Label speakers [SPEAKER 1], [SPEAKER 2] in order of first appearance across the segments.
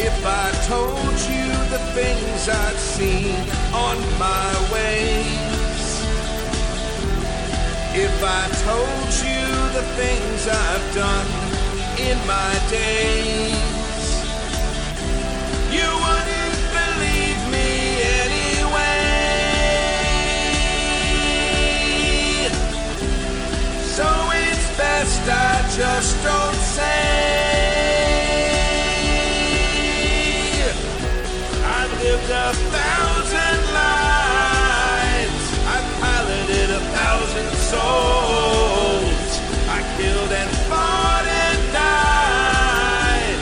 [SPEAKER 1] If I told you the things I'd seen on my ways, if I told you the things I've done in my days, you wouldn't believe me anyway. So it's best I just don't say. I lived a thousand lives. I piloted a thousand souls. I killed and fought and died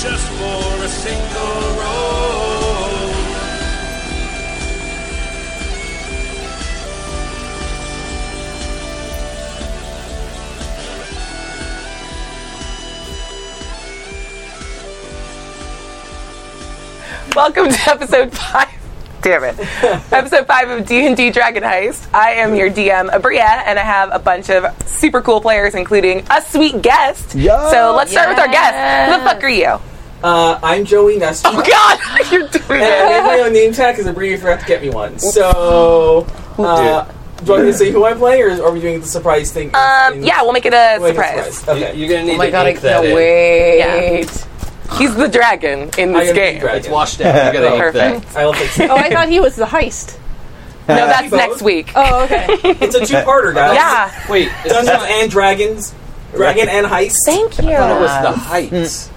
[SPEAKER 1] just for a single role.
[SPEAKER 2] Welcome to episode five. Damn it. episode five of D&D Dragon Heist. I am your DM, Abria, and I have a bunch of super cool players, including a sweet guest.
[SPEAKER 3] Yeah.
[SPEAKER 2] So let's start with our guest. Who the fuck are you?
[SPEAKER 3] Uh, I'm Joey Nestor.
[SPEAKER 2] God, you're doing
[SPEAKER 3] And I
[SPEAKER 2] it.
[SPEAKER 3] made my own name tag because a brief have to get me one. So, uh, do I need to say who I play, or are we doing the surprise thing?
[SPEAKER 2] Um,
[SPEAKER 3] in-
[SPEAKER 2] yeah, we'll make it a
[SPEAKER 3] like
[SPEAKER 2] surprise.
[SPEAKER 3] Okay.
[SPEAKER 4] You're gonna need
[SPEAKER 5] Oh my
[SPEAKER 4] to
[SPEAKER 5] god, I
[SPEAKER 4] ink that
[SPEAKER 5] can't
[SPEAKER 4] in.
[SPEAKER 5] wait.
[SPEAKER 2] He's the dragon in
[SPEAKER 3] I
[SPEAKER 2] this
[SPEAKER 3] am
[SPEAKER 2] game.
[SPEAKER 3] Dragon.
[SPEAKER 4] It's washed out. You gotta ink
[SPEAKER 2] Perfect.
[SPEAKER 4] that.
[SPEAKER 3] I don't think so.
[SPEAKER 5] Oh, I thought he was the heist.
[SPEAKER 2] No, that's
[SPEAKER 3] Both.
[SPEAKER 2] next week.
[SPEAKER 5] Oh, okay.
[SPEAKER 3] It's a two-parter, guys.
[SPEAKER 2] Yeah.
[SPEAKER 4] Wait, is this
[SPEAKER 3] Dungeons
[SPEAKER 4] not
[SPEAKER 3] and Dragons, Dragon and Heist.
[SPEAKER 5] Thank you.
[SPEAKER 4] it was the heights?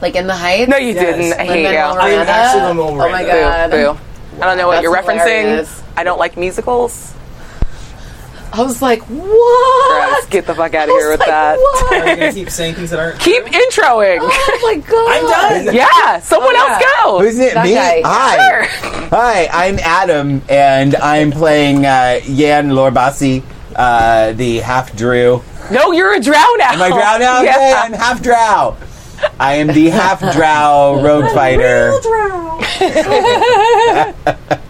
[SPEAKER 5] like in the heights?
[SPEAKER 2] No, you
[SPEAKER 3] Yes.
[SPEAKER 2] didn't. I hate
[SPEAKER 5] Lin-Manuel
[SPEAKER 2] you.
[SPEAKER 3] I am
[SPEAKER 5] Miranda?
[SPEAKER 3] actually Lin-Manuel
[SPEAKER 5] Oh my
[SPEAKER 2] Boo,
[SPEAKER 5] god.
[SPEAKER 2] boo. I don't know what
[SPEAKER 5] That's
[SPEAKER 2] you're referencing.
[SPEAKER 5] hilarious.
[SPEAKER 2] I don't like musicals.
[SPEAKER 5] I was like, what?
[SPEAKER 2] Gross. Get the fuck out of
[SPEAKER 5] I was
[SPEAKER 2] here with
[SPEAKER 5] like,
[SPEAKER 2] that.
[SPEAKER 5] What?
[SPEAKER 3] Are you gonna keep saying things that aren't?
[SPEAKER 2] Keep introing.
[SPEAKER 5] Oh my god.
[SPEAKER 3] I'm done.
[SPEAKER 2] Yeah, someone
[SPEAKER 5] Oh,
[SPEAKER 2] else
[SPEAKER 5] yeah.
[SPEAKER 2] go.
[SPEAKER 6] Who's it?
[SPEAKER 5] That
[SPEAKER 6] Me?
[SPEAKER 5] guy.
[SPEAKER 6] Hi. Hi, I'm Adam, and I'm playing uh, Yan Lorbasi, uh, the half Drew.
[SPEAKER 2] No, you're a drown out.
[SPEAKER 6] Am I drow now?
[SPEAKER 2] Oh, Yeah.
[SPEAKER 6] Yay, I'm half drow. I am the half drow rogue fighter.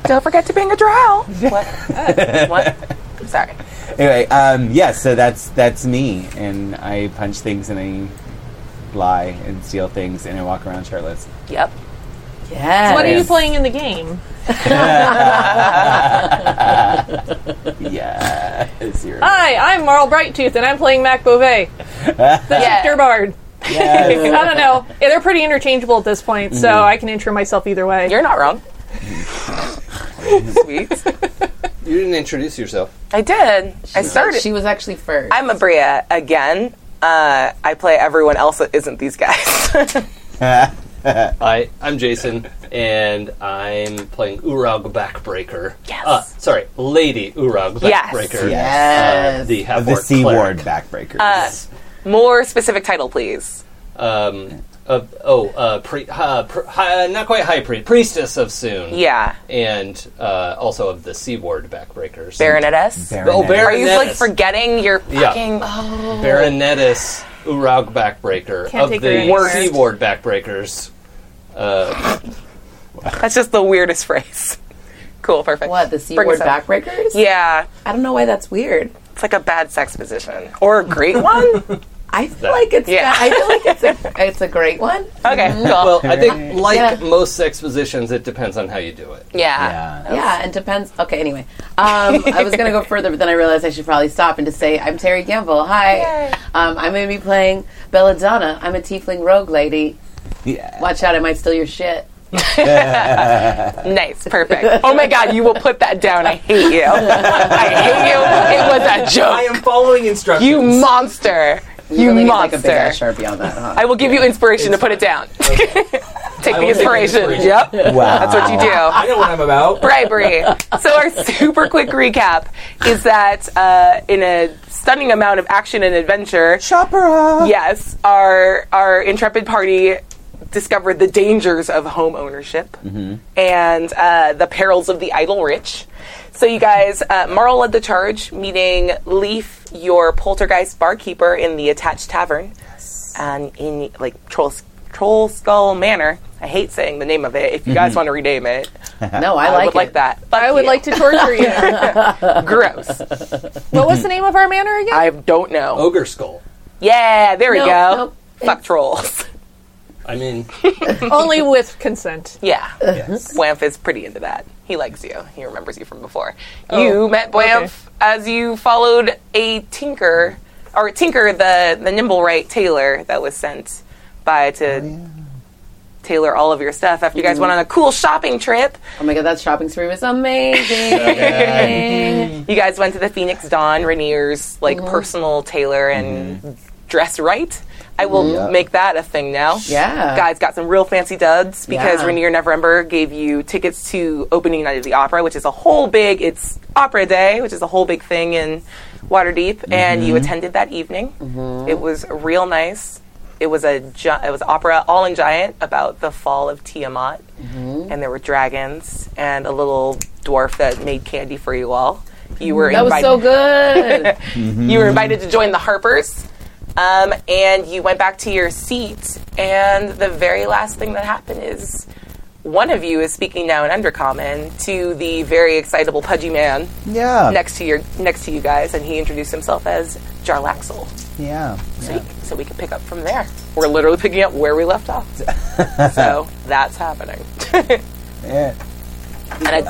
[SPEAKER 2] Don't forget to bring a drow. What? Uh, what? I'm Sorry.
[SPEAKER 6] Anyway, um, yes, so that's that's me, and I punch things and I lie and steal things, and I walk around shirtless.
[SPEAKER 2] Yep.
[SPEAKER 5] Yes.
[SPEAKER 7] What are
[SPEAKER 6] Yes.
[SPEAKER 7] you playing in the game?
[SPEAKER 6] Yes, you're.
[SPEAKER 2] Uh,
[SPEAKER 7] Hi, I'm Marl Brighttooth, and I'm playing Mac Beauvais, the
[SPEAKER 2] Yeah.
[SPEAKER 7] Hector Bard.
[SPEAKER 6] Yes.
[SPEAKER 7] I don't know. Yeah, They're pretty interchangeable at this point, so I can intro myself either way.
[SPEAKER 2] Mm-hmm. You're not wrong. Sweet.
[SPEAKER 4] You didn't introduce yourself.
[SPEAKER 2] I did. I started.
[SPEAKER 5] She was actually first.
[SPEAKER 2] I'm a Bria again. Uh, I play everyone else that isn't these guys.
[SPEAKER 4] Hi, I'm Jason, and I'm playing Urag Backbreaker.
[SPEAKER 2] Yes.
[SPEAKER 4] Uh, sorry, Lady Urag
[SPEAKER 2] Yes.
[SPEAKER 4] Backbreaker.
[SPEAKER 6] Yes.
[SPEAKER 4] Uh, the half
[SPEAKER 6] the C word backbreakers.
[SPEAKER 2] Uh, More specific title, please.
[SPEAKER 4] Um, uh, oh, uh, pre- uh, pr- hi- not quite high priest, priestess of Soon.
[SPEAKER 2] Yeah.
[SPEAKER 4] And uh, also of the C word Backbreakers.
[SPEAKER 2] Baronetess.
[SPEAKER 4] Oh,
[SPEAKER 6] Baroness.
[SPEAKER 2] Are you
[SPEAKER 4] Baronetess.
[SPEAKER 2] like forgetting your
[SPEAKER 4] Yeah.
[SPEAKER 2] fucking?
[SPEAKER 5] Oh.
[SPEAKER 4] Baronettis Urag Backbreaker
[SPEAKER 7] Can't
[SPEAKER 4] of
[SPEAKER 7] take
[SPEAKER 4] the
[SPEAKER 7] your words.
[SPEAKER 4] C word Backbreakers.
[SPEAKER 2] That's just the weirdest phrase. Cool. Perfect.
[SPEAKER 5] what, the C
[SPEAKER 2] Bring us
[SPEAKER 5] word
[SPEAKER 2] up.
[SPEAKER 5] backbreakers?
[SPEAKER 2] Yeah.
[SPEAKER 5] I don't know why that's weird.
[SPEAKER 2] It's like a bad sex position or a great one.
[SPEAKER 5] I feel
[SPEAKER 4] That-
[SPEAKER 5] like it's
[SPEAKER 2] Yeah.
[SPEAKER 5] I feel like it's a it's a great Mm-hmm. one.
[SPEAKER 2] Okay. Cool.
[SPEAKER 4] Well, I think, like
[SPEAKER 5] Yeah.
[SPEAKER 4] most sex positions, it depends on how you do it.
[SPEAKER 2] yeah.
[SPEAKER 6] Yeah.
[SPEAKER 5] Yeah, it depends. Okay, anyway, um, I was gonna go further, but then I realized I should probably stop and just say I'm Terry Gamble. Hi, um, I'm gonna be playing Belladonna. I'm a tiefling rogue lady.
[SPEAKER 6] Yeah.
[SPEAKER 5] Watch out, I might steal your shit.
[SPEAKER 2] Nice. Perfect. Oh my God, you will put that down. I hate you. I hate you. It was a
[SPEAKER 3] I
[SPEAKER 2] joke.
[SPEAKER 3] am following instructions.
[SPEAKER 2] You monster.
[SPEAKER 5] You
[SPEAKER 2] You
[SPEAKER 5] really need, like a
[SPEAKER 2] monster.
[SPEAKER 5] big ass sharpie on that, huh?
[SPEAKER 2] I will give you inspiration to put it down. Take the
[SPEAKER 3] will take the
[SPEAKER 2] inspiration.
[SPEAKER 3] inspiration.
[SPEAKER 2] Yep.
[SPEAKER 6] Wow.
[SPEAKER 2] That's what you do.
[SPEAKER 3] I know what I'm about.
[SPEAKER 2] bribery. So our super quick recap is that uh, in a stunning amount of action and adventure,
[SPEAKER 6] Opera.
[SPEAKER 2] yes, our our intrepid party discovered the dangers of home ownership and uh, the perils of the idle rich. So you guys, uh, Marl led the charge, meeting Leaf, your poltergeist barkeeper in the attached tavern, and in like Troll Troll Skull Manor. I hate saying the name of it. If you guys want to rename it,
[SPEAKER 5] no, I,
[SPEAKER 2] I,
[SPEAKER 5] like
[SPEAKER 2] would
[SPEAKER 5] it.
[SPEAKER 2] like that.
[SPEAKER 7] I would like to torture you.
[SPEAKER 2] gross.
[SPEAKER 7] what was the name of our manor again?
[SPEAKER 2] I don't know.
[SPEAKER 4] Ogre skull.
[SPEAKER 2] Yeah, there we
[SPEAKER 5] Nope,
[SPEAKER 2] go.
[SPEAKER 5] nope.
[SPEAKER 2] Fuck trolls.
[SPEAKER 8] I'm in.
[SPEAKER 7] Only with consent.
[SPEAKER 2] Yeah.
[SPEAKER 9] Yes.
[SPEAKER 2] Bwamf is pretty into that. He likes you. He remembers you from before.
[SPEAKER 5] Oh,
[SPEAKER 2] you met Bwamf
[SPEAKER 7] okay.
[SPEAKER 2] as you followed a tinker, or tinker, the, the nimble right tailor that was sent by to
[SPEAKER 4] Oh,
[SPEAKER 2] tailor all of your stuff after you
[SPEAKER 4] Mm-hmm.
[SPEAKER 2] guys went on a cool shopping trip.
[SPEAKER 5] Oh my god, that shopping spree was amazing.
[SPEAKER 2] You guys went to the Phoenix Dawn, Rainier's like
[SPEAKER 5] Mm-hmm.
[SPEAKER 2] personal tailor and dress right. I will
[SPEAKER 9] Yeah.
[SPEAKER 2] make that a thing now.
[SPEAKER 5] Yeah.
[SPEAKER 2] Guys got some real fancy duds because
[SPEAKER 5] Yeah.
[SPEAKER 2] Rainier Never Ember gave you tickets to opening night of the opera, which is a whole big it's opera day, which is a whole big thing in Waterdeep,
[SPEAKER 5] Mm-hmm.
[SPEAKER 2] and you attended that evening. It was real nice. It was a gi- it was opera all in giant about the fall of Tiamat,
[SPEAKER 5] Mm-hmm.
[SPEAKER 2] and there were dragons and a little dwarf that made candy for you all. You were
[SPEAKER 5] that was
[SPEAKER 2] invited.
[SPEAKER 5] so good.
[SPEAKER 2] You were invited to join the Harpers, um, and you went back to your seat. And the very last thing that happened is one of you is speaking now in Undercommon to the very excitable pudgy man
[SPEAKER 5] Uh.
[SPEAKER 9] Yeah.
[SPEAKER 2] next to your next to you guys, and he introduced himself as Jarlaxle.
[SPEAKER 9] Yeah.
[SPEAKER 2] So, we, so we can pick up from there. We're literally picking up where we left off. so that's happening.
[SPEAKER 9] Yeah.
[SPEAKER 2] and I,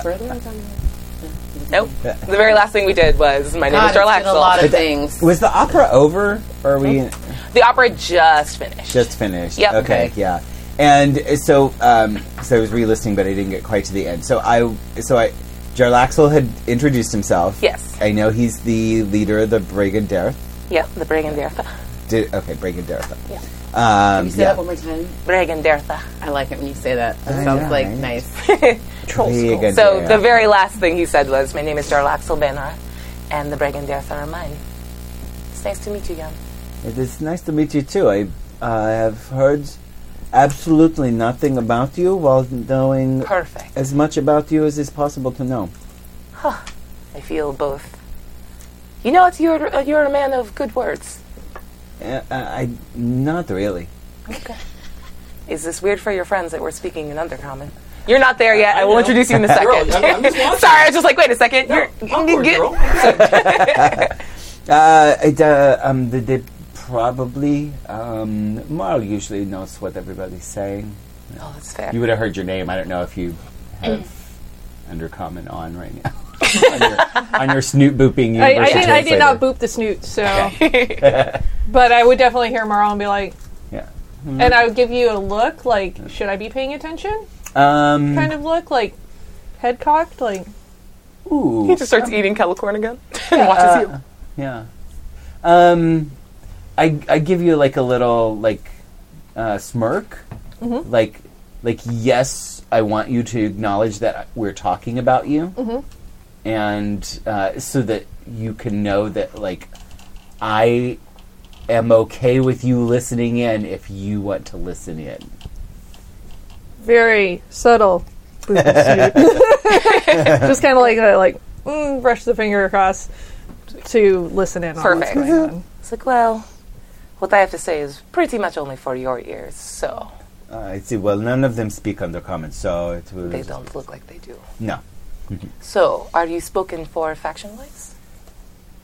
[SPEAKER 2] nope. The very last thing we did was my name
[SPEAKER 5] God,
[SPEAKER 2] is Jarlaxle.
[SPEAKER 5] I did a lot of things.
[SPEAKER 9] Was the opera over, or are we
[SPEAKER 2] the opera just finished.
[SPEAKER 9] just finished?
[SPEAKER 2] Yep.
[SPEAKER 9] Okay.
[SPEAKER 2] Okay.
[SPEAKER 9] Yeah. And uh, so, um, so I was re-listening, but I didn't get quite to the end. So I, so I, Jarlaxle had introduced himself.
[SPEAKER 2] Yes.
[SPEAKER 9] I know he's the leader of the Brigandareth.
[SPEAKER 2] Yep, the Brigandartha.
[SPEAKER 9] Did okay, Brigandareth.
[SPEAKER 2] Yeah.
[SPEAKER 9] Um,
[SPEAKER 5] you say that
[SPEAKER 9] yeah.
[SPEAKER 5] one more time.
[SPEAKER 2] Brigandartha.
[SPEAKER 5] I like it when you say that. That
[SPEAKER 9] I
[SPEAKER 5] sounds
[SPEAKER 9] know,
[SPEAKER 5] like
[SPEAKER 9] right?
[SPEAKER 5] nice.
[SPEAKER 9] Brigandareth.
[SPEAKER 2] So the very last thing he said was, "My name is Jarlaxle Benar, and the Brigandartha are mine." It's nice to meet you, young.
[SPEAKER 9] It is nice to meet you too. I uh, have heard absolutely nothing about you, while knowing
[SPEAKER 2] Perfect.
[SPEAKER 9] as much about you as is possible to know.
[SPEAKER 2] I feel both. You know, it's you're uh, you're a man of good words.
[SPEAKER 9] Uh, I not really.
[SPEAKER 2] Is this weird for your friends that we're speaking in Undercommon? You're not there yet. I, will introduce you in a second.
[SPEAKER 4] Girl, I'm, I'm just watching.
[SPEAKER 2] Sorry, I was just like, wait a second. you're,
[SPEAKER 4] Awkward,
[SPEAKER 2] get-
[SPEAKER 4] girl.
[SPEAKER 9] Uh, it, uh, um, they, they probably um, Marl usually knows what everybody's saying.
[SPEAKER 2] Oh, that's fair.
[SPEAKER 9] You would have heard your name. I don't know if you have undercommon on right now. on, your, on your snoot booping.
[SPEAKER 7] I, I
[SPEAKER 9] University
[SPEAKER 7] did. I did
[SPEAKER 9] Translator.
[SPEAKER 7] not boop the snoot. So, but I would definitely hear Marl and be like,
[SPEAKER 9] Yeah.
[SPEAKER 2] Mm-hmm.
[SPEAKER 7] and I would give you a look like, should I be paying attention?
[SPEAKER 9] Um,
[SPEAKER 7] Kind of look like, head cocked, like.
[SPEAKER 9] ooh.
[SPEAKER 2] he just starts eating calicorn again and watches you.
[SPEAKER 9] Yeah. Um, I I give you like a little like uh, smirk,
[SPEAKER 2] Mm-hmm.
[SPEAKER 9] like like yes, I want you to acknowledge that we're talking about you,
[SPEAKER 2] Mm-hmm.
[SPEAKER 9] and uh, so that you can know that like I am okay with you listening in if you want to listen in.
[SPEAKER 7] very subtle boot and snoot. Just kind of like a, like mm, brush the finger across to listen in.
[SPEAKER 2] Perfect.
[SPEAKER 7] On what's going on.
[SPEAKER 2] It's like, well, what I have to say is pretty much only for your ears, so
[SPEAKER 9] Uh, I see. Well, none of them speak under common, so it will.
[SPEAKER 2] they don't look like they do.
[SPEAKER 9] No.
[SPEAKER 2] So, are you spoken for faction wise?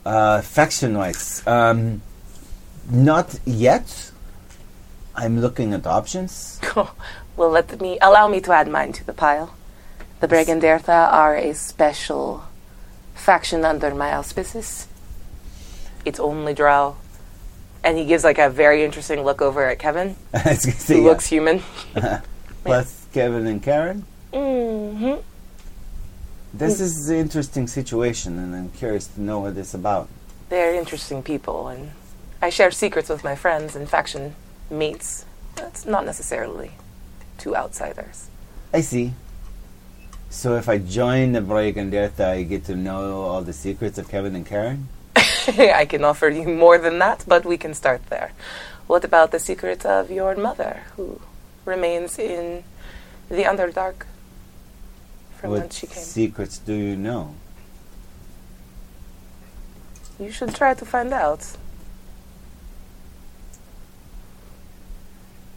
[SPEAKER 9] Uh, faction wise, um, not yet. I'm looking at options.
[SPEAKER 2] well, let me allow me to add mine to the pile. The Brigandertha are a special faction under my auspices. It's only Drow. And he gives like a very interesting look over at Kevin,
[SPEAKER 9] I was gonna say,
[SPEAKER 2] who
[SPEAKER 9] yeah.
[SPEAKER 2] looks human.
[SPEAKER 9] plus Kevin and Karen.
[SPEAKER 2] Mm-hmm. Hmm.
[SPEAKER 9] This is an interesting situation, and I'm curious to know what it's about.
[SPEAKER 2] They're interesting people, and I share secrets with my friends and faction mates. That's not necessarily to outsiders.
[SPEAKER 9] I see. So if I join the Brigandertha, I get to know all the secrets of Kevin and Karen.
[SPEAKER 2] I can offer you more than that, but we can start there. What about the secret of your mother, who remains in the Underdark from
[SPEAKER 9] what
[SPEAKER 2] whence she came?
[SPEAKER 9] secrets do you know?
[SPEAKER 2] you should try to find out.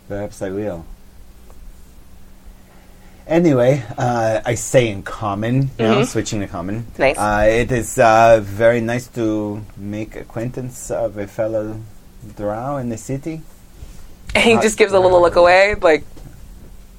[SPEAKER 9] Perhaps I will. Anyway, uh, I say in common now, switching to common.
[SPEAKER 2] Mm-hmm. Nice.
[SPEAKER 9] Uh, it is uh, very nice to make acquaintance of a fellow drow in the city?
[SPEAKER 2] And he just gives a little look away, like,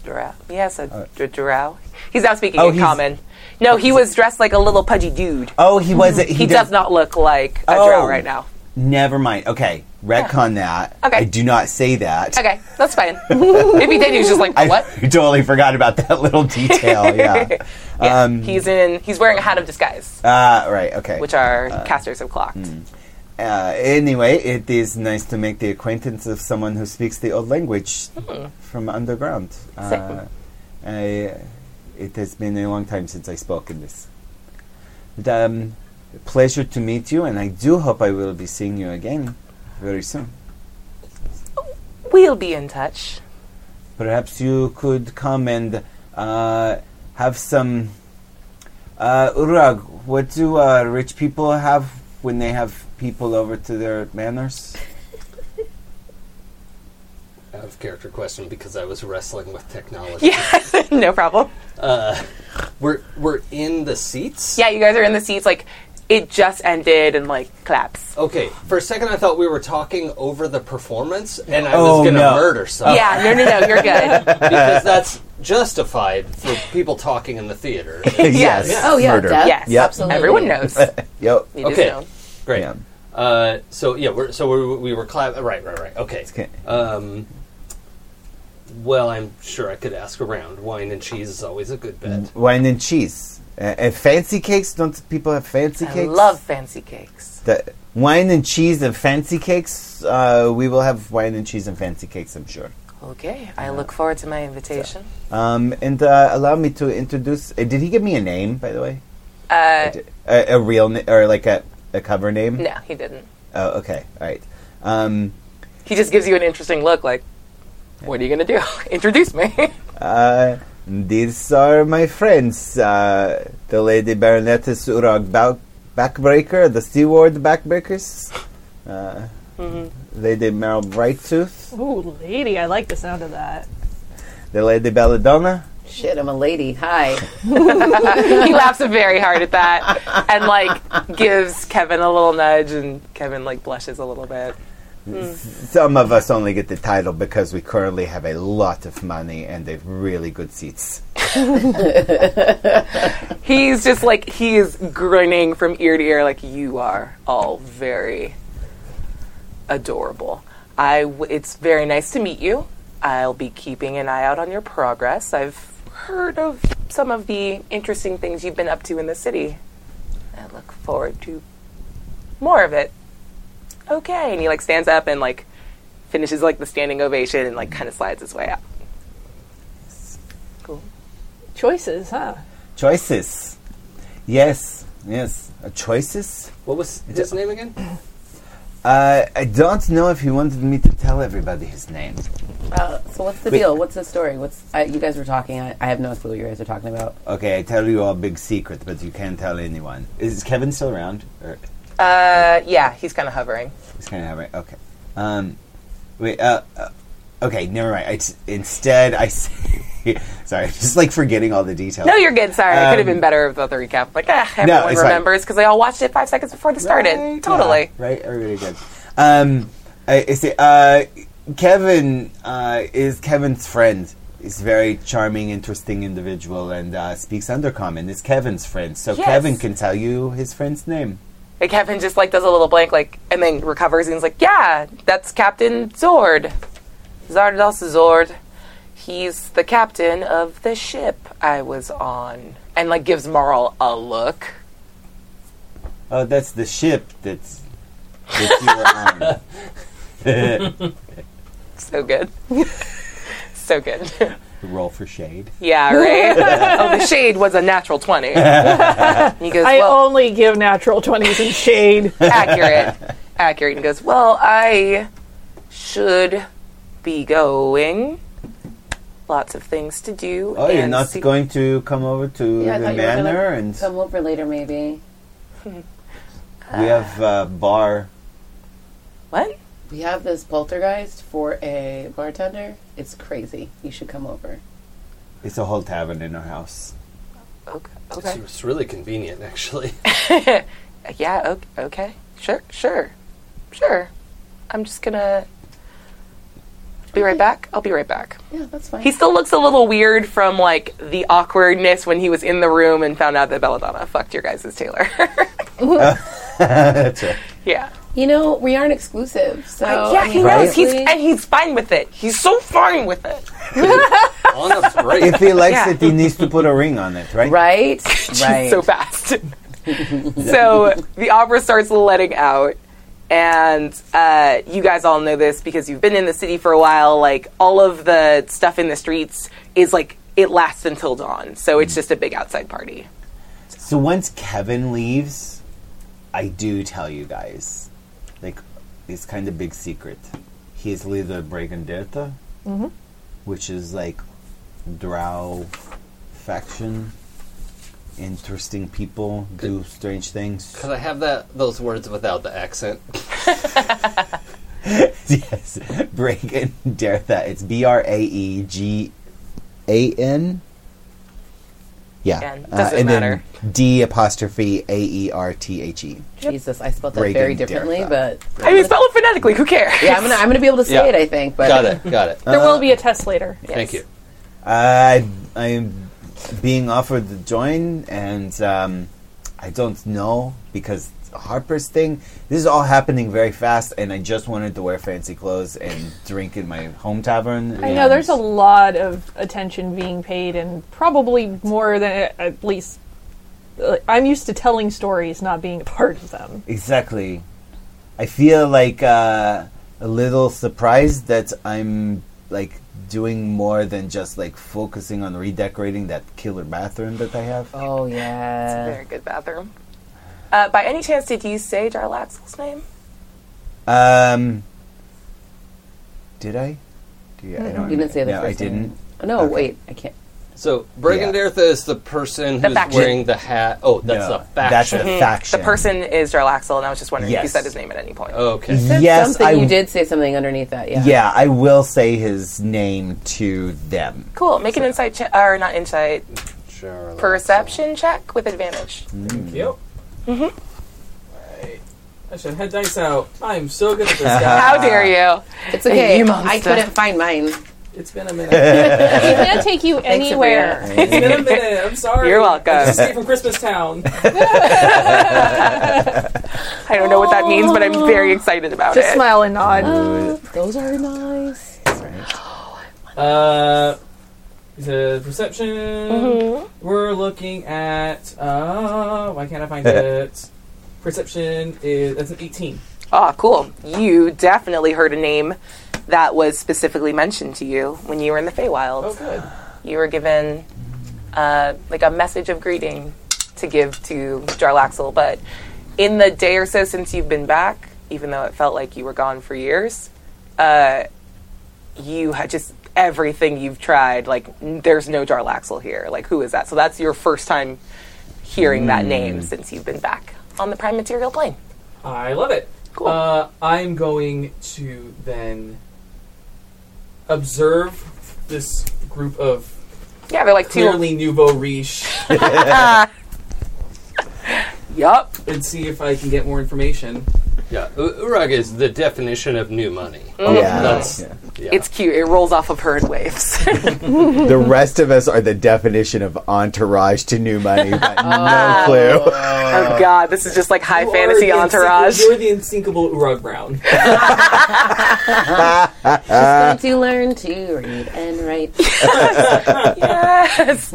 [SPEAKER 2] Drow. Yes, a dr- drow. He's not speaking
[SPEAKER 9] Uh, Oh,
[SPEAKER 2] in
[SPEAKER 9] he's-
[SPEAKER 2] common. No, he was dressed like a little pudgy dude.
[SPEAKER 9] Oh, he was. He,
[SPEAKER 2] Mm-hmm. He does not look like a
[SPEAKER 9] Oh.
[SPEAKER 2] drow right now.
[SPEAKER 9] Never mind. Okay, retcon that.
[SPEAKER 2] Okay.
[SPEAKER 9] I do not say that.
[SPEAKER 2] Okay, that's fine. if he did, he was just like,
[SPEAKER 9] I
[SPEAKER 2] what?
[SPEAKER 9] totally forgot about that little detail. Yeah.
[SPEAKER 2] Yeah,
[SPEAKER 9] Um,
[SPEAKER 2] he's in. He's wearing a hat of disguise,
[SPEAKER 9] uh, right. Okay. hmm.
[SPEAKER 2] which are casters have clocked.
[SPEAKER 9] Uh, anyway, it is nice to make the acquaintance of someone who speaks the old language from underground. Uh, I, it has been a long time since I spoke in this. But, um, pleasure to meet you, and I do hope I will be seeing you again very soon.
[SPEAKER 2] We'll be in touch.
[SPEAKER 9] Perhaps you could come and uh, have some. Uh, Urag, what do uh, rich people have when they have people over to their manors?
[SPEAKER 4] Out of character question because I was wrestling with technology.
[SPEAKER 2] Yeah, no problem.
[SPEAKER 4] We're we're in the seats.
[SPEAKER 2] Yeah, you guys are in the seats. Like it just ended, and like claps.
[SPEAKER 4] Okay. For a second, I thought we were talking over the performance, and I
[SPEAKER 9] Oh,
[SPEAKER 4] was going to
[SPEAKER 9] no.
[SPEAKER 4] murder someone.
[SPEAKER 2] Yeah, no, no, no, you're good.
[SPEAKER 4] because that's justified for people talking in the theater.
[SPEAKER 9] yes.
[SPEAKER 5] Oh yeah,
[SPEAKER 9] Murder.
[SPEAKER 5] death.
[SPEAKER 2] Yes,
[SPEAKER 9] Yep.
[SPEAKER 5] absolutely.
[SPEAKER 2] Everyone knows. You
[SPEAKER 9] Yep.
[SPEAKER 2] just
[SPEAKER 4] Okay.
[SPEAKER 2] know.
[SPEAKER 4] Great.
[SPEAKER 9] Yeah.
[SPEAKER 4] Uh, so yeah, we're, so we, we were clap. Right, right, right. Okay.
[SPEAKER 9] Okay.
[SPEAKER 4] Um, well, I'm sure I could ask around. Wine and cheese is always a good bet.
[SPEAKER 9] Wine and cheese. Uh, uh, fancy cakes? Don't people have fancy
[SPEAKER 2] I
[SPEAKER 9] cakes?
[SPEAKER 2] love fancy cakes.
[SPEAKER 9] The wine and cheese and fancy cakes. Uh, we will have wine and cheese and fancy cakes, I'm sure.
[SPEAKER 2] Okay, I look forward to my invitation.
[SPEAKER 9] Um, and uh, allow me to introduce. Uh, did he give me a name, by the way?
[SPEAKER 2] Uh,
[SPEAKER 9] A, a real na- or like a, a cover name?
[SPEAKER 2] no, he didn't.
[SPEAKER 9] Oh, okay. All right. Um,
[SPEAKER 2] He just gives you an interesting look, like, what are you gonna do? Introduce me.
[SPEAKER 9] uh, these are my friends. Uh, the Lady Baroness Urag Bau- Backbreaker, the Seaward Backbreakers. Uh, Lady Meryl Brighttooth,
[SPEAKER 7] Ooh, lady, I like the sound of that.
[SPEAKER 9] the Lady Belladonna.
[SPEAKER 5] Shit, I'm a lady. Hi.
[SPEAKER 2] he laughs very hard at that and like gives Kevin a little nudge and Kevin like blushes a little bit.
[SPEAKER 9] Some of us only get the title because we currently have a lot of money and they've really good seats.
[SPEAKER 2] He's just like he is grinning from ear to ear like you are all very adorable. I w- it's very nice to meet you. I'll be keeping an eye out on your progress. I've heard of some of the interesting things you've been up to in the city. I look forward to more of it. Okay, and he like stands up and like finishes like the standing ovation and like kind of slides his way out.
[SPEAKER 7] Choices, huh?
[SPEAKER 9] Choices. Yes, yes. Uh, choices?
[SPEAKER 4] What was his name again?
[SPEAKER 9] Uh, I don't know if he wanted me to tell everybody his name.
[SPEAKER 5] Uh, so what's the
[SPEAKER 9] Wait.
[SPEAKER 5] deal? What's the story? What's I, you guys were talking? I, I have no clue what you guys are talking about.
[SPEAKER 9] Okay, I tell you all a big secret, but you can't tell anyone. Is Kevin still around? Or
[SPEAKER 2] Uh, yeah, he's kind of hovering.
[SPEAKER 9] he's kind of right. Okay. Um, wait. Uh, uh, okay. Never mind. I t- instead, I say, sorry. I'm just like forgetting all the details.
[SPEAKER 2] No, you're good. Sorry, I could have
[SPEAKER 9] Um,
[SPEAKER 2] been better about the recap. Like, ah,
[SPEAKER 9] No,
[SPEAKER 2] everyone
[SPEAKER 9] it's fine.
[SPEAKER 2] remembers because they all watched it five seconds before they started.
[SPEAKER 9] Right?
[SPEAKER 2] Totally.
[SPEAKER 9] Yeah, right. Everybody good. Um, I, I say, uh, Kevin uh, is Kevin's friend. He's a very charming, interesting individual, and uh, speaks undercommon. Is Kevin's friend, so
[SPEAKER 2] Yes.
[SPEAKER 9] Kevin can tell you his friend's name.
[SPEAKER 2] Like Kevin just like does a little blank, like, and then recovers and he's like, "Yeah, that's Captain Zord, Zardos Zord. He's the captain of the ship I was on." And like gives Marl a look.
[SPEAKER 9] Oh, that's the ship that's that you were on.
[SPEAKER 2] So good. so good.
[SPEAKER 9] Roll for shade.
[SPEAKER 2] yeah, right. oh, the shade was a natural twenty. And he goes,
[SPEAKER 7] I
[SPEAKER 2] well,
[SPEAKER 7] only give natural 20s in shade.
[SPEAKER 2] accurate, accurate, and goes, "Well, I should be going. Lots of things to do."
[SPEAKER 9] Oh, you're
[SPEAKER 2] and
[SPEAKER 9] not
[SPEAKER 2] see-
[SPEAKER 9] going to come over to
[SPEAKER 5] Yeah, I
[SPEAKER 9] the
[SPEAKER 5] thought you were gonna
[SPEAKER 9] manor, and
[SPEAKER 5] Come over later, maybe.
[SPEAKER 9] we have a bar.
[SPEAKER 2] What?
[SPEAKER 5] We have this poltergeist for a bartender. It's crazy. You should come over.
[SPEAKER 9] It's a whole tavern in our house.
[SPEAKER 2] Okay.
[SPEAKER 4] It's,
[SPEAKER 2] okay.
[SPEAKER 4] it's really convenient, actually.
[SPEAKER 2] Yeah. Okay. okay. Sure. Sure. Sure. I'm just gonna be right back. I'll be right back.
[SPEAKER 5] Yeah, that's fine.
[SPEAKER 2] He still looks a little weird from like the awkwardness when he was in the room and found out that Belladonna fucked your guys' Taylor.
[SPEAKER 6] That's right.
[SPEAKER 2] yeah.
[SPEAKER 5] you know, we aren't exclusive, so
[SPEAKER 2] yeah, he
[SPEAKER 6] Right?
[SPEAKER 2] knows. He's and he's fine with it. He's so fine with it.
[SPEAKER 4] On a break.
[SPEAKER 9] If he likes
[SPEAKER 2] Yeah.
[SPEAKER 9] it, he needs to put a ring on it, right?
[SPEAKER 5] right, right.
[SPEAKER 2] She's so fast. so the opera starts letting out, and uh, you guys all know this because you've been in the city for a while. Like all of the stuff in the streets is like it lasts until dawn, so it's just a big outside party.
[SPEAKER 9] So once Kevin leaves, I do tell you guys, like, it's kind of big secret. He is leader of Braganderta,
[SPEAKER 2] Mm-hmm.
[SPEAKER 9] which is like Drow faction. Interesting people do strange things.
[SPEAKER 4] Could I have that those words without the accent?
[SPEAKER 9] yes, Braganderta. It's B R A E G A N. Yeah,
[SPEAKER 2] Again,
[SPEAKER 9] Uh,
[SPEAKER 2] doesn't
[SPEAKER 9] and
[SPEAKER 2] matter.
[SPEAKER 9] then D apostrophe A E R T H E.
[SPEAKER 5] Jesus, I spelled that
[SPEAKER 9] Reagan
[SPEAKER 5] very differently,
[SPEAKER 9] Derrida.
[SPEAKER 5] but
[SPEAKER 2] I mean, spell it phonetically. Who cares?
[SPEAKER 5] yeah, I'm gonna I'm gonna be able to say
[SPEAKER 4] Yeah.
[SPEAKER 5] it. I think, but
[SPEAKER 4] Got it. Got it.
[SPEAKER 7] There will be a test later.
[SPEAKER 4] Thank you.
[SPEAKER 9] I I am being offered to join, and um, I don't know because Harper's thing. This is all happening very fast, and I just wanted to wear fancy clothes and drink in my home tavern.
[SPEAKER 7] I know there's a lot of attention being paid, and probably more than at least. uh, I'm used to telling stories, not being a part of them.
[SPEAKER 9] exactly. I feel like uh, a little surprised that I'm like doing more than just like focusing on redecorating that killer bathroom that I have.
[SPEAKER 5] Oh yeah,
[SPEAKER 2] Very good bathroom. Uh, by any chance, did you say Jarlaxle's name?
[SPEAKER 9] Um, did I? Do you, I don't
[SPEAKER 5] you didn't say the
[SPEAKER 9] no,
[SPEAKER 5] first
[SPEAKER 9] I didn't.
[SPEAKER 5] name. Oh, no,
[SPEAKER 9] Okay.
[SPEAKER 5] wait, I can't.
[SPEAKER 4] So Brigandertha is the person who's
[SPEAKER 2] faction.
[SPEAKER 4] wearing the hat. Oh, that's
[SPEAKER 9] No,
[SPEAKER 4] the faction.
[SPEAKER 9] That's a faction.
[SPEAKER 2] The person is Jarlaxle, and I was just wondering if you
[SPEAKER 9] Yes.
[SPEAKER 2] said his name at any point.
[SPEAKER 4] okay.
[SPEAKER 5] Said
[SPEAKER 9] Yes,
[SPEAKER 5] something
[SPEAKER 9] I.
[SPEAKER 5] you did say something underneath that. Yeah,
[SPEAKER 9] Yeah, I will say his name to them.
[SPEAKER 2] Cool. Make an insight check, or not insight,
[SPEAKER 4] Sure.
[SPEAKER 2] perception check with advantage.
[SPEAKER 3] Thank you. Mm-hmm. I should head dice out. I'm so good at this guy.
[SPEAKER 2] How dare you?
[SPEAKER 5] It's okay.
[SPEAKER 2] You monster.
[SPEAKER 5] I couldn't find mine.
[SPEAKER 3] It's been a minute.
[SPEAKER 7] It can't take you
[SPEAKER 5] Thanks,
[SPEAKER 7] anywhere.
[SPEAKER 3] It's been a minute. I'm sorry.
[SPEAKER 2] You're welcome.
[SPEAKER 3] I just escaped from Christmas Town.
[SPEAKER 2] I don't know what that means, but I'm very excited about
[SPEAKER 7] Just
[SPEAKER 2] it.
[SPEAKER 7] smile and
[SPEAKER 5] Uh,
[SPEAKER 7] nod.
[SPEAKER 5] Those are nice.
[SPEAKER 3] Uh, the perception. We're looking at. Uh, why can't I find it? Perception is that's an 18.
[SPEAKER 2] Oh, cool. You definitely heard a name that was specifically mentioned to you when you were in the Feywild.
[SPEAKER 3] Oh, good.
[SPEAKER 2] You were given uh, like a message of greeting to give to Jarlaxle, but in the day or so since you've been back, even though it felt like you were gone for years, uh, you had just everything you've tried. Like, n- there's no Jarlaxle here. Like, who is that? So that's your first time hearing that
[SPEAKER 3] Hmm.
[SPEAKER 2] name since you've been back on the prime material plane.
[SPEAKER 3] I love it.
[SPEAKER 2] Cool.
[SPEAKER 3] Uh, I'm going to then observe this group of
[SPEAKER 2] Yeah, they're like two.
[SPEAKER 3] clearly nouveau riche
[SPEAKER 2] Yup.
[SPEAKER 3] and see if I can get more information.
[SPEAKER 4] Yeah. U- Urag is the definition of new money.
[SPEAKER 9] Yeah.
[SPEAKER 4] Oh, That's
[SPEAKER 9] Yeah.
[SPEAKER 4] yeah.
[SPEAKER 2] It's cute. It rolls off of her in waves.
[SPEAKER 9] The rest of us are the definition of entourage to new money, but no clue.
[SPEAKER 2] oh god, this is just like high
[SPEAKER 3] You are
[SPEAKER 2] fantasy
[SPEAKER 3] the insink-
[SPEAKER 2] entourage.
[SPEAKER 3] You're the unsinkable Urag Brown.
[SPEAKER 9] Uh,
[SPEAKER 5] Going to learn to read and write.
[SPEAKER 2] Yes.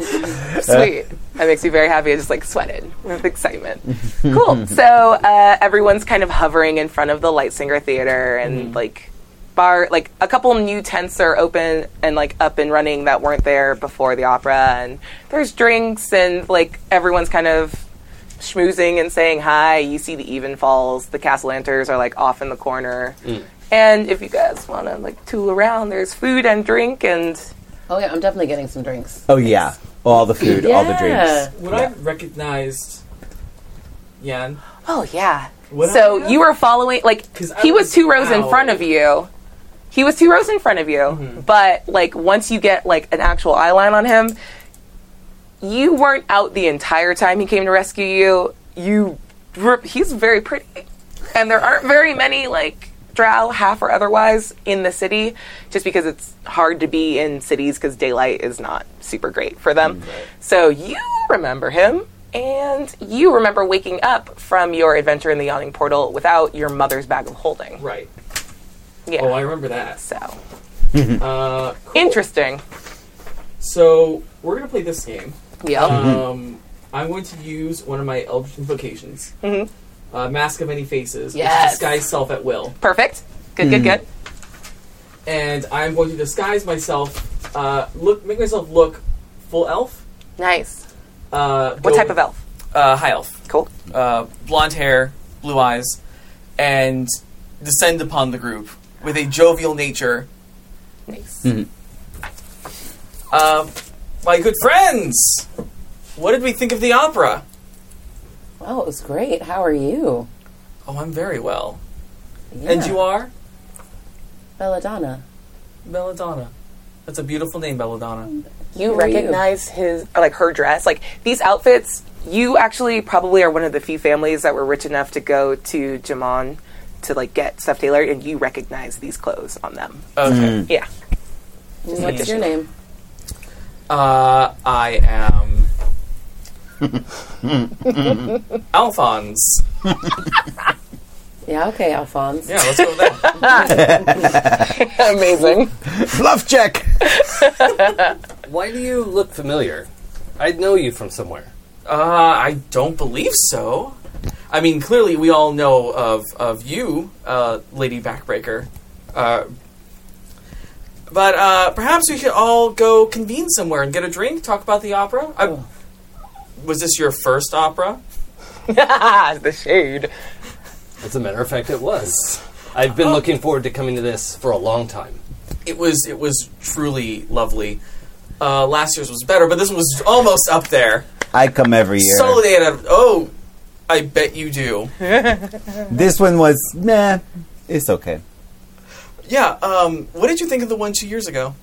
[SPEAKER 2] Sweet. That makes me very happy. I just like sweated with excitement. cool. So uh, everyone's kind of hovering in front of the Lightsinger Theater and like bar, like a couple new tents are open and like up and running that weren't there before the opera. And there's drinks and like everyone's kind of schmoozing and saying hi. You see the even falls. The cast lanterns are like off in the corner. And if you guys want to like tool around, there's food and drink and
[SPEAKER 5] Oh yeah, I'm definitely getting some drinks.
[SPEAKER 9] Oh yeah, all the food, all the
[SPEAKER 5] Yeah.
[SPEAKER 9] drinks.
[SPEAKER 3] Would I recognized Yan?
[SPEAKER 2] Oh yeah.
[SPEAKER 3] Would
[SPEAKER 2] so
[SPEAKER 3] I have?
[SPEAKER 2] you were following like
[SPEAKER 3] 'Cause I
[SPEAKER 2] he was,
[SPEAKER 3] was
[SPEAKER 2] two rows in
[SPEAKER 3] out. Mm-hmm.
[SPEAKER 2] front of you. He was two rows in front of you, but like once you get like an actual eye line on him, you weren't out the entire time he came to rescue you. You were- he's very pretty, and there aren't very many like drow, half or otherwise, in the city, just because it's hard to be in cities because daylight is not super great for them. So you remember him, and you remember waking up from your adventure in the Yawning Portal without your mother's bag of holding.
[SPEAKER 3] Right.
[SPEAKER 2] Yeah.
[SPEAKER 3] Oh, I remember that.
[SPEAKER 2] so
[SPEAKER 3] Uh, cool.
[SPEAKER 2] interesting.
[SPEAKER 3] So we're gonna play this game.
[SPEAKER 2] Yeah.
[SPEAKER 3] Um, I'm going to use one of my elvish invocations. Uh, Mask of Many Faces,
[SPEAKER 2] Mm-hmm. Yes.
[SPEAKER 3] which disguise self at will,
[SPEAKER 2] Perfect. Good. Good. Good.
[SPEAKER 3] and I'm going to disguise myself. Uh, look, make myself look full elf.
[SPEAKER 2] Nice.
[SPEAKER 3] Uh,
[SPEAKER 2] What type of elf?
[SPEAKER 3] Uh, high elf.
[SPEAKER 2] Cool.
[SPEAKER 3] Uh, blonde hair, blue eyes, and descend upon the group with a jovial nature.
[SPEAKER 2] Nice.
[SPEAKER 3] Uh, my good friends, what did we think of the opera?
[SPEAKER 5] Oh, it was great. How are you?
[SPEAKER 3] Oh, I'm very well.
[SPEAKER 5] Yeah.
[SPEAKER 3] And you are?
[SPEAKER 5] Belladonna.
[SPEAKER 3] Belladonna. That's a beautiful name, Belladonna.
[SPEAKER 2] you
[SPEAKER 5] are you?
[SPEAKER 2] recognize his or like her dress like these outfits you actually probably are one of the few families that were rich enough to go to Jamon to like get stuff tailored and you recognize these clothes on them
[SPEAKER 3] Okay.
[SPEAKER 2] yeah
[SPEAKER 5] Mm, What's your name?
[SPEAKER 3] Uh, I am. Alphonse.
[SPEAKER 5] Yeah, okay, Alphonse.
[SPEAKER 3] Yeah, let's go with that.
[SPEAKER 2] amazing
[SPEAKER 9] Fluff check.
[SPEAKER 4] Why do you look familiar? I know you from somewhere.
[SPEAKER 3] Uh, I don't believe so. I mean, clearly we all know of, of you, uh, Lady Backbreaker. Uh, but uh, perhaps we should all go convene somewhere and get a drink, talk about the opera. I,
[SPEAKER 2] Oh.
[SPEAKER 3] was this your first opera?
[SPEAKER 2] the shade
[SPEAKER 4] As a matter of fact, it was. I've been looking forward to coming to this for a long time.
[SPEAKER 3] it was it was truly lovely. Uh, last year's was better, but this was almost up there.
[SPEAKER 9] I come every year.
[SPEAKER 3] Solid eight out of oh, I bet you do.
[SPEAKER 9] This one was nah. It's okay.
[SPEAKER 3] Yeah. Um, what did you think of the one two years ago?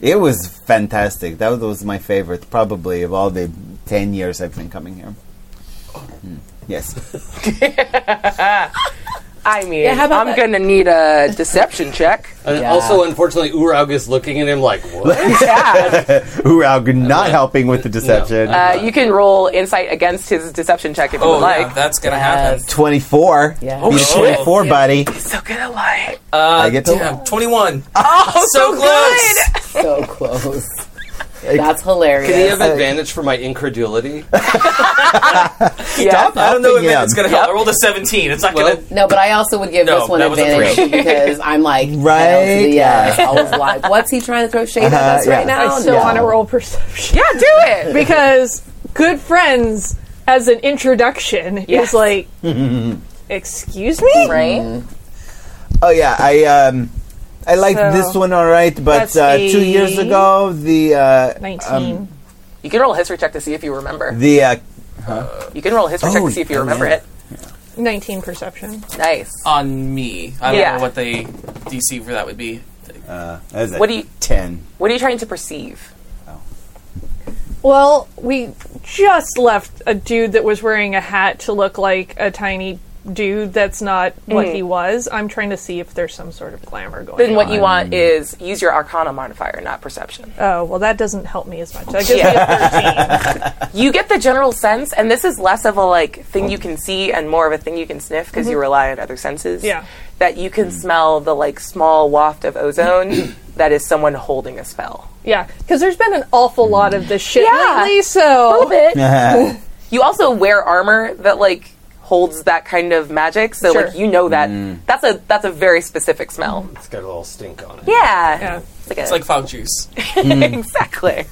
[SPEAKER 9] It was fantastic. That was my favorite, probably of all the ten years I've been coming here. Hmm. Yes.
[SPEAKER 2] I mean
[SPEAKER 5] Yeah, how about
[SPEAKER 2] I'm
[SPEAKER 5] that-
[SPEAKER 2] gonna need a deception check
[SPEAKER 4] And
[SPEAKER 5] Yeah.
[SPEAKER 4] also, unfortunately, Urag is looking at him like, what?
[SPEAKER 2] yeah
[SPEAKER 9] Urag not helping with the deception.
[SPEAKER 2] uh, you can roll insight against his deception check if you
[SPEAKER 3] Oh,
[SPEAKER 2] would
[SPEAKER 3] yeah,
[SPEAKER 2] like
[SPEAKER 3] that's gonna
[SPEAKER 5] Yes.
[SPEAKER 3] happen.
[SPEAKER 9] Twenty-four.
[SPEAKER 5] Yeah.
[SPEAKER 9] Beat a
[SPEAKER 3] Oh, shit.
[SPEAKER 9] twenty-four, buddy.
[SPEAKER 2] so good at lying
[SPEAKER 3] Uh,
[SPEAKER 9] I get to-
[SPEAKER 3] damn, twenty-one.
[SPEAKER 2] oh
[SPEAKER 3] so close.
[SPEAKER 5] So close. That's hilarious.
[SPEAKER 4] Do you have advantage for my incredulity?
[SPEAKER 2] good yeah
[SPEAKER 3] I don't know if
[SPEAKER 9] Helping him.
[SPEAKER 3] it's gonna help. I rolled a seventeen. It's not
[SPEAKER 4] Well,
[SPEAKER 3] gonna.
[SPEAKER 5] No, but I also would give
[SPEAKER 3] No,
[SPEAKER 5] this one
[SPEAKER 3] that was a
[SPEAKER 5] advantage because I'm like,
[SPEAKER 9] Right?
[SPEAKER 5] right?
[SPEAKER 9] Yeah.
[SPEAKER 5] Yeah. uh, I was like, what's he trying to throw shade
[SPEAKER 9] Uh-huh,
[SPEAKER 5] at us right
[SPEAKER 9] yeah.
[SPEAKER 5] now?
[SPEAKER 7] I still
[SPEAKER 5] No.
[SPEAKER 7] want to roll perception.
[SPEAKER 2] yeah do it
[SPEAKER 7] because good friends as an introduction
[SPEAKER 2] Yes.
[SPEAKER 7] is like excuse me
[SPEAKER 2] right
[SPEAKER 9] Oh yeah, I um, I like
[SPEAKER 7] So,
[SPEAKER 9] this one all right, but
[SPEAKER 7] that's
[SPEAKER 9] uh, two years
[SPEAKER 7] a-
[SPEAKER 9] ago the uh,
[SPEAKER 7] 19
[SPEAKER 9] um,
[SPEAKER 2] you can roll a history check to see if you remember
[SPEAKER 9] the uh,
[SPEAKER 2] you can roll a history check
[SPEAKER 9] Oh,
[SPEAKER 2] to see if you
[SPEAKER 9] yeah.
[SPEAKER 2] remember it
[SPEAKER 7] 19 perception
[SPEAKER 2] nice
[SPEAKER 3] On me, I don't
[SPEAKER 2] Yeah.
[SPEAKER 3] know what the DC for that would be.
[SPEAKER 9] uh, what, is it?
[SPEAKER 2] What do you-
[SPEAKER 9] ten?
[SPEAKER 2] What are you trying to perceive?
[SPEAKER 7] well we just left a dude that was wearing a hat to look like a tiny dude that's not what he was i'm trying to see if there's some sort of glamour going
[SPEAKER 2] Mm. Then
[SPEAKER 7] on
[SPEAKER 2] what you want is use your Arcana modifier, not perception.
[SPEAKER 7] oh well that doesn't help me as much that gives me a 13
[SPEAKER 2] You get the general sense, and this is less of a like thing you can see and more of a thing you can sniff because you rely on other senses.
[SPEAKER 7] Mm-hmm. Yeah.
[SPEAKER 2] that you can smell the like small waft of ozone that is someone holding a spell.
[SPEAKER 7] yeah because there's been an awful lot of this shit
[SPEAKER 2] Yeah.
[SPEAKER 7] lately so
[SPEAKER 2] You also wear armor that like holds that kind of magic, so
[SPEAKER 7] Sure.
[SPEAKER 2] like you know that
[SPEAKER 3] Mm.
[SPEAKER 2] that's a that's a very specific smell.
[SPEAKER 4] It's got a little stink on it.
[SPEAKER 2] Yeah,
[SPEAKER 7] Yeah.
[SPEAKER 2] It's like a-
[SPEAKER 3] It's like fog juice.
[SPEAKER 2] exactly.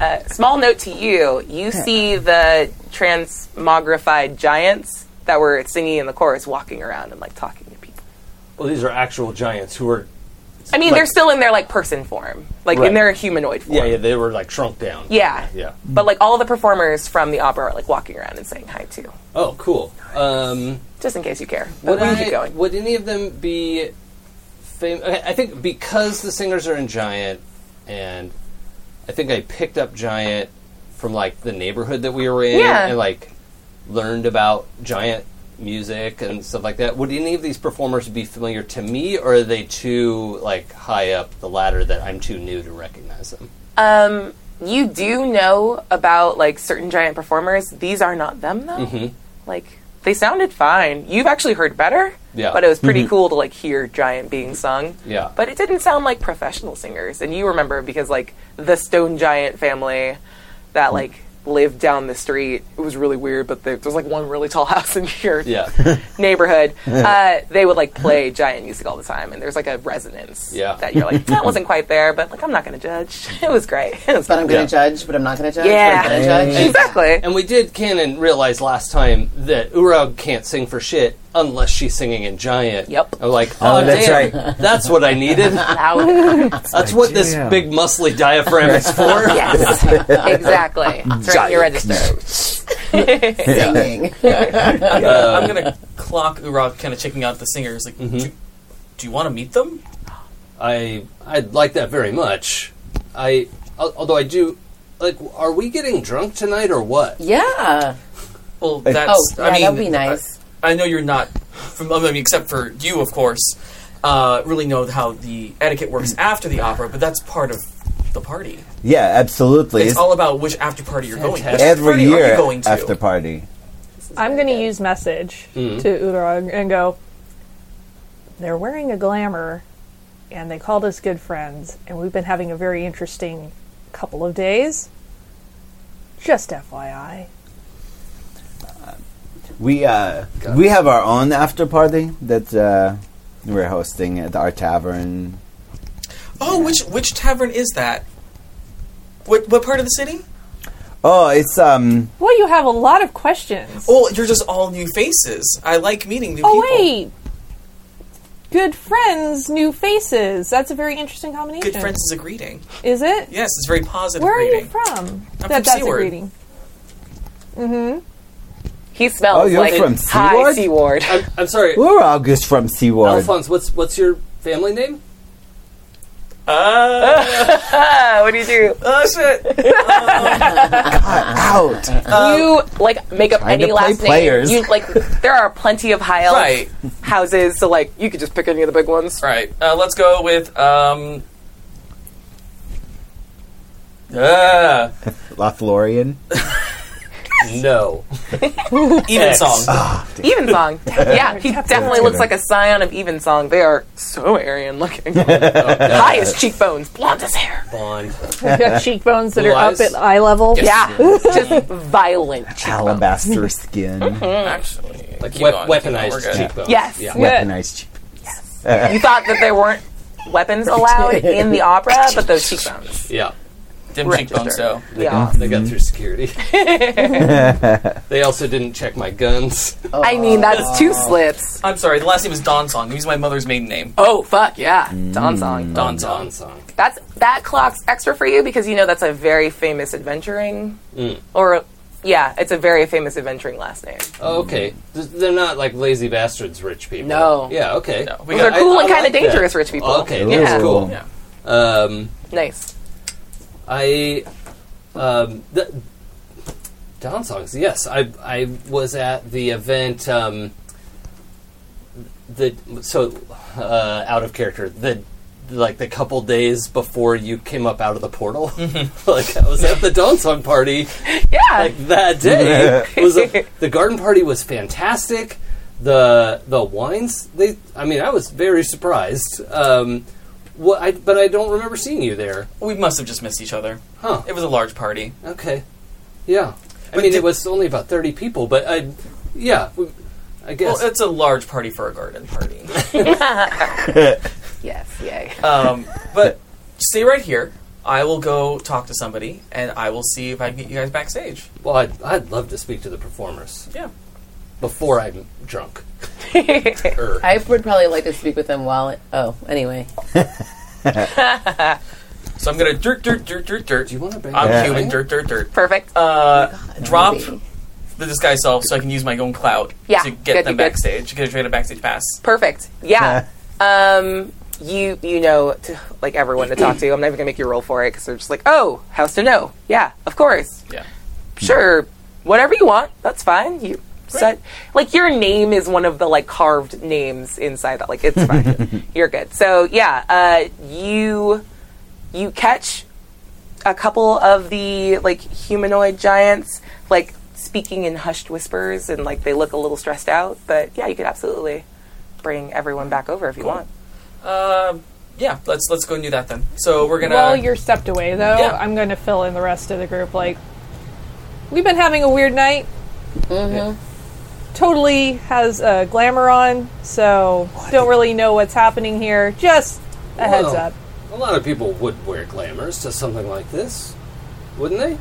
[SPEAKER 2] Uh, small note to you: you see the transmogrified giants that were singing in the chorus walking around and like talking to people.
[SPEAKER 4] Well, these are actual giants who are.
[SPEAKER 2] I mean,
[SPEAKER 4] Like-
[SPEAKER 2] they're still in their like person form, like
[SPEAKER 4] Right.
[SPEAKER 2] in their humanoid form.
[SPEAKER 4] Yeah, yeah, they were like shrunk down.
[SPEAKER 2] Yeah.
[SPEAKER 4] Yeah.
[SPEAKER 2] But like all the performers from the opera are like walking around and saying hi too,
[SPEAKER 4] Oh, cool. Um,
[SPEAKER 2] just in case you care. But
[SPEAKER 4] would,
[SPEAKER 2] we can
[SPEAKER 4] I,
[SPEAKER 2] keep going.
[SPEAKER 4] would any of them be famous? I think because the singers are in Giant, and I think I picked up Giant from like the neighborhood that we were in,
[SPEAKER 2] Yeah.
[SPEAKER 4] and like learned about Giant music and stuff like that. Would any of these performers be familiar to me, or are they too like high up the ladder that I'm too new to recognize them?
[SPEAKER 2] Um, you do know about like certain giant performers. These are not them though.
[SPEAKER 4] Mm-hmm.
[SPEAKER 2] Like they sounded fine. You've actually heard better.
[SPEAKER 4] Yeah. Mm-hmm.
[SPEAKER 2] But it was pretty cool to like hear giant being sung.
[SPEAKER 4] Yeah.
[SPEAKER 2] But it didn't sound like professional singers. And you remember because like the Stone Giant family
[SPEAKER 4] Mm-hmm.
[SPEAKER 2] that like lived down the street. It was really weird, but there there was like one really tall house in your
[SPEAKER 4] Yeah,
[SPEAKER 2] neighborhood, uh, they would like play giant music all the time, and there's like a resonance
[SPEAKER 4] Yeah.
[SPEAKER 2] that you're like, that wasn't quite there, but like I'm not gonna judge. It was great. It was
[SPEAKER 5] But I'm going
[SPEAKER 4] Yeah.
[SPEAKER 5] to judge, but I'm not going to judge.
[SPEAKER 2] Yeah.
[SPEAKER 5] But I'm going to judge.
[SPEAKER 2] exactly.
[SPEAKER 4] and we did canon realize last time that Urag can't sing for shit unless she's singing in giant.
[SPEAKER 2] Yep.
[SPEAKER 4] I'm like, oh,
[SPEAKER 9] that's
[SPEAKER 4] damn, that's what I needed.
[SPEAKER 2] Loud.
[SPEAKER 4] That's what this
[SPEAKER 9] jam.
[SPEAKER 4] big muscly diaphragm is for.
[SPEAKER 2] yes, exactly. It's right in your register.
[SPEAKER 5] Singing.
[SPEAKER 3] I'm gonna, Uh, I'm gonna clock Urok kind of checking out the singers. Like,
[SPEAKER 9] Mm-hmm.
[SPEAKER 3] do, do you want to meet them?
[SPEAKER 4] I I'd like that very much. I al- although I do like are we getting drunk tonight or what?
[SPEAKER 5] yeah.
[SPEAKER 3] Well, that's.
[SPEAKER 5] Oh, yeah,
[SPEAKER 3] I mean,
[SPEAKER 5] that'd be nice.
[SPEAKER 3] I, I know you're not. From, I mean, except for you, of course. Uh, really know how the etiquette works
[SPEAKER 9] Mm.
[SPEAKER 3] after the opera, but that's part of the party.
[SPEAKER 9] Yeah, absolutely.
[SPEAKER 3] It's all about which after party you're going. to. Which
[SPEAKER 9] every
[SPEAKER 3] party are
[SPEAKER 9] year
[SPEAKER 3] you going to?
[SPEAKER 9] after party.
[SPEAKER 7] I'm going to use message
[SPEAKER 3] Mm-hmm.
[SPEAKER 7] to Urag and go, they're wearing a glamour and they called us good friends and we've been having a very interesting couple of days. Just FYI.
[SPEAKER 9] We uh, we have our own after party that uh, we're hosting at our tavern.
[SPEAKER 3] Oh, which which tavern is that? What what part of the city?
[SPEAKER 9] Oh, it's um.
[SPEAKER 7] Well, you have a lot of questions. Oh,
[SPEAKER 3] Oh, you're just all new faces. I like meeting new people.
[SPEAKER 7] wait. Good friends, new faces. That's a very interesting combination.
[SPEAKER 3] Good friends is a greeting.
[SPEAKER 7] Is it?
[SPEAKER 3] Yes, it's very positive
[SPEAKER 7] Where are you
[SPEAKER 3] greeting.
[SPEAKER 7] from?
[SPEAKER 3] I'm from
[SPEAKER 7] that that's a
[SPEAKER 3] Seward.
[SPEAKER 7] greeting.
[SPEAKER 2] He smells
[SPEAKER 9] Oh, you're
[SPEAKER 2] like
[SPEAKER 9] from
[SPEAKER 2] high
[SPEAKER 9] Seward?
[SPEAKER 2] seaward.
[SPEAKER 4] I'm, I'm sorry,
[SPEAKER 9] We're August from Seaward.
[SPEAKER 4] Alphonse. What's what's your family name?
[SPEAKER 2] Uh,
[SPEAKER 3] Uh,
[SPEAKER 2] what do you do?
[SPEAKER 3] oh shit! Um,
[SPEAKER 9] Out.
[SPEAKER 2] you like make up
[SPEAKER 9] trying
[SPEAKER 2] any
[SPEAKER 9] to play
[SPEAKER 2] last
[SPEAKER 9] players.
[SPEAKER 2] name. You like there are plenty of high elf
[SPEAKER 3] right,
[SPEAKER 2] houses, so like you could just pick any of the big ones.
[SPEAKER 3] right. Uh, let's go with um. Uh,
[SPEAKER 9] Lothlorien.
[SPEAKER 4] No.
[SPEAKER 3] even song.
[SPEAKER 2] Evensong. yeah, he definitely looks like a scion of Evensong. They are so Aryan looking. Highest cheekbones, blonde as hair.
[SPEAKER 4] Bond.
[SPEAKER 7] You've got cheekbones that are up
[SPEAKER 4] Lies.
[SPEAKER 7] at eye level.
[SPEAKER 2] Yeah, just violent cheekbones.
[SPEAKER 9] Alabaster skin.
[SPEAKER 3] Actually,
[SPEAKER 4] Like
[SPEAKER 3] Keep
[SPEAKER 4] wep-
[SPEAKER 3] going, keep going, we're
[SPEAKER 4] weaponized
[SPEAKER 3] good.
[SPEAKER 4] cheekbones.
[SPEAKER 2] Yes.
[SPEAKER 9] Weaponized. cheap-
[SPEAKER 2] You thought that there weren't weapons allowed in the opera, but those cheekbones.
[SPEAKER 4] Yeah.
[SPEAKER 3] dim
[SPEAKER 2] Right,
[SPEAKER 3] cheekbones
[SPEAKER 2] sure.
[SPEAKER 3] though.
[SPEAKER 2] Yeah.
[SPEAKER 4] They got through security. they also didn't check my guns.
[SPEAKER 2] I mean, that's two slips.
[SPEAKER 3] I'm sorry. The last name is Don Song. He's my mother's maiden name.
[SPEAKER 2] Oh, fuck, yeah. Don Song.
[SPEAKER 3] Don
[SPEAKER 4] Don
[SPEAKER 3] Song.
[SPEAKER 4] song.
[SPEAKER 2] That's, that clock's extra for you because you know that's a very famous adventuring. Or, yeah, it's a very famous adventuring last name.
[SPEAKER 4] Oh, okay. Th- They're not like lazy bastards rich people.
[SPEAKER 2] No.
[SPEAKER 4] Yeah, okay.
[SPEAKER 3] No, we
[SPEAKER 2] Those are
[SPEAKER 3] got,
[SPEAKER 4] I-
[SPEAKER 2] cool
[SPEAKER 4] I
[SPEAKER 2] and kind
[SPEAKER 4] like
[SPEAKER 2] of
[SPEAKER 4] that.
[SPEAKER 2] dangerous rich people.
[SPEAKER 4] Okay,
[SPEAKER 2] Yeah.
[SPEAKER 4] that's cool.
[SPEAKER 3] Yeah.
[SPEAKER 4] Um,
[SPEAKER 2] Nice.
[SPEAKER 4] I um, the, Don songs. Yes, I I was at the event. Um, the so uh, out of character the like the couple days before you came up out of the portal. like I was at the Don song party
[SPEAKER 2] Yeah.
[SPEAKER 4] like that day. It was a, the garden party was fantastic. The the wines they I mean I was very surprised. Um, what I but I don't remember seeing you there.
[SPEAKER 3] We must have just missed each other.
[SPEAKER 4] Huh.
[SPEAKER 3] It was a large party.
[SPEAKER 4] Okay. Yeah. I mean, it was only about 30 people, but I. Yeah. we- I guess.
[SPEAKER 3] Well, uh, it's a large party for a garden party.
[SPEAKER 2] yes, yay.
[SPEAKER 3] Um, but stay right here. I will go talk to somebody, and I will see if I can get you guys backstage.
[SPEAKER 4] well, I'd, I'd love to speak to the performers
[SPEAKER 3] Yeah.
[SPEAKER 4] before I'm drunk. Er.
[SPEAKER 5] I would probably like to speak with them while. It, oh, anyway.
[SPEAKER 3] So I'm gonna dirt, dirt, dirt, dirt, dirt.
[SPEAKER 4] Do you want to bang
[SPEAKER 3] I'm
[SPEAKER 9] Yeah.
[SPEAKER 3] human. Dirt, dirt, dirt.
[SPEAKER 2] Perfect.
[SPEAKER 3] Uh, drop
[SPEAKER 5] Maybe.
[SPEAKER 3] the disguise self so I can use my own clout
[SPEAKER 2] Yeah,
[SPEAKER 3] to get
[SPEAKER 2] good,
[SPEAKER 3] them
[SPEAKER 2] good, good.
[SPEAKER 3] backstage. Get a trade a backstage pass.
[SPEAKER 2] Perfect. Yeah. um, you you know to, like everyone to talk to. I'm not even gonna make you roll for it because they're just like, oh, house to know. Yeah, of course.
[SPEAKER 3] Yeah.
[SPEAKER 2] Sure, whatever you want, that's fine. You Set, like your name is one of the like carved names inside that. Like it's fine. You're good. So yeah, uh, you you catch a couple of the like humanoid giants like speaking in hushed whispers and like they look a little stressed out. But yeah, you could absolutely bring everyone back over if you want.
[SPEAKER 3] Uh, yeah, let's let's go and do that then. So we're gonna.
[SPEAKER 7] While you're stepped away, though,
[SPEAKER 3] Yeah.
[SPEAKER 7] I'm going to fill in the rest of the group. Like, we've been having a weird night. Totally has uh, glamour on, so don't really know what's happening here. Just a heads
[SPEAKER 4] Well,
[SPEAKER 7] up.
[SPEAKER 4] A lot of people would wear glamours to something like this, wouldn't they?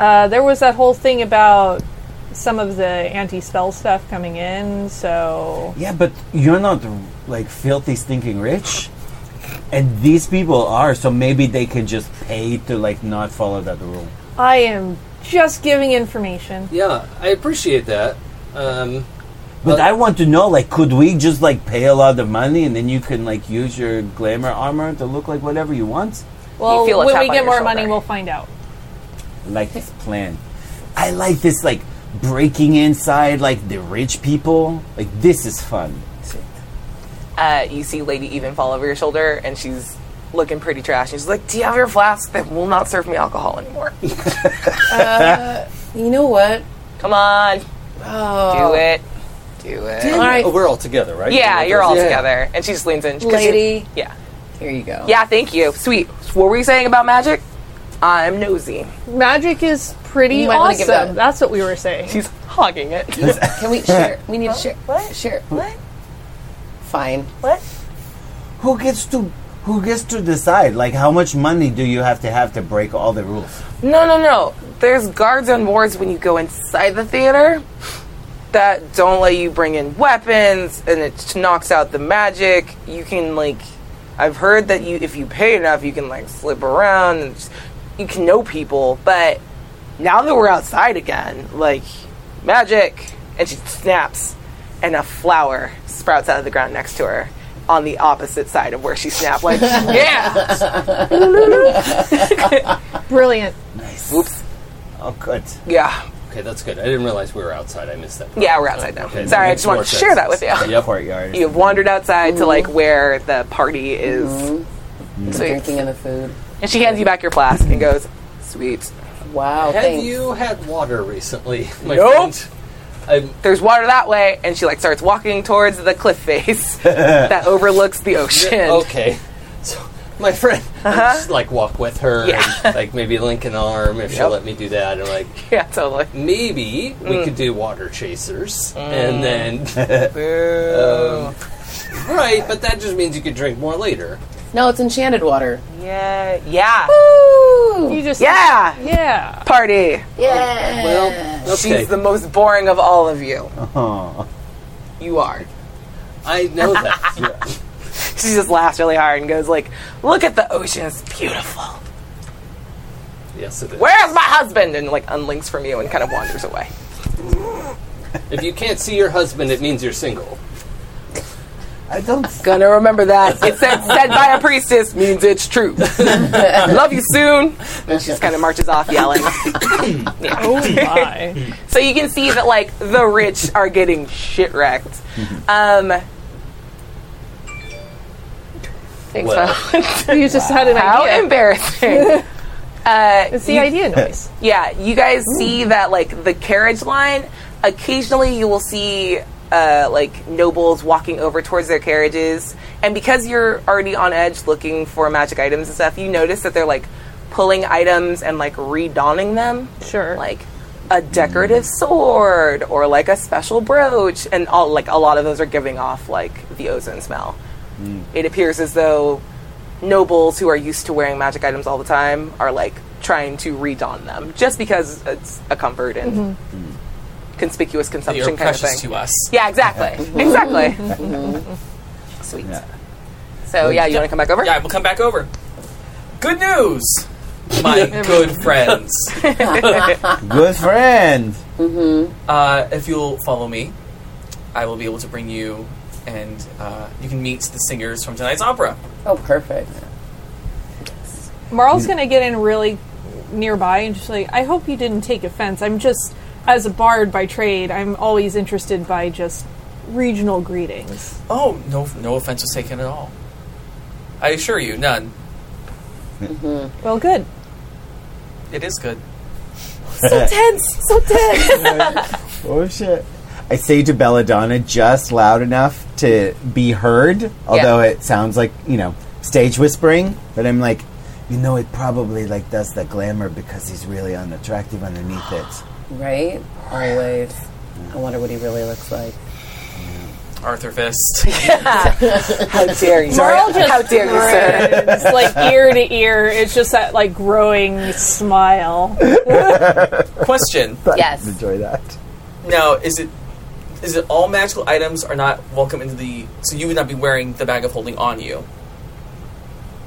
[SPEAKER 7] Uh, there was that whole thing about some of the anti spell stuff coming in, so
[SPEAKER 9] Yeah, but you're not like filthy, stinking rich, and these people are. So maybe they can just pay to like not follow that rule.
[SPEAKER 7] I am just giving information.
[SPEAKER 4] Yeah, I appreciate that. Um,
[SPEAKER 9] But I want to know, like, could we just like pay a lot of money and then you can like use your glamour armor to look like whatever you want?
[SPEAKER 7] Well,
[SPEAKER 2] feel a
[SPEAKER 7] when
[SPEAKER 2] tap
[SPEAKER 7] we
[SPEAKER 2] on
[SPEAKER 7] get
[SPEAKER 2] your
[SPEAKER 7] more
[SPEAKER 2] shoulder.
[SPEAKER 7] money, we'll find out.
[SPEAKER 9] I like this plan. I like this like breaking inside like the rich people. Like this is fun.
[SPEAKER 2] Uh, you see Lady Even fall over your shoulder and she's looking pretty trash. And she's like, "Do you have your flask that will not serve me alcohol anymore?
[SPEAKER 5] You know what?
[SPEAKER 2] Come on,
[SPEAKER 5] Oh,
[SPEAKER 2] do it, do it."
[SPEAKER 5] all right,
[SPEAKER 6] Oh, we're all together, right?
[SPEAKER 2] Yeah, you're all
[SPEAKER 6] Yeah.
[SPEAKER 2] together. And she just leans in. 'cause she-
[SPEAKER 5] lady.
[SPEAKER 2] Yeah.
[SPEAKER 5] Here you go.
[SPEAKER 2] Yeah, thank you. Sweet. What were you saying about magic? I'm nosy.
[SPEAKER 7] Magic is pretty
[SPEAKER 5] You might wanna give
[SPEAKER 7] awesome.
[SPEAKER 5] that-
[SPEAKER 7] That's what we were saying.
[SPEAKER 2] She's hogging it.
[SPEAKER 5] Can we share? We need to share. What? Share.
[SPEAKER 2] What?
[SPEAKER 5] Fine.
[SPEAKER 9] Who gets to who gets to decide? Like how much money do you have to have to break all the rules?
[SPEAKER 2] No, no, no. There's guards on wards when you go inside the theater that don't let you bring in weapons and it knocks out the magic. You can like I've heard that you if you pay enough you can like slip around and just, you can know people, but now that we're outside again, like magic and she snaps and a flower sprouts out of the ground next to her on the opposite side of where she snapped like yeah
[SPEAKER 7] Brilliant.
[SPEAKER 2] oops
[SPEAKER 9] Oh good.
[SPEAKER 2] yeah
[SPEAKER 4] okay, that's good. I didn't realize we were outside. I missed that.
[SPEAKER 2] yeah we're outside now
[SPEAKER 4] Okay,
[SPEAKER 2] sorry i
[SPEAKER 4] makes
[SPEAKER 2] just wanted
[SPEAKER 4] more
[SPEAKER 2] to
[SPEAKER 4] sense.
[SPEAKER 2] share that with you
[SPEAKER 4] Yep.
[SPEAKER 9] Courtyard.
[SPEAKER 2] you've wandered outside to like where the party is. Sweet.
[SPEAKER 5] Drinking in the food.
[SPEAKER 2] And she hands you back your flask and goes, "Sweet,
[SPEAKER 5] Wow.
[SPEAKER 4] Have
[SPEAKER 5] thanks.
[SPEAKER 4] you had water recently, my
[SPEAKER 2] Nope.
[SPEAKER 4] friend? I'm,
[SPEAKER 2] there's water that way." And she like starts walking towards the cliff face that overlooks the ocean.
[SPEAKER 4] okay. So, my friend, I just like walk with her,
[SPEAKER 2] Uh-huh. Yeah.
[SPEAKER 4] and, like maybe link an arm if she'll
[SPEAKER 2] Yep. Mm.
[SPEAKER 4] let me do that, and like
[SPEAKER 2] Yeah, totally.
[SPEAKER 4] maybe we could do water chasers, and
[SPEAKER 2] Mm.
[SPEAKER 4] then um,
[SPEAKER 2] Boo.
[SPEAKER 4] right, but that just means you could drink more later.
[SPEAKER 5] No, it's enchanted water.
[SPEAKER 2] yeah, yeah,
[SPEAKER 7] You just
[SPEAKER 2] yeah.
[SPEAKER 7] yeah.
[SPEAKER 2] Party.
[SPEAKER 4] Well, okay.
[SPEAKER 2] Uh, She's the most boring of all of you. You are.
[SPEAKER 4] I know that.
[SPEAKER 2] She just laughs really hard and goes like, "Look at the ocean. It's beautiful."
[SPEAKER 4] Yes, it is.
[SPEAKER 2] Where's my husband? And like unlinks from you and kind of wanders away.
[SPEAKER 4] If you can't see your husband, it means you're single.
[SPEAKER 9] I don't
[SPEAKER 2] Gonna remember that. It said said by a priestess means it's true. Love you soon. And she just kind of marches off yelling. Yeah.
[SPEAKER 7] Oh my.
[SPEAKER 2] So you can see that like the rich are getting shit wrecked. Um, thanks,
[SPEAKER 4] Well.
[SPEAKER 2] Mel.
[SPEAKER 7] you just had an
[SPEAKER 2] How
[SPEAKER 7] idea.
[SPEAKER 2] embarrassing. Uh,
[SPEAKER 7] It's the idea noise.
[SPEAKER 2] yeah, you guys see that like the carriage line. Occasionally, you will see uh, like nobles walking over towards their carriages, and because you're already on edge looking for magic items and stuff, you notice that they're like pulling items and like redonning them,
[SPEAKER 7] Sure.
[SPEAKER 2] like a decorative sword or like a special brooch, and all like a lot of those are giving off like the ozone smell. It appears as though nobles who are used to wearing magic items all the time are like trying to redon them just because it's a comfort and conspicuous
[SPEAKER 3] They are
[SPEAKER 2] consumption kind of
[SPEAKER 3] precious
[SPEAKER 2] thing.
[SPEAKER 3] to us.
[SPEAKER 2] Yeah, exactly. exactly. Sweet.
[SPEAKER 9] Yeah.
[SPEAKER 2] So yeah, you want to come back over?
[SPEAKER 3] Yeah, we'll come back over. Good news, my good friends.
[SPEAKER 9] good friend.
[SPEAKER 3] Uh, if you'll follow me, I will be able to bring you, and uh, you can meet the singers from tonight's opera.
[SPEAKER 5] Oh, perfect.
[SPEAKER 7] Marl's gonna get in really nearby and just like, I hope you didn't take offense. I'm just as a bard by trade, I'm always interested by just regional greetings.
[SPEAKER 3] Oh, no, no offense was taken at all. I assure you, none.
[SPEAKER 7] Well, good.
[SPEAKER 3] It is good.
[SPEAKER 7] So tense, so tense.
[SPEAKER 9] Oh shit. I say to Belladonna just loud enough to be heard, although it sounds like, you know, stage whispering, but I'm like, you know, it probably like does the glamour because he's really unattractive underneath it.
[SPEAKER 5] Right? Always. I wonder what he really looks like.
[SPEAKER 3] Arthur Fist.
[SPEAKER 2] How dare you?
[SPEAKER 7] Marl just
[SPEAKER 2] How dare you, sir?
[SPEAKER 7] grins, like ear to ear. It's just that like growing smile.
[SPEAKER 3] Question:
[SPEAKER 5] Yes.
[SPEAKER 9] Enjoy that.
[SPEAKER 3] Now, is it is it all magical items are not welcome into the? So you would not be wearing the bag of holding on you.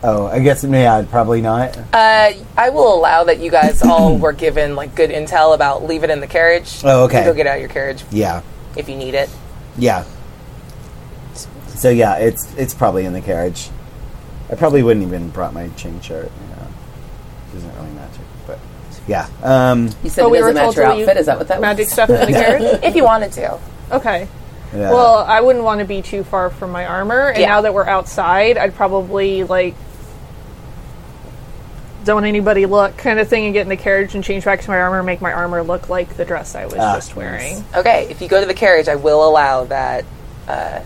[SPEAKER 9] Oh, I guess, yeah, probably not.
[SPEAKER 2] Uh, I will allow that you guys all were given like good intel about leave it in the carriage.
[SPEAKER 9] Oh, okay.
[SPEAKER 2] Go get out of your carriage
[SPEAKER 9] Yeah.
[SPEAKER 2] if you need it.
[SPEAKER 9] Yeah. So yeah, it's it's probably in the carriage. I probably wouldn't even brought my chain shirt. You know. Doesn't really matter, but yeah. Um,
[SPEAKER 5] You said
[SPEAKER 7] But
[SPEAKER 5] it
[SPEAKER 7] we were
[SPEAKER 5] doesn't match
[SPEAKER 7] told
[SPEAKER 5] your
[SPEAKER 7] to leave
[SPEAKER 5] outfit. Is that what that
[SPEAKER 7] Magic stuff in the carriage.
[SPEAKER 2] If you wanted to.
[SPEAKER 7] Okay.
[SPEAKER 9] yeah.
[SPEAKER 7] Well, I wouldn't want to be too far from my armor, and
[SPEAKER 2] Yeah.
[SPEAKER 7] now that we're outside, I'd probably like don't anybody look kind of thing and get in the carriage and change back to my armor and make my armor look like the dress I was
[SPEAKER 9] Ah,
[SPEAKER 7] just wearing.
[SPEAKER 2] Okay, if you go to the carriage, I will allow that uh,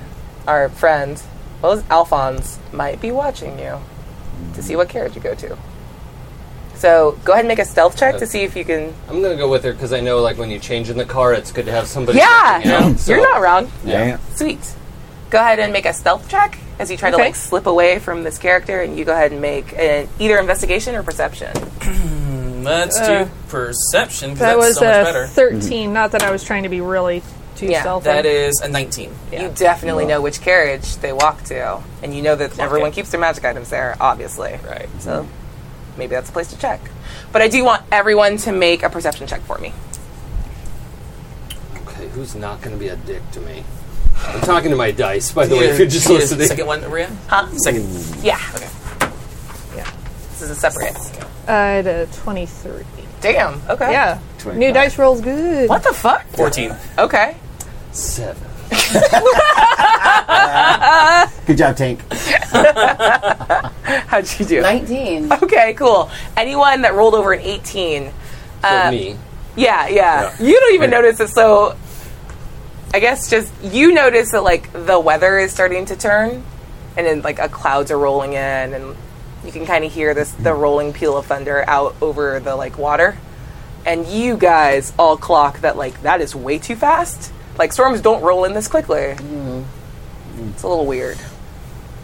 [SPEAKER 2] our friend, well, it's Alphonse, might be watching you to see what carriage you go to. So go ahead and make a stealth check to see if you can.
[SPEAKER 4] I'm gonna go with her because I know, like, when you change in the car, it's good to have somebody.
[SPEAKER 2] Yeah,
[SPEAKER 4] checking out, so-
[SPEAKER 2] you're not wrong.
[SPEAKER 9] yeah.
[SPEAKER 2] Sweet. Go ahead and make a stealth check as you try to
[SPEAKER 7] Okay.
[SPEAKER 2] like slip away from this character, and you go ahead and make an either investigation or perception.
[SPEAKER 3] Let's
[SPEAKER 7] Uh,
[SPEAKER 3] do perception because
[SPEAKER 7] That
[SPEAKER 3] that's
[SPEAKER 7] was
[SPEAKER 3] so much
[SPEAKER 7] a
[SPEAKER 3] better.
[SPEAKER 7] 13. Not that I was trying to be really too
[SPEAKER 2] Mm-hmm. Yeah,
[SPEAKER 7] stealthy.
[SPEAKER 3] That is a nineteen.
[SPEAKER 2] You definitely know which carriage they walk to, and you know that everyone keeps their magic items there, obviously.
[SPEAKER 3] Right.
[SPEAKER 2] So maybe that's a place to check. But I do want everyone to make a perception check for me.
[SPEAKER 4] Okay, who's not gonna be a dick to me? I'm talking to my dice, by the way. If
[SPEAKER 3] Here,
[SPEAKER 4] you're just
[SPEAKER 3] here, second
[SPEAKER 4] listening,
[SPEAKER 3] one, Maria.
[SPEAKER 2] Huh?
[SPEAKER 3] Second.
[SPEAKER 2] Yeah.
[SPEAKER 3] Okay.
[SPEAKER 7] Yeah.
[SPEAKER 2] This is a separate.
[SPEAKER 7] I had a 23.
[SPEAKER 2] Damn. Okay.
[SPEAKER 7] Yeah.
[SPEAKER 9] 25.
[SPEAKER 7] New dice rolls good.
[SPEAKER 2] Ah, What the fuck?
[SPEAKER 3] 14.
[SPEAKER 2] Okay.
[SPEAKER 4] seven.
[SPEAKER 9] Good job, Tank.
[SPEAKER 2] How'd you do?
[SPEAKER 5] 19.
[SPEAKER 2] Okay, cool. Anyone that rolled over an 18.
[SPEAKER 4] For
[SPEAKER 2] uh,
[SPEAKER 4] me,
[SPEAKER 2] Yeah, yeah,
[SPEAKER 4] Yeah.
[SPEAKER 2] You don't even notice it. So I guess just you notice that like the weather is starting to turn and then like a clouds are rolling in and you can kind of hear this the rolling peal of thunder out over the like water. And you guys all clock that like that is way too fast. Like storms don't roll in this quickly. It's a little weird.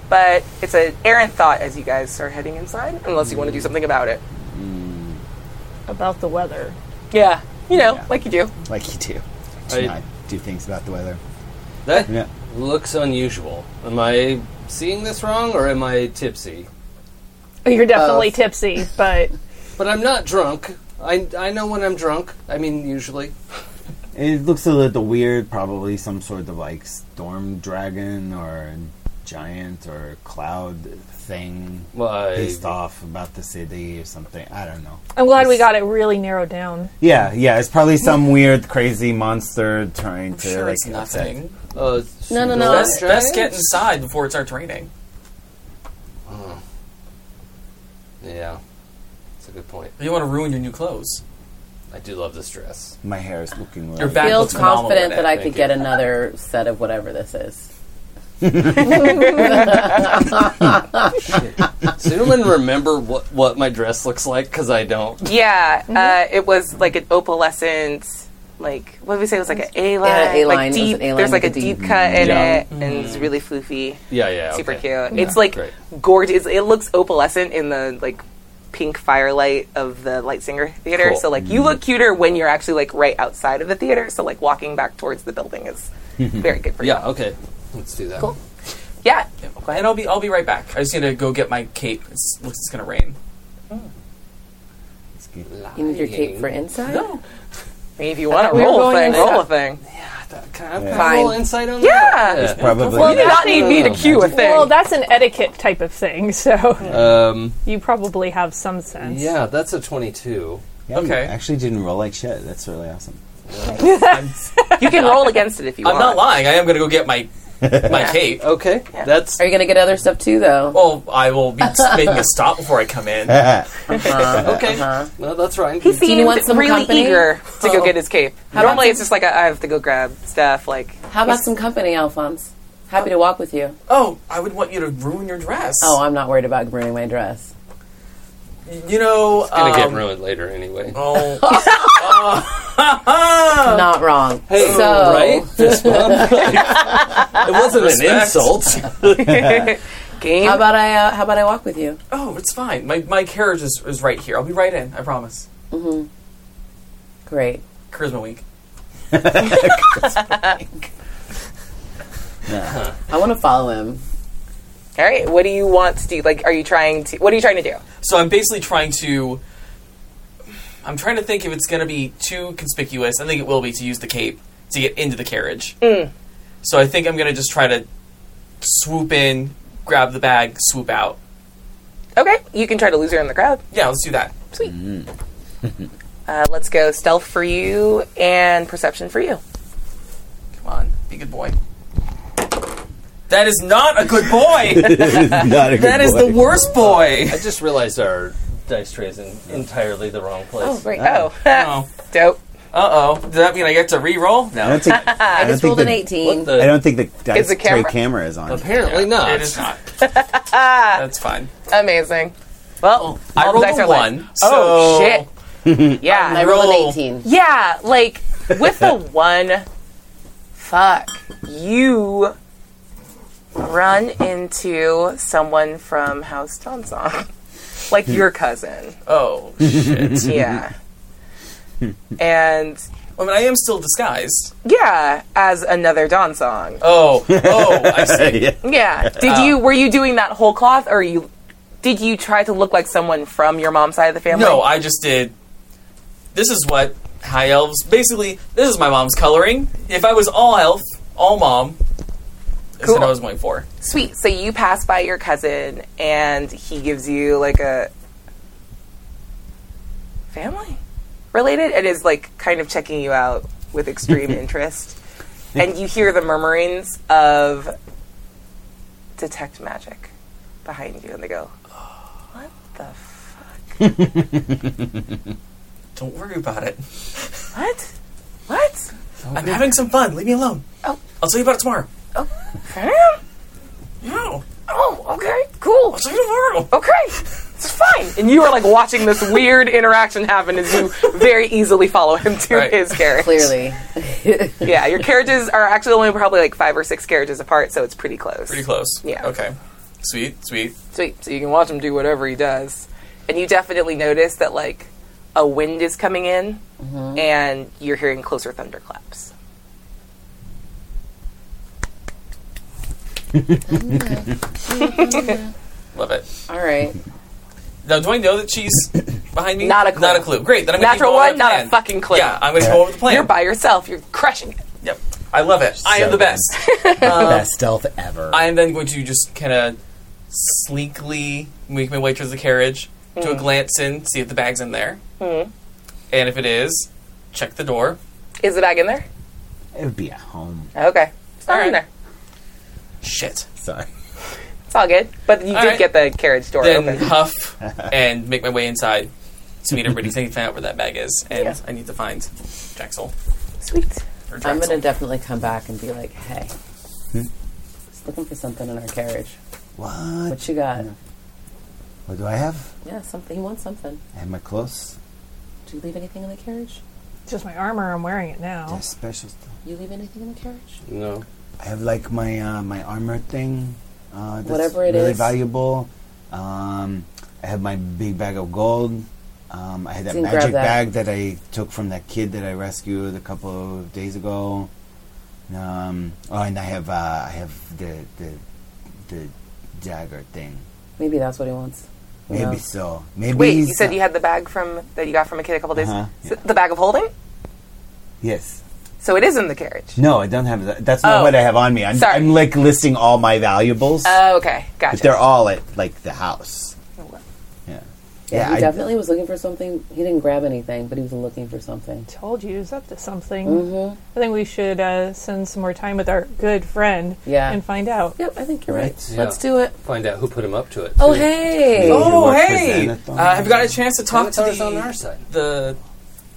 [SPEAKER 2] But it's an errant thought as you guys are heading inside, unless you want to do something about it.
[SPEAKER 7] About the weather.
[SPEAKER 2] Yeah. You know,
[SPEAKER 9] Yeah.
[SPEAKER 2] like you do.
[SPEAKER 9] Like you do.
[SPEAKER 4] I-
[SPEAKER 9] Do not do things about the weather.
[SPEAKER 4] that
[SPEAKER 9] Yeah.
[SPEAKER 4] looks unusual. Am I seeing this wrong, or am I tipsy?
[SPEAKER 7] You're
[SPEAKER 2] Uh,
[SPEAKER 7] definitely tipsy, but
[SPEAKER 4] But I'm not drunk. I, I know when I'm drunk. I mean, usually.
[SPEAKER 9] It looks a little weird. Probably some sort of like storm dragon or giant or cloud thing
[SPEAKER 4] Well, I,
[SPEAKER 9] pissed off about the city or something. I don't know.
[SPEAKER 7] I'm glad we got it really narrowed down.
[SPEAKER 9] Yeah, yeah. It's probably some weird, crazy monster trying to
[SPEAKER 3] Sure,
[SPEAKER 9] like
[SPEAKER 3] it's
[SPEAKER 9] upset
[SPEAKER 3] nothing.
[SPEAKER 4] uh,
[SPEAKER 5] No, no, no.
[SPEAKER 4] Cinderella
[SPEAKER 3] Best, best
[SPEAKER 4] Giant?
[SPEAKER 3] get inside before it starts raining.
[SPEAKER 4] Yeah, that's a good point.
[SPEAKER 3] You want to ruin your new clothes.
[SPEAKER 4] I do love this dress.
[SPEAKER 9] My hair is looking
[SPEAKER 3] Your
[SPEAKER 9] rough.
[SPEAKER 3] back
[SPEAKER 5] feel
[SPEAKER 3] looks phenomenal
[SPEAKER 5] confident
[SPEAKER 3] in
[SPEAKER 5] that
[SPEAKER 3] it.
[SPEAKER 5] I could
[SPEAKER 4] Thank
[SPEAKER 5] get
[SPEAKER 4] you.
[SPEAKER 5] another set of whatever this is.
[SPEAKER 4] Does anyone remember what, what my dress looks like? Because I don't.
[SPEAKER 2] Yeah, uh, it was like an opalescent, like what did we say? It was like an A line,
[SPEAKER 5] Yeah, A-line. It
[SPEAKER 2] like
[SPEAKER 5] was
[SPEAKER 2] deep.
[SPEAKER 5] an A-line
[SPEAKER 2] there's like a
[SPEAKER 5] with a
[SPEAKER 2] deep
[SPEAKER 5] deep-
[SPEAKER 2] cut in
[SPEAKER 4] Yeah.
[SPEAKER 2] it, and it's really floofy,
[SPEAKER 4] Yeah, yeah.
[SPEAKER 2] super
[SPEAKER 4] okay.
[SPEAKER 2] cute. it's like
[SPEAKER 4] great.
[SPEAKER 2] gorgeous. It looks opalescent in the like pink firelight of the Lightsinger Theater.
[SPEAKER 4] Cool.
[SPEAKER 2] So like you look cuter when you're actually like right outside of the theater. So like walking back towards the building is very good for you.
[SPEAKER 4] Mm-hmm. Yeah, okay. Let's do that.
[SPEAKER 2] Cool. Yeah,
[SPEAKER 3] And I'll be I'll be right back. I just need to go get my cape. It looks it's gonna rain.
[SPEAKER 5] You need your cape for inside?
[SPEAKER 2] I mean, if you want to
[SPEAKER 4] we were
[SPEAKER 2] roll a
[SPEAKER 4] going
[SPEAKER 2] thing,
[SPEAKER 4] inside.
[SPEAKER 2] roll a thing.
[SPEAKER 4] Can I have
[SPEAKER 5] Fine.
[SPEAKER 4] a little insight on
[SPEAKER 2] Yeah.
[SPEAKER 4] that?
[SPEAKER 9] Probably.
[SPEAKER 2] You do not need me to cue a thing.
[SPEAKER 7] Well, that's an etiquette type of thing, so
[SPEAKER 4] Um,
[SPEAKER 7] you probably have some sense.
[SPEAKER 4] yeah, that's a 22.
[SPEAKER 9] Yeah, you
[SPEAKER 3] Okay.
[SPEAKER 9] Actually, didn't roll like shit. That's really awesome.
[SPEAKER 2] You can roll against it if you
[SPEAKER 3] I'm
[SPEAKER 2] want.
[SPEAKER 3] not lying. I am going to go get my my cape.
[SPEAKER 4] Okay, that's
[SPEAKER 5] Are you going to get other stuff too, though?
[SPEAKER 3] Well, I will be making a stop before I come in.
[SPEAKER 4] okay. Well, that's right.
[SPEAKER 2] He seemed
[SPEAKER 5] want some
[SPEAKER 2] really
[SPEAKER 5] company? Oh.
[SPEAKER 2] eager to go get his cape. Normally,
[SPEAKER 5] about
[SPEAKER 2] it's just like I I have to go grab stuff. Like
[SPEAKER 5] How about some company, Alphonse? Happy to walk with you.
[SPEAKER 3] Oh, I would want you to ruin your dress.
[SPEAKER 5] Oh, I'm not worried about ruining my dress.
[SPEAKER 3] you know, um, it's
[SPEAKER 4] gonna get ruined later anyway.
[SPEAKER 3] Oh,
[SPEAKER 5] Not wrong.
[SPEAKER 4] Hey,
[SPEAKER 5] so,
[SPEAKER 4] right? This month. it wasn't an insult.
[SPEAKER 2] game.
[SPEAKER 5] how about I? Uh, how about I walk with you?
[SPEAKER 3] oh, it's fine. My my carriage is, is right here. I'll be right in. I promise.
[SPEAKER 5] Great.
[SPEAKER 3] Charisma week.
[SPEAKER 5] I want to follow him.
[SPEAKER 2] All right. What do you want to do? Like, are you trying to? What are you trying to do?
[SPEAKER 3] So I'm basically trying to. I'm trying to think if it's going to be too conspicuous. I think it will be to use the cape to get into the carriage.
[SPEAKER 2] Mm.
[SPEAKER 3] So I think I'm going to just try to swoop in, grab the bag, swoop out.
[SPEAKER 2] Okay, you can try to lose her in the crowd.
[SPEAKER 3] Yeah, let's do that.
[SPEAKER 2] Uh, let's go stealth for you and perception for you.
[SPEAKER 3] Come on, be a good boy. That is not a good boy.
[SPEAKER 9] Not a good
[SPEAKER 3] that is the
[SPEAKER 9] boy.
[SPEAKER 3] worst boy.
[SPEAKER 4] I just realized our dice tray is in entirely the wrong place.
[SPEAKER 2] Oh, great. Oh, dope.
[SPEAKER 3] Uh oh. Does that mean I get to re-roll?
[SPEAKER 9] I don't think, I don't
[SPEAKER 5] Just
[SPEAKER 9] think
[SPEAKER 5] rolled an
[SPEAKER 9] the,
[SPEAKER 4] What
[SPEAKER 5] 18.
[SPEAKER 4] the-
[SPEAKER 9] I don't think the dice
[SPEAKER 2] the
[SPEAKER 9] tray
[SPEAKER 2] camera-
[SPEAKER 9] camera is on.
[SPEAKER 4] Apparently not.
[SPEAKER 3] It is not. That's fine.
[SPEAKER 2] Amazing. Well,
[SPEAKER 3] I
[SPEAKER 2] all the
[SPEAKER 3] rolled
[SPEAKER 2] dice
[SPEAKER 3] a
[SPEAKER 2] are lit.
[SPEAKER 3] one,
[SPEAKER 2] Oh
[SPEAKER 3] so-
[SPEAKER 2] shit. yeah.
[SPEAKER 5] I rolled
[SPEAKER 3] roll.
[SPEAKER 5] an 18.
[SPEAKER 2] Yeah, like with the one, fuck, you run into someone from House Johnson, like your cousin.
[SPEAKER 3] Oh.
[SPEAKER 2] Yeah, and
[SPEAKER 3] I mean, I am still disguised.
[SPEAKER 2] yeah, as another Don song.
[SPEAKER 3] Oh. Oh. I see.
[SPEAKER 9] yeah.
[SPEAKER 2] Yeah, did you were you doing that whole cloth, or you did you try to look like someone from your mom's side of the family?
[SPEAKER 3] No, I just did. This is what high elves. Basically, this is my mom's coloring. If I was all elf, all mom, that's what I was going for.
[SPEAKER 2] Sweet. So you pass by your cousin, and he gives you like a family related, and is like kind of checking you out with extreme interest. And you hear the murmurings of detect magic behind you, and they go, "What the fuck?
[SPEAKER 3] Don't worry about it.
[SPEAKER 2] What? What?
[SPEAKER 3] I'm having some fun. Leave me alone.
[SPEAKER 2] Oh.
[SPEAKER 3] I'll tell you about it tomorrow.
[SPEAKER 2] Huh?
[SPEAKER 3] No,
[SPEAKER 2] Oh, okay, cool."
[SPEAKER 3] I'll tell you tomorrow.
[SPEAKER 2] okay, it's fine. And you are like watching this weird interaction happen as you very easily follow him to
[SPEAKER 3] Right.
[SPEAKER 2] his carriage.
[SPEAKER 5] Clearly.
[SPEAKER 2] Yeah, your carriages are actually only probably like five or six carriages apart, so it's pretty close.
[SPEAKER 3] Pretty close.
[SPEAKER 2] Yeah.
[SPEAKER 3] Okay. Sweet, sweet.
[SPEAKER 2] Sweet. So you can watch him do whatever he does. And you definitely notice that like a wind is coming in
[SPEAKER 3] Mm-hmm.
[SPEAKER 2] and you're hearing closer thunderclaps.
[SPEAKER 3] Love it.
[SPEAKER 5] All right.
[SPEAKER 3] Now, do I know that she's behind me?
[SPEAKER 2] Not a clue.
[SPEAKER 3] Not a clue. Great. Then I'm gonna
[SPEAKER 2] Natural
[SPEAKER 3] keep going
[SPEAKER 2] one,
[SPEAKER 3] with the
[SPEAKER 2] not a
[SPEAKER 3] plan.
[SPEAKER 2] fucking clue.
[SPEAKER 3] Yeah, I'm going to go over the plan.
[SPEAKER 2] You're by yourself. You're crushing it.
[SPEAKER 3] Yep. I love it. I am
[SPEAKER 9] So
[SPEAKER 3] the
[SPEAKER 9] good.
[SPEAKER 3] best.
[SPEAKER 9] Best stealth ever.
[SPEAKER 3] uh, I am then going to just kind of sleekly make my way towards the carriage, do a
[SPEAKER 4] Hmm.
[SPEAKER 3] glance in, see if the bag's in there. And if it is, check the door.
[SPEAKER 2] Is the bag in there?
[SPEAKER 9] it would be at home.
[SPEAKER 2] Okay. It's not in
[SPEAKER 3] Alright.
[SPEAKER 2] there.
[SPEAKER 3] Shit.
[SPEAKER 9] Sorry.
[SPEAKER 2] It's all good. But you did
[SPEAKER 3] Alright.
[SPEAKER 2] get the carriage door
[SPEAKER 3] Then
[SPEAKER 2] open.
[SPEAKER 3] huff and make my way inside to meet everybody. 'cause I need to find out where that bag is, and I need to find Drexel.
[SPEAKER 2] Sweet.
[SPEAKER 3] Or Drexel.
[SPEAKER 5] I'm going to definitely come back and be like, hey,
[SPEAKER 4] Hmm?
[SPEAKER 5] just looking for something in our carriage.
[SPEAKER 9] What?
[SPEAKER 5] What you got?
[SPEAKER 9] What do I have?
[SPEAKER 5] Yeah, something. He wants something.
[SPEAKER 9] I have my clothes.
[SPEAKER 5] Do you leave anything in the carriage?
[SPEAKER 7] Just my armor. I'm wearing it
[SPEAKER 3] Oh.
[SPEAKER 9] I
[SPEAKER 7] now.
[SPEAKER 9] have special stuff.
[SPEAKER 5] You leave anything in the carriage?
[SPEAKER 4] No.
[SPEAKER 9] I have like my uh, my armor thing. Uh, that's
[SPEAKER 5] Whatever it
[SPEAKER 9] really
[SPEAKER 5] is.
[SPEAKER 9] valuable. Um, I have my big bag of gold. Um, I had that
[SPEAKER 5] Didn't grab
[SPEAKER 9] magic
[SPEAKER 5] that.
[SPEAKER 9] bag that I took from that kid that I rescued a couple of days ago. Um, oh, and I have uh, I have the the the dagger thing.
[SPEAKER 5] Maybe that's what he wants. Who
[SPEAKER 9] Maybe
[SPEAKER 5] knows?
[SPEAKER 9] so. Maybe
[SPEAKER 2] Wait, you
[SPEAKER 9] he's
[SPEAKER 2] said
[SPEAKER 9] not-
[SPEAKER 2] you had the bag from that you got from a kid a couple days.
[SPEAKER 9] Uh-huh,
[SPEAKER 2] so- The bag of holding.
[SPEAKER 9] yes.
[SPEAKER 2] So it is in the carriage.
[SPEAKER 9] No, I don't have that. That's not
[SPEAKER 2] Oh.
[SPEAKER 9] what I have on me. I'm,
[SPEAKER 2] Sorry.
[SPEAKER 9] I'm like listing all my valuables,
[SPEAKER 2] Oh, okay,
[SPEAKER 9] but
[SPEAKER 2] gotcha.
[SPEAKER 9] they're all at like the house. Yeah.
[SPEAKER 5] Yeah,
[SPEAKER 9] Yeah,
[SPEAKER 5] he
[SPEAKER 9] I-
[SPEAKER 5] definitely was looking for something. He didn't grab anything, but he was looking for something.
[SPEAKER 7] Told you he was up to something.
[SPEAKER 5] hmm
[SPEAKER 7] I think we should uh, spend some more time with our good friend
[SPEAKER 5] Yeah.
[SPEAKER 7] and find out.
[SPEAKER 5] Yep, I think you're right.
[SPEAKER 4] Yeah.
[SPEAKER 5] Let's do it.
[SPEAKER 4] Find out who put him up to it.
[SPEAKER 5] Oh
[SPEAKER 4] too.
[SPEAKER 5] hey,
[SPEAKER 9] Oh,
[SPEAKER 3] Oh,
[SPEAKER 9] work for
[SPEAKER 3] hey! Uh,
[SPEAKER 9] Xanathon?
[SPEAKER 3] have you got a chance to talk
[SPEAKER 4] Xanathon
[SPEAKER 3] to
[SPEAKER 4] is
[SPEAKER 3] the
[SPEAKER 4] on our side.
[SPEAKER 3] the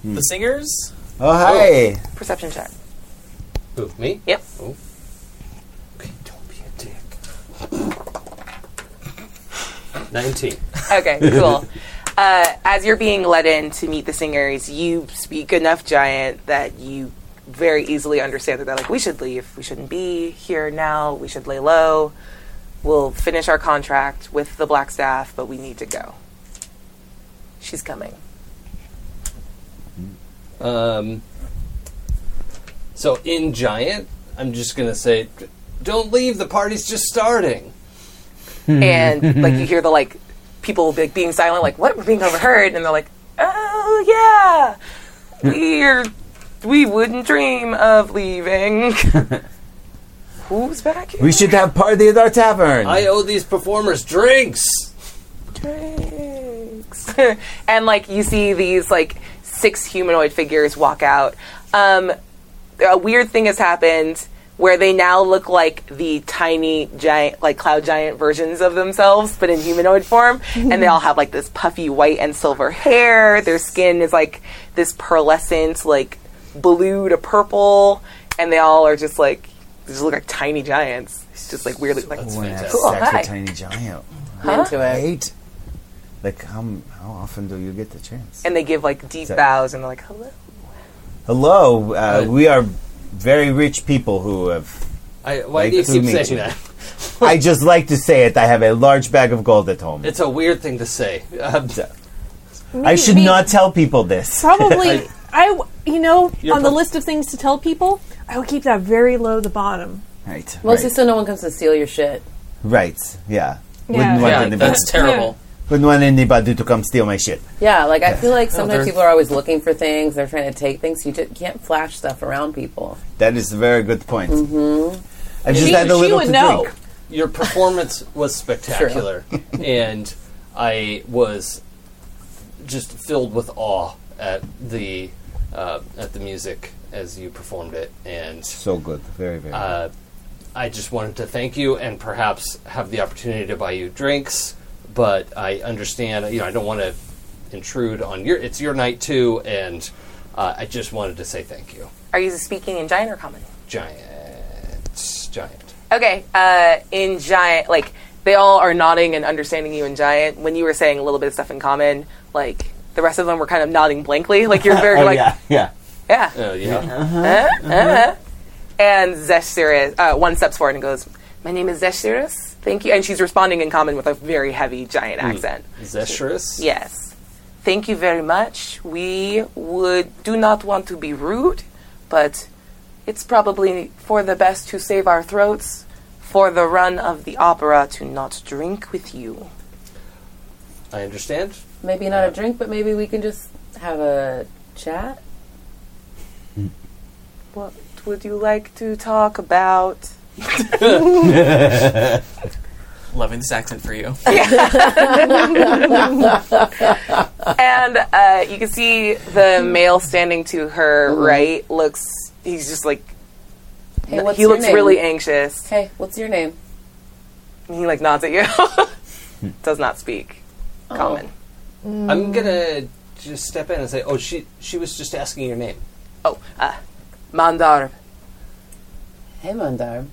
[SPEAKER 9] Hmm.
[SPEAKER 3] the singers?
[SPEAKER 9] Oh, hi.
[SPEAKER 2] Perception check.
[SPEAKER 4] Who? Me?
[SPEAKER 2] Yep.
[SPEAKER 4] Oh. Okay, don't be a dick. Nineteen.
[SPEAKER 2] Okay, cool. Uh, as you're being led in to meet the singers, you speak enough giant that you very easily understand that they're like, we should leave. We shouldn't be here now. We should lay low. We'll finish our contract with the Black Staff, but we need to go. She's coming.
[SPEAKER 4] Um, so in giant, I'm just gonna say, "D- don't leave. The party's just starting.
[SPEAKER 2] and like you hear the like people be- being silent, like what we're being overheard, and they're like, oh yeah, we're we wouldn't dream of leaving. Who's back here?
[SPEAKER 6] We should have party at our tavern.
[SPEAKER 4] I owe these performers drinks.
[SPEAKER 2] Drinks. and like you see these like six humanoid figures walk out. Um, a weird thing has happened where they now look like the tiny giant like cloud giant versions of themselves but in humanoid form and they all have like this puffy white and silver hair their skin is like this pearlescent like blue to purple and they all are just like they just look like tiny giants it's just like weirdly like
[SPEAKER 4] That's
[SPEAKER 9] I wanna have
[SPEAKER 4] fantastic.
[SPEAKER 2] Cool,
[SPEAKER 9] sex
[SPEAKER 2] hi.
[SPEAKER 9] with Tiny Giant.
[SPEAKER 5] I'm into it.
[SPEAKER 9] Right? Like, how, m- how often do you get the chance?
[SPEAKER 2] and they give like deep
[SPEAKER 9] Is that-
[SPEAKER 2] bows and they're like hello
[SPEAKER 9] Hello, uh,
[SPEAKER 4] Hi.
[SPEAKER 9] we are very rich people who have.
[SPEAKER 4] I, why
[SPEAKER 9] Like
[SPEAKER 4] do you
[SPEAKER 9] to
[SPEAKER 4] keep
[SPEAKER 9] me.
[SPEAKER 4] saying that?
[SPEAKER 9] I just like to say it. I have a large bag of gold at home.
[SPEAKER 4] It's a weird thing to say. Um,
[SPEAKER 9] I should
[SPEAKER 7] Me-
[SPEAKER 9] not tell people this.
[SPEAKER 7] Probably, I, w- you know,
[SPEAKER 4] You're
[SPEAKER 7] on the
[SPEAKER 4] prob-
[SPEAKER 7] list of things to tell people, I would keep that very low at the bottom.
[SPEAKER 9] Right.
[SPEAKER 5] Mostly
[SPEAKER 9] right.
[SPEAKER 5] so no one comes to steal your shit.
[SPEAKER 9] Right. Yeah.
[SPEAKER 7] Yeah.
[SPEAKER 9] Wouldn't, want
[SPEAKER 3] Yeah,
[SPEAKER 9] anybody,
[SPEAKER 3] that's terrible.
[SPEAKER 9] wouldn't want anybody to come steal my shit.
[SPEAKER 5] Yeah, like I feel
[SPEAKER 4] Oh,
[SPEAKER 5] like sometimes
[SPEAKER 3] they're-
[SPEAKER 5] people are always looking for things. They're trying to take things. You just can't flash stuff around people.
[SPEAKER 9] That is a very good point. Mm-hmm. I just
[SPEAKER 7] She-
[SPEAKER 9] had a
[SPEAKER 7] she
[SPEAKER 9] little
[SPEAKER 7] would
[SPEAKER 9] to
[SPEAKER 7] know.
[SPEAKER 9] drink.
[SPEAKER 4] your performance was spectacular, and I was just filled with awe at the uh, at the music as you performed it, and
[SPEAKER 9] So good. Very, very good.
[SPEAKER 4] uh, I just wanted to thank you and perhaps have the opportunity to buy you drinks. But I understand, you know, I don't want to intrude on your. It's your night too, and uh, I just wanted to say thank you,
[SPEAKER 2] Are you speaking in giant or common?
[SPEAKER 4] giant, giant.
[SPEAKER 2] Okay, uh, in giant, like they all are nodding and understanding you in giant. When you were saying a little bit of stuff in common, like the rest of them were kind of nodding blankly, like you're very
[SPEAKER 9] oh,
[SPEAKER 2] like
[SPEAKER 9] yeah. Yeah.
[SPEAKER 2] yeah.
[SPEAKER 4] Uh, yeah.
[SPEAKER 2] And Zesh Cirrus, uh, one steps forward and goes, "My name is Zesh Cirrus. Thank you." And she's responding in common with a very heavy giant accent.
[SPEAKER 4] Zestrous.
[SPEAKER 2] Yes. Thank you very much. We would do not want to be rude, but it's probably for the best to save our throats for the run of the opera to not drink with you.
[SPEAKER 4] I understand.
[SPEAKER 5] Maybe not a drink, but maybe we can just have a chat.
[SPEAKER 2] What would you like to talk about?
[SPEAKER 3] Loving this accent for you.
[SPEAKER 2] and uh, you can see the male standing to her
[SPEAKER 5] Mm-hmm.
[SPEAKER 2] right looks. He's just like
[SPEAKER 5] Hey, what's
[SPEAKER 2] he
[SPEAKER 5] your
[SPEAKER 2] looks
[SPEAKER 5] name?
[SPEAKER 2] really anxious.
[SPEAKER 5] Hey, what's your name?
[SPEAKER 2] And he like nods at you.
[SPEAKER 5] Hmm.
[SPEAKER 2] Does not speak.
[SPEAKER 5] Oh.
[SPEAKER 2] Common.
[SPEAKER 4] I'm gonna just step in and say, "Oh, she she was just asking your name."
[SPEAKER 2] Oh, uh, Mandar.
[SPEAKER 5] Hey, Mandar.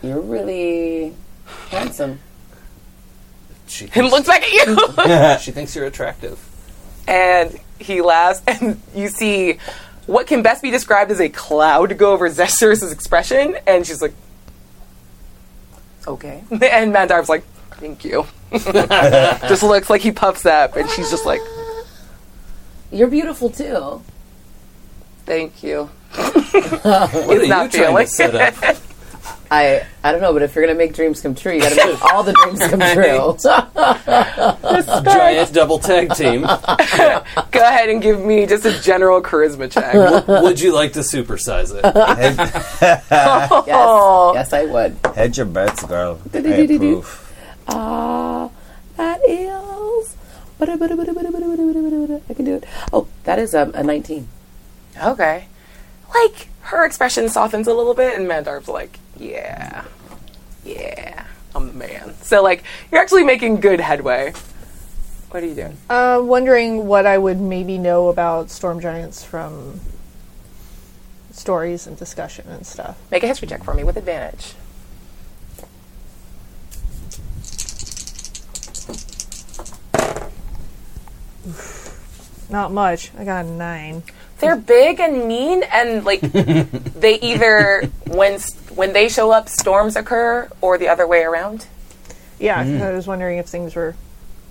[SPEAKER 5] You're really handsome.
[SPEAKER 4] She
[SPEAKER 2] And
[SPEAKER 4] thinks,
[SPEAKER 2] looks back at you.
[SPEAKER 4] she thinks you're attractive.
[SPEAKER 2] and he laughs, and you see what can best be described as a cloud go over Zesturus' expression, and she's like, okay. And Mandar's like, thank you. just looks like he puffs up, and she's just like,
[SPEAKER 5] You're beautiful too.
[SPEAKER 2] thank you.
[SPEAKER 4] What are
[SPEAKER 2] not
[SPEAKER 4] you
[SPEAKER 2] feeling.
[SPEAKER 4] trying to set up?
[SPEAKER 5] I I don't know, but if you're gonna make dreams come true, you gotta make all the dreams come true.
[SPEAKER 4] Giant double tag team.
[SPEAKER 2] Go ahead and give me just a general charisma check.
[SPEAKER 4] Would you like to supersize it?
[SPEAKER 5] yes, yes, I would.
[SPEAKER 9] Hedge your bets, girl. I
[SPEAKER 5] Do-do-do-do-do.
[SPEAKER 9] approve.
[SPEAKER 5] Ah, that Ah, is I can do it. Oh, that is um, a 19.
[SPEAKER 2] Okay. Like her expression softens a little bit, and Mandarb's like, "Yeah, yeah, I'm the man." So like, you're actually making good headway. What are you doing?
[SPEAKER 7] Uh, wondering what I would maybe know about storm giants from stories and discussion and stuff.
[SPEAKER 2] Make a history check for me with advantage.
[SPEAKER 7] Not much. I got a nine.
[SPEAKER 2] They're big and mean, and like they either when when they show up, storms occur, or the other way around.
[SPEAKER 7] Yeah, 'cause
[SPEAKER 5] Mm.
[SPEAKER 7] I was wondering if things were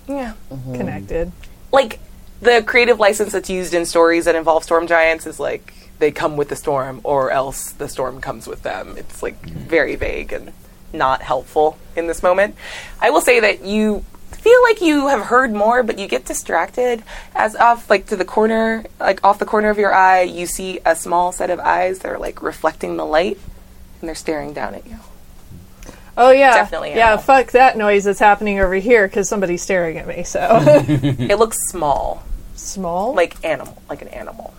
[SPEAKER 2] Yeah.
[SPEAKER 5] Hmm.
[SPEAKER 7] connected.
[SPEAKER 2] like the creative license that's used in stories that involve storm giants is like they come with the storm or else the storm comes with them. It's like very vague and not helpful in this moment. I will say that you feel like you have heard more but you get distracted as off like to the corner like off the corner of your eye you see a small set of eyes that are like reflecting the light and they're staring down at you.
[SPEAKER 7] Oh yeah,
[SPEAKER 2] Definitely
[SPEAKER 7] Yeah,
[SPEAKER 2] animal.
[SPEAKER 7] fuck that noise that's happening over here because somebody's staring at me. So
[SPEAKER 2] It looks small,
[SPEAKER 7] small.
[SPEAKER 2] Mm-hmm. like animal, like an animal.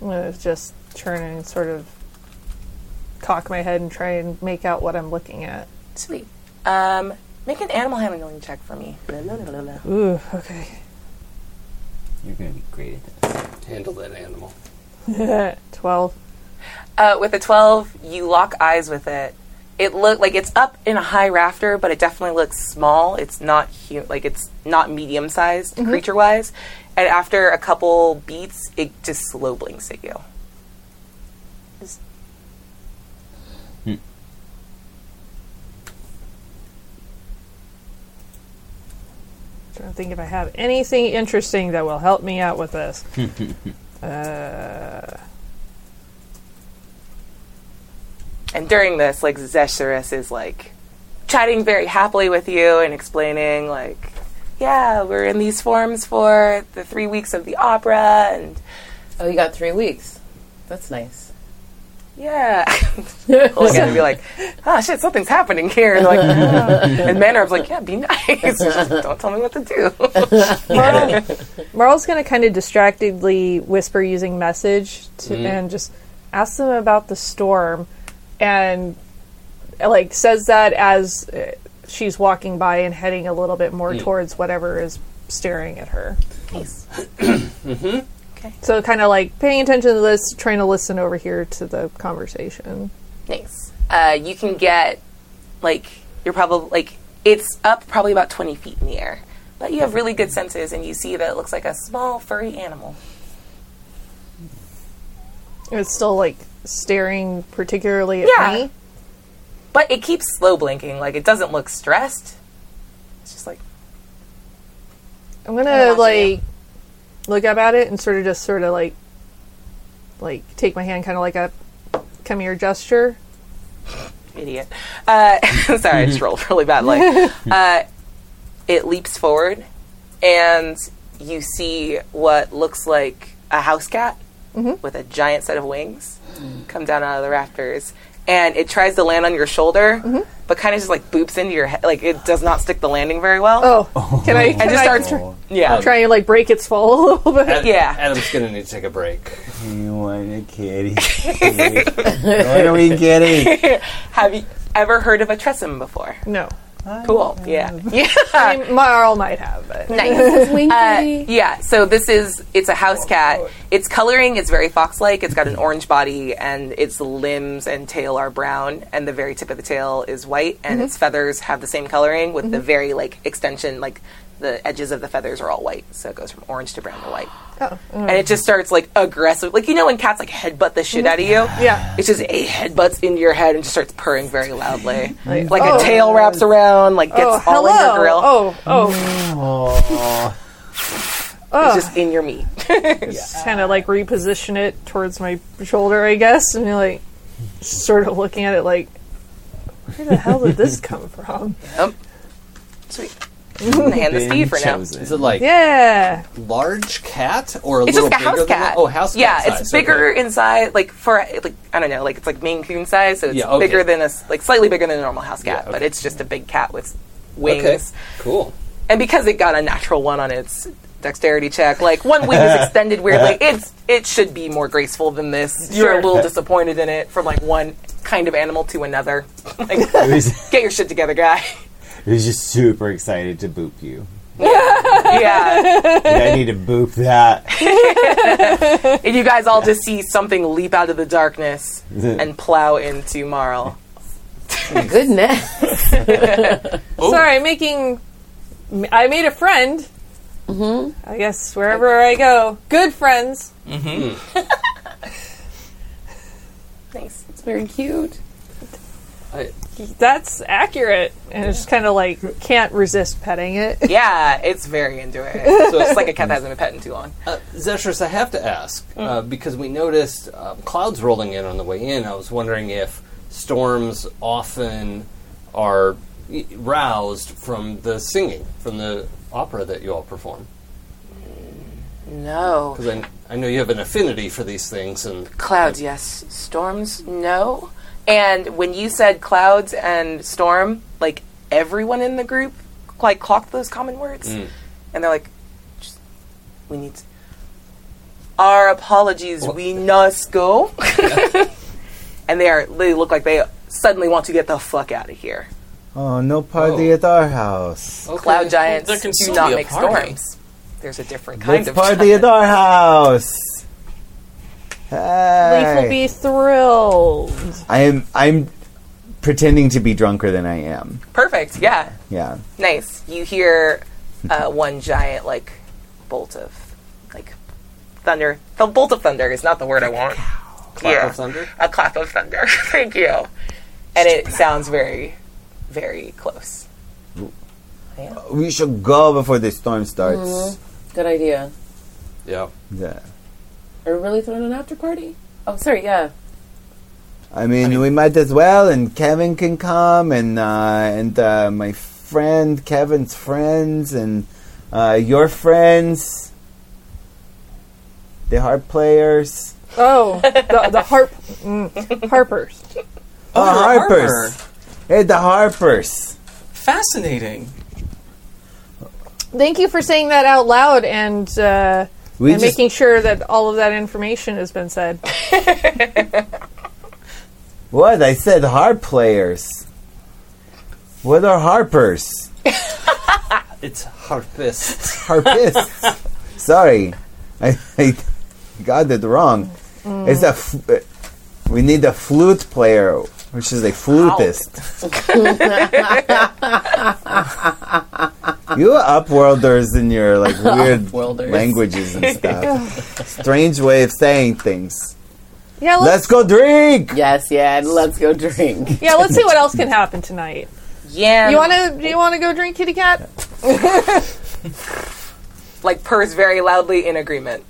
[SPEAKER 7] I'm gonna just turn and sort of cock my head and try and make out what I'm looking at.
[SPEAKER 2] Sweet. Um, make an animal handling check for me.
[SPEAKER 7] Ooh, okay.
[SPEAKER 6] You're gonna be great at this.
[SPEAKER 4] Handle that animal.
[SPEAKER 7] Twelve.
[SPEAKER 2] Uh, with a 12, you lock eyes with it. It look like it's up in a high rafter, but it definitely looks small. It's not hu- like it's not medium sized creature wise. And after a couple beats, it just slow blinks at you.
[SPEAKER 7] trying to think if I have anything interesting that will help me out with this. uh,
[SPEAKER 2] And during this, like Zesherus is like chatting very happily with you and explaining like, yeah, we're in these forms for the three weeks of the opera, and
[SPEAKER 5] Oh, you got three weeks. That's nice.
[SPEAKER 2] yeah. Look at it and be like, oh shit, something's happening here. And, like, "Oh." and Mannerb's like, yeah, be nice. Just don't tell me what to do.
[SPEAKER 7] Marl, Marl's going to kind of distractedly whisper using message to, and just ask them about the storm and like says that as uh, she's walking by and heading a little bit more towards whatever is staring at her.
[SPEAKER 2] nice.
[SPEAKER 7] So kind of like paying attention to this, trying to listen over here to the conversation.
[SPEAKER 2] Nice. Uh, you can get, like, you're probably, like, it's up probably about 20 feet in the air. But you have really good senses, and you see that it looks like a small, furry animal.
[SPEAKER 7] It's still like staring particularly at
[SPEAKER 2] Yeah.
[SPEAKER 7] me.
[SPEAKER 2] But it keeps slow blinking. Like, it doesn't look stressed. It's just like,
[SPEAKER 7] I'm gonna
[SPEAKER 2] Imagine
[SPEAKER 7] like look up at it and sort of just sort of like like take my hand kind of like a come here gesture.
[SPEAKER 2] idiot. Uh, sorry, I just rolled really badly. Uh, it leaps forward, and you see what looks like a house cat with a giant set of wings come down out of the rafters. And it tries to land on your shoulder, but kind of just like boops into your head. Like it does not stick the landing very well.
[SPEAKER 7] Oh, can I?
[SPEAKER 2] and
[SPEAKER 7] Can
[SPEAKER 2] just
[SPEAKER 7] I
[SPEAKER 2] starts. Yeah.
[SPEAKER 7] try and like break its fall a little bit?
[SPEAKER 4] Ad-
[SPEAKER 2] Yeah.
[SPEAKER 4] Adam's gonna need to take a break.
[SPEAKER 6] You want a kitty? what are we getting?
[SPEAKER 2] Have you ever heard of a tressum before?
[SPEAKER 7] No,
[SPEAKER 2] Cool. Yeah. Yeah.
[SPEAKER 7] I mean, Marl might have, but
[SPEAKER 2] Nice. Uh, yeah, so this is it's a house cat. Its coloring is very fox-like. It's got an orange body and its limbs and tail are brown and the very tip of the tail is white and
[SPEAKER 7] Mm-hmm.
[SPEAKER 2] its feathers have the same coloring with the very like extension like the edges of the feathers are all white. So it goes from orange to brown to white.
[SPEAKER 7] oh, mm,
[SPEAKER 2] And it just starts like aggressive. Like you know when cats like headbutt the shit out of you?
[SPEAKER 7] yeah.
[SPEAKER 2] It's just a headbutts into your head and just starts purring very loudly. like
[SPEAKER 7] oh.
[SPEAKER 2] a tail wraps around, like gets
[SPEAKER 7] Oh,
[SPEAKER 2] all
[SPEAKER 7] hello.
[SPEAKER 2] in your grill. Mm.
[SPEAKER 7] Oh, oh,
[SPEAKER 2] It's just in your meat.
[SPEAKER 7] kind of like reposition it towards my shoulder, I guess, and you're like sort of looking at it like, where the hell did this come from?
[SPEAKER 2] Sweet. I'm gonna hand this to you for now.
[SPEAKER 4] Is it like
[SPEAKER 7] Yeah,
[SPEAKER 4] large cat or a
[SPEAKER 2] It's
[SPEAKER 4] little
[SPEAKER 2] just like a house
[SPEAKER 4] bigger than
[SPEAKER 2] cat.
[SPEAKER 4] that? Oh, house
[SPEAKER 2] yeah,
[SPEAKER 4] cat.
[SPEAKER 2] it's
[SPEAKER 4] size, okay.
[SPEAKER 2] bigger inside. Like for like I don't know, like it's like Maine Coon size, so it's
[SPEAKER 4] Yeah, okay.
[SPEAKER 2] bigger than a s- like slightly bigger than a normal house cat,
[SPEAKER 4] Yeah,
[SPEAKER 2] but
[SPEAKER 4] okay.
[SPEAKER 2] it's just a big cat with wings.
[SPEAKER 4] Okay. Cool.
[SPEAKER 2] And because it got a natural one on its dexterity check, like one wing is extended weirdly. It's it should be more graceful than this. You're a little disappointed in it from like one kind of animal to another. Like,
[SPEAKER 9] It was,
[SPEAKER 2] get your shit together, guy.
[SPEAKER 9] it was just super excited to boop you.
[SPEAKER 2] yeah.
[SPEAKER 9] Yeah, I need to boop that.
[SPEAKER 2] And you guys all just see something leap out of the darkness and plow into Marl.
[SPEAKER 5] Goodness.
[SPEAKER 7] Sorry, I'm making. I made a friend. Mm-hmm. I guess wherever I go, good friends.
[SPEAKER 2] Thanks.
[SPEAKER 5] It's very cute.
[SPEAKER 7] That's accurate. And it's just kind of like can't resist petting it.
[SPEAKER 2] Yeah, it's very into it. It's just like a cat that hasn't been petting too long.
[SPEAKER 4] Uh, Zestris, I have to ask uh, because we noticed uh, clouds rolling in on the way in. I was wondering if storms often are y- roused from the singing from the opera that you all perform.
[SPEAKER 2] No.
[SPEAKER 4] Because I, I know you have an affinity for these things, and
[SPEAKER 2] Clouds, yes. Storms, no. And when you said clouds and storm, like everyone in the group like clocked those common words,
[SPEAKER 3] Mm.
[SPEAKER 2] and they're like, "Just- "We need to- our apologies. We must go." and they are they look like they suddenly want to get the fuck out of here.
[SPEAKER 9] Oh, no party
[SPEAKER 4] Oh.
[SPEAKER 9] at our house.
[SPEAKER 7] Oh,
[SPEAKER 4] Okay.
[SPEAKER 2] Cloud giants
[SPEAKER 3] There can
[SPEAKER 2] do
[SPEAKER 3] still
[SPEAKER 2] not
[SPEAKER 3] be a
[SPEAKER 2] make
[SPEAKER 3] party.
[SPEAKER 2] storms. There's a different kind
[SPEAKER 9] Let's
[SPEAKER 2] of
[SPEAKER 9] party at our house. Hey.
[SPEAKER 7] Leaf will be thrilled.
[SPEAKER 9] I am. I'm pretending to be drunker than I am.
[SPEAKER 2] Perfect. Yeah.
[SPEAKER 9] Yeah.
[SPEAKER 2] Nice. You hear uh, one giant like bolt of like thunder. The bolt of thunder is not the word I want.
[SPEAKER 4] Clap
[SPEAKER 2] yeah.
[SPEAKER 4] of thunder.
[SPEAKER 2] A clap of thunder. Thank you. And it sounds very, very close.
[SPEAKER 9] We should go before the storm starts.
[SPEAKER 7] Mm-hmm.
[SPEAKER 5] Good idea.
[SPEAKER 4] Yeah.
[SPEAKER 9] Yeah.
[SPEAKER 5] Are we really throwing an after party? Oh, sorry, yeah.
[SPEAKER 9] I mean, we might as well, and Kevin can come, and uh, and uh, my friend Kevin's friends, and uh, your friends, the harp players.
[SPEAKER 7] Oh, the, the harp, mm, harpers.
[SPEAKER 9] Oh,
[SPEAKER 3] the
[SPEAKER 9] harpers!
[SPEAKER 3] harper.
[SPEAKER 9] Hey, the harpers!
[SPEAKER 3] Fascinating.
[SPEAKER 7] Thank you for saying that out loud and uh,
[SPEAKER 9] We
[SPEAKER 7] and
[SPEAKER 9] just
[SPEAKER 7] making sure that all of that information has been said.
[SPEAKER 9] what I said, harp players. What are harpers?
[SPEAKER 4] It's harpist.
[SPEAKER 9] harpists. Sorry, I, I got it wrong.
[SPEAKER 2] Mm.
[SPEAKER 9] It's a. F- we need a flute player, which is a flutist. you upworlders in your like weird
[SPEAKER 5] Upworlders.
[SPEAKER 9] languages and stuff. Strange way of saying things.
[SPEAKER 7] Yeah, let's,
[SPEAKER 9] Let's go drink.
[SPEAKER 5] Yes, yeah, and let's go drink.
[SPEAKER 7] yeah, let's see what else can happen tonight.
[SPEAKER 2] Yeah.
[SPEAKER 7] You want to? Do you want to go drink kitty cat?
[SPEAKER 2] like purrs very loudly in agreement,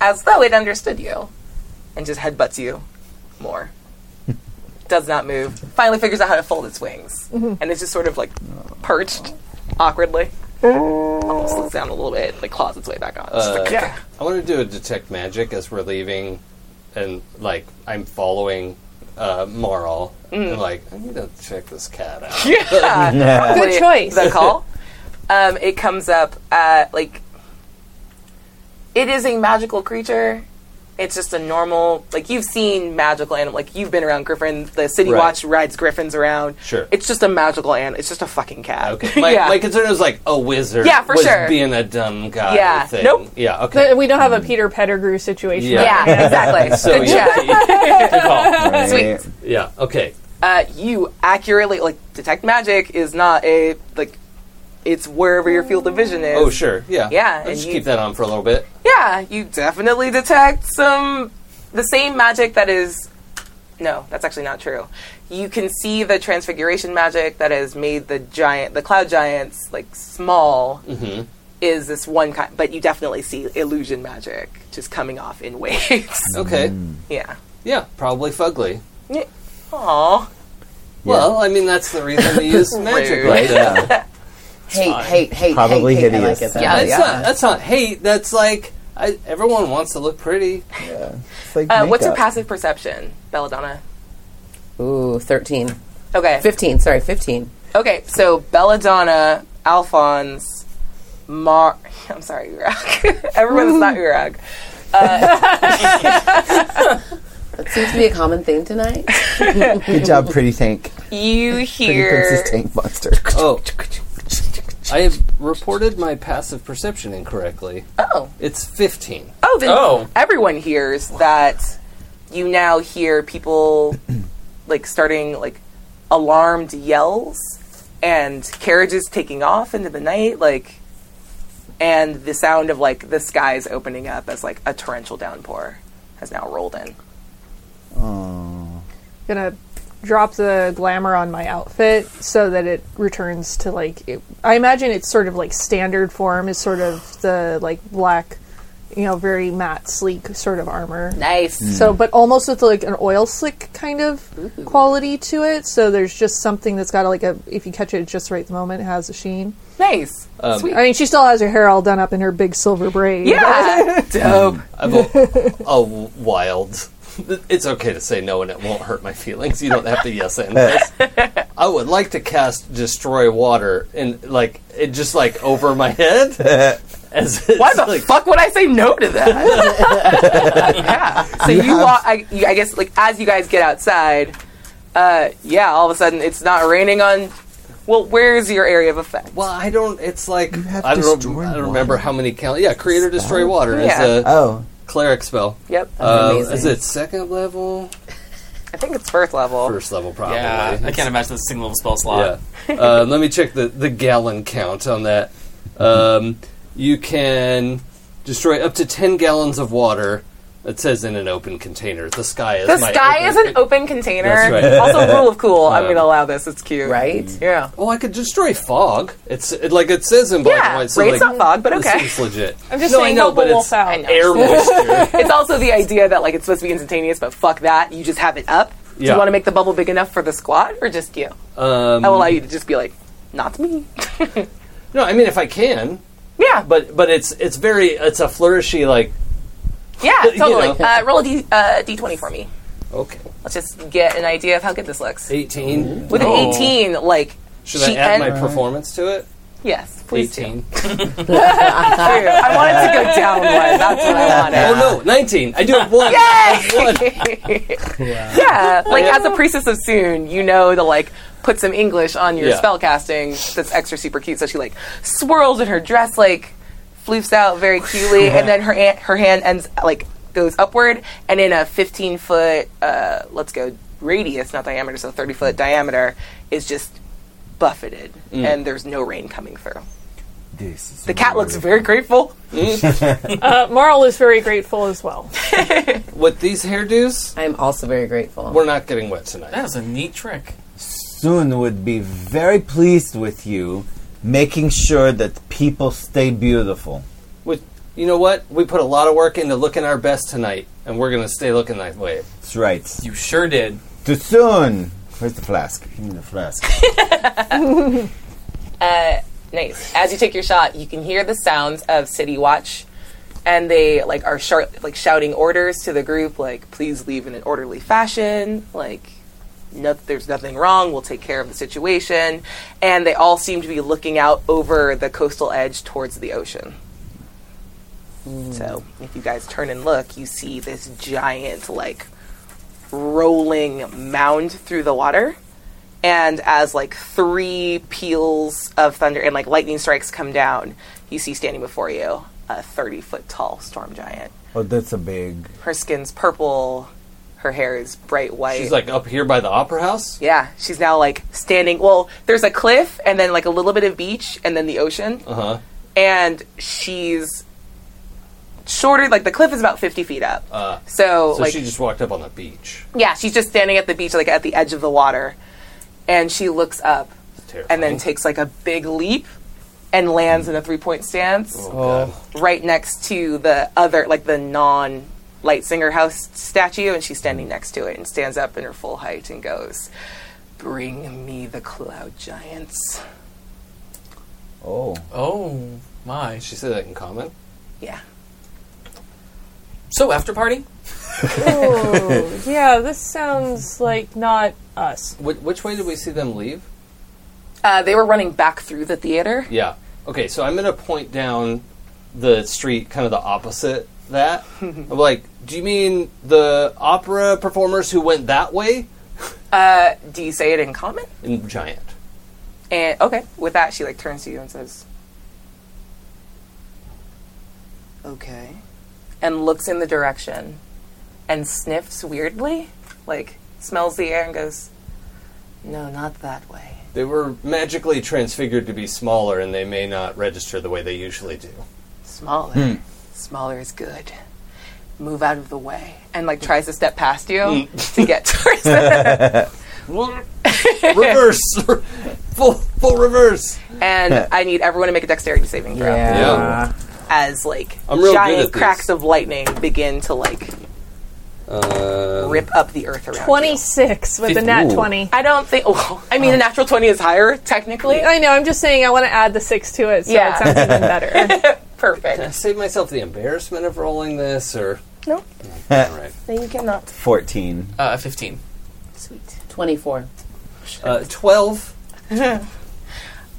[SPEAKER 2] as though it understood you, and just headbutts you more. Does not move. Finally figures out how to fold its wings, and it's just sort of like perched awkwardly. Almost sits down a little bit, like claws its way back on. Just like,
[SPEAKER 7] Yeah.
[SPEAKER 4] I want to do a detect magic as we're leaving, and like I'm following uh, Marl, and like I need to check this cat out.
[SPEAKER 7] Good choice.
[SPEAKER 2] the call. Um, it comes up uh, like it is a magical creature. It's just a normal like you've seen magical animal like you've been around Griffin. The City
[SPEAKER 4] Right.
[SPEAKER 2] Watch rides Griffins around.
[SPEAKER 4] Sure.
[SPEAKER 2] it's just a magical animal. It's just a fucking cat.
[SPEAKER 4] Okay, my,
[SPEAKER 2] yeah.
[SPEAKER 4] my concern was like a wizard.
[SPEAKER 2] Yeah, for
[SPEAKER 4] was
[SPEAKER 2] sure.
[SPEAKER 4] Being a dumb guy.
[SPEAKER 2] Yeah.
[SPEAKER 4] Thing.
[SPEAKER 2] Nope.
[SPEAKER 4] Yeah. Okay.
[SPEAKER 7] Th- We don't have a Peter Pettigrew situation.
[SPEAKER 4] Yeah.
[SPEAKER 2] yeah, exactly.
[SPEAKER 4] so
[SPEAKER 2] Good
[SPEAKER 4] yeah.
[SPEAKER 2] check.
[SPEAKER 4] Good call.
[SPEAKER 9] Right?
[SPEAKER 2] Sweet.
[SPEAKER 4] Yeah. Okay.
[SPEAKER 2] Uh, you accurately like detect magic is not a like it's wherever your field of vision is.
[SPEAKER 4] Oh sure. Yeah.
[SPEAKER 2] Yeah, and
[SPEAKER 4] Let's just
[SPEAKER 2] you-
[SPEAKER 4] keep that on for a little bit.
[SPEAKER 2] Yeah, you definitely detect some the same magic that is no, that's actually not true. You can see the transfiguration magic that has made the giant the cloud giants like small is this one kind but you definitely see illusion magic just coming off in waves.
[SPEAKER 4] Okay.
[SPEAKER 2] yeah.
[SPEAKER 4] Yeah. Probably fugly.
[SPEAKER 2] Aw. Uh,
[SPEAKER 4] Well, I mean that's the reason they use magic
[SPEAKER 2] Rude.
[SPEAKER 4] like that.
[SPEAKER 5] Hate, hate, hate,
[SPEAKER 9] Probably
[SPEAKER 5] hate, hate. I
[SPEAKER 9] hideous.
[SPEAKER 5] like it. though.
[SPEAKER 2] Yeah,
[SPEAKER 4] That's not. That's not hate. That's like I, everyone wants to look pretty.
[SPEAKER 9] It's like
[SPEAKER 2] Uh, what's your
[SPEAKER 9] makeup.
[SPEAKER 2] passive perception, Belladonna?
[SPEAKER 5] Ooh, 13.
[SPEAKER 2] Okay.
[SPEAKER 5] 15, sorry, 15.
[SPEAKER 2] Okay, so Belladonna, Alphonse, Mar. I'm sorry, Urag. Everyone's not Urag.
[SPEAKER 5] That seems to be a common theme tonight.
[SPEAKER 10] Good job, Pretty Tank.
[SPEAKER 2] You
[SPEAKER 10] Pretty
[SPEAKER 2] hear.
[SPEAKER 10] Princess Tank Monster.
[SPEAKER 4] Oh. I have reported my passive perception incorrectly.
[SPEAKER 2] Oh,
[SPEAKER 4] It's 15.
[SPEAKER 2] oh, then
[SPEAKER 3] Oh.
[SPEAKER 2] everyone hears that. You now hear people like starting like alarmed yells and carriages taking off into the night, like, and the sound of like the skies opening up as like a torrential downpour has now rolled in.
[SPEAKER 7] gonna drop the glamour on my outfit so that it returns to like it, I imagine it's sort of like standard form is sort of the like black, you know, very matte sleek sort of armor.
[SPEAKER 2] Nice.
[SPEAKER 7] So, but almost with like an oil slick kind of quality to it. So there's just something that's got like a if you catch it at just the right moment, it has a sheen.
[SPEAKER 2] Nice.
[SPEAKER 7] I mean, she still has her hair all done up in her big silver braid.
[SPEAKER 2] Yeah. Dope.
[SPEAKER 4] I've a, a wild. It's okay to say no, and it won't hurt my feelings. You don't have to yes and this. I would like to cast destroy water and like it just like over my head. As it's
[SPEAKER 2] Why the
[SPEAKER 4] like,
[SPEAKER 2] fuck would I say no to that? yeah. So you, walk. I, you, I guess, like as you guys get outside, uh, yeah, all of a sudden it's not raining on. Well, where's your area of effect?
[SPEAKER 4] Well, I don't. It's like
[SPEAKER 10] have
[SPEAKER 4] I don't. Know,
[SPEAKER 10] destroy
[SPEAKER 4] I don't remember
[SPEAKER 10] water.
[SPEAKER 4] how many count. Yeah, creator destroy water is
[SPEAKER 2] Yeah.
[SPEAKER 4] a
[SPEAKER 10] Oh,
[SPEAKER 4] cleric spell.
[SPEAKER 2] Yep.
[SPEAKER 4] Uh,
[SPEAKER 5] Amazing.
[SPEAKER 4] is it second level?
[SPEAKER 2] I think it's first level.
[SPEAKER 4] First level, probably.
[SPEAKER 3] Yeah, I
[SPEAKER 4] It's-
[SPEAKER 3] can't imagine the single level spell slot.
[SPEAKER 4] Yeah. Uh, let me check the, the gallon count on that. Um, you can destroy up to 10 gallons of water. It says in an open container. The sky is
[SPEAKER 2] The
[SPEAKER 4] my
[SPEAKER 2] sky
[SPEAKER 4] open-
[SPEAKER 2] is an open container.
[SPEAKER 4] That's right.
[SPEAKER 2] Also, rule of cool. I'm gonna allow this. It's cute. Mm-hmm.
[SPEAKER 5] Right?
[SPEAKER 2] Yeah.
[SPEAKER 4] Oh, I could destroy fog. It's it, like it says in black and
[SPEAKER 2] Yeah.
[SPEAKER 4] white.
[SPEAKER 2] Raid's
[SPEAKER 4] So like,
[SPEAKER 2] not fog, but
[SPEAKER 4] this
[SPEAKER 2] okay.
[SPEAKER 4] seems legit.
[SPEAKER 7] I'm just
[SPEAKER 4] no,
[SPEAKER 7] saying,
[SPEAKER 4] I know,
[SPEAKER 7] help
[SPEAKER 4] but it's
[SPEAKER 7] the wolf out.
[SPEAKER 2] I know.
[SPEAKER 4] air moisture.
[SPEAKER 2] It's also the idea that like it's supposed to be instantaneous, but fuck that. You just have it up. Do
[SPEAKER 4] Yeah.
[SPEAKER 2] you want to make the bubble big enough for the squad or just you?
[SPEAKER 4] um,
[SPEAKER 2] I will allow you to just be like, not me.
[SPEAKER 4] no, I mean if I can,
[SPEAKER 2] yeah.
[SPEAKER 4] but but it's it's very it's a flourishy like
[SPEAKER 2] Yeah,
[SPEAKER 4] You
[SPEAKER 2] totally.
[SPEAKER 4] know.
[SPEAKER 2] uh, roll a D, uh, d20 for me.
[SPEAKER 4] okay
[SPEAKER 2] Let's just get an idea of how good this looks.
[SPEAKER 4] 18.
[SPEAKER 2] With
[SPEAKER 3] Oh.
[SPEAKER 2] an 18, like,
[SPEAKER 4] Should
[SPEAKER 2] she
[SPEAKER 4] I add
[SPEAKER 2] en-
[SPEAKER 4] my performance to it?
[SPEAKER 2] yes, please. 18.
[SPEAKER 4] 18.
[SPEAKER 2] I wanted to go down one. That's what I wanted.
[SPEAKER 4] Oh no, 19. I do have one.
[SPEAKER 2] yeah, like as a priestess of Soon, you know to like put some English on your
[SPEAKER 4] Yeah.
[SPEAKER 2] spell casting. That's extra super cute. So she like swirls in her dress, like floofs out very cutely, and then her an- her hand ends like goes upward, and in a fifteen foot uh, let's go radius, not diameter, so thirty foot diameter is just buffeted, and there's no rain coming through.
[SPEAKER 9] This is
[SPEAKER 2] The cat looks very grateful.
[SPEAKER 7] Uh, Marl is very grateful as well.
[SPEAKER 4] With these hairdos,
[SPEAKER 5] I'm also very grateful.
[SPEAKER 4] we're not getting wet tonight.
[SPEAKER 3] That
[SPEAKER 2] Oh.
[SPEAKER 3] was a neat trick.
[SPEAKER 9] Soon would be very pleased with you, making sure that people stay beautiful.
[SPEAKER 4] With, you know what? We put a lot of work into looking our best tonight, and we're gonna stay looking that way.
[SPEAKER 9] That's right.
[SPEAKER 3] You sure did.
[SPEAKER 9] Too soon. Where's the flask? Give me the flask.
[SPEAKER 2] Nice. As you take your shot, you can hear the sounds of City Watch, and they like are shar like shouting orders to the group, like "Please leave in an orderly fashion." Like, no, there's nothing wrong. We'll take care of the situation. And they all seem to be looking out over the coastal edge towards the ocean. So, if you guys turn and look, you see this giant like rolling mound through the water and as like three peals of thunder and like lightning strikes come down, you see standing before you a 30 foot tall storm giant.
[SPEAKER 9] oh, that's a big.
[SPEAKER 2] Her skin's purple, her hair is bright white.
[SPEAKER 4] She's like up here by the opera house.
[SPEAKER 2] yeah, she's now like standing. Well, there's a cliff and then like a little bit of beach and then the ocean.
[SPEAKER 4] Uh huh.
[SPEAKER 2] And she's shorter, like the cliff is about 50 feet up.
[SPEAKER 4] Uh,
[SPEAKER 2] so,
[SPEAKER 4] so
[SPEAKER 2] like,
[SPEAKER 4] she just walked up on the beach.
[SPEAKER 2] yeah, she's just standing at the beach, like at the edge of the water. And she looks up and
[SPEAKER 4] Terrifying.
[SPEAKER 2] then takes like a big leap and lands in a three point stance
[SPEAKER 4] Oh,
[SPEAKER 2] right next to the other, like the non Light Singer House statue. And she's standing next to it and stands up in her full height and goes, Bring me the cloud giants.
[SPEAKER 9] Oh.
[SPEAKER 3] Oh my.
[SPEAKER 4] she said that in common.
[SPEAKER 2] Yeah.
[SPEAKER 3] So after party?
[SPEAKER 7] Oh, yeah, this sounds like not us.
[SPEAKER 4] Wh- which way did we see them leave?
[SPEAKER 11] Uh, they were running back through the theater.
[SPEAKER 4] Yeah. Okay, so I'm going to point down the street, kind of the opposite that. I'm like, do you mean the opera performers who went that way?
[SPEAKER 11] Uh, do you say it in common?
[SPEAKER 4] And giant.
[SPEAKER 11] And okay, with that, she like turns to you and says, "Okay," and looks in the direction, and sniffs weirdly, like smells the air and goes, "No, not that way."
[SPEAKER 4] They were magically transfigured to be smaller, and they may not register the way they usually do.
[SPEAKER 11] smaller.
[SPEAKER 4] Hmm.
[SPEAKER 11] Smaller is good. Move out of the way. And like tries to step past you
[SPEAKER 4] Hmm.
[SPEAKER 11] to get towards it.
[SPEAKER 4] reverse! full, full reverse!
[SPEAKER 11] And I need everyone to make a dexterity saving throw.
[SPEAKER 4] Yeah.
[SPEAKER 11] As like
[SPEAKER 4] I'm real good at
[SPEAKER 11] giant
[SPEAKER 4] these.
[SPEAKER 11] cracks of lightning begin to like
[SPEAKER 4] Uh,
[SPEAKER 11] rip up the earth around. you.
[SPEAKER 7] 26 with a nat
[SPEAKER 12] Ooh.
[SPEAKER 7] 20.
[SPEAKER 11] I don't think well, I mean a natural twenty is higher, technically.
[SPEAKER 7] I know, I'm just saying I want to add the 6 to it so it
[SPEAKER 11] Yeah.
[SPEAKER 7] sounds even better.
[SPEAKER 4] I
[SPEAKER 11] Perfect.
[SPEAKER 4] save myself the embarrassment of rolling this, or.
[SPEAKER 11] Nope.
[SPEAKER 4] All right.
[SPEAKER 11] Then you cannot
[SPEAKER 9] 14.
[SPEAKER 3] Uh, 15.
[SPEAKER 11] sweet.
[SPEAKER 5] 24.
[SPEAKER 4] Uh, 12.
[SPEAKER 11] All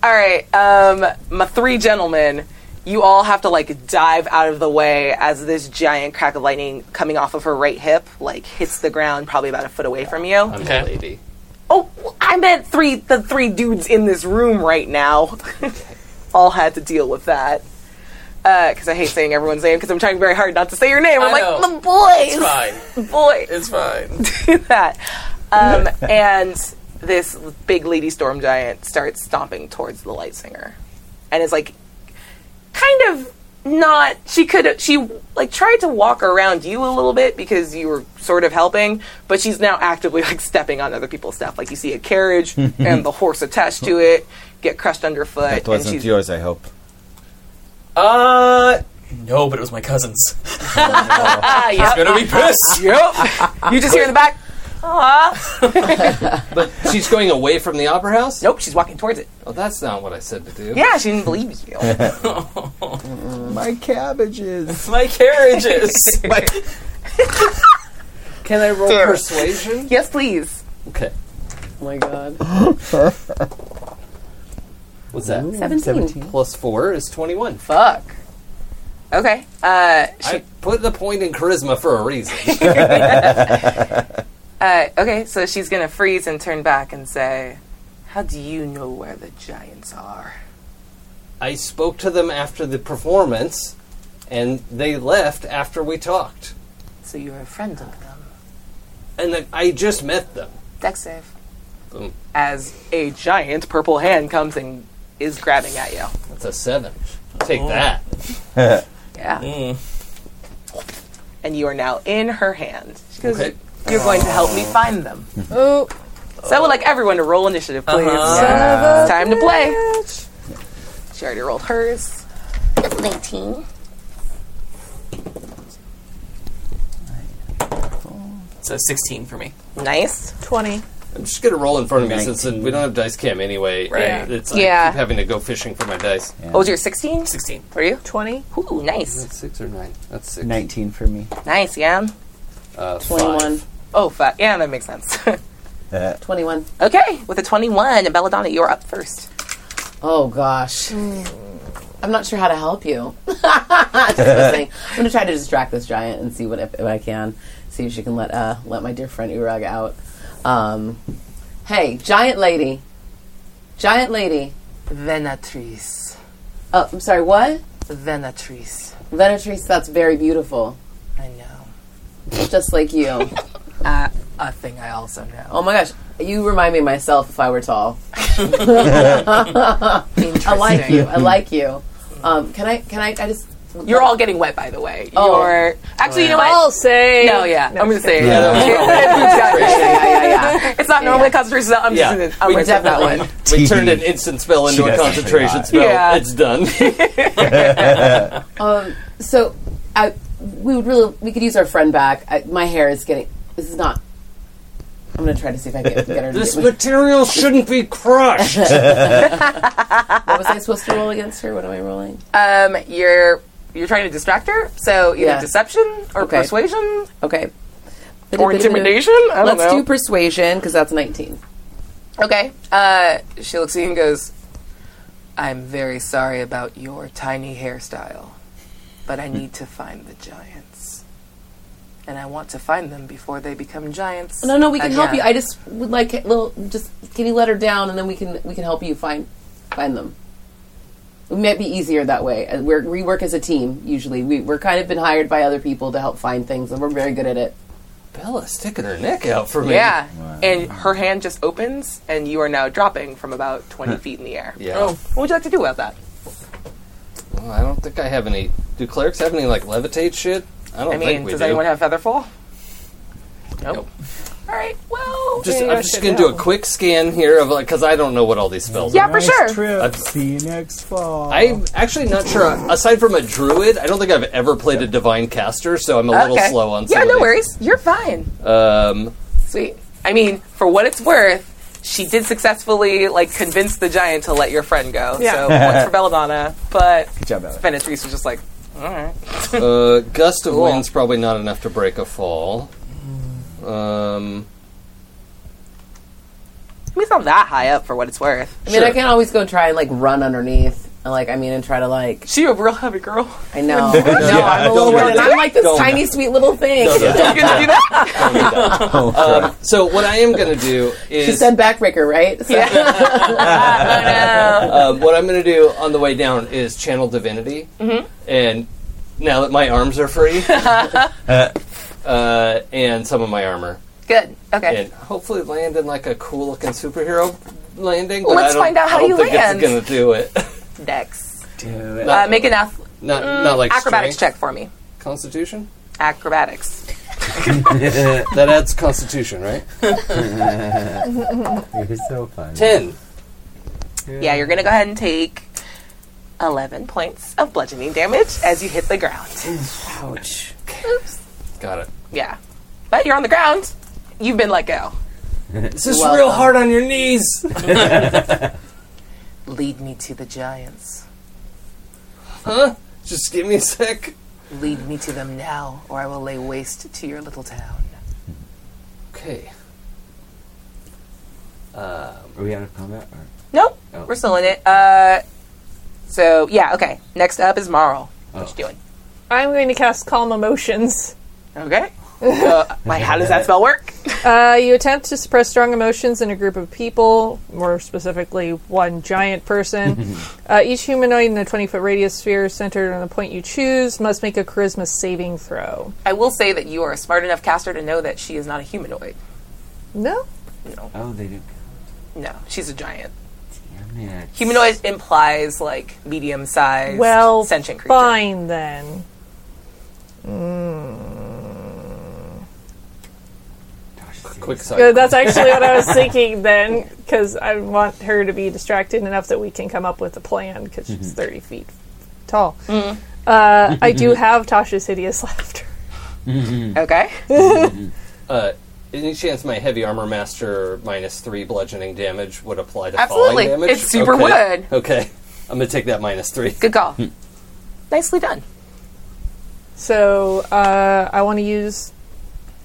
[SPEAKER 11] right, um, my three gentlemen, you all have to like dive out of the way as this giant crack of lightning coming off of her right hip like hits the ground, probably about a foot away from you.
[SPEAKER 4] I'm
[SPEAKER 3] Okay.
[SPEAKER 4] a lady.
[SPEAKER 11] oh, I meant three the three dudes in this room right now. all had to deal with that because Uh, I hate saying everyone's name because I'm trying very hard not to say your name. I'm
[SPEAKER 3] I
[SPEAKER 11] like
[SPEAKER 3] know.
[SPEAKER 11] the boys,
[SPEAKER 3] Fine.
[SPEAKER 11] boys
[SPEAKER 3] It's fine.
[SPEAKER 11] do that. Um, and this big lady storm giant starts stomping towards the light singer, and is like, kind of not. She could she like tried to walk around you a little bit because you were sort of helping, but she's now actively like stepping on other people's stuff. Like you see a carriage and the horse attached to it get crushed underfoot.
[SPEAKER 13] That
[SPEAKER 11] and
[SPEAKER 13] wasn't
[SPEAKER 11] she's,
[SPEAKER 13] yours, I hope.
[SPEAKER 3] Uh, no, but it was my cousin's.
[SPEAKER 11] Ah,
[SPEAKER 3] He's
[SPEAKER 11] yep,
[SPEAKER 3] gonna be pissed.
[SPEAKER 11] yep. you just hear in the back. Aw.
[SPEAKER 4] But she's going away from the opera house?
[SPEAKER 11] Nope, she's walking towards it.
[SPEAKER 4] Oh, that's not what I said to do.
[SPEAKER 11] Yeah, she didn't believe you.
[SPEAKER 9] My cabbages.
[SPEAKER 3] my carriages.
[SPEAKER 4] Can I roll
[SPEAKER 11] Sure.
[SPEAKER 4] persuasion?
[SPEAKER 11] yes, please.
[SPEAKER 4] Okay.
[SPEAKER 5] Oh my god.
[SPEAKER 4] What's that?
[SPEAKER 5] 17.
[SPEAKER 4] Plus four is 21.
[SPEAKER 5] Fuck.
[SPEAKER 11] Okay. Uh,
[SPEAKER 4] I put the point in charisma for a reason.
[SPEAKER 11] Uh, okay, so she's gonna freeze and turn back and say, "How do you know where the giants are?"
[SPEAKER 4] I spoke to them after the performance, and they left after we talked.
[SPEAKER 11] So you're a friend of them.
[SPEAKER 4] And then I just met them.
[SPEAKER 11] Dex save.
[SPEAKER 4] Boom.
[SPEAKER 11] As a giant purple hand comes and is grabbing at you.
[SPEAKER 4] That's a seven. Take that.
[SPEAKER 11] Yeah. And you are now in her hand. She goes,
[SPEAKER 4] Okay.
[SPEAKER 11] "You're going to help me find them."
[SPEAKER 7] oh,
[SPEAKER 11] So I would like everyone to roll initiative, please. It's time to play. She already rolled hers.
[SPEAKER 14] 19.
[SPEAKER 3] so 16 for me.
[SPEAKER 11] Nice.
[SPEAKER 7] 20.
[SPEAKER 4] I'm just gonna roll in front of me since we don't have dice cam anyway.
[SPEAKER 3] Right.
[SPEAKER 4] and It's like
[SPEAKER 11] Yeah. Oh.
[SPEAKER 4] I keep having to go fishing for my dice.
[SPEAKER 11] What was your 16?
[SPEAKER 3] 16.
[SPEAKER 11] Were you?
[SPEAKER 7] 20.
[SPEAKER 11] Ooh, nice.
[SPEAKER 4] six or nine? That's six.
[SPEAKER 9] 19 for me.
[SPEAKER 11] Nice, yeah.
[SPEAKER 4] Uh, five.
[SPEAKER 5] 21.
[SPEAKER 11] Oh, fuck. Yeah, that makes sense.
[SPEAKER 9] Uh,
[SPEAKER 5] 21.
[SPEAKER 11] Okay, with a 21, Belladonna, you're up first.
[SPEAKER 5] Oh gosh. I'm not sure how to help you. Just listening. I'm gonna try to distract this giant and see what if, if I can. See if she can let uh let my dear friend Urag out. Um, hey, giant lady. Giant lady.
[SPEAKER 11] Venatrice.
[SPEAKER 5] Oh, I'm sorry, what?
[SPEAKER 11] Venatrice.
[SPEAKER 5] Venatrice, that's very beautiful.
[SPEAKER 11] I know.
[SPEAKER 5] Just like you.
[SPEAKER 11] Uh, a thing I also know.
[SPEAKER 5] Oh my gosh. You remind me of myself if I were tall.
[SPEAKER 11] Interesting.
[SPEAKER 5] I like you. I like you. Um, can I can I I just
[SPEAKER 11] You're all getting wet, by the way.
[SPEAKER 5] Oh.
[SPEAKER 11] You're actually, you know
[SPEAKER 7] I'll
[SPEAKER 11] what?
[SPEAKER 7] say.
[SPEAKER 11] No, yeah. I'm gonna say it.
[SPEAKER 9] Yeah.
[SPEAKER 11] It's not normally a concentration spell. I'm
[SPEAKER 4] Yeah.
[SPEAKER 11] just gonna, I'm
[SPEAKER 4] We
[SPEAKER 11] gonna say oh, that one.
[SPEAKER 4] We turned an instant spell into
[SPEAKER 9] She
[SPEAKER 4] a
[SPEAKER 9] doesn't
[SPEAKER 4] concentration
[SPEAKER 9] forget.
[SPEAKER 4] spell.
[SPEAKER 11] Yeah.
[SPEAKER 4] It's done.
[SPEAKER 5] Um, so I, we would really we could use our friend back. I, my hair is getting. This is not. I'm gonna try to see if I can get her. To
[SPEAKER 4] this
[SPEAKER 5] get my,
[SPEAKER 4] material shouldn't be crushed.
[SPEAKER 5] what was I supposed to roll against her? What am I rolling?
[SPEAKER 11] Um, you're you're trying to distract her, so either
[SPEAKER 5] Yeah.
[SPEAKER 11] deception or
[SPEAKER 5] Okay.
[SPEAKER 11] persuasion
[SPEAKER 5] Okay.
[SPEAKER 11] or intimidation. I don't
[SPEAKER 5] Let's
[SPEAKER 11] know.
[SPEAKER 5] do persuasion because that's 19.
[SPEAKER 2] Okay. Uh, she looks at you and goes, I'm very sorry about your tiny hairstyle, but I need to find the giants. And I want to find them before they become giants.
[SPEAKER 5] No, no, we can help
[SPEAKER 2] again."
[SPEAKER 5] you. I just would like a little. Just can you let her down, and then we can we can help you find find them. It might be easier that way. Uh, We're, we work as a team usually. We, we're kind of been hired by other people to help find things, and we're very good at it.
[SPEAKER 4] Bella's sticking her neck out for me.
[SPEAKER 2] Yeah. And her hand just opens, and you are now dropping from about 20 feet in the air.
[SPEAKER 4] Yeah.
[SPEAKER 2] Oh, what would you like to do about that?
[SPEAKER 4] Well, I don't think I have any. Do clerics have any like levitate shit? I don't
[SPEAKER 2] I
[SPEAKER 4] think
[SPEAKER 2] mean,
[SPEAKER 4] Oh, we
[SPEAKER 2] does
[SPEAKER 4] do.
[SPEAKER 2] anyone have Featherfall? Nope.
[SPEAKER 4] Nope.
[SPEAKER 2] All right, well.
[SPEAKER 4] just,
[SPEAKER 2] yeah,
[SPEAKER 4] I'm just gonna do a quick scan here of like because I don't know what all these spells.
[SPEAKER 2] Yeah,
[SPEAKER 4] Are.
[SPEAKER 2] for sure.
[SPEAKER 10] Trip.
[SPEAKER 4] I'd-
[SPEAKER 10] See you next fall.
[SPEAKER 4] I'm actually not sure. Aside from a druid, I don't think I've ever played a divine caster, so I'm a little
[SPEAKER 2] Okay.
[SPEAKER 4] slow on.
[SPEAKER 2] Yeah,
[SPEAKER 4] some
[SPEAKER 2] no
[SPEAKER 4] of
[SPEAKER 2] worries. You're fine.
[SPEAKER 4] these. Um,
[SPEAKER 2] Sweet. I mean, for what it's worth, she did successfully like convince the giant to let your friend go.
[SPEAKER 7] Yeah.
[SPEAKER 2] So points for Belladonna, but
[SPEAKER 10] Good job, Alex.
[SPEAKER 2] Venatrice was just like, all right.
[SPEAKER 4] uh, gust of
[SPEAKER 2] Cool.
[SPEAKER 4] wind's probably not enough to break a fall. Um,
[SPEAKER 2] I mean, it's not that high up for what it's worth.
[SPEAKER 5] I mean, I
[SPEAKER 4] Sure.
[SPEAKER 5] can always go try and like run underneath, and like I mean, and try to like.
[SPEAKER 2] She a real heavy girl.
[SPEAKER 5] I know, no, I'm a little
[SPEAKER 4] do
[SPEAKER 5] one, and
[SPEAKER 4] that.
[SPEAKER 5] I'm like this
[SPEAKER 4] Don't.
[SPEAKER 5] tiny, sweet little thing.
[SPEAKER 2] You gonna do that?
[SPEAKER 4] um, so what I am gonna do is
[SPEAKER 5] She said backbreaker, right? So-
[SPEAKER 4] um, what I'm going to do on the way down is channel divinity,
[SPEAKER 2] Mm-hmm.
[SPEAKER 4] and now that my arms are free, uh, and some of my armor,
[SPEAKER 2] Good. Okay.
[SPEAKER 4] and hopefully land in like a cool looking superhero landing.
[SPEAKER 2] Well,
[SPEAKER 4] but
[SPEAKER 2] let's
[SPEAKER 4] I don't,
[SPEAKER 2] find out how
[SPEAKER 4] I don't
[SPEAKER 2] you
[SPEAKER 4] think
[SPEAKER 2] land.
[SPEAKER 4] It's going to do it.
[SPEAKER 2] Dex.
[SPEAKER 4] not,
[SPEAKER 2] Uh, make an ath-
[SPEAKER 4] not, not like
[SPEAKER 2] acrobatics
[SPEAKER 4] strength.
[SPEAKER 2] check for me.
[SPEAKER 4] Constitution.
[SPEAKER 2] Acrobatics.
[SPEAKER 4] Uh, That adds constitution, right?
[SPEAKER 9] You're so funny.
[SPEAKER 4] Ten.
[SPEAKER 2] Yeah, you're gonna go ahead and take. 11 points of bludgeoning damage as you hit the ground.
[SPEAKER 5] Ouch.
[SPEAKER 4] Got it.
[SPEAKER 2] Yeah. But you're on the ground. You've been let go.
[SPEAKER 4] This is
[SPEAKER 5] Welcome.
[SPEAKER 4] real hard on your knees.
[SPEAKER 2] Lead me to the giants.
[SPEAKER 4] Just give me a sec.
[SPEAKER 2] Lead me to them now, or I will lay waste to your little town.
[SPEAKER 4] Okay. Um,
[SPEAKER 9] Are we out of combat? Or?
[SPEAKER 2] Nope,
[SPEAKER 9] Oh.
[SPEAKER 2] we're still in it. Uh, so yeah, okay. Next up is Marl. What
[SPEAKER 9] Oh.
[SPEAKER 2] you doing?
[SPEAKER 7] I'm going to cast Calm Emotions.
[SPEAKER 2] Okay. uh, like, how does that spell work?
[SPEAKER 7] Uh, you attempt to suppress strong emotions in a group of people, more specifically, one giant person. uh, each humanoid in the 20 foot radius sphere centered on the point you choose must make a charisma saving throw.
[SPEAKER 2] I will say that you are a smart enough caster to know that she is not a humanoid.
[SPEAKER 7] No?
[SPEAKER 9] Oh, they do.
[SPEAKER 2] No, she's a giant.
[SPEAKER 9] Damn it.
[SPEAKER 2] Humanoid implies like medium sized,
[SPEAKER 7] Well,
[SPEAKER 2] sentient creature.
[SPEAKER 7] fine then.
[SPEAKER 4] Quick side.
[SPEAKER 7] Uh, That's actually what I was thinking then, because I want her to be distracted enough that we can come up with a plan, because she's 30 feet tall.
[SPEAKER 2] Mm-hmm.
[SPEAKER 7] Uh, I do have Tasha's Hideous Laughter.
[SPEAKER 2] Okay.
[SPEAKER 4] Uh, any chance my heavy armor master minus three bludgeoning damage would apply to
[SPEAKER 2] Absolutely.
[SPEAKER 4] falling damage?
[SPEAKER 2] It super
[SPEAKER 4] okay.
[SPEAKER 2] would.
[SPEAKER 4] Okay, I'm gonna take that minus three.
[SPEAKER 2] Good call.
[SPEAKER 10] Hmm.
[SPEAKER 2] Nicely done.
[SPEAKER 7] So uh, I want to use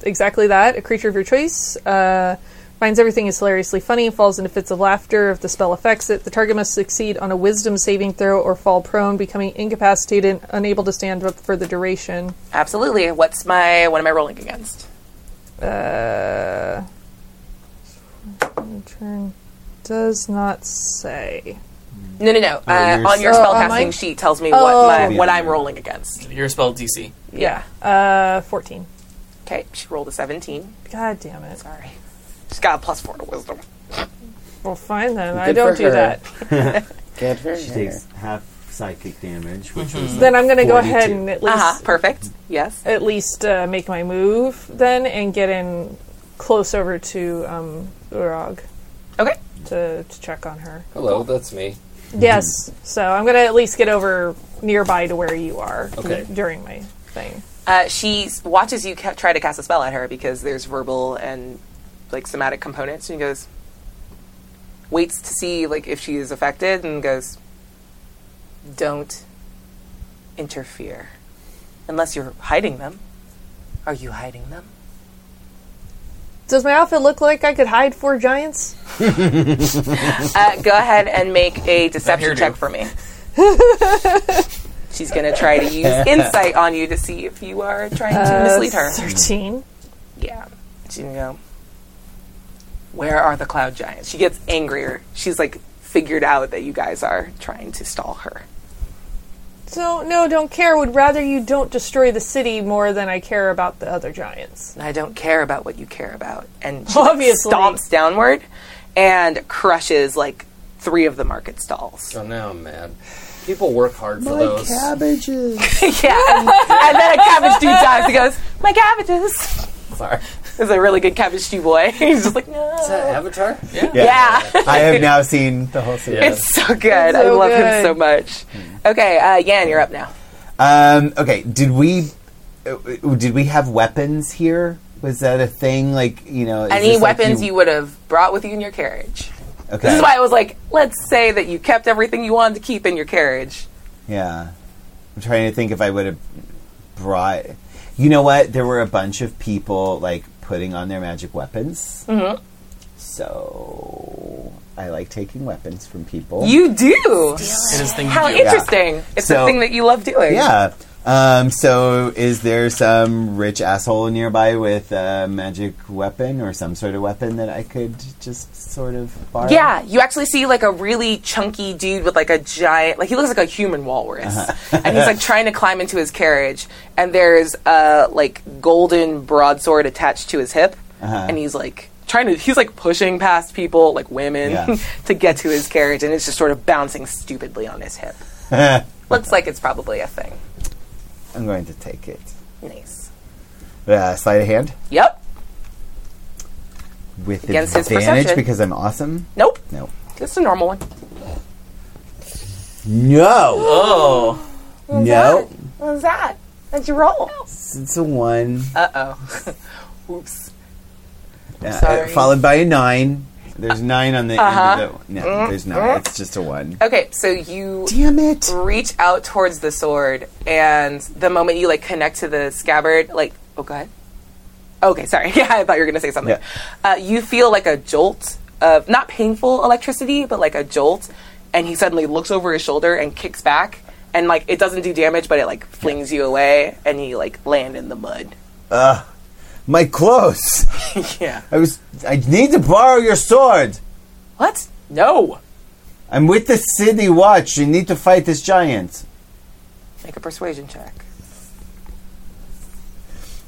[SPEAKER 7] exactly that. A creature of your choice uh, finds everything is hilariously funny, falls into fits of laughter if the spell affects it. The target must succeed on a Wisdom saving throw or fall prone, becoming incapacitated, and unable to stand up for the duration.
[SPEAKER 2] Absolutely. What's my? What am I rolling against?
[SPEAKER 7] Uh, turn does not say.
[SPEAKER 2] No, no, no. uh,
[SPEAKER 9] your
[SPEAKER 2] on your
[SPEAKER 7] spell.
[SPEAKER 2] spell
[SPEAKER 7] Oh, on
[SPEAKER 2] casting
[SPEAKER 7] mine?
[SPEAKER 2] sheet tells me what
[SPEAKER 7] Oh.
[SPEAKER 2] my, what I'm rolling against.
[SPEAKER 3] Your spell DC.
[SPEAKER 7] Yeah, uh, fourteen.
[SPEAKER 2] Okay, she rolled a 17.
[SPEAKER 7] God damn it!
[SPEAKER 2] Sorry. She's got a plus four to wisdom.
[SPEAKER 7] Well, fine then. I
[SPEAKER 5] Good
[SPEAKER 7] don't
[SPEAKER 5] for
[SPEAKER 7] do
[SPEAKER 5] her.
[SPEAKER 7] that.
[SPEAKER 5] Good for
[SPEAKER 9] She
[SPEAKER 5] her.
[SPEAKER 9] takes half psychic damage, which
[SPEAKER 5] Mm-hmm.
[SPEAKER 9] was
[SPEAKER 7] Then I'm going to go
[SPEAKER 9] 42.
[SPEAKER 7] ahead and at least
[SPEAKER 2] Uh
[SPEAKER 11] Uh-huh.
[SPEAKER 2] huh. Perfect. Yes.
[SPEAKER 7] at least uh, make my move then and get in close over to um, Urog
[SPEAKER 2] Okay.
[SPEAKER 7] to, to check on her.
[SPEAKER 4] Hello, that's me.
[SPEAKER 7] Yes, so I'm going to at least get over nearby to where you are
[SPEAKER 4] Okay.
[SPEAKER 7] during my thing.
[SPEAKER 2] Uh, she s- watches you ca- try to cast a spell at her because there's verbal and like somatic components, and goes, waits to see like if she is affected, and goes, "Don't interfere, unless you're hiding them. Are you hiding them?"
[SPEAKER 7] Does my outfit look like I could hide four giants?
[SPEAKER 11] Uh, go ahead and make a deception
[SPEAKER 3] Not here,
[SPEAKER 11] check for me. She's going to try to use insight on you to see if you are trying to
[SPEAKER 7] Uh,
[SPEAKER 11] mislead her.
[SPEAKER 7] Thirteen.
[SPEAKER 11] Yeah. She's going to go, Where are the cloud giants? She gets angrier. She's like figured out that you guys are trying to stall her.
[SPEAKER 7] So no, don't care. Would rather you don't destroy the city more than I care about the other giants.
[SPEAKER 11] And I don't care about what you care about. And she like,
[SPEAKER 7] Obviously.
[SPEAKER 11] stomps downward and crushes like three of the market stalls.
[SPEAKER 4] So Oh, now I'm mad. People work hard for
[SPEAKER 15] My
[SPEAKER 4] those.
[SPEAKER 15] cabbages.
[SPEAKER 11] yeah. And, and then a cabbage dude dives. He goes, My cabbages.
[SPEAKER 4] Sorry.
[SPEAKER 11] Is a really good cabbage stew boy. He's just like, no.
[SPEAKER 4] Is
[SPEAKER 2] Oh.
[SPEAKER 4] that Avatar?
[SPEAKER 11] Yeah.
[SPEAKER 9] I have now seen the whole series.
[SPEAKER 11] It's so good. I
[SPEAKER 7] so
[SPEAKER 11] love him
[SPEAKER 7] good.
[SPEAKER 11] so much. Okay, uh, Yan, you're up now.
[SPEAKER 9] Um, okay, did we uh, uh, did we have weapons here? Was that a thing? Like you know, is
[SPEAKER 11] Any
[SPEAKER 9] this like
[SPEAKER 11] weapons you would have brought with you in your carriage.
[SPEAKER 9] Okay.
[SPEAKER 11] This is why I was like, let's say that you kept everything you wanted to keep in your carriage.
[SPEAKER 9] Yeah. I'm trying to think if I would have brought. You know what? There were a bunch of people like putting on their magic weapons. Mm-hmm. So I like taking weapons from people.
[SPEAKER 11] You do.
[SPEAKER 3] It is thing you
[SPEAKER 11] How
[SPEAKER 3] do.
[SPEAKER 11] interesting. It's the
[SPEAKER 9] So-
[SPEAKER 11] thing that you love doing.
[SPEAKER 9] yeah. Um, so is there some rich asshole nearby with a magic weapon or some sort of weapon that I could just sort of borrow?
[SPEAKER 11] Yeah, you actually see like a really chunky dude with like a giant, like he looks like a human walrus, and he's like trying to climb into his carriage, and there's a like golden broadsword attached to his hip, and he's like trying to, he's like pushing past people, like women,
[SPEAKER 9] Yeah.
[SPEAKER 11] to get to his carriage, and it's just sort of bouncing stupidly on his hip. Looks like it's probably a thing.
[SPEAKER 9] I'm going to take it.
[SPEAKER 11] Nice.
[SPEAKER 9] Uh, sleight of hand
[SPEAKER 11] Yep.
[SPEAKER 9] with
[SPEAKER 11] Against his
[SPEAKER 9] advantage
[SPEAKER 11] perception.
[SPEAKER 9] because I'm awesome.
[SPEAKER 11] Nope.
[SPEAKER 9] No.
[SPEAKER 11] Just a normal one.
[SPEAKER 9] No.
[SPEAKER 3] Oh,
[SPEAKER 9] No.
[SPEAKER 11] What was that? That's your roll.
[SPEAKER 9] It's a one.
[SPEAKER 11] Uh oh. Oops.
[SPEAKER 9] Uh,
[SPEAKER 11] sorry. Uh-huh.
[SPEAKER 9] followed by a nine. There's nine on the end of the. No, there's not. It's just a one.
[SPEAKER 11] Okay, so you
[SPEAKER 9] Damn it!
[SPEAKER 11] reach out towards the sword, and the moment you like connect to the scabbard, like oh god, okay, sorry, yeah, I thought you were gonna say something. Uh, you feel like a jolt of not painful electricity, but like a jolt, and he suddenly looks over his shoulder and kicks back, and like it doesn't do damage, but it like flings you away, and you like land in the mud.
[SPEAKER 9] My clothes.
[SPEAKER 11] yeah.
[SPEAKER 9] I was. I need to borrow your sword.
[SPEAKER 11] What? No.
[SPEAKER 9] I'm with the city watch. You need to fight this giant
[SPEAKER 11] Make a persuasion check.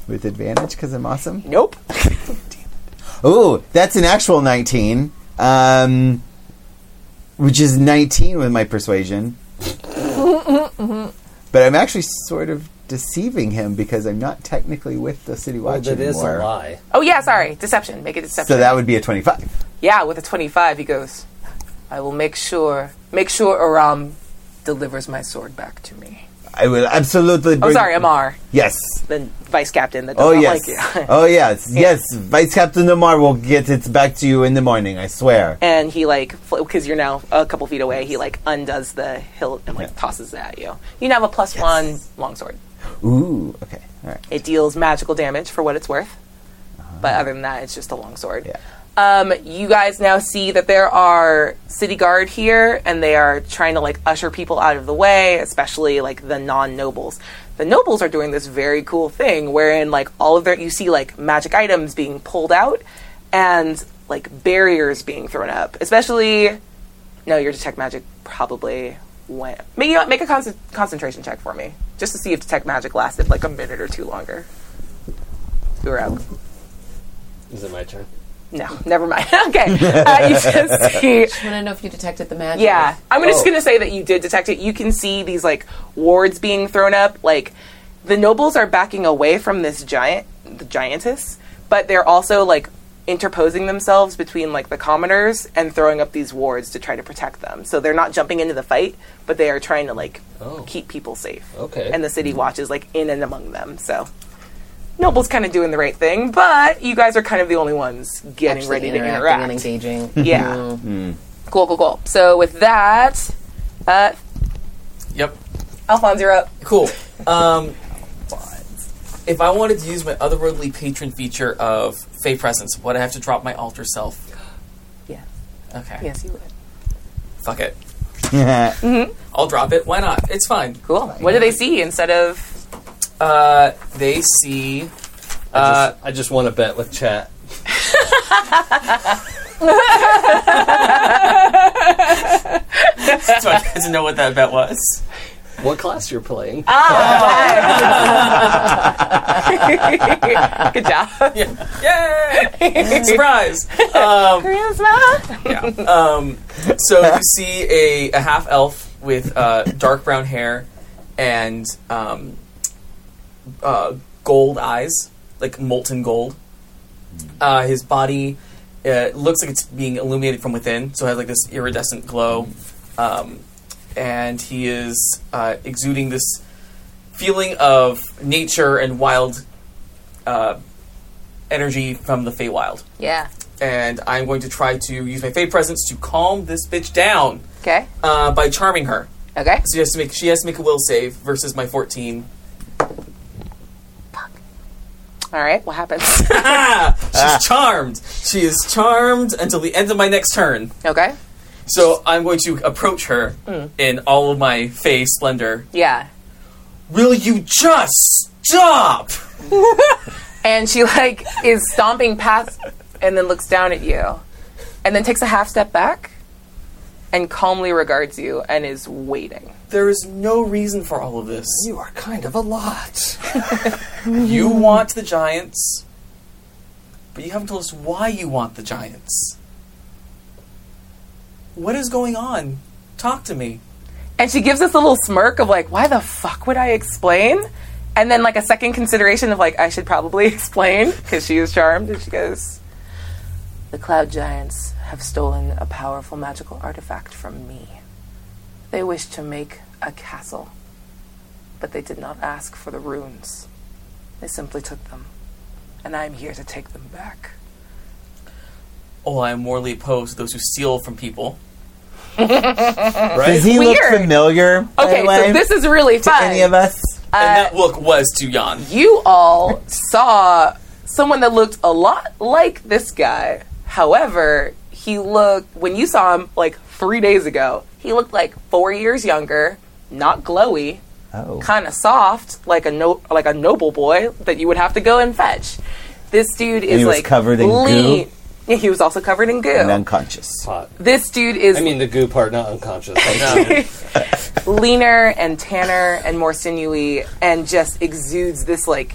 [SPEAKER 9] with advantage because I'm awesome.
[SPEAKER 11] Nope.
[SPEAKER 9] Ooh, that's an actual nineteen. Um, which is nineteen with my persuasion. but I'm actually sort of deceiving him because I'm not technically with the city
[SPEAKER 4] Well,
[SPEAKER 9] watch
[SPEAKER 4] that is
[SPEAKER 9] anymore.
[SPEAKER 4] a lie.
[SPEAKER 11] Oh yeah, sorry. Deception. Make a deception.
[SPEAKER 9] So that would be a 25.
[SPEAKER 11] yeah, with a 25, he goes, I will make sure, make sure Aram delivers my sword back to me.
[SPEAKER 9] I will absolutely
[SPEAKER 11] Oh,
[SPEAKER 9] bring.
[SPEAKER 11] sorry, Amar,
[SPEAKER 9] Yes.
[SPEAKER 11] the vice captain that
[SPEAKER 9] Oh,
[SPEAKER 11] doesn't
[SPEAKER 9] yes.
[SPEAKER 11] like you.
[SPEAKER 9] oh, yes. Yes. Vice Captain Omar will get it back to you in the morning, I swear.
[SPEAKER 11] and he, like, because you're now a couple feet away, he, like, undoes the hilt and, like,
[SPEAKER 9] Yeah.
[SPEAKER 11] tosses it at you. You now have a plus one longsword.
[SPEAKER 9] Ooh, okay. All right.
[SPEAKER 11] It deals magical damage for what it's worth. But other than that, it's just a longsword.
[SPEAKER 9] Uh-huh. Yeah.
[SPEAKER 11] Um, you guys now see that there are city guard here, and they are trying to like usher people out of the way, especially like the non nobles. The nobles are doing this very cool thing wherein like all of their you see like magic items being pulled out and like barriers being thrown up, especially. No, your detect magic probably went. Maybe you know what, make a con- concentration check for me, just to see if detect magic lasted like a minute or two longer. You're up.
[SPEAKER 4] Is it my turn?
[SPEAKER 11] No, never mind. okay, uh, you just see.
[SPEAKER 5] I want to know if you detected the magic.
[SPEAKER 11] Yeah, I'm gonna- just
[SPEAKER 4] Oh.
[SPEAKER 11] going to say that you did detect it. You can see these like wards being thrown up. Like the nobles are backing away from this giant, the giantess, but they're also like interposing themselves between like the commoners and throwing up these wards to try to protect them. So they're not jumping into the fight, but they are trying to like
[SPEAKER 4] Oh.
[SPEAKER 11] keep people safe.
[SPEAKER 4] Okay.
[SPEAKER 11] And the city watches like in and among them. So. Noble's kind of doing the right thing, but you guys are kind of the only ones getting
[SPEAKER 5] Actually
[SPEAKER 11] ready to
[SPEAKER 5] interacting
[SPEAKER 11] interact.
[SPEAKER 5] and engaging.
[SPEAKER 11] Yeah.
[SPEAKER 4] Hmm.
[SPEAKER 11] Cool, cool, cool. So with that, uh,
[SPEAKER 3] yep.
[SPEAKER 11] Alphonse, you're up.
[SPEAKER 3] Cool. Um, if I wanted to use my otherworldly patron feature of Fey Presence, would I have to drop my alter self?
[SPEAKER 11] Yes.
[SPEAKER 3] Okay.
[SPEAKER 2] Yes, you would.
[SPEAKER 3] Fuck it.
[SPEAKER 9] Yeah.
[SPEAKER 3] I'll drop it. Why not? It's fine.
[SPEAKER 2] Cool. What do they see instead of?
[SPEAKER 3] Uh, they see.
[SPEAKER 4] I
[SPEAKER 3] Uh,
[SPEAKER 4] just, I just want to bet with chat.
[SPEAKER 3] so I had to know what that bet was.
[SPEAKER 4] What class you're playing?
[SPEAKER 2] Uh, Good job.
[SPEAKER 3] Yay! Surprise! Um, yeah. Um, so you see a, a half elf with uh, dark brown hair and um, uh, gold eyes, like molten gold. Uh, his body uh, looks like it's being illuminated from within, so it has like this iridescent glow. Um, and he is uh, exuding this feeling of nature and wild uh, energy from the Feywild
[SPEAKER 2] Yeah.
[SPEAKER 3] and I'm going to try to use my Fey presence to calm this bitch down
[SPEAKER 2] Okay.
[SPEAKER 3] uh, by charming her.
[SPEAKER 2] Okay.
[SPEAKER 3] So she has to make she has to make a will save versus my 14.
[SPEAKER 2] All right. What happens?
[SPEAKER 3] Ah, she's charmed. She is charmed until the end of my next turn.
[SPEAKER 2] okay. Hmm.
[SPEAKER 3] So I'm going to approach her in all of my Fey splendor.
[SPEAKER 2] Yeah.
[SPEAKER 3] Will you just stop?
[SPEAKER 2] And she like is stomping past, and then looks down at you, and then takes a half step back, and calmly regards you, and is waiting.
[SPEAKER 3] There is no reason for all of this.
[SPEAKER 6] You are kind of a lot.
[SPEAKER 3] You want the giants, but you haven't told us why you want the giants. What is going on? Talk to me.
[SPEAKER 2] And she gives us a little smirk of like, why the fuck would I explain? And then like a second consideration of like, I should probably explain because she is charmed. And she goes, The cloud giants have stolen a powerful magical artifact from me. They wish to make a castle, but they did not ask for the runes. They simply took them, and I am here to take them back.
[SPEAKER 3] Oh, I am morally opposed to those who steal from people.
[SPEAKER 9] Does he
[SPEAKER 2] Weird.
[SPEAKER 9] look familiar? by
[SPEAKER 2] Okay,
[SPEAKER 9] the way,
[SPEAKER 2] so this is really
[SPEAKER 9] to
[SPEAKER 2] fun.
[SPEAKER 9] any of us?
[SPEAKER 6] Uh,
[SPEAKER 3] and that look was to Jan.
[SPEAKER 2] you all saw someone that looked a lot like this guy. However, he looked when you saw him like three days ago. He looked like four years younger, not glowy,
[SPEAKER 9] Oh,
[SPEAKER 2] kind of soft, like a no, like a noble boy that you would have to go and fetch. This dude is
[SPEAKER 9] he was
[SPEAKER 2] like
[SPEAKER 9] covered in goo?
[SPEAKER 2] lean. Yeah, he was also covered in goo.
[SPEAKER 9] and unconscious.
[SPEAKER 4] Pot.
[SPEAKER 2] This dude is
[SPEAKER 4] I mean, the goo part, not unconscious.
[SPEAKER 2] leaner and tanner and more sinewy and just exudes this like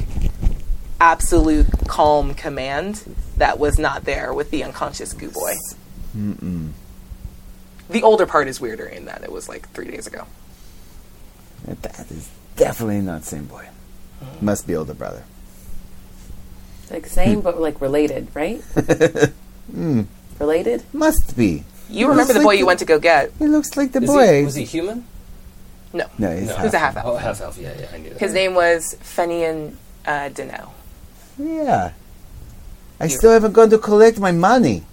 [SPEAKER 2] absolute calm command that was not there with the unconscious goo boy. The older part is weirder in that it was like three days ago.
[SPEAKER 9] That is definitely not same boy. Must be older brother.
[SPEAKER 5] Like same, but like related, right? Related?
[SPEAKER 9] Must be.
[SPEAKER 2] You remember the
[SPEAKER 9] like
[SPEAKER 2] boy
[SPEAKER 9] the-
[SPEAKER 2] you went to go get?
[SPEAKER 9] He looks like the
[SPEAKER 4] Is
[SPEAKER 9] boy.
[SPEAKER 4] He, was he human?
[SPEAKER 9] no, he's
[SPEAKER 4] No.
[SPEAKER 9] half.
[SPEAKER 2] Who's a half elf?
[SPEAKER 4] Oh, half elf. Yeah, yeah, I knew that.
[SPEAKER 2] His name was Fenian uh, Dino.
[SPEAKER 9] Yeah. I still haven't gone to collect my money.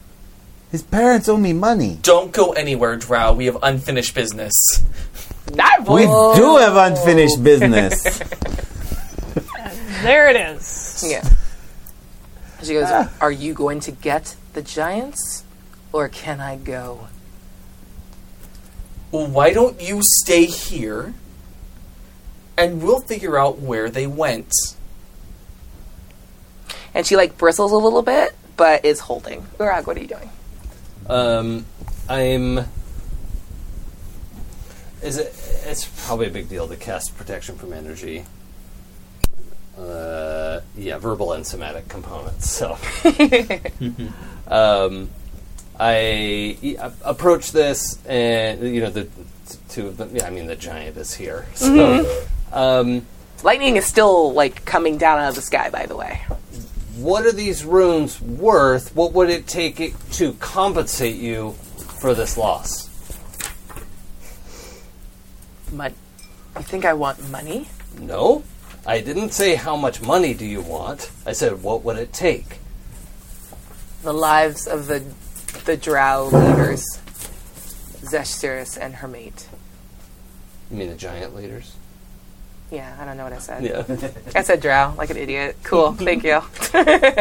[SPEAKER 9] His parents owe me money.
[SPEAKER 3] Don't go anywhere, Drow. We have unfinished business.
[SPEAKER 2] That
[SPEAKER 9] We
[SPEAKER 2] voice.
[SPEAKER 9] do have unfinished business.
[SPEAKER 7] There it is.
[SPEAKER 2] Yeah. She goes, Are you going to get the giants or can I go?
[SPEAKER 3] Well, why don't you stay here and we'll figure out where they went?
[SPEAKER 2] and she like bristles a little bit, but is holding. Urag, what are you doing?
[SPEAKER 4] Um, I'm. Is it? It's probably a big deal to cast protection from energy. Uh, yeah, verbal and somatic components. So, um, I e- a- approach this, and you know the two of them. Yeah, I mean the giant is here. So, um,
[SPEAKER 2] Lightning is still like coming down out of the sky, by the way.
[SPEAKER 4] what are these runes worth? What would it take it to compensate you for this loss?
[SPEAKER 2] Mud. You think I want money?
[SPEAKER 4] No, I didn't say how much money do you want. I said what would it take.
[SPEAKER 2] The lives of the the Drow leaders, Zeshtiris and her mate.
[SPEAKER 4] You mean the giant leaders?
[SPEAKER 2] Yeah, I don't know what I said.
[SPEAKER 4] Yeah,
[SPEAKER 2] I said Drow like an idiot. Cool, thank you.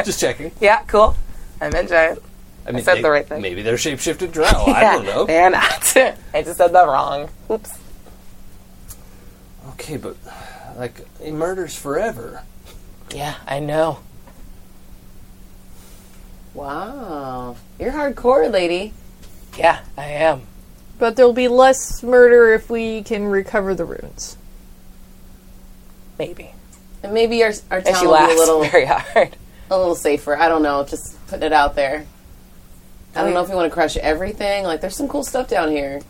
[SPEAKER 4] just checking.
[SPEAKER 2] Yeah, cool. I meant giant.
[SPEAKER 4] I mean,
[SPEAKER 11] said
[SPEAKER 4] they-
[SPEAKER 11] the right thing.
[SPEAKER 4] Maybe they're shapeshifted drow. I don't know.
[SPEAKER 11] They're not. I just said that wrong. Oops.
[SPEAKER 4] Okay, but like he murders forever.
[SPEAKER 11] Yeah, I know.
[SPEAKER 5] Wow. You're hardcore, lady.
[SPEAKER 11] Yeah, I am.
[SPEAKER 7] But there'll be less murder if we can recover the runes.
[SPEAKER 11] Maybe.
[SPEAKER 5] And maybe our, our
[SPEAKER 11] And
[SPEAKER 5] town
[SPEAKER 11] she
[SPEAKER 5] will be
[SPEAKER 11] laughs
[SPEAKER 5] a little,
[SPEAKER 11] very hard.
[SPEAKER 5] a little safer. I don't know. Just putting it out there. I don't
[SPEAKER 11] mean-
[SPEAKER 5] know if we want to crush everything. Like, there's some cool stuff down here.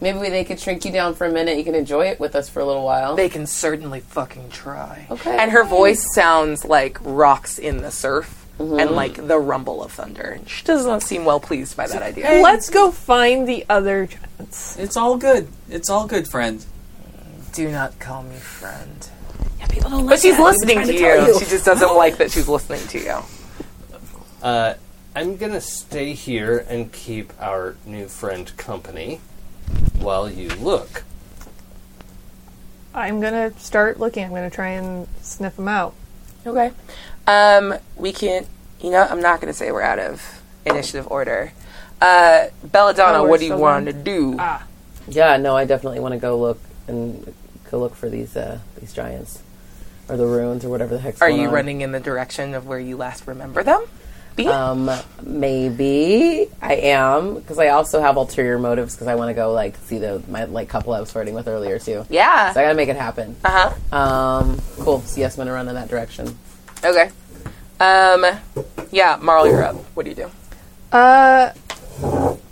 [SPEAKER 5] Maybe we- they could shrink you down for a minute. You can enjoy it with us for a little while.
[SPEAKER 11] They can certainly fucking try.
[SPEAKER 5] Okay.
[SPEAKER 11] And her voice sounds like rocks in the surf and like the rumble of thunder. And She does not seem well pleased by that idea.
[SPEAKER 7] Let's go find the other giants.
[SPEAKER 3] It's all good. It's all good, friend.
[SPEAKER 11] Do not call me friend. Yeah, people don't. But she's listening to you. She just doesn't like that she's listening to you.
[SPEAKER 4] Uh, I'm gonna stay here and keep our new friend company while you look.
[SPEAKER 7] I'm gonna start looking. I'm gonna try and sniff them out.
[SPEAKER 11] Okay. Um, we can. You know, I'm not going to say we're out of initiative order. Uh, Belladonna,
[SPEAKER 7] Oh, we're
[SPEAKER 11] what do you
[SPEAKER 7] still
[SPEAKER 11] want to
[SPEAKER 7] going.
[SPEAKER 11] do?
[SPEAKER 7] Ah,
[SPEAKER 5] Yeah, no, I definitely want to go look and go look for these uh, these giants or the ruins or whatever the heck's
[SPEAKER 11] Are
[SPEAKER 5] going
[SPEAKER 11] you
[SPEAKER 5] on.
[SPEAKER 11] running in the direction of where you last remember them? Be
[SPEAKER 5] Um, maybe I am because I also have ulterior motives because I want to go like see the my like couple I was flirting with earlier too.
[SPEAKER 11] yeah.
[SPEAKER 5] So I gotta make it happen.
[SPEAKER 11] Uh
[SPEAKER 5] huh. Um, cool. So yes, I'm gonna run in that direction.
[SPEAKER 11] Okay. Um, yeah, Marl, you're up. What do you do?
[SPEAKER 7] uh,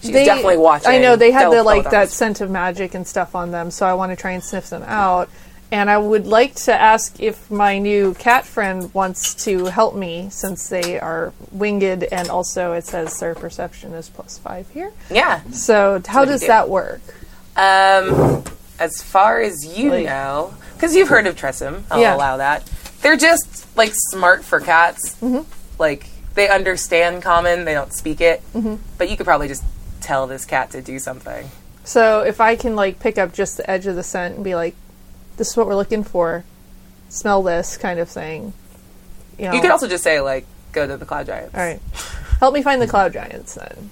[SPEAKER 11] She's definitely watching.
[SPEAKER 7] I know they had the
[SPEAKER 11] Del-
[SPEAKER 7] like that
[SPEAKER 11] Belladonna's-
[SPEAKER 7] scent of magic and stuff on them, so I want to try and sniff them out. And I would like to ask if my new cat friend wants to help me, since they are winged, and also it says their perception is plus five here.
[SPEAKER 11] Yeah.
[SPEAKER 7] So how
[SPEAKER 11] do you
[SPEAKER 7] does
[SPEAKER 11] do?
[SPEAKER 7] that work?
[SPEAKER 11] Um, as far as you
[SPEAKER 7] Like-
[SPEAKER 11] know, because you've heard of Tressum, I'll
[SPEAKER 7] Yeah.
[SPEAKER 11] allow that. They're just like smart for cats.
[SPEAKER 5] Mm-hmm.
[SPEAKER 11] Like they understand common, they don't speak it,
[SPEAKER 5] Mm-hmm.
[SPEAKER 11] but you could probably just tell this cat to do something.
[SPEAKER 7] So if I can like pick up just the edge of the scent and be like, "This is what we're looking for," smell this kind of thing. know.
[SPEAKER 11] You could also just say like, "Go to the cloud giants."
[SPEAKER 7] all right. Help me find the cloud giants then.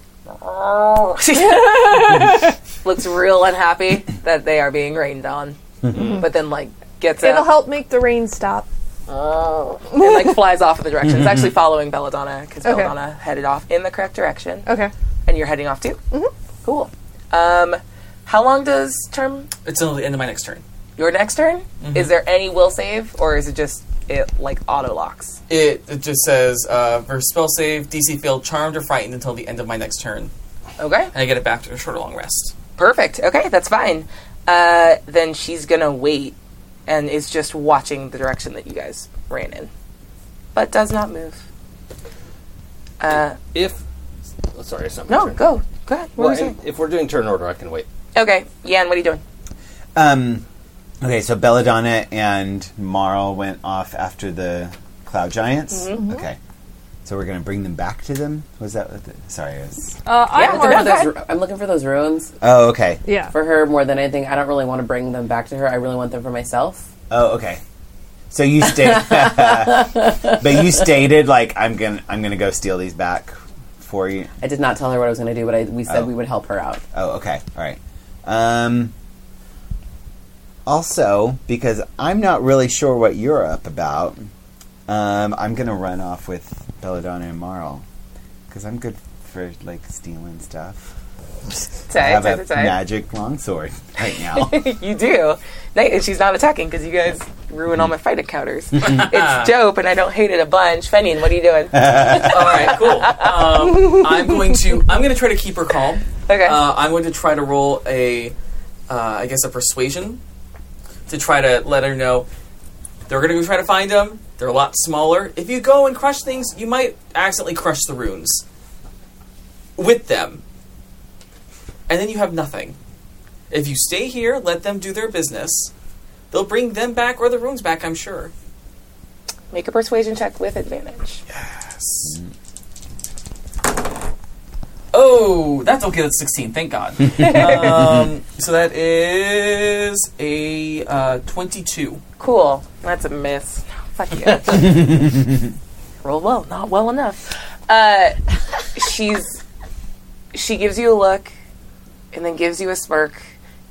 [SPEAKER 11] Looks real unhappy that they are being rained on, but then like gets
[SPEAKER 7] It'll
[SPEAKER 11] up
[SPEAKER 7] help make the rain stop.
[SPEAKER 11] and like flies off in the direction. It's actually following Belladonna because
[SPEAKER 7] Okay.
[SPEAKER 11] Belladonna headed off in the correct direction.
[SPEAKER 7] Okay.
[SPEAKER 11] And you're heading off too? Mm-hmm. Cool. Um, how long does term
[SPEAKER 3] It's until the end of my next turn. Mm-hmm.
[SPEAKER 11] your next turn? Is there any will save, or is it just it like auto locks?
[SPEAKER 3] It, it just says uh, for spell save, DC field charmed or frightened until the end of my next turn,
[SPEAKER 11] Okay,
[SPEAKER 3] and I get it back to a short or long rest.
[SPEAKER 11] perfect. Okay, that's fine. Uh, then she's gonna wait and is just watching the direction that you guys ran in, but does not move. Uh,
[SPEAKER 4] If oh, sorry, it's not my
[SPEAKER 11] no,
[SPEAKER 4] turn.
[SPEAKER 11] go, go ahead. What
[SPEAKER 4] Well,
[SPEAKER 11] were you
[SPEAKER 4] and if we're doing turn order, I can wait.
[SPEAKER 11] saying? Okay, Yan, what are you doing?
[SPEAKER 9] Um, okay, so Belladonna and Marl went off after the cloud giants.
[SPEAKER 2] Mm-hmm.
[SPEAKER 9] Okay, so we're gonna bring them back to them. Was that? What the, sorry. It was,
[SPEAKER 7] Uh, I'm
[SPEAKER 5] I'm,
[SPEAKER 7] already-
[SPEAKER 5] looking for those, I'm looking for those ruins
[SPEAKER 9] oh, okay.
[SPEAKER 7] yeah.
[SPEAKER 5] for her more than anything. I don't really want to bring them back to her. I really want them for myself.
[SPEAKER 9] Oh, okay. So you stayed, but you stated like I'm gonna I'm gonna go steal these back for you.
[SPEAKER 5] I did not tell her what I was gonna do, but I, we said
[SPEAKER 9] Oh.
[SPEAKER 5] we would help her out.
[SPEAKER 9] Oh, okay. All right. Um, also, because I'm not really sure what you're up about, um, I'm going to run off with Belladonna and Marl. Because I'm good for, like, stealing stuff. I
[SPEAKER 11] Tay,
[SPEAKER 9] have
[SPEAKER 11] tay,
[SPEAKER 9] a
[SPEAKER 11] tay, tay.
[SPEAKER 9] magic longsword right now.
[SPEAKER 11] you do. No, and she's not attacking because you guys ruin all my fight encounters. it's dope, and I don't hate it a bunch. Fenian, what are you doing?
[SPEAKER 3] All right, cool. Um, I'm going to I'm going to try to keep her calm.
[SPEAKER 11] Okay.
[SPEAKER 3] Uh, I'm going to try to roll a, uh, I guess a persuasion, to try to let her know they're going to go try to find them. They're a lot smaller. If you go and crush things, you might accidentally crush the runes with them, and then you have nothing. If you stay here, let them do their business. They'll bring them back or the runes back. I'm sure.
[SPEAKER 11] Make a persuasion check with advantage.
[SPEAKER 3] Oh, that's okay. That's 16. Thank God. um, so that is a uh, 22.
[SPEAKER 11] Cool. That's a miss. Fuck you. Roll well, not well enough. Uh,
[SPEAKER 2] she's she gives you a look and then gives you a smirk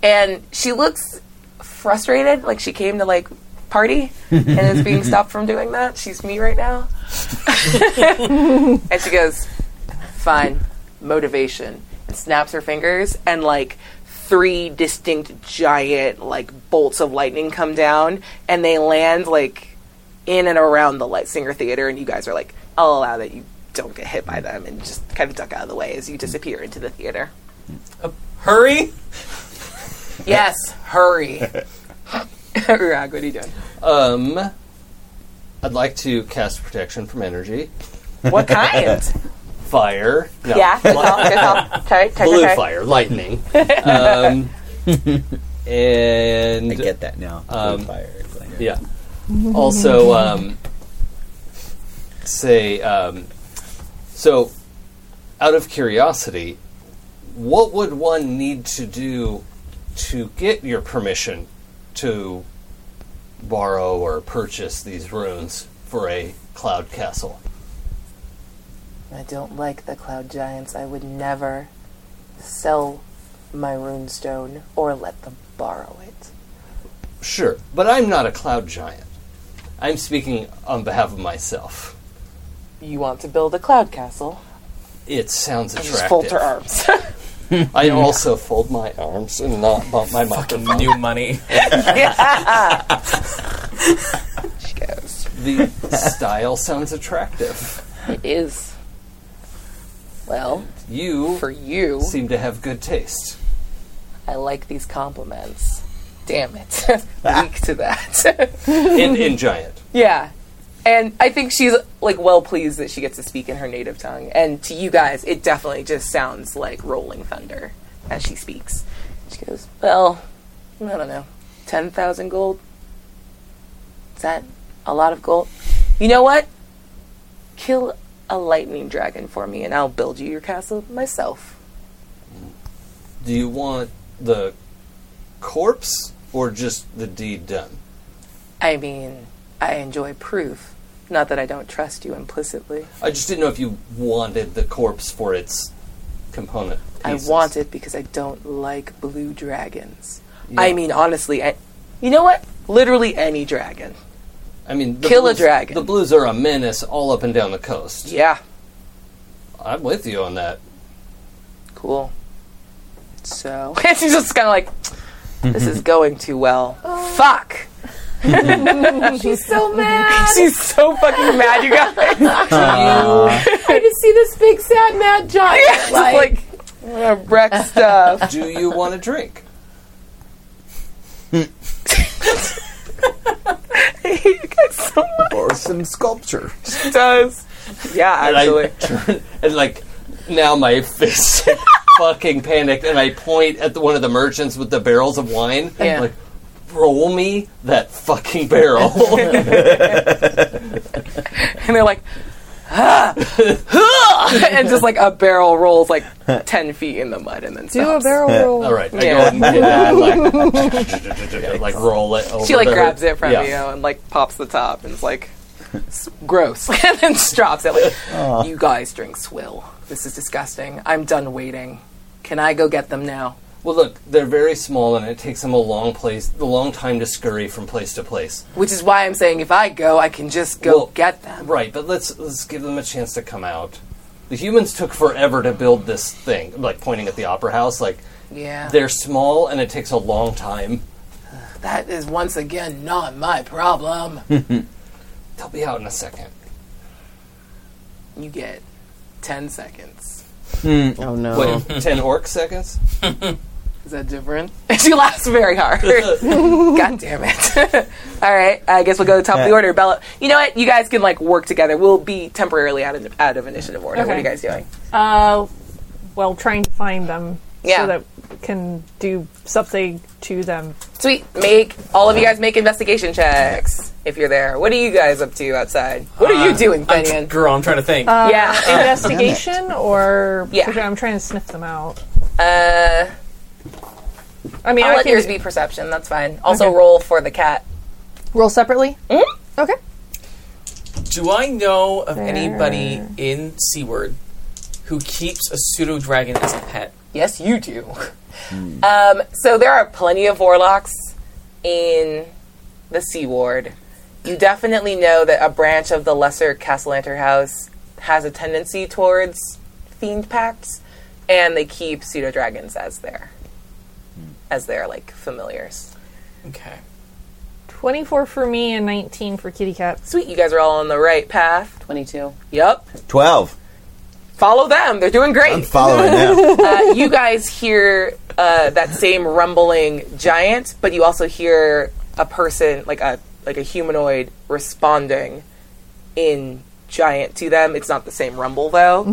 [SPEAKER 2] and she looks frustrated like she came to like party and is being stopped from doing that she's me right now and she goes fine motivation and snaps her fingers and like three distinct giant like bolts of lightning come down and they land like in and around the light singer theater and you guys are like i'll allow that you don't get hit by them and just kind of duck out of the way as you disappear into the theater
[SPEAKER 3] Hurry!
[SPEAKER 2] yes hurry Urag, what are you doing
[SPEAKER 4] Um, I'd like to cast protection from energy.
[SPEAKER 2] what kind
[SPEAKER 4] Fire. No,
[SPEAKER 2] yeah good call, good call. Okay, okay,
[SPEAKER 4] Blue
[SPEAKER 2] okay.
[SPEAKER 4] fire, lightning. Um, and
[SPEAKER 9] I get that now.
[SPEAKER 4] Um,
[SPEAKER 9] Blue fire.
[SPEAKER 4] Yeah. Also, um, say, um, so out of curiosity, what would one need to do to get your permission to borrow or purchase these runes for a cloud castle?
[SPEAKER 16] I don't like the cloud giants. I would never sell my runestone or let them borrow it.
[SPEAKER 4] Sure, but I'm not a cloud giant. I'm speaking on behalf of myself.
[SPEAKER 16] You want to build a cloud castle?
[SPEAKER 4] It sounds attractive.
[SPEAKER 2] just fold her arms
[SPEAKER 4] I also fold my arms and not bump my microphone.
[SPEAKER 3] New money.
[SPEAKER 4] The style sounds attractive.
[SPEAKER 2] it is
[SPEAKER 16] Well,
[SPEAKER 4] You
[SPEAKER 2] for you
[SPEAKER 4] seem to have good taste.
[SPEAKER 16] I like these compliments.
[SPEAKER 2] damn it weak to that
[SPEAKER 4] In, in giant.
[SPEAKER 2] Yeah. And I think she's like well pleased that she gets to speak in her native tongue. And to you guys, it definitely just sounds like rolling thunder as she speaks. She goes, "Well, I don't know. 10,000 gold. Is that a lot of gold? You know what? Kill a lightning dragon for me and I'll build you your castle myself."
[SPEAKER 4] Do you want the corpse or just the deed done?
[SPEAKER 2] I mean, I enjoy proof. Not that I don't trust you implicitly.
[SPEAKER 4] I just didn't know if you wanted the corpse for its component. pieces.
[SPEAKER 2] I want it because I don't like blue dragons. I mean, honestly, I, you know what? Literally any dragon.
[SPEAKER 4] I mean, the
[SPEAKER 2] Kill a
[SPEAKER 4] blues,
[SPEAKER 2] dragon.
[SPEAKER 4] The blues are a menace all up and down the coast.
[SPEAKER 2] Yeah,
[SPEAKER 4] I'm with you on that.
[SPEAKER 2] cool. So and she's just kind of like, this is going too well. Fuck.
[SPEAKER 5] She's so mad.
[SPEAKER 2] She's so fucking mad, you guys.
[SPEAKER 5] I just see this big sad mad giant.
[SPEAKER 2] Just like, I'm gonna wreck stuff.
[SPEAKER 4] Do you want a drink?
[SPEAKER 2] you guys so much.
[SPEAKER 10] Or some sculpture.
[SPEAKER 2] She does. Yeah, actually.
[SPEAKER 4] And I turn and like now my face fucking panicked and I point at the, one of the merchants with the barrels of wine.
[SPEAKER 2] Yeah.
[SPEAKER 4] Like, roll me that fucking barrel.
[SPEAKER 2] and they're like, ah, ah, and just like a barrel rolls like 10 feet in the mud and then
[SPEAKER 7] Do
[SPEAKER 2] stops.
[SPEAKER 7] a barrel roll.
[SPEAKER 4] All right, I go
[SPEAKER 2] Yeah.
[SPEAKER 4] ahead and get it and like, like roll it. Over
[SPEAKER 2] She like
[SPEAKER 4] to her.
[SPEAKER 2] grabs it from
[SPEAKER 4] Yeah.
[SPEAKER 2] you and like pops the top and is like, "S- gross, and then just drops it. Like, you guys drink swill. This is disgusting. I'm done waiting. Can I go get them now?
[SPEAKER 4] Well, look, they're very small and it takes them a long place, a long time to scurry from place to place.
[SPEAKER 2] Which is why I'm saying if I go, I can just go
[SPEAKER 4] Well-
[SPEAKER 2] get them.
[SPEAKER 4] Right, but let's let's give them a chance to come out. The humans took forever to build this thing. Like pointing at the opera house, like
[SPEAKER 2] Yeah,
[SPEAKER 4] They're small and it takes a long time.
[SPEAKER 2] that is once again not my problem.
[SPEAKER 4] They'll be out in a second.
[SPEAKER 2] you get ten seconds.
[SPEAKER 11] Hmm.
[SPEAKER 5] oh no.
[SPEAKER 4] Wait, 10 orc seconds?
[SPEAKER 2] Is that different? she laughs very hard. God damn it. All right, I guess we'll go to the top of the order. Bella, you know what? You guys can like work together. We'll be temporarily out of, out of initiative order. What are you
[SPEAKER 7] Okay.
[SPEAKER 2] guys doing?
[SPEAKER 7] Uh, well, trying to find them
[SPEAKER 2] Yeah.
[SPEAKER 7] so that we can do something to them.
[SPEAKER 2] Sweet. Make all of you guys make investigation checks if you're there. What are you guys up to outside? What are you doing, Fenian?
[SPEAKER 3] Girl, I'm trying to think.
[SPEAKER 7] Uh,
[SPEAKER 2] yeah.
[SPEAKER 7] Investigation or
[SPEAKER 2] Yeah.
[SPEAKER 7] I'm trying to sniff them out.
[SPEAKER 2] Uh,
[SPEAKER 7] I mean,
[SPEAKER 2] I'll
[SPEAKER 7] I
[SPEAKER 2] let
[SPEAKER 7] can
[SPEAKER 2] yours be perception. That's fine. Also,
[SPEAKER 7] Okay.
[SPEAKER 2] roll for the cat.
[SPEAKER 7] roll separately. Mm-hmm. Okay.
[SPEAKER 3] Do I know of anybody in Seaward who keeps a pseudo dragon as a pet.
[SPEAKER 11] Yes, you do. Um, so there are plenty of warlocks in the Sea Ward. You definitely know that a branch of the Lesser Castellanter House has a tendency towards fiend pacts, and they keep pseudo dragons as their as their like familiars.
[SPEAKER 3] Okay.
[SPEAKER 7] 24 for me and 19 for kitty cat.
[SPEAKER 11] Sweet, you guys are all on the right path.
[SPEAKER 5] 22.
[SPEAKER 11] Yep,
[SPEAKER 9] 12.
[SPEAKER 11] follow them. They're doing great.
[SPEAKER 9] I'm following them.
[SPEAKER 11] uh, you guys hear uh, that same rumbling giant, but you also hear a person, like a like a humanoid, responding in giant to them. It's not the same rumble though,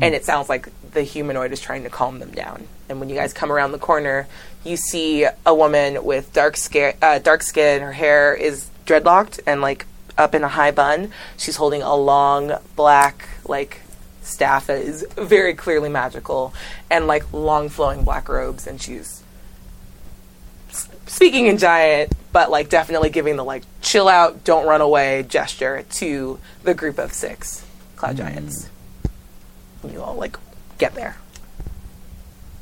[SPEAKER 11] and it sounds like the humanoid is trying to calm them down. And when you guys come around the corner, you see a woman with dark skin. Uh, dark skin. Her hair is dreadlocked and like up in a high bun. She's holding a long black like staff that is very clearly magical and like long flowing black robes and she's s- speaking in giant but like definitely giving the like chill out don't run away gesture to the group of six cloud giants you all like get there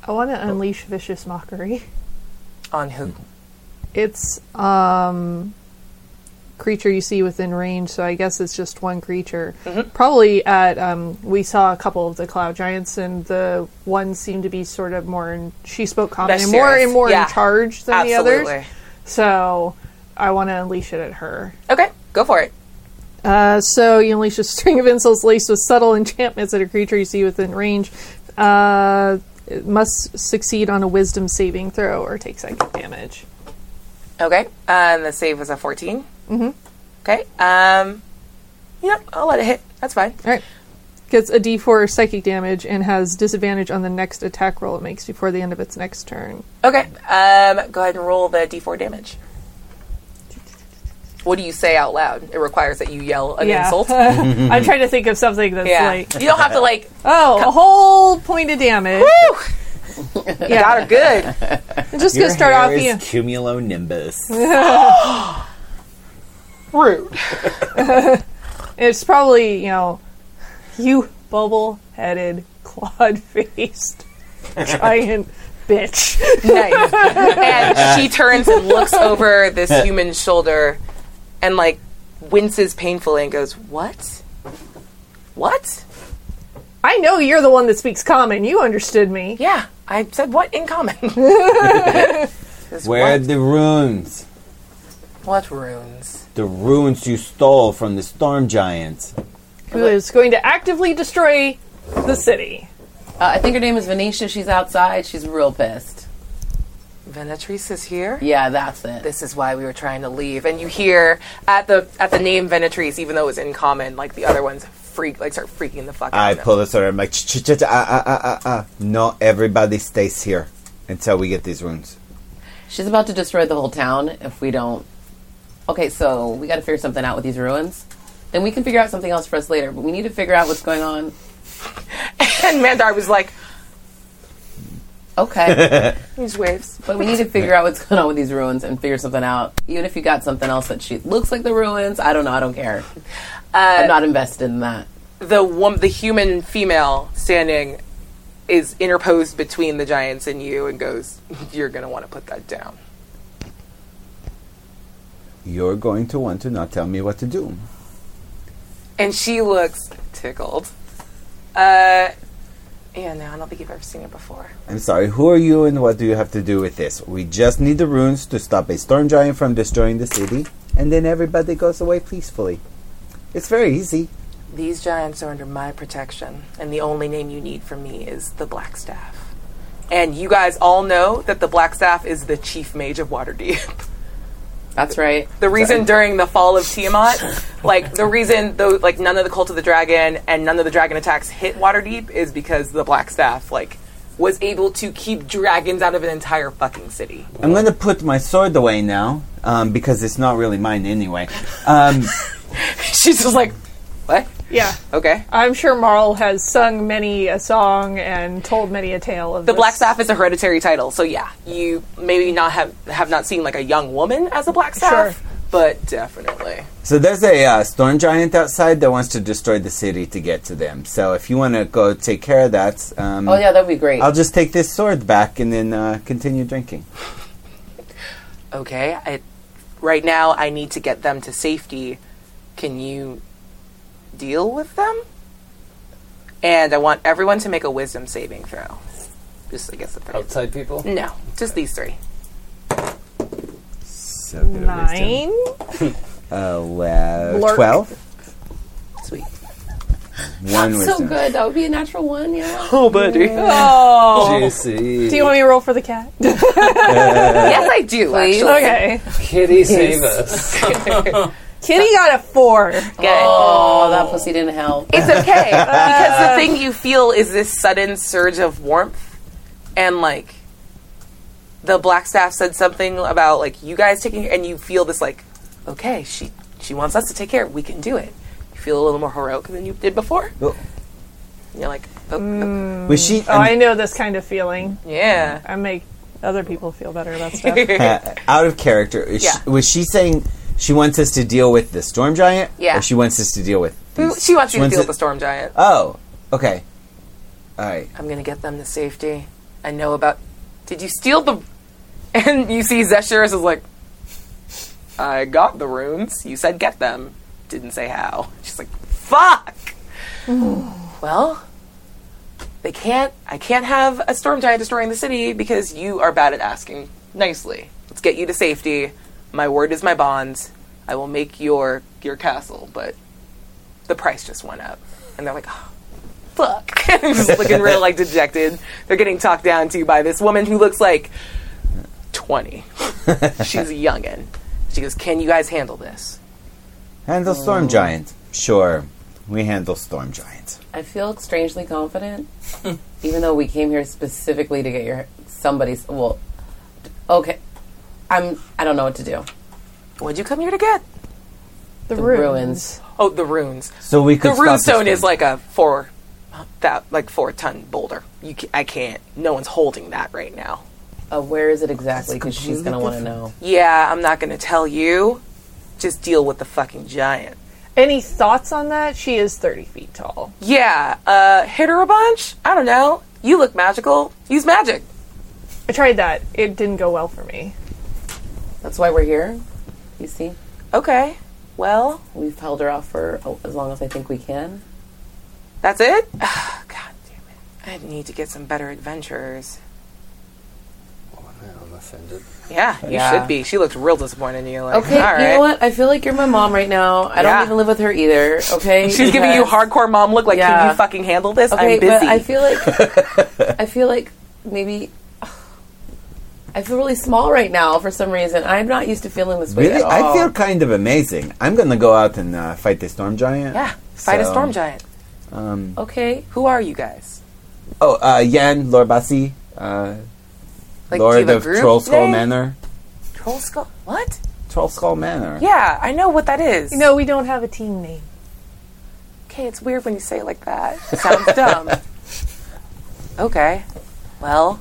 [SPEAKER 7] I want to unleash vicious mockery.
[SPEAKER 11] on who
[SPEAKER 7] It's um creature you see within range, so I guess it's just one creature.
[SPEAKER 11] Mm-hmm.
[SPEAKER 7] Probably at um we saw a couple of the cloud giants and the one seemed to be sort of more in, she spoke common and more
[SPEAKER 11] serious.
[SPEAKER 7] and more
[SPEAKER 11] Yeah.
[SPEAKER 7] in charge than the
[SPEAKER 11] absolutely
[SPEAKER 7] others. So I want to unleash it at her.
[SPEAKER 11] okay go for it
[SPEAKER 7] Uh, so you unleash a string of insults laced with subtle enchantments at a creature you see within range. Uh, it must succeed on a wisdom saving throw or take psychic damage.
[SPEAKER 11] okay and the save was a 14 mm-hmm okay um yep i'll let it hit that's fine
[SPEAKER 7] All right. Gets a d4 psychic damage and has disadvantage on the next attack roll it makes before the end of its next turn.
[SPEAKER 11] Okay. Um, go ahead and roll the d4 damage. What do you say out loud? It requires that you yell an insult.
[SPEAKER 7] I'm trying to think of something that's
[SPEAKER 11] yeah.
[SPEAKER 7] like,
[SPEAKER 11] you don't have to like.
[SPEAKER 7] oh, a whole point of damage.
[SPEAKER 11] Got her good.
[SPEAKER 7] I'm just going to start off you.
[SPEAKER 9] cumulonimbus.
[SPEAKER 11] Rude.
[SPEAKER 7] It's probably, you know, you bubble headed, clawed faced, giant bitch.
[SPEAKER 11] Nice. And she turns and looks over this human's shoulder, and like winces painfully and goes, "What? What?
[SPEAKER 7] I know you're the one that speaks common. You understood me.
[SPEAKER 11] Yeah, I said what in common? Says,
[SPEAKER 17] Where are
[SPEAKER 11] What,
[SPEAKER 17] the runes?
[SPEAKER 11] what runes?
[SPEAKER 17] The runes you stole from the storm giant.
[SPEAKER 7] Who is going to actively destroy the city?
[SPEAKER 5] Uh, I think her name is Venetia. She's outside. She's real pissed.
[SPEAKER 11] Venatrice is here.
[SPEAKER 5] Yeah, that's it.
[SPEAKER 11] this is why we were trying to leave. And you hear at the at the name Venatrice, even though it was in common, like the other ones freak like start freaking the fuck out.
[SPEAKER 9] I
[SPEAKER 11] of them.
[SPEAKER 9] pull this over. I'm like, "Ch- ch- ch- ah, ah, ah, ah, ah. No, everybody stays here until we get these runes.
[SPEAKER 5] She's about to destroy the whole town if we don't. Okay, so we got to figure something out with these ruins. Then we can figure out something else for us later, but we need to figure out what's going on.
[SPEAKER 11] And Mandar was like,
[SPEAKER 5] Okay,
[SPEAKER 11] these waves.
[SPEAKER 5] but we need to figure out what's going on with these ruins and figure something out. Even if you got something else that she looks like the ruins, I don't know. I don't care. I'm not invested in that.
[SPEAKER 11] The wom- the human female standing is interposed between the giants and you and goes, You're gonna want to put that down.
[SPEAKER 9] You're going to want to not tell me what to do.
[SPEAKER 11] And she looks tickled. Uh yeah, no, I don't think you've ever seen it before.
[SPEAKER 9] I'm sorry, who are you and what do you have to do with this? We just need the runes to stop a storm giant from destroying the city, and then everybody goes away peacefully. It's very easy.
[SPEAKER 11] These giants are under my protection, and the only name you need from me is the Black Staff. And you guys all know that the Black Staff is the chief mage of Waterdeep.
[SPEAKER 5] That's right.
[SPEAKER 11] the reason during the fall of Tiamat, like the reason though, like none of the Cult of the Dragon and none of the dragon attacks hit Waterdeep is because the Black Staff, like, was able to keep dragons out of an entire fucking city.
[SPEAKER 17] I'm gonna put my sword away now, um, because it's not really mine anyway. Um,
[SPEAKER 11] She's just like, what?
[SPEAKER 7] Yeah.
[SPEAKER 11] Okay.
[SPEAKER 7] I'm sure Marl has sung many a song and told many a tale of
[SPEAKER 11] The Black Staff is a hereditary title, so yeah, you maybe not have have not seen like a young woman as a Black Staff,
[SPEAKER 7] Sure.
[SPEAKER 11] but but definitely.
[SPEAKER 9] So there's a uh, storm giant outside that wants to destroy the city to get to them. So if you want to go take care of that, um,
[SPEAKER 5] Oh, yeah, that'd be great.
[SPEAKER 9] I'll just take this sword back and then uh, continue drinking.
[SPEAKER 11] Okay, I, right now I need to get them to safety. Can you deal with them? And I want everyone to make a wisdom saving throw. Just, I guess, the three.
[SPEAKER 4] Outside people?
[SPEAKER 11] No, just these three.
[SPEAKER 9] So good at wisdom.
[SPEAKER 7] Nine?
[SPEAKER 4] Hmm.
[SPEAKER 9] Uh, well,
[SPEAKER 7] Blurk.
[SPEAKER 9] twelve.
[SPEAKER 11] Sweet.
[SPEAKER 9] One
[SPEAKER 5] so
[SPEAKER 9] wisdom.
[SPEAKER 5] good. That would be a natural one, yeah.
[SPEAKER 11] Oh, buddy.
[SPEAKER 7] Oh.
[SPEAKER 4] Juicy.
[SPEAKER 7] Do you want me to roll for the cat?
[SPEAKER 11] yes, I do,
[SPEAKER 5] Please.
[SPEAKER 11] actually.
[SPEAKER 7] Okay.
[SPEAKER 4] Kitty, save us.
[SPEAKER 7] Kitty got a four.
[SPEAKER 11] Good.
[SPEAKER 5] Oh, that pussy didn't help.
[SPEAKER 11] It's okay because the thing you feel is this sudden surge of warmth, and like the black staff said something about like you guys taking, and you feel this like, okay, she she wants us to take care. We can do it. You feel a little more heroic than you did before.
[SPEAKER 9] Oh.
[SPEAKER 11] And You're like, oh,
[SPEAKER 9] Was she?
[SPEAKER 7] Oh, I know this kind of feeling.
[SPEAKER 11] oh, yeah.
[SPEAKER 7] I make other people feel better about stuff.
[SPEAKER 9] uh, out of character. Is
[SPEAKER 11] Yeah.
[SPEAKER 9] she, was she saying she wants us to deal with the storm giant?
[SPEAKER 11] Yeah.
[SPEAKER 9] Or she wants us to deal with. These,
[SPEAKER 11] She wants you to deal
[SPEAKER 9] it-
[SPEAKER 11] with the storm giant.
[SPEAKER 9] Oh, okay. All right.
[SPEAKER 11] I'm gonna get them to safety. I know about. Did you steal the? And you see Zeshuris is like, I got the runes. You said get them. Didn't say how. She's like, fuck. well, they can't. I can't have a storm giant destroying the city because you are bad at asking nicely. Let's get you to safety. My word is my bond. I will make your your castle, but the price just went up. And they're like, oh, fuck. just looking real like dejected. They're getting talked down to by this woman who looks like 20. She's a youngin. She goes, "Can you guys handle this?"
[SPEAKER 9] Handle storm giant. Sure. We handle storm giant.
[SPEAKER 5] I feel strangely confident, even though we came here specifically to get your somebody's. Well, okay, I'm. I don't know what to do.
[SPEAKER 11] What'd you come here to get?
[SPEAKER 7] The,
[SPEAKER 5] The
[SPEAKER 7] ruins.
[SPEAKER 5] ruins.
[SPEAKER 11] Oh, the runes.
[SPEAKER 9] So we could.
[SPEAKER 11] the rune
[SPEAKER 9] stop
[SPEAKER 11] stone
[SPEAKER 9] storm-
[SPEAKER 11] is like a four, that like four ton boulder. You, ca- I can't. No one's holding that right now.
[SPEAKER 5] Uh, where is it exactly? Because she's gonna want to know.
[SPEAKER 11] Yeah, I'm not gonna tell you. Just deal with the fucking giant.
[SPEAKER 7] Any thoughts on that? She is 30 feet tall.
[SPEAKER 11] Yeah, uh, hit her a bunch. I don't know. You look magical. Use magic.
[SPEAKER 7] I tried that. It didn't go well for me.
[SPEAKER 5] That's why we're here. You see,
[SPEAKER 11] Okay. Well,
[SPEAKER 5] we've held her off for oh, as long as I think we can.
[SPEAKER 11] That's it? Ah, God damn it. I need to get some better adventurers.
[SPEAKER 4] I'm offended.
[SPEAKER 11] Yeah, you
[SPEAKER 5] Yeah.
[SPEAKER 11] should be. She looked real disappointed in you. Like,
[SPEAKER 5] Okay,
[SPEAKER 11] All right.
[SPEAKER 5] you know what? I feel like you're my mom right now. I
[SPEAKER 11] Yeah.
[SPEAKER 5] don't even live with her either. Okay,
[SPEAKER 11] She's giving you
[SPEAKER 5] Because-
[SPEAKER 11] hardcore mom look like, can
[SPEAKER 5] Yeah.
[SPEAKER 11] you fucking handle this?
[SPEAKER 5] Okay,
[SPEAKER 11] I'm busy.
[SPEAKER 5] but I feel like I feel like maybe I feel really small right now for some reason. I'm not used to feeling this way.
[SPEAKER 9] Really,
[SPEAKER 5] at
[SPEAKER 9] I
[SPEAKER 5] all.
[SPEAKER 9] feel kind of amazing. I'm gonna go out and uh, fight the storm giant.
[SPEAKER 11] yeah, fight a
[SPEAKER 9] So,
[SPEAKER 11] storm giant.
[SPEAKER 9] Um,
[SPEAKER 5] okay.
[SPEAKER 11] Who are you guys?
[SPEAKER 9] oh, uh, Yan Lorbasi, uh,
[SPEAKER 11] Like, do you
[SPEAKER 9] Lord
[SPEAKER 11] have a
[SPEAKER 9] of
[SPEAKER 11] group
[SPEAKER 9] Troll Skull
[SPEAKER 11] name?
[SPEAKER 9] Manor.
[SPEAKER 11] Troll Skull? What?
[SPEAKER 9] Troll Skull Manor.
[SPEAKER 11] Yeah, I know what that is.
[SPEAKER 7] No, we don't have a team name.
[SPEAKER 11] Okay, it's weird when you say it like that. It sounds dumb. Okay. Well,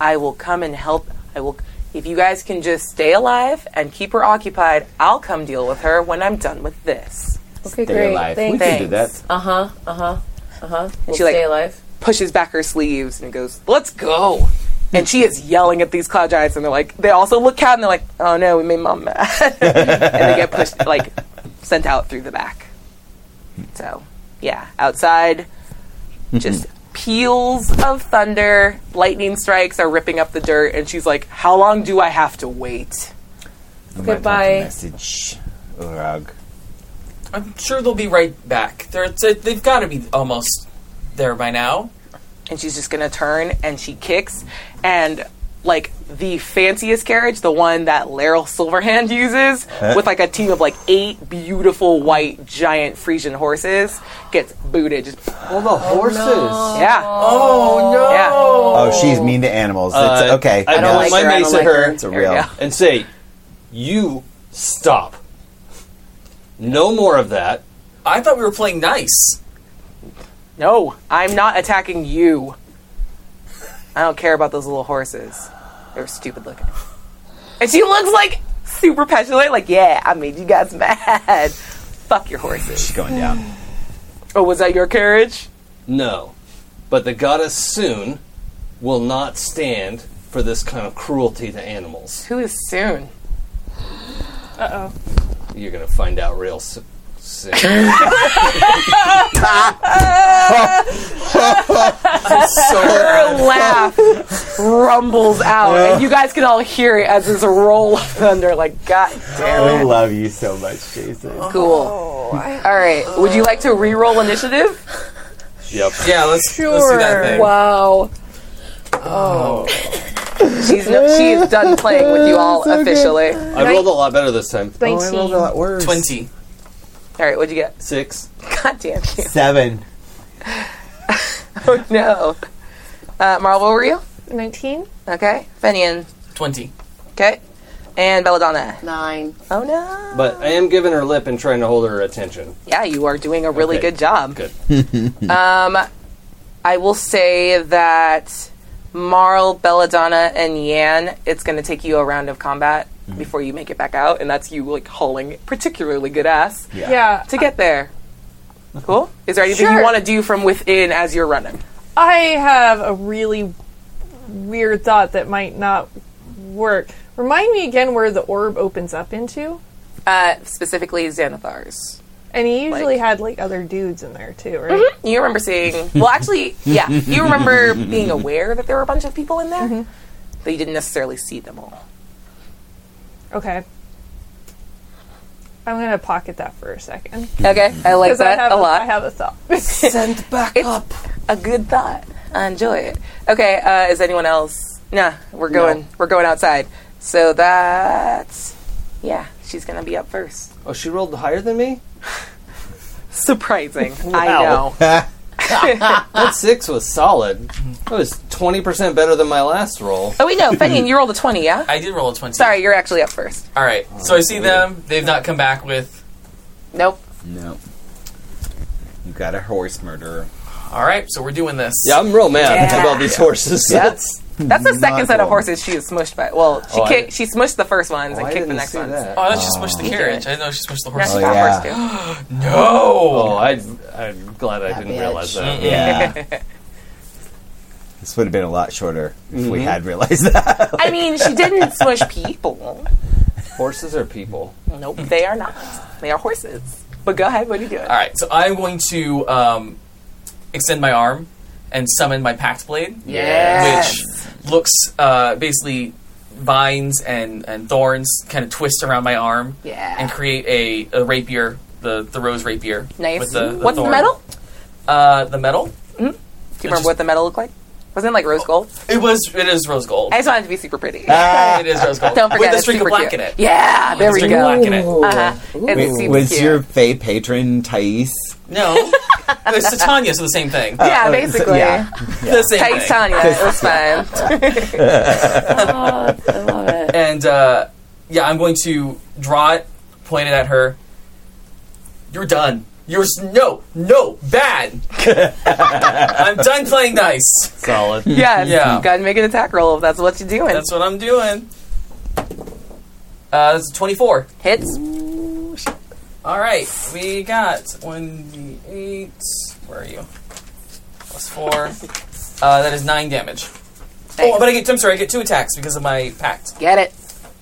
[SPEAKER 11] I will come and help. I will if you guys can just stay alive and keep her occupied, I'll come deal with her when I'm done with this.
[SPEAKER 5] Okay,
[SPEAKER 9] Stay
[SPEAKER 5] great.
[SPEAKER 9] alive.
[SPEAKER 5] Thanks.
[SPEAKER 9] We can do that.
[SPEAKER 5] Uh huh. Uh huh. Uh huh. We'll
[SPEAKER 11] she, like-
[SPEAKER 5] stay alive.
[SPEAKER 11] Pushes back her sleeves and goes, "Let's go." And she is yelling at these cloud giants, and they're like, they also look out and they're like, "Oh no, we made mom mad," and they get pushed like sent out through the back. So, yeah, outside, just peals of thunder, lightning strikes are ripping up the dirt, and she's like, "How long do I have to
[SPEAKER 9] I
[SPEAKER 11] wait?"
[SPEAKER 9] might want to
[SPEAKER 5] Goodbye.
[SPEAKER 9] Message. Urag.
[SPEAKER 3] I'm sure they'll be right back. They're, it's, it, they've got to be almost there by now.
[SPEAKER 11] and she's just gonna turn and she kicks and like the fanciest carriage, the one that Laryl Silverhand uses, with like a team of like eight beautiful white giant Frisian horses, gets booted. Just
[SPEAKER 18] All the horses.
[SPEAKER 11] yeah,
[SPEAKER 3] Oh no!
[SPEAKER 11] yeah.
[SPEAKER 9] Oh, she's mean to animals. It's
[SPEAKER 4] Uh,
[SPEAKER 9] okay.
[SPEAKER 4] I
[SPEAKER 9] Yeah,
[SPEAKER 4] don't like
[SPEAKER 5] like
[SPEAKER 4] my
[SPEAKER 5] her, I
[SPEAKER 4] mace
[SPEAKER 5] don't
[SPEAKER 4] at
[SPEAKER 5] like
[SPEAKER 4] her
[SPEAKER 5] her.
[SPEAKER 9] It's a
[SPEAKER 11] There we
[SPEAKER 9] real.
[SPEAKER 11] go.
[SPEAKER 4] and say, "You stop. No more of that."
[SPEAKER 3] I thought we were playing nice.
[SPEAKER 11] No, I'm not attacking you. I don't care about those little horses. They're stupid looking. And she looks like super petulant, like, yeah, I made you guys mad. Fuck your horses.
[SPEAKER 19] She's going down.
[SPEAKER 11] Oh, was that your carriage?
[SPEAKER 4] No. But the goddess soon will not stand for this kind of cruelty to animals.
[SPEAKER 11] Who is soon?
[SPEAKER 7] Uh oh.
[SPEAKER 4] You're going to find out real s- soon.
[SPEAKER 11] Her laugh rumbles out, and you guys can all hear it as it's a roll of thunder. Like, god
[SPEAKER 20] I
[SPEAKER 11] damn it.
[SPEAKER 20] love you so much, Jason.
[SPEAKER 11] Cool. all right. Would you like to re-roll initiative?
[SPEAKER 4] yep.
[SPEAKER 3] Yeah, let's, let's do that thing.
[SPEAKER 11] Wow.
[SPEAKER 3] Oh.
[SPEAKER 11] She's no, she is done playing with you all officially.
[SPEAKER 4] I rolled a lot better this time.
[SPEAKER 7] Nineteen.
[SPEAKER 20] worse.
[SPEAKER 3] 20.
[SPEAKER 11] All right, what'd you get?
[SPEAKER 4] Six.
[SPEAKER 11] God damn you!
[SPEAKER 20] Seven.
[SPEAKER 11] Oh no. Uh, Marl, what were you?
[SPEAKER 7] Nineteen.
[SPEAKER 11] Okay. Fenian.
[SPEAKER 3] 20.
[SPEAKER 11] Okay. And Belladonna.
[SPEAKER 21] Nine.
[SPEAKER 11] Oh no.
[SPEAKER 4] But I am giving her lip and trying to hold her attention.
[SPEAKER 11] Yeah, you are doing a really
[SPEAKER 4] Okay.
[SPEAKER 11] good job.
[SPEAKER 4] Good.
[SPEAKER 11] um, I will say that Marl, Belladonna, and Yan, it's going to take you a round of combat before you make it back out, and that's you like hauling particularly good ass
[SPEAKER 7] Yeah.
[SPEAKER 11] to get there. Cool. Is there anything you
[SPEAKER 7] Sure.
[SPEAKER 11] want to do from within as you're running?
[SPEAKER 7] I have a really weird thought that might not work. Remind me again where the orb opens up into.
[SPEAKER 11] Uh, specifically, Xanathar's.
[SPEAKER 7] And he usually
[SPEAKER 11] Like- Mm-hmm.
[SPEAKER 7] had like other dudes in there too, right?
[SPEAKER 11] You remember seeing? Well, actually, yeah, you remember being aware that there were a bunch of people in there, but you didn't necessarily see them all.
[SPEAKER 7] Okay. I'm gonna pocket that for a second.
[SPEAKER 11] Okay, I like
[SPEAKER 7] Because I
[SPEAKER 11] that
[SPEAKER 7] have
[SPEAKER 11] a lot.
[SPEAKER 7] I have a thought.
[SPEAKER 11] Send back up. A good thought. I enjoy it. Okay, uh, is anyone else? Nah, we're going. We're going outside. So that's yeah. She's gonna be up first.
[SPEAKER 4] Oh, she rolled higher than me?
[SPEAKER 11] Surprising. I
[SPEAKER 4] Wow.
[SPEAKER 11] know.
[SPEAKER 4] That six was solid. That was 20% better than my last roll.
[SPEAKER 11] Oh wait, no, Fenian, you rolled a twenty. Yeah.
[SPEAKER 3] I did roll a 20.
[SPEAKER 11] Sorry, you're actually up first.
[SPEAKER 3] All right. So I see them. They've not come back with.
[SPEAKER 11] Nope.
[SPEAKER 9] No. You got a horse murderer.
[SPEAKER 3] All right. So we're doing this.
[SPEAKER 4] Yeah, I'm real mad
[SPEAKER 11] Yeah.
[SPEAKER 4] about these horses. That's
[SPEAKER 11] That's the second set of
[SPEAKER 9] wrong.
[SPEAKER 11] horses she was smushed by. Well, she
[SPEAKER 4] Oh, I
[SPEAKER 11] kicked,
[SPEAKER 4] didn't-
[SPEAKER 11] she smushed the first ones
[SPEAKER 4] I
[SPEAKER 11] and kicked
[SPEAKER 4] didn't
[SPEAKER 11] the next
[SPEAKER 4] see
[SPEAKER 11] ones.
[SPEAKER 4] that.
[SPEAKER 3] Oh, I thought she smushed the carriage. I didn't know she smushed the
[SPEAKER 11] No,
[SPEAKER 3] horse.
[SPEAKER 11] she
[SPEAKER 9] Oh,
[SPEAKER 11] got
[SPEAKER 9] yeah.
[SPEAKER 11] horse too.
[SPEAKER 4] Oh,
[SPEAKER 3] No.
[SPEAKER 4] I, I'm glad I
[SPEAKER 21] That
[SPEAKER 4] didn't
[SPEAKER 21] bitch.
[SPEAKER 4] realize that.
[SPEAKER 9] Yeah. this would have been a lot shorter if we had realized that.
[SPEAKER 11] I mean, she didn't smush people. Mm.
[SPEAKER 4] Horses are people.
[SPEAKER 11] Nope, they are not. They are horses. But go ahead, what are you doing?
[SPEAKER 3] All right. So I'm going to um, extend my arm and summon my packed blade,
[SPEAKER 11] Yes.
[SPEAKER 3] which looks uh, basically vines and, and thorns kind of twist around my arm
[SPEAKER 11] Yeah.
[SPEAKER 3] and create a, a rapier, the, the rose rapier.
[SPEAKER 11] nice.
[SPEAKER 3] with the- the
[SPEAKER 11] What's the
[SPEAKER 3] thorn.
[SPEAKER 11] metal?
[SPEAKER 3] Uh, the metal.
[SPEAKER 11] Do you remember what the metal looked like? Wasn't it like rose gold?
[SPEAKER 3] It was. It is rose gold.
[SPEAKER 11] I just wanted it to be super pretty.
[SPEAKER 3] it is rose gold.
[SPEAKER 11] Don't forget
[SPEAKER 3] Ah. with a
[SPEAKER 11] it's
[SPEAKER 3] streak
[SPEAKER 11] super
[SPEAKER 3] of black
[SPEAKER 11] cute.
[SPEAKER 3] in it.
[SPEAKER 11] Yeah, there
[SPEAKER 3] With a
[SPEAKER 11] we
[SPEAKER 3] streak of black
[SPEAKER 11] go.
[SPEAKER 3] in it.
[SPEAKER 11] Uh-huh. It's
[SPEAKER 9] Wait,
[SPEAKER 11] super
[SPEAKER 9] was
[SPEAKER 11] cute.
[SPEAKER 9] your fey patron Thais?
[SPEAKER 3] No. There's Titania, so the same thing.
[SPEAKER 11] yeah,
[SPEAKER 9] uh,
[SPEAKER 11] basically.
[SPEAKER 9] yeah.
[SPEAKER 3] The same
[SPEAKER 11] Thanks,
[SPEAKER 3] thing.
[SPEAKER 11] Tanya. It was fun.
[SPEAKER 21] I love it.
[SPEAKER 3] And uh, yeah, I'm going to draw it, point it at her. You're done. You're s- no, no, bad. I'm done playing dice.
[SPEAKER 4] Solid.
[SPEAKER 11] yes.
[SPEAKER 3] Yeah.
[SPEAKER 11] You gotta make an attack roll if that's what you're doing.
[SPEAKER 3] That's what I'm doing. Uh, that's 24.
[SPEAKER 11] Hits.
[SPEAKER 3] All right, we got 1d8. Where are you? Plus four. Uh, that is nine damage. Oh, but I get. I'm sorry. I get two attacks because of my pact.
[SPEAKER 11] Get it.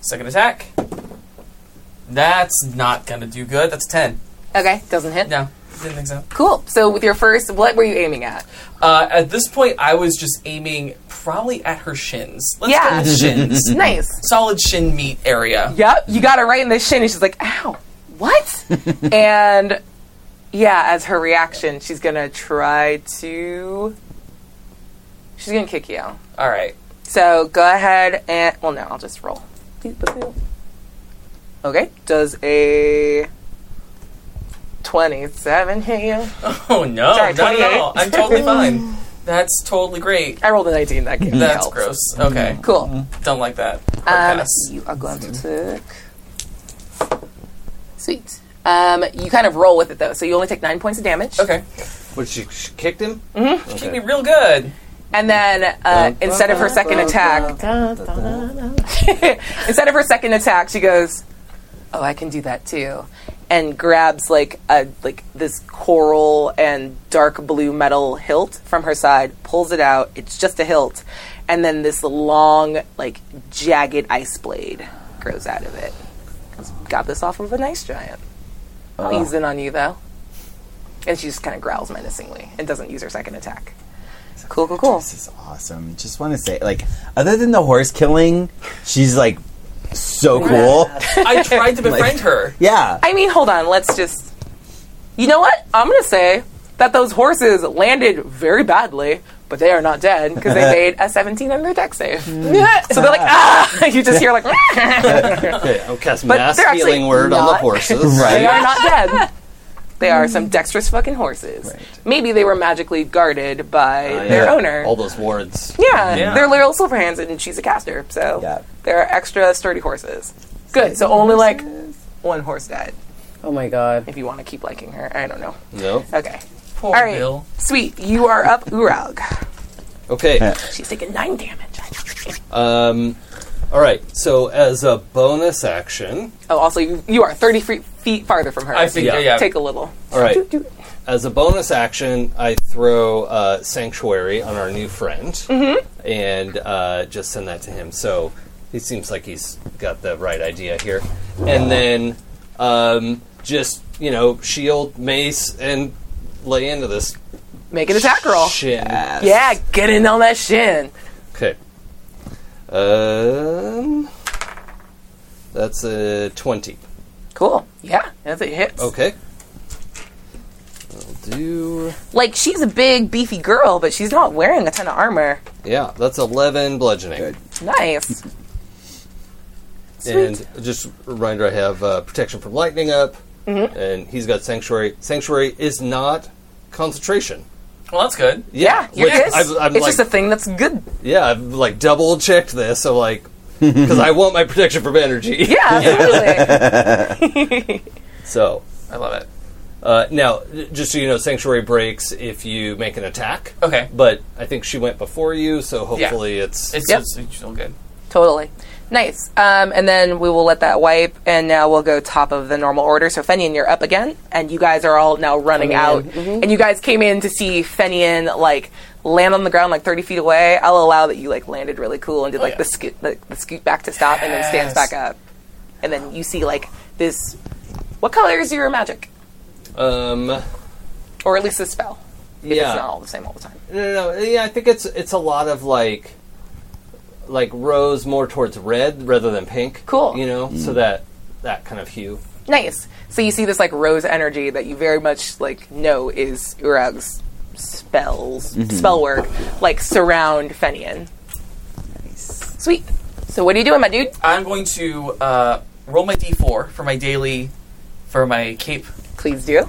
[SPEAKER 3] Second attack. That's not gonna do good. That's ten.
[SPEAKER 11] Okay, doesn't hit.
[SPEAKER 3] No, didn't think so.
[SPEAKER 11] Cool. So with your first, what were you aiming at?
[SPEAKER 3] Uh, at this point, I was just aiming probably at her shins. Let's
[SPEAKER 11] Yeah.
[SPEAKER 3] go with shins.
[SPEAKER 11] Nice.
[SPEAKER 3] Solid shin meat area.
[SPEAKER 11] Yep, you got it right in the shin, and she's like, "Ow, what?" and yeah, as her reaction, she's gonna try to. She's gonna kick you.
[SPEAKER 3] All right.
[SPEAKER 11] So go ahead and well, no, I'll just roll. Okay, does a twenty-seven hit you?
[SPEAKER 3] Oh no,
[SPEAKER 11] Sorry,
[SPEAKER 3] no, no,
[SPEAKER 11] 28.
[SPEAKER 3] no. I'm totally fine. That's totally great.
[SPEAKER 11] I rolled a nineteen. That can't
[SPEAKER 3] That's
[SPEAKER 11] help.
[SPEAKER 3] gross. Okay,
[SPEAKER 11] Cool.
[SPEAKER 3] don't like that. Hard
[SPEAKER 11] Um,
[SPEAKER 3] pass.
[SPEAKER 11] you are going to take. Sweet. Um, you kind of roll with it though, so you only take nine points of damage.
[SPEAKER 3] Okay,
[SPEAKER 4] What, she, she kicked him?
[SPEAKER 3] kick me real good.
[SPEAKER 11] And then uh, instead of her second attack, instead of her second attack, she goes,
[SPEAKER 22] "Oh, I can do that too."
[SPEAKER 11] and grabs like a like this coral and dark blue metal hilt from her side, pulls it out. It's just a hilt, and then this long like jagged ice blade grows out of it. 'Cause Got this off of a nice giant. I'll
[SPEAKER 22] Oh.
[SPEAKER 11] use it on you though. And she just kind of growls menacingly and doesn't use her second attack. Cool, cool, cool.
[SPEAKER 9] awesome. Just want to say, like, other than the horse killing, she's like so cool.
[SPEAKER 3] I tried to befriend
[SPEAKER 9] Like-
[SPEAKER 3] her.
[SPEAKER 9] Yeah.
[SPEAKER 11] I mean, hold on. Let's just. You know what? I'm going to say that those horses landed very badly, but they are not dead because they made a 17 on their deck save. so they're like, ah! You just hear, like,
[SPEAKER 4] Oh,
[SPEAKER 23] I'll cast
[SPEAKER 11] But
[SPEAKER 23] mass
[SPEAKER 11] they're actually
[SPEAKER 23] healing word on the
[SPEAKER 11] not-
[SPEAKER 23] horses.
[SPEAKER 11] they are not dead. They are some dexterous fucking horses. Maybe they were magically guarded by their
[SPEAKER 23] Yeah.
[SPEAKER 11] owner.
[SPEAKER 23] All those wards.
[SPEAKER 11] Yeah,
[SPEAKER 23] Yeah.
[SPEAKER 11] they're literal silver hands, and she's a caster, so they're extra sturdy horses. Good. So only like one horse died.
[SPEAKER 24] Oh my god.
[SPEAKER 11] If you want to keep liking her, I don't know.
[SPEAKER 23] Nope.
[SPEAKER 11] Okay. All right.
[SPEAKER 23] Bill.
[SPEAKER 11] Sweet. You are up, Urag.
[SPEAKER 23] Okay.
[SPEAKER 11] She's taking nine damage.
[SPEAKER 4] Um, all right. So as a bonus action,
[SPEAKER 11] Oh, also you, you are thirty feet, feet farther from her.
[SPEAKER 4] I think-
[SPEAKER 11] So
[SPEAKER 4] yeah.
[SPEAKER 11] Take a little.
[SPEAKER 4] all right. As a bonus action, I throw uh, sanctuary on our new friend
[SPEAKER 11] Mm-hmm.
[SPEAKER 4] and uh, just send that to him. So he seems like he's got the right idea here. And then um, just you know, shield, mace, and lay into this
[SPEAKER 11] Make an attack roll.
[SPEAKER 4] Shin.
[SPEAKER 11] Yeah, get in on that shin.
[SPEAKER 4] Okay. Um, that's a twenty.
[SPEAKER 11] Cool. Yeah, that's it hits.
[SPEAKER 4] Okay. I'll do.
[SPEAKER 11] Like she's a big beefy girl, but she's not wearing a ton of armor.
[SPEAKER 4] Yeah, that's eleven bludgeoning.
[SPEAKER 11] Nice.
[SPEAKER 4] And just a reminder, I have uh, protection from lightning up,
[SPEAKER 11] Mhm.
[SPEAKER 4] and he's got sanctuary. Sanctuary is not concentration.
[SPEAKER 3] Well, that's good.
[SPEAKER 11] Yeah, here
[SPEAKER 4] which
[SPEAKER 11] it is.
[SPEAKER 4] I've- I'm
[SPEAKER 11] it's
[SPEAKER 4] like-
[SPEAKER 11] just a thing that's good.
[SPEAKER 4] Yeah, I've like double checked this. So like, because I want my protection from energy.
[SPEAKER 11] Yeah,
[SPEAKER 4] absolutely. so
[SPEAKER 3] I love it.
[SPEAKER 4] Uh, now, j- just so you know, sanctuary breaks if you make an attack.
[SPEAKER 3] Okay.
[SPEAKER 4] But I think she went before you, so hopefully it's
[SPEAKER 3] It's,
[SPEAKER 11] Yep.
[SPEAKER 3] it's, it's still good.
[SPEAKER 11] Totally. Nice. Um, and then we will let that wipe, and now we'll go top of the normal order. So Fenian, you're up again, and you guys are all now running out. And you guys came in to see Fenian like land on the ground like 30 feet away. I'll allow that you like landed really cool and did like the scoot the, the scoot back to stop, and then
[SPEAKER 3] Yes.
[SPEAKER 11] stands back up. And then you see like this. What color is your magic,
[SPEAKER 4] um no,
[SPEAKER 11] or at least the spell? If
[SPEAKER 4] Yeah.
[SPEAKER 11] it's not all the same all the time.
[SPEAKER 4] no, no, yeah. I think it's it's a lot of like like rose more towards red rather than pink.
[SPEAKER 11] Cool.
[SPEAKER 4] You know, so that that kind of hue.
[SPEAKER 11] Nice. So you see this like rose energy that you very much like know is Urag's spells
[SPEAKER 3] Mm-hmm.
[SPEAKER 25] Mhm.
[SPEAKER 11] spell work like surround Fenian. Nice. Sweet. So what are you doing, my dude?
[SPEAKER 3] I'm going to uh, roll my d4 for my daily, for my cape.
[SPEAKER 11] Please do. All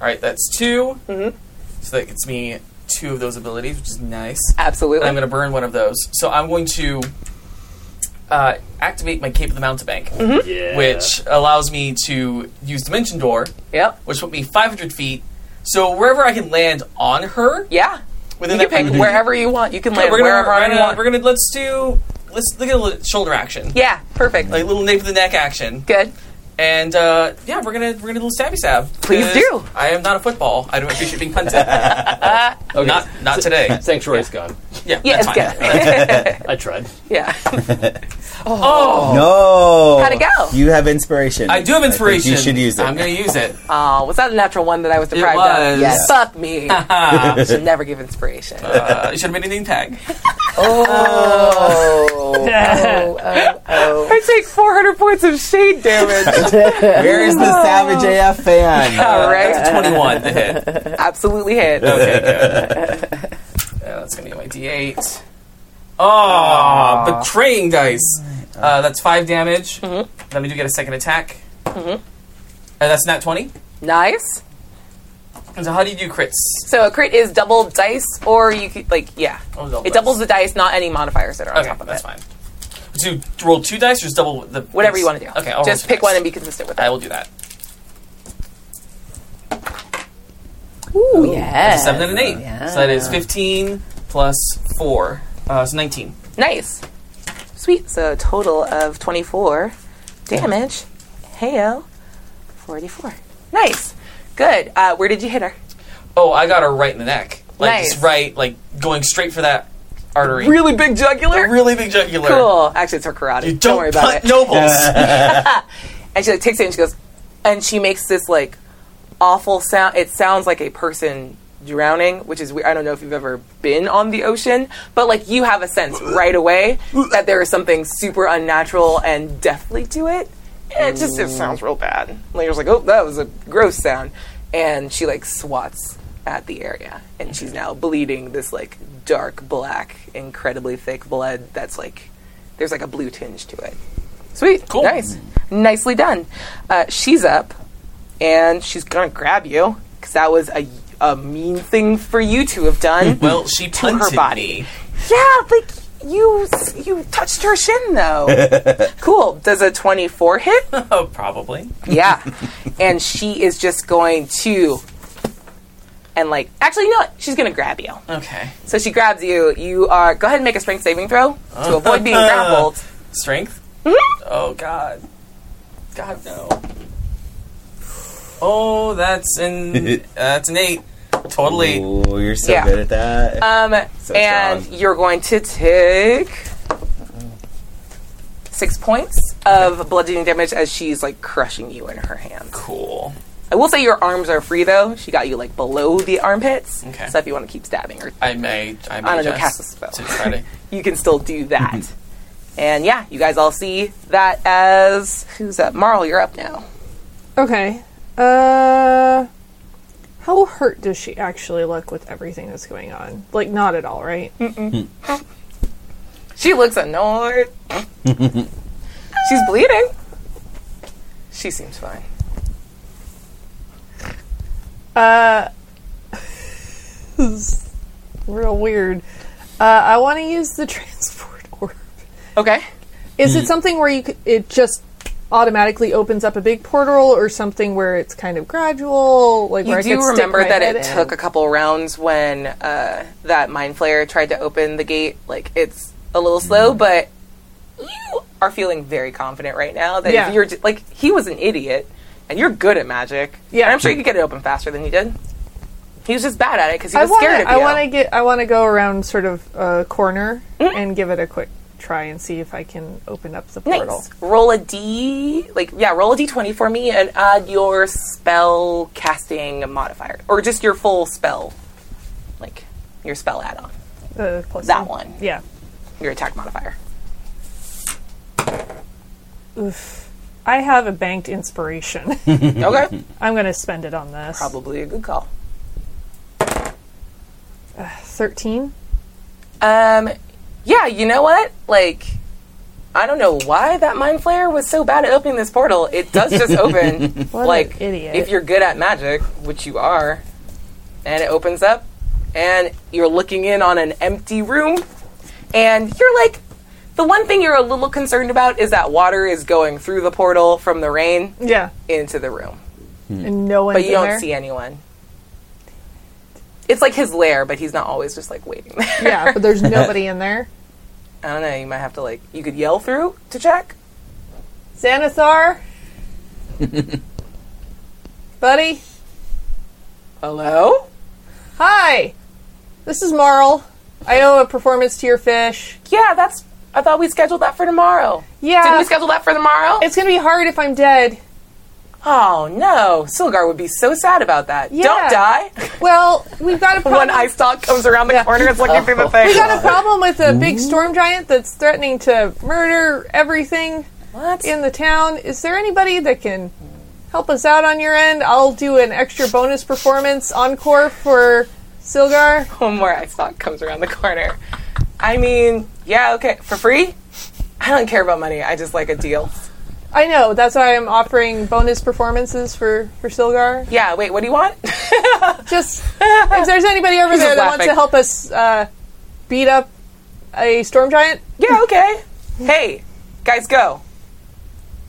[SPEAKER 3] right, that's 2
[SPEAKER 11] Mm-hmm.
[SPEAKER 3] So that gets me two of those abilities, which is nice.
[SPEAKER 11] Absolutely.
[SPEAKER 3] And I'm going to burn one of those. So I'm going to uh, activate my Cape of the Mountebank,
[SPEAKER 11] Mhm.
[SPEAKER 23] Yeah.
[SPEAKER 3] which allows me to use Dimension Door.
[SPEAKER 11] Yep.
[SPEAKER 3] Which put me 500 feet. So wherever I can land on her,
[SPEAKER 11] yeah,
[SPEAKER 3] within
[SPEAKER 11] you
[SPEAKER 3] that
[SPEAKER 11] can pick
[SPEAKER 3] 500
[SPEAKER 11] wherever you want. You can
[SPEAKER 3] Yeah,
[SPEAKER 11] land
[SPEAKER 3] we're gonna,
[SPEAKER 11] wherever
[SPEAKER 3] we're
[SPEAKER 11] you
[SPEAKER 3] gonna,
[SPEAKER 11] want.
[SPEAKER 3] We're gonna let's do let's look at a little shoulder action.
[SPEAKER 11] Yeah, Ah, perfect.
[SPEAKER 3] Like little nape of the neck action.
[SPEAKER 11] Good.
[SPEAKER 3] And uh, yeah, we're gonna we're gonna do a little stabby stab.
[SPEAKER 11] Please
[SPEAKER 3] 'cause
[SPEAKER 11] do.
[SPEAKER 3] I am not a football. I don't appreciate being punted. Not not today.
[SPEAKER 4] Sanctuary's gone.
[SPEAKER 3] Yeah,
[SPEAKER 11] Yeah,
[SPEAKER 3] that's
[SPEAKER 11] it's
[SPEAKER 3] fine.
[SPEAKER 4] I tried.
[SPEAKER 11] Yeah.
[SPEAKER 3] Oh.
[SPEAKER 9] No.
[SPEAKER 11] How'd it go?
[SPEAKER 9] You have inspiration.
[SPEAKER 3] I do have
[SPEAKER 9] think
[SPEAKER 3] inspiration.
[SPEAKER 9] you should use it.
[SPEAKER 3] I'm gonna use it.
[SPEAKER 11] Oh, was that a natural one that I was deprived
[SPEAKER 3] was.
[SPEAKER 11] of?
[SPEAKER 3] Yes.
[SPEAKER 11] Fuck me. Should never give inspiration.
[SPEAKER 3] Uh, you should have made a name tag.
[SPEAKER 11] oh, oh, oh. I take 400 points of shade damage.
[SPEAKER 9] Where is the Savage AF fan?
[SPEAKER 11] All right.
[SPEAKER 3] Twenty-one to hit.
[SPEAKER 11] Absolutely hit.
[SPEAKER 3] Okay, good. Uh, that's gonna be my D8. Oh, betraying dice. Uh, that's five damage. Then we do get a second attack.
[SPEAKER 11] Mhm.
[SPEAKER 3] And that's not 20.
[SPEAKER 11] Nice.
[SPEAKER 3] And so how do you do crits?
[SPEAKER 11] So a crit is double dice, or you could, like, yeah.
[SPEAKER 3] Oh,
[SPEAKER 11] it doubles the dice, not any modifiers that are on
[SPEAKER 3] Okay,
[SPEAKER 11] top of
[SPEAKER 3] that's
[SPEAKER 11] it.
[SPEAKER 3] fine. Do you roll two dice or just double the
[SPEAKER 11] Whatever you want to do.
[SPEAKER 3] Okay, I'll
[SPEAKER 11] Just pick one and be consistent with it.
[SPEAKER 3] I will do that.
[SPEAKER 24] Ooh, yeah.
[SPEAKER 3] That's a seven and an eight. So that is 15 plus four. Uh, so 19.
[SPEAKER 11] Nice. Sweet. So a total of 24 damage. Heyo. 44. Nice. Good. Uh, where did you hit her?
[SPEAKER 3] Oh, I got her right in the neck. Like
[SPEAKER 11] Nice.
[SPEAKER 3] just right, like going straight for that artery.
[SPEAKER 11] Really big jugular?
[SPEAKER 3] really big jugular.
[SPEAKER 11] Cool. Oh, Actually, it's her karate.
[SPEAKER 3] You
[SPEAKER 11] don't,
[SPEAKER 3] don't
[SPEAKER 11] worry about
[SPEAKER 3] punt
[SPEAKER 11] it.
[SPEAKER 3] nobles.
[SPEAKER 11] and she like takes it and she goes, and she makes this like awful sound. It sounds like a person drowning, which is weird. I don't know if you've ever been on the ocean, but like you have a sense right away that there is something super unnatural and deathly to it. And it just it sounds real bad. Like you're just like, oh, that was a gross sound. And she like swats at the area, and she's now bleeding this like dark black, incredibly thick blood that's like there's like a blue tinge to it. Sweet. Cool. Nice. Nicely done. Uh, she's up and she's going to grab you because that was a, a mean thing for you to have done.
[SPEAKER 3] well, she
[SPEAKER 11] to
[SPEAKER 3] punted
[SPEAKER 11] her body.
[SPEAKER 3] me.
[SPEAKER 11] Yeah, like you you touched her shin though. cool. Does a 24 hit?
[SPEAKER 3] Oh, probably.
[SPEAKER 11] Yeah. and she is just going to and like actually you know what? She's going to grab you.
[SPEAKER 3] Okay.
[SPEAKER 11] So she grabs you. You are go ahead and make a strength saving throw
[SPEAKER 3] Oh.
[SPEAKER 11] to avoid being grappled.
[SPEAKER 3] Uh, Strength?
[SPEAKER 11] Mhm.
[SPEAKER 3] Oh God. God no. Oh, that's an that's an eight. Totally.
[SPEAKER 9] Oh, you're so
[SPEAKER 11] Yeah.
[SPEAKER 9] good at that.
[SPEAKER 11] Um,
[SPEAKER 9] So
[SPEAKER 11] and you're going to take six points of bludgeoning damage as she's like crushing you in her hand.
[SPEAKER 3] Cool.
[SPEAKER 11] I will say your arms are free though. She got you like below the armpits.
[SPEAKER 3] Okay.
[SPEAKER 11] So if you want to keep stabbing her,
[SPEAKER 3] I may I may
[SPEAKER 11] I don't know,
[SPEAKER 3] just
[SPEAKER 11] cast a spell.
[SPEAKER 3] to try to-
[SPEAKER 11] you can still do that. and yeah, you guys all see that as who's up? Marl, you're up now.
[SPEAKER 7] Okay. Uh, how hurt does she actually look with everything that's going on? Like, not at all, right? Mm-mm.
[SPEAKER 11] She looks annoyed. She's bleeding. She seems fine.
[SPEAKER 7] Uh, this is real weird. Uh, I want to use the transport orb.
[SPEAKER 11] Okay.
[SPEAKER 7] Is
[SPEAKER 11] Mhm.
[SPEAKER 7] it something where you c- it just automatically opens up a big portal, or something where it's kind of gradual? Like where
[SPEAKER 11] you
[SPEAKER 7] I
[SPEAKER 11] do
[SPEAKER 7] could stick
[SPEAKER 11] remember
[SPEAKER 7] my
[SPEAKER 11] that
[SPEAKER 7] head
[SPEAKER 11] it
[SPEAKER 7] in?
[SPEAKER 11] took a couple rounds when uh, that mind flayer tried to open the gate. Like it's a little slow, but you are feeling very confident right now that
[SPEAKER 7] Yeah.
[SPEAKER 11] if you're like he was an idiot, and you're good at magic.
[SPEAKER 7] Yeah.
[SPEAKER 11] and I'm sure you could get it open faster than he did. He was just bad at it because he
[SPEAKER 7] I
[SPEAKER 11] was
[SPEAKER 7] wanna,
[SPEAKER 11] scared of
[SPEAKER 7] I
[SPEAKER 11] you.
[SPEAKER 7] want to get. I want to go around sort of a corner and give it a quick try and see if I can open up the
[SPEAKER 11] Mm-hmm. Nice.
[SPEAKER 7] portal.
[SPEAKER 11] Roll a d, like yeah, roll a d20 for me and add your spell casting modifier or just your full spell, like your spell add-on,
[SPEAKER 7] Uh, plus
[SPEAKER 11] That
[SPEAKER 7] some-
[SPEAKER 11] one.
[SPEAKER 7] Yeah.
[SPEAKER 11] your attack modifier.
[SPEAKER 7] Oof. I have a banked inspiration.
[SPEAKER 11] Okay.
[SPEAKER 7] I'm going to spend it on this.
[SPEAKER 11] Probably a good call.
[SPEAKER 7] Uh, Thirteen.
[SPEAKER 11] Um, yeah, you know what? Like, I don't know why that mind flayer was so bad at opening this portal. It does just open.
[SPEAKER 7] What an
[SPEAKER 11] like,
[SPEAKER 7] idiot.
[SPEAKER 11] if you're good at magic, which you are, and it opens up, and you're looking in on an empty room, and you're like, the one thing you're a little concerned about is that water is going through the portal from the rain
[SPEAKER 7] Yeah.
[SPEAKER 11] into the room,
[SPEAKER 7] And no one.
[SPEAKER 11] but you don't see anyone. It's like his lair, but he's not always just like waiting there.
[SPEAKER 7] Yeah, but there's nobody in there.
[SPEAKER 11] I don't know. You might have to like you could yell through to check.
[SPEAKER 7] Xanathar, buddy.
[SPEAKER 11] Hello.
[SPEAKER 7] Hi. This is Marl. I owe a performance to your fish.
[SPEAKER 11] Yeah, that's. I thought we scheduled that for tomorrow.
[SPEAKER 7] Yeah.
[SPEAKER 11] Didn't we schedule that for tomorrow?
[SPEAKER 7] It's gonna be hard if I'm dead.
[SPEAKER 11] oh no, Silgar would be so sad about that.
[SPEAKER 7] Yeah.
[SPEAKER 11] Don't die.
[SPEAKER 7] Well, we've got a problem.
[SPEAKER 11] One eye stalk comes around the corner. It's looking through the thing.
[SPEAKER 7] we got a problem with a big storm giant that's threatening to murder everything
[SPEAKER 11] What?
[SPEAKER 7] in the town. Is there anybody that can help us out on your end? I'll do an extra bonus performance encore for Silgar.
[SPEAKER 11] One more eye stalk comes around the corner. I mean, yeah, okay, for free. I don't care about money. I just like a deal.
[SPEAKER 7] I know that's why I'm offering bonus performances for for Silgar.
[SPEAKER 11] Yeah. Wait. What do you want?
[SPEAKER 7] Just if there's anybody over
[SPEAKER 11] He's
[SPEAKER 7] there
[SPEAKER 11] just
[SPEAKER 7] that wants
[SPEAKER 11] laughing.
[SPEAKER 7] to help us uh, beat up a storm giant,
[SPEAKER 11] yeah. Okay. Hey, guys, go.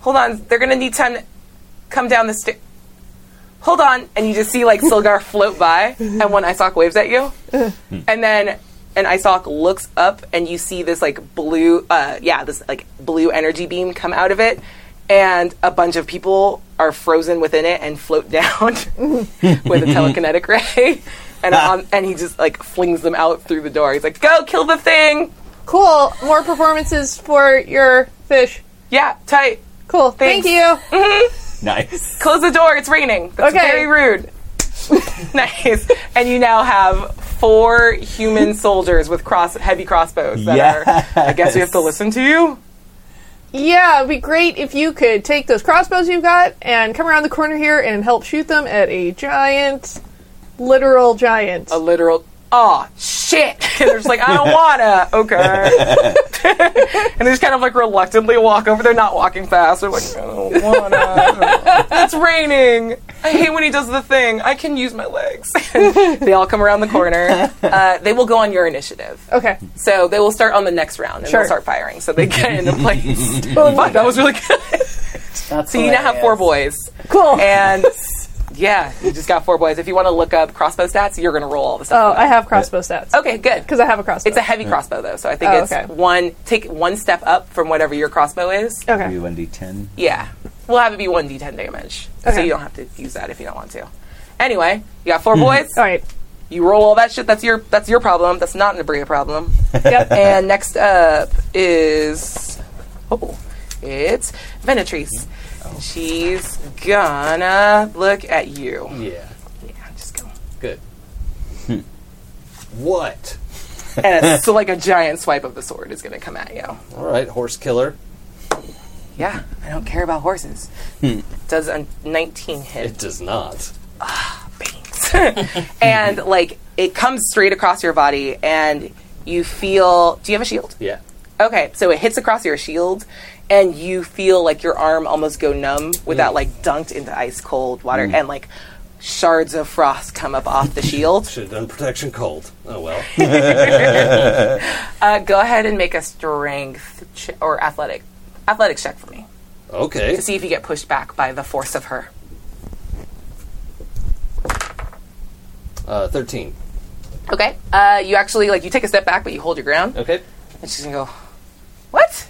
[SPEAKER 11] Hold on. They're gonna need time to come down the stairs. Hold on, and you just see like Silgar float by, and one Isok waves at you, and then an Isok looks up, and you see this like blue, uh, yeah, this like blue energy beam come out of it, and a bunch of people are frozen within it and float down with a telekinetic ray. And um, and he just like flings them out through the door. He's like, "Go kill the thing."
[SPEAKER 7] Cool. More performances for your fish.
[SPEAKER 11] Yeah, tight.
[SPEAKER 7] Cool. Thank you.
[SPEAKER 26] Nice.
[SPEAKER 11] Close the door. It's raining. That's
[SPEAKER 7] Okay.
[SPEAKER 11] very rude. nice. And you now have four human soldiers with cross heavy crossbows that are. I guess we have to listen to you.
[SPEAKER 7] Yeah, it'd be great if you could take those crossbows you've got and come around the corner here and help shoot them at a giant, literal giant. A
[SPEAKER 11] literal. Oh shit! And they're just like, I don't wanna. Okay. and they just kind of like reluctantly walk over. They're not walking fast. They're like, I don't wanna. it's raining. I hate when he does the thing. I can use my legs. they all come around the corner. Uh, they will go on your initiative.
[SPEAKER 7] Okay.
[SPEAKER 11] So they will start on the next round and
[SPEAKER 7] Sure.
[SPEAKER 11] they'll start firing. So they get into place. Fuck, that was really good. so you now have four boys.
[SPEAKER 7] Cool.
[SPEAKER 11] And yeah, you just got four boys. If you want to look up crossbow stats, you're going to roll all the stuff.
[SPEAKER 7] Oh, I have crossbow stats.
[SPEAKER 11] Okay, good.
[SPEAKER 7] Because I have a crossbow.
[SPEAKER 11] It's a heavy crossbow though, so I think
[SPEAKER 7] Oh,
[SPEAKER 11] it's
[SPEAKER 7] okay.
[SPEAKER 11] one take one step up from whatever your crossbow is.
[SPEAKER 7] Okay.
[SPEAKER 27] One d ten.
[SPEAKER 11] Yeah. We'll have it be one D ten damage. So
[SPEAKER 7] Okay.
[SPEAKER 11] you don't have to use that if you don't want to. Anyway, you got four boys.
[SPEAKER 7] All right.
[SPEAKER 11] You roll all that shit, that's your that's your problem. That's not an Abria problem.
[SPEAKER 7] Yep.
[SPEAKER 11] and next up is oh it's Venatrice. She's gonna look at you.
[SPEAKER 4] Yeah. Hmm.
[SPEAKER 11] Yeah, just go.
[SPEAKER 4] Good. What?
[SPEAKER 11] And it's so like a giant swipe of the sword is gonna come at you.
[SPEAKER 4] All right, horse killer.
[SPEAKER 11] Yeah, I don't care about horses.
[SPEAKER 4] Hmm.
[SPEAKER 11] Does a 19 hit?
[SPEAKER 4] It does not.
[SPEAKER 11] and like it comes straight across your body, and you feel. Do you have a shield?
[SPEAKER 4] Yeah.
[SPEAKER 11] Okay, so it hits across your shield, and you feel like your arm almost go numb with that like dunked into ice cold water,
[SPEAKER 4] Mm.
[SPEAKER 11] and like shards of frost come up off the shield.
[SPEAKER 4] Should have done protection cold. Oh well.
[SPEAKER 11] Uh, go ahead and make a strength ch- or athletic athletics check for me
[SPEAKER 4] okay.
[SPEAKER 11] to see if you get pushed back by the force of her.
[SPEAKER 4] Uh, Thirteen.
[SPEAKER 11] Okay. Uh, you actually like you take a step back, but you hold your ground.
[SPEAKER 4] Okay.
[SPEAKER 11] And she's gonna go, what?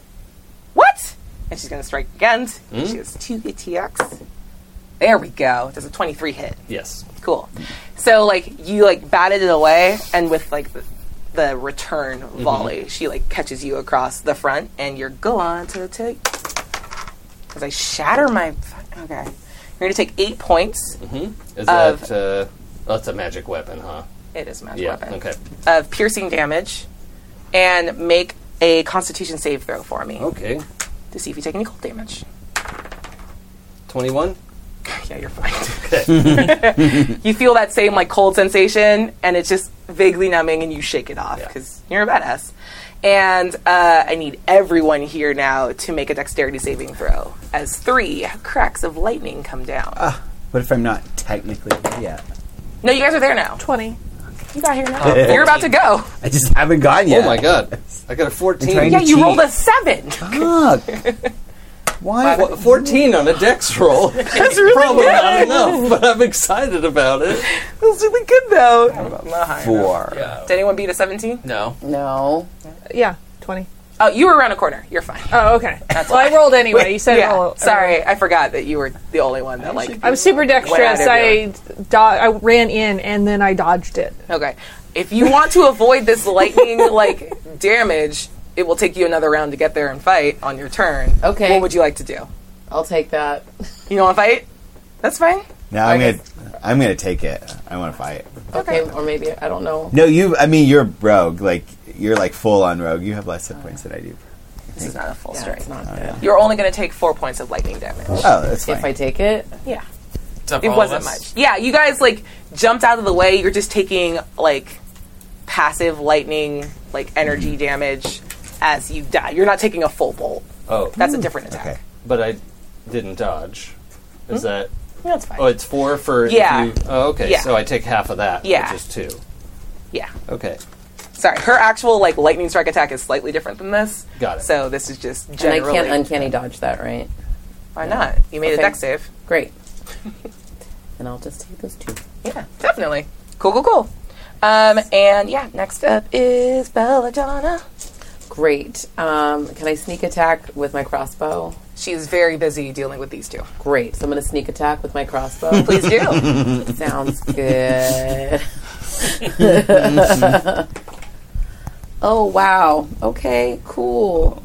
[SPEAKER 11] What? And she's gonna strike again. She has two ATX. There we go. Does a twenty-three hit?
[SPEAKER 4] Yes.
[SPEAKER 11] Cool. So like you like batted it away, and with like the, the return volley, she like catches you across the front, and you're go on to the take. Because I shatter my. Okay. You're gonna take eight points
[SPEAKER 4] Mm-hmm. Is
[SPEAKER 11] of
[SPEAKER 4] that? Uh, oh, that's a magic weapon, huh?
[SPEAKER 11] It is a magic
[SPEAKER 4] yeah.
[SPEAKER 11] weapon.
[SPEAKER 4] Okay.
[SPEAKER 11] of piercing damage, and make a Constitution save throw for me.
[SPEAKER 4] Okay.
[SPEAKER 11] To see if you take any cold damage.
[SPEAKER 4] Twenty-one.
[SPEAKER 11] yeah, you're fine. you feel that same like cold sensation, and it's just vaguely numbing, and you shake it off because you're a badass. And uh, I need everyone here now to make a dexterity saving throw as three cracks of lightning come down.
[SPEAKER 9] What if I'm not technically? Yeah.
[SPEAKER 11] no, you guys are there now.
[SPEAKER 7] Twenty.
[SPEAKER 11] You got here now. Oh, you're about to go.
[SPEAKER 9] I just haven't gone yet.
[SPEAKER 4] Oh my god! I got a fourteen.
[SPEAKER 11] Yeah, you rolled a seven.
[SPEAKER 9] Why?
[SPEAKER 4] Well, Fourteen on a dex roll.
[SPEAKER 11] That's really
[SPEAKER 4] Probably
[SPEAKER 11] good.
[SPEAKER 4] not enough, but I'm excited about it.
[SPEAKER 11] That's really good though. I'm not high enough.
[SPEAKER 9] Four.
[SPEAKER 11] Did anyone beat a 17?
[SPEAKER 4] No.
[SPEAKER 5] No.
[SPEAKER 7] Yeah, 20.
[SPEAKER 11] Oh, you were around a corner. You're fine.
[SPEAKER 7] Oh, okay. well, I rolled anyway. You said
[SPEAKER 11] yeah.
[SPEAKER 7] roll.
[SPEAKER 11] Sorry, I forgot that you were the only one that like.
[SPEAKER 7] I'm super dexterous. I, do- I ran in and then I dodged it.
[SPEAKER 11] Okay. If you want to avoid this lightning like damage, it will take you another round to get there and fight on your turn.
[SPEAKER 5] Okay.
[SPEAKER 11] What would you like to do?
[SPEAKER 5] I'll take that.
[SPEAKER 11] You don't want to fight? That's fine.
[SPEAKER 9] No, I'm gonna, I'm gonna take it. I want to fight.
[SPEAKER 5] Okay, or maybe I don't know.
[SPEAKER 9] No, you. I mean, you're rogue. Like you're like full on rogue. You have less hit points than I do.
[SPEAKER 11] This is not a full strength.
[SPEAKER 9] Oh, yeah.
[SPEAKER 11] You're only going to take four points of lightning damage.
[SPEAKER 9] Oh, that's fine.
[SPEAKER 5] If I take it,
[SPEAKER 11] Yeah.
[SPEAKER 3] Except
[SPEAKER 11] It
[SPEAKER 3] all of
[SPEAKER 11] wasn't
[SPEAKER 3] us.
[SPEAKER 11] much. Yeah, you guys like jumped out of the way. You're just taking like passive lightning, like energy damage as you die. You're not taking a full bolt.
[SPEAKER 4] Oh,
[SPEAKER 11] That's a different attack.
[SPEAKER 4] but I didn't dodge. Is that?
[SPEAKER 11] That's fine.
[SPEAKER 4] Oh, it's four for. if
[SPEAKER 11] Hmm? Yeah.
[SPEAKER 4] you- oh, okay.
[SPEAKER 11] Yeah.
[SPEAKER 4] So I take half of that.
[SPEAKER 11] Yeah.
[SPEAKER 4] Which is two.
[SPEAKER 11] Yeah.
[SPEAKER 4] Okay.
[SPEAKER 11] Sorry, her actual like lightning strike attack is slightly different than this.
[SPEAKER 4] Got it.
[SPEAKER 11] So this is just
[SPEAKER 5] and I
[SPEAKER 11] generally.
[SPEAKER 5] can't uncanny dodge that, right?
[SPEAKER 11] Why not? You made
[SPEAKER 5] Okay.
[SPEAKER 11] a deck save.
[SPEAKER 5] Great. and I'll just take those two.
[SPEAKER 11] Yeah, definitely. Cool, cool, cool. Um, and yeah, next up is Belladonna.
[SPEAKER 5] Great. Um, can I sneak attack with my crossbow?
[SPEAKER 11] She is very busy dealing with these two.
[SPEAKER 5] Great. So I'm going to sneak attack with my crossbow.
[SPEAKER 11] Please do.
[SPEAKER 5] Sounds good. oh wow. Okay. Cool.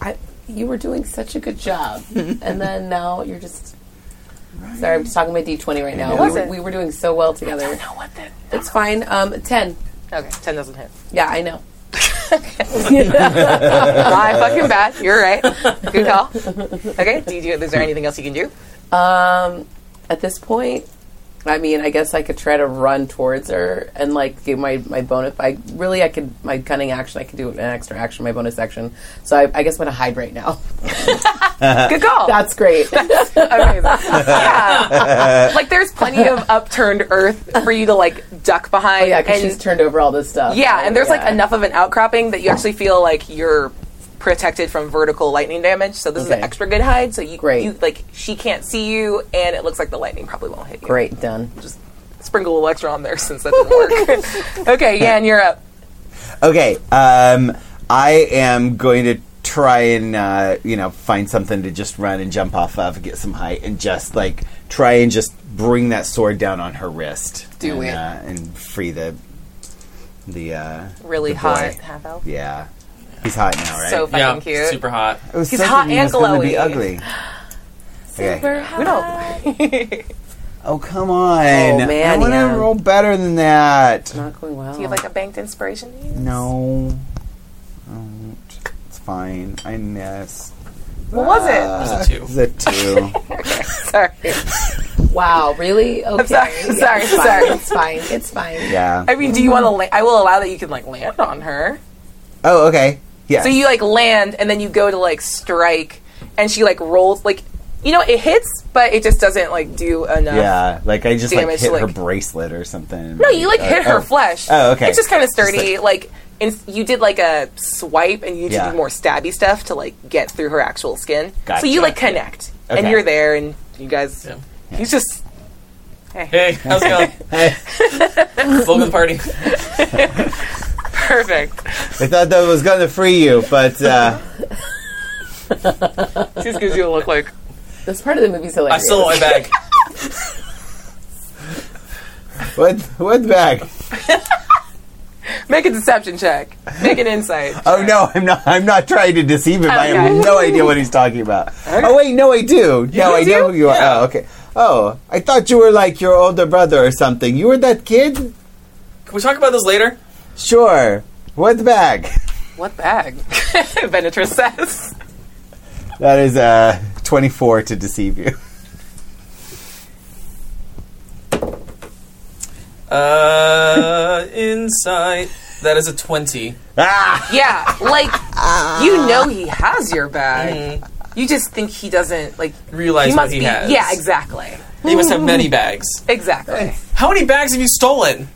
[SPEAKER 5] I you were doing such a good job, and then now you're just. Sorry, I'm just talking about D20 right now.
[SPEAKER 11] What was
[SPEAKER 5] we, were,
[SPEAKER 11] it?
[SPEAKER 5] we were doing so well together. I don't know what the. It's fine. Um, ten.
[SPEAKER 11] Okay, ten doesn't hit.
[SPEAKER 5] Yeah, I know.
[SPEAKER 11] Lie fucking bad. You're right. Good call. Okay. Do you, is there anything else you can do?
[SPEAKER 5] Um, at this point, I mean, I guess I could try to run towards her and like give my my bonus. I really, I could my cunning action. I could do an extra action, my bonus action. So I, I guess I'm gonna hide right now.
[SPEAKER 11] Good call.
[SPEAKER 5] That's great.
[SPEAKER 11] yeah. Like there's plenty of upturned earth for you to like duck
[SPEAKER 5] Oh,
[SPEAKER 11] behind.
[SPEAKER 5] yeah, because
[SPEAKER 11] and-
[SPEAKER 5] she's turned over all this stuff.
[SPEAKER 11] yeah, and there's
[SPEAKER 5] Yeah.
[SPEAKER 11] like enough of an outcropping that you actually feel like you're protected from vertical lightning damage. So this is
[SPEAKER 5] Okay.
[SPEAKER 11] an extra good hide. So you,
[SPEAKER 5] Great.
[SPEAKER 11] you like she can't see you, and it looks like the lightning probably won't hit you.
[SPEAKER 5] Great, done.
[SPEAKER 11] Just sprinkle a little extra on there since that didn't work. okay, Yan, you're up.
[SPEAKER 9] Okay, um, I am going to try and uh, you know find something to just run and jump off of, get some height, and just like try and just bring that sword down on her wrist.
[SPEAKER 11] Do
[SPEAKER 9] and,
[SPEAKER 11] it.
[SPEAKER 9] uh, and free the the uh,
[SPEAKER 11] Really
[SPEAKER 9] the boy.
[SPEAKER 11] hot half elf.
[SPEAKER 9] Yeah, he's hot now, right?
[SPEAKER 11] So fucking cute.
[SPEAKER 3] Super hot.
[SPEAKER 9] It was
[SPEAKER 11] He's
[SPEAKER 9] such
[SPEAKER 11] hot
[SPEAKER 9] a- he
[SPEAKER 11] and
[SPEAKER 9] was gonna Be
[SPEAKER 11] glowy.
[SPEAKER 9] ugly. Okay.
[SPEAKER 11] We don't.
[SPEAKER 9] Oh come on!
[SPEAKER 5] Oh, man,
[SPEAKER 9] I want to
[SPEAKER 5] yeah.
[SPEAKER 9] roll better than that.
[SPEAKER 5] Not going well.
[SPEAKER 11] Do you have like a banked inspiration?
[SPEAKER 9] No. I don't. Oh, It's fine. I missed.
[SPEAKER 11] What was it?
[SPEAKER 9] was it was a two.
[SPEAKER 11] Sorry.
[SPEAKER 5] wow, really? Okay.
[SPEAKER 11] sorry,
[SPEAKER 5] Yeah,
[SPEAKER 11] sorry,
[SPEAKER 5] it's fine,
[SPEAKER 11] sorry.
[SPEAKER 5] It's fine. It's fine.
[SPEAKER 9] yeah.
[SPEAKER 11] I mean, do you want to? La- I will allow that you can like land on her.
[SPEAKER 9] oh, okay. Yeah.
[SPEAKER 11] So you like land and then you go to like strike, and she like rolls like, you know, it hits, but it just doesn't like do enough.
[SPEAKER 9] Yeah, like I just like
[SPEAKER 11] Damage,
[SPEAKER 9] hit her
[SPEAKER 11] like-
[SPEAKER 9] bracelet or something.
[SPEAKER 11] No, you like
[SPEAKER 9] Uh,
[SPEAKER 11] hit her
[SPEAKER 9] oh.
[SPEAKER 11] flesh.
[SPEAKER 9] Oh, okay.
[SPEAKER 11] It's just kind of sturdy. like in- you did like a swipe, and you need
[SPEAKER 9] Yeah.
[SPEAKER 11] to do more stabby stuff to like get through her actual skin. So
[SPEAKER 9] Gotcha.
[SPEAKER 11] you like connect, and
[SPEAKER 9] Okay.
[SPEAKER 11] you're there, and you guys, he's just
[SPEAKER 3] Hey, how's it going? Welcome to the party.
[SPEAKER 11] perfect.
[SPEAKER 9] I thought that was gonna free you, but uh,
[SPEAKER 11] She just gives you a look like
[SPEAKER 5] This part of the movie's
[SPEAKER 3] I
[SPEAKER 5] hilarious.
[SPEAKER 3] still want my bag.
[SPEAKER 9] what? What back?
[SPEAKER 11] make a deception check, make an insight.
[SPEAKER 9] Oh no, I'm not. I'm not trying to deceive him. I
[SPEAKER 11] Okay.
[SPEAKER 9] have no idea what he's talking about. Oh wait, no, I do. No, I know who you are. Oh, okay. Oh, I thought you were like your older brother or something. You were that kid.
[SPEAKER 3] Can we talk about this later?
[SPEAKER 9] Sure. What bag?
[SPEAKER 11] What bag? Venator says.
[SPEAKER 9] That is uh, 24 to deceive you.
[SPEAKER 3] Uh, insight. That is a 20.
[SPEAKER 9] Ah!
[SPEAKER 11] Yeah, like you know he has your bag. You just think he doesn't like
[SPEAKER 3] Realize
[SPEAKER 11] he
[SPEAKER 3] what
[SPEAKER 11] must
[SPEAKER 3] he
[SPEAKER 11] be.
[SPEAKER 3] has.
[SPEAKER 11] Yeah, exactly,
[SPEAKER 3] He must have many bags.
[SPEAKER 11] exactly.
[SPEAKER 3] How many bags have you stolen?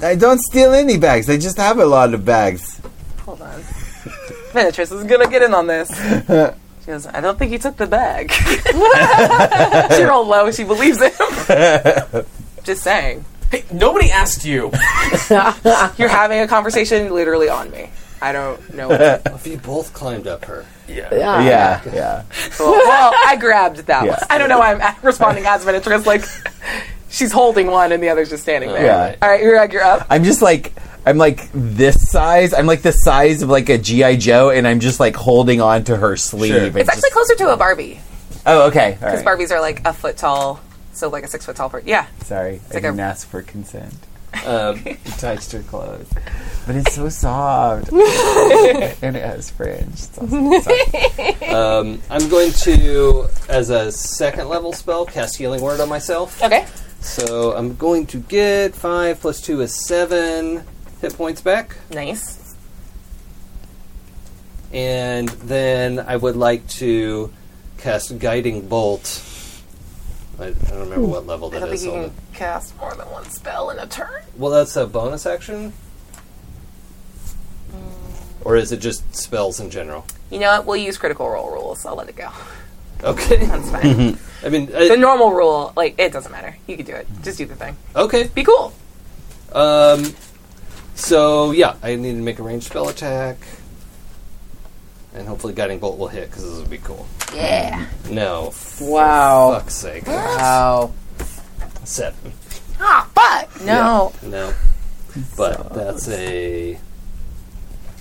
[SPEAKER 9] I don't steal any bags. I just have a lot of bags.
[SPEAKER 11] Hold on. Venatress is gonna get in on this. She goes, I don't think you took the bag. she rolled low, she believes him. Just saying.
[SPEAKER 3] Hey, nobody asked you.
[SPEAKER 11] You're having a conversation literally on me. I don't know. What to do.
[SPEAKER 4] If you both climbed up her,
[SPEAKER 11] Ah.
[SPEAKER 5] Yeah.
[SPEAKER 9] yeah, yeah.
[SPEAKER 11] Cool. Well, I grabbed that
[SPEAKER 9] Yeah.
[SPEAKER 11] one. I don't know why I'm responding as Venatress. Like, she's holding one and the other's just standing there.
[SPEAKER 9] Yeah.
[SPEAKER 11] All right, Urag, you're up.
[SPEAKER 9] I'm just like I'm like this size. I'm like the size of like a GI Joe, and I'm just like holding on to her sleeve. and
[SPEAKER 11] It's actually
[SPEAKER 9] just-
[SPEAKER 11] closer to a Barbie
[SPEAKER 9] oh, okay. All
[SPEAKER 11] because
[SPEAKER 9] right.
[SPEAKER 11] Barbies are like a foot tall, so like a six foot tall person. Yeah,
[SPEAKER 9] Sorry, I
[SPEAKER 11] like a-
[SPEAKER 9] didn't ask for consent.
[SPEAKER 4] um,
[SPEAKER 9] I touched her clothes, but it's so soft, and it has fringe. It's awesome.
[SPEAKER 4] um, I'm going to, as a second level spell, cast Healing Word on myself.
[SPEAKER 11] Okay.
[SPEAKER 4] So I'm going to get five plus two is seven hit points back,
[SPEAKER 11] Nice.
[SPEAKER 4] and then I would like to cast Guiding Bolt. I, I don't remember what level
[SPEAKER 11] I
[SPEAKER 4] that
[SPEAKER 11] don't think
[SPEAKER 4] is.
[SPEAKER 11] you
[SPEAKER 4] Hold
[SPEAKER 11] can
[SPEAKER 4] on.
[SPEAKER 11] cast more than one spell in a turn.
[SPEAKER 4] Well, that's a bonus action,
[SPEAKER 11] Mm.
[SPEAKER 4] or is it just spells in general?
[SPEAKER 11] You know what? We'll use critical roll rules. I'll let it go.
[SPEAKER 4] Okay.
[SPEAKER 11] That's fine.
[SPEAKER 4] I mean,
[SPEAKER 11] the
[SPEAKER 4] I,
[SPEAKER 11] normal rule, like it doesn't matter. You can do it. Just do the thing.
[SPEAKER 4] okay.
[SPEAKER 11] Be cool.
[SPEAKER 4] Um, so yeah, I need to make a ranged spell attack. and hopefully Guiding Bolt will hit because this would be cool.
[SPEAKER 5] Yeah.
[SPEAKER 4] No. f-
[SPEAKER 5] Wow.
[SPEAKER 4] For fuck's sake.
[SPEAKER 5] Wow.
[SPEAKER 4] Seven.
[SPEAKER 5] Ah, fuck! No.
[SPEAKER 4] Yeah, no. But that's a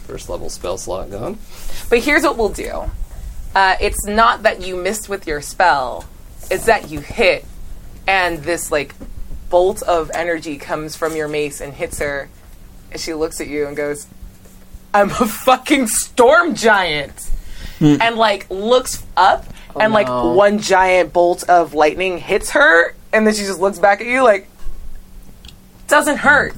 [SPEAKER 4] first level spell slot gone.
[SPEAKER 11] But here's what we'll do. Uh, it's not that you missed with your spell; it's that you hit, and this like bolt of energy comes from your mace and hits her, and she looks at you and goes, "I'm a fucking storm giant,"
[SPEAKER 28] Hmm.
[SPEAKER 11] and like looks up, and like
[SPEAKER 28] no.
[SPEAKER 11] one giant bolt of lightning hits her, and then she just looks back at you like, "Doesn't hurt."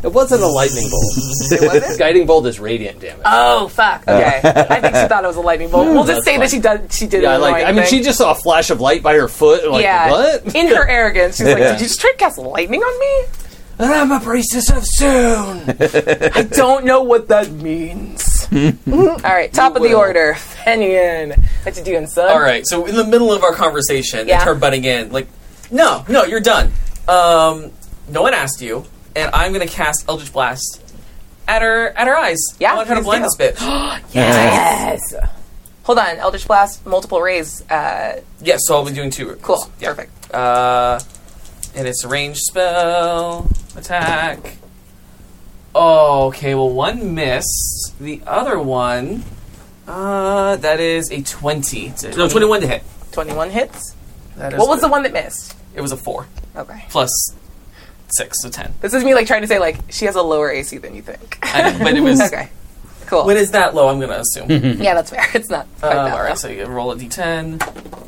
[SPEAKER 4] It wasn't a lightning bolt.
[SPEAKER 11] It wasn't?
[SPEAKER 4] Guiding bolt is radiant damage.
[SPEAKER 11] Oh fuck! Okay,
[SPEAKER 4] Oh.
[SPEAKER 11] I think she thought it was a lightning bolt. We'll
[SPEAKER 4] That's
[SPEAKER 11] just say
[SPEAKER 4] fine.
[SPEAKER 11] that she did. She did.
[SPEAKER 4] Yeah, I
[SPEAKER 11] an
[SPEAKER 4] like-
[SPEAKER 11] annoying
[SPEAKER 4] I mean,
[SPEAKER 11] thing.
[SPEAKER 4] she
[SPEAKER 29] Just saw a flash of light by her foot. Like,
[SPEAKER 11] yeah.
[SPEAKER 29] what?
[SPEAKER 11] In her arrogance, she's like,
[SPEAKER 29] Yeah.
[SPEAKER 11] "Did you just try to cast lightning on me?"
[SPEAKER 28] I'm a priestess of soon.
[SPEAKER 11] I don't know what that means. All right, top of the order, Fenian. What you doing, son?
[SPEAKER 3] All right. So in the middle of our conversation,
[SPEAKER 11] Yeah.
[SPEAKER 3] it's her butting in. Like, no, no, you're done. Um, no one asked you, and I'm gonna cast Eldritch Blast at her at her eyes. Yeah, I want her to
[SPEAKER 11] please
[SPEAKER 3] blind
[SPEAKER 11] do.
[SPEAKER 3] this bit.
[SPEAKER 11] yes. Hold on, Eldritch Blast, multiple rays. Uh,
[SPEAKER 3] Yes, so I'll be doing two.
[SPEAKER 11] Cool.
[SPEAKER 3] Perfect. Uh, and it's a ranged spell attack. Oh, okay. Well, one missed. The other one, uh, that is a twenty. to- No, twenty-one to hit.
[SPEAKER 11] Twenty-one hits.
[SPEAKER 3] That is
[SPEAKER 11] what was
[SPEAKER 3] good.
[SPEAKER 11] the one that missed?
[SPEAKER 3] It was a four
[SPEAKER 11] Okay.
[SPEAKER 3] plus six, so ten.
[SPEAKER 11] This is me like trying to say like she has a lower AC than you think.
[SPEAKER 3] I know, but it was
[SPEAKER 11] okay. Cool.
[SPEAKER 3] When it's that low, I'm gonna assume.
[SPEAKER 11] yeah, that's fair. It's not quite
[SPEAKER 3] Um,
[SPEAKER 11] that
[SPEAKER 3] all
[SPEAKER 11] low.
[SPEAKER 3] right, so you roll a d10.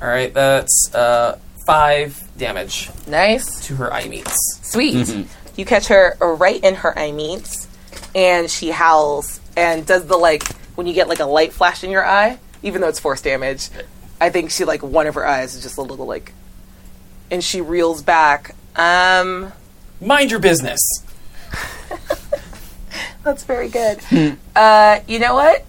[SPEAKER 3] All right, that's uh, five damage
[SPEAKER 11] Nice.
[SPEAKER 3] to her eye meets.
[SPEAKER 11] Sweet. You catch her right in her eye meets, and she howls and does the like when you get like a light flash in your eye, even though it's force damage. I think she like one of her eyes is just a little like, and she reels back. Um,
[SPEAKER 3] mind your business.
[SPEAKER 11] That's very good. uh, you know what?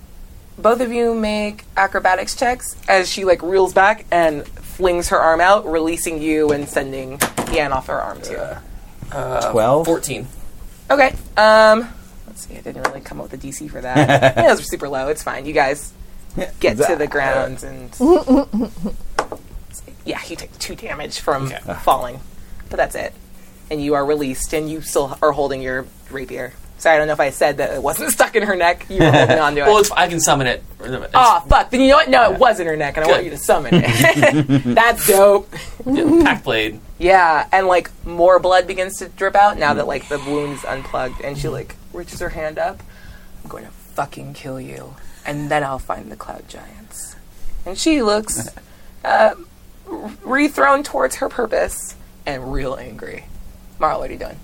[SPEAKER 11] Both of you make acrobatics checks as she like reels back and flings her arm out, releasing you and sending Yan off her arm too.
[SPEAKER 3] Uh,
[SPEAKER 11] 12?
[SPEAKER 3] 14.
[SPEAKER 11] Okay. Um, let's see. I didn't really come up with a DC for that. yeah, those were super low. It's fine. You guys get to the ground, and yeah, you take two damage from
[SPEAKER 7] Ah.
[SPEAKER 11] falling, but that's it. And you are released, and you still are holding your rapier. Sorry, I don't know if I said that it wasn't stuck in her neck. You were holding on to
[SPEAKER 3] Well,
[SPEAKER 11] it.
[SPEAKER 3] it's, I can summon it. uh,
[SPEAKER 11] Oh fuck! Then you know what? No, it was in her neck, and I want you to summon it. that's dope.
[SPEAKER 3] Pack blade.
[SPEAKER 11] Yeah, and like more blood begins to drip out now that like the wound is unplugged, and she like reaches her hand up. I'm going to fucking kill you, and then I'll find the cloud giants. And she looks uh, rethrown towards her purpose and real angry. Marl, what are you doing?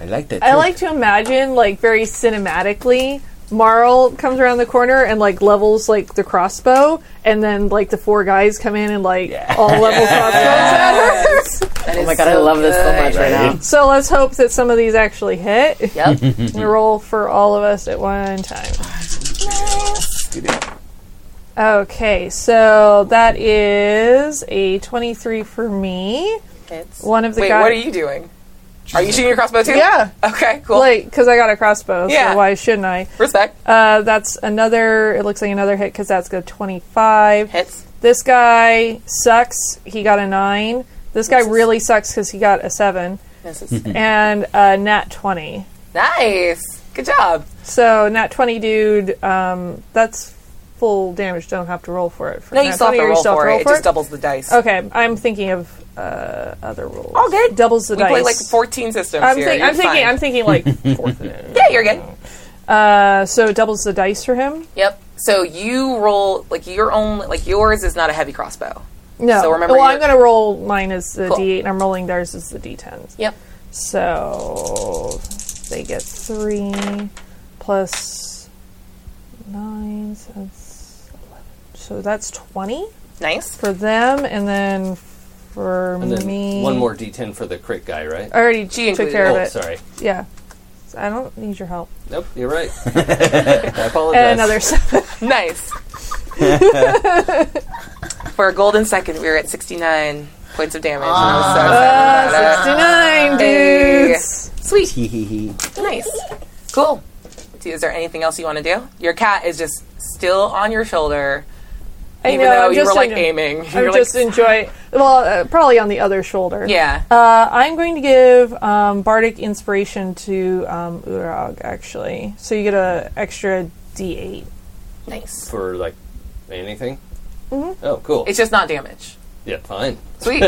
[SPEAKER 30] I like that.
[SPEAKER 7] I like to imagine, like, very cinematically, Marl comes around the corner and, like, levels, like, the crossbow, and then, like, the four guys come in and, like, all level crossbows at her.
[SPEAKER 5] Oh my god, I love this so much right now.
[SPEAKER 7] So let's hope that some of these actually hit.
[SPEAKER 5] Yep.
[SPEAKER 7] We roll for all of us at one time. Okay, so that is a 23 for me.
[SPEAKER 11] It's
[SPEAKER 7] one of the
[SPEAKER 11] Wait,
[SPEAKER 7] guys.
[SPEAKER 11] what are you doing? Are you shooting your crossbow too?
[SPEAKER 7] Yeah.
[SPEAKER 11] Okay, cool.
[SPEAKER 7] Like, because I got a crossbow,
[SPEAKER 11] Yeah.
[SPEAKER 7] so why shouldn't I?
[SPEAKER 11] Respect.
[SPEAKER 7] Uh, that's another. It looks like another hit because that's good. Twenty-five
[SPEAKER 11] hits.
[SPEAKER 7] This guy sucks. He got a nine. This guy really sucks because he got a seven.
[SPEAKER 11] Misses.
[SPEAKER 7] and uh, nat twenty.
[SPEAKER 11] Nice. Good job.
[SPEAKER 7] So nat twenty, dude. Um, that's full damage. Don't have to roll for it. For
[SPEAKER 11] No, you
[SPEAKER 7] nat
[SPEAKER 11] still have
[SPEAKER 7] 20,
[SPEAKER 11] to
[SPEAKER 7] or
[SPEAKER 11] roll for it. It just doubles the dice.
[SPEAKER 7] Okay, I'm thinking of uh, other rules. All
[SPEAKER 11] good.
[SPEAKER 7] Doubles the
[SPEAKER 11] we
[SPEAKER 7] dice.
[SPEAKER 11] play like 14 systems
[SPEAKER 7] I'm,
[SPEAKER 11] here.
[SPEAKER 7] think-
[SPEAKER 11] You're
[SPEAKER 7] I'm thinking.
[SPEAKER 11] fine.
[SPEAKER 7] I'm thinking like
[SPEAKER 11] Yeah, you're good.
[SPEAKER 7] Uh, so it doubles the dice for him.
[SPEAKER 11] Yep. So you roll like your own like yours is not a heavy crossbow.
[SPEAKER 7] No.
[SPEAKER 11] So remember
[SPEAKER 7] well,
[SPEAKER 11] your-
[SPEAKER 7] I'm going to roll mine as the
[SPEAKER 11] Cool.
[SPEAKER 7] D8, and I'm rolling theirs as the D10s.
[SPEAKER 11] Yep.
[SPEAKER 7] So they get three plus nine. So that's eleven. So that's twenty.
[SPEAKER 11] Nice
[SPEAKER 7] for them, and then for
[SPEAKER 4] And then
[SPEAKER 7] me,
[SPEAKER 4] one more d10 for the crit guy, right?
[SPEAKER 7] I already took care of
[SPEAKER 4] Oh,
[SPEAKER 7] it.
[SPEAKER 4] sorry.
[SPEAKER 7] Yeah. So I don't need your help.
[SPEAKER 4] Nope, you're right. I apologize.
[SPEAKER 7] And another seven.
[SPEAKER 11] nice. For a golden second, we were at 69 points of damage.
[SPEAKER 7] Ah, 69
[SPEAKER 11] Hey.
[SPEAKER 7] dudes.
[SPEAKER 11] Sweet. Nice. Cool. to you. Is there anything else you want to do? Your cat is just still on your shoulder,
[SPEAKER 7] I
[SPEAKER 11] even
[SPEAKER 7] know,
[SPEAKER 11] though
[SPEAKER 7] I'm
[SPEAKER 11] you
[SPEAKER 7] just
[SPEAKER 11] were like
[SPEAKER 7] in-
[SPEAKER 11] aiming.
[SPEAKER 7] I
[SPEAKER 11] You're
[SPEAKER 7] just
[SPEAKER 11] like,
[SPEAKER 7] enjoy. Well, uh, probably on the other shoulder.
[SPEAKER 11] Yeah.
[SPEAKER 7] Uh, I'm going to give um, bardic inspiration to um, Urag actually, so you get a extra D8.
[SPEAKER 11] Nice.
[SPEAKER 4] For like anything?
[SPEAKER 7] Mhm.
[SPEAKER 4] Oh, cool.
[SPEAKER 11] Mm-hmm. It's just not damage.
[SPEAKER 4] Yeah, fine.
[SPEAKER 11] Sweet.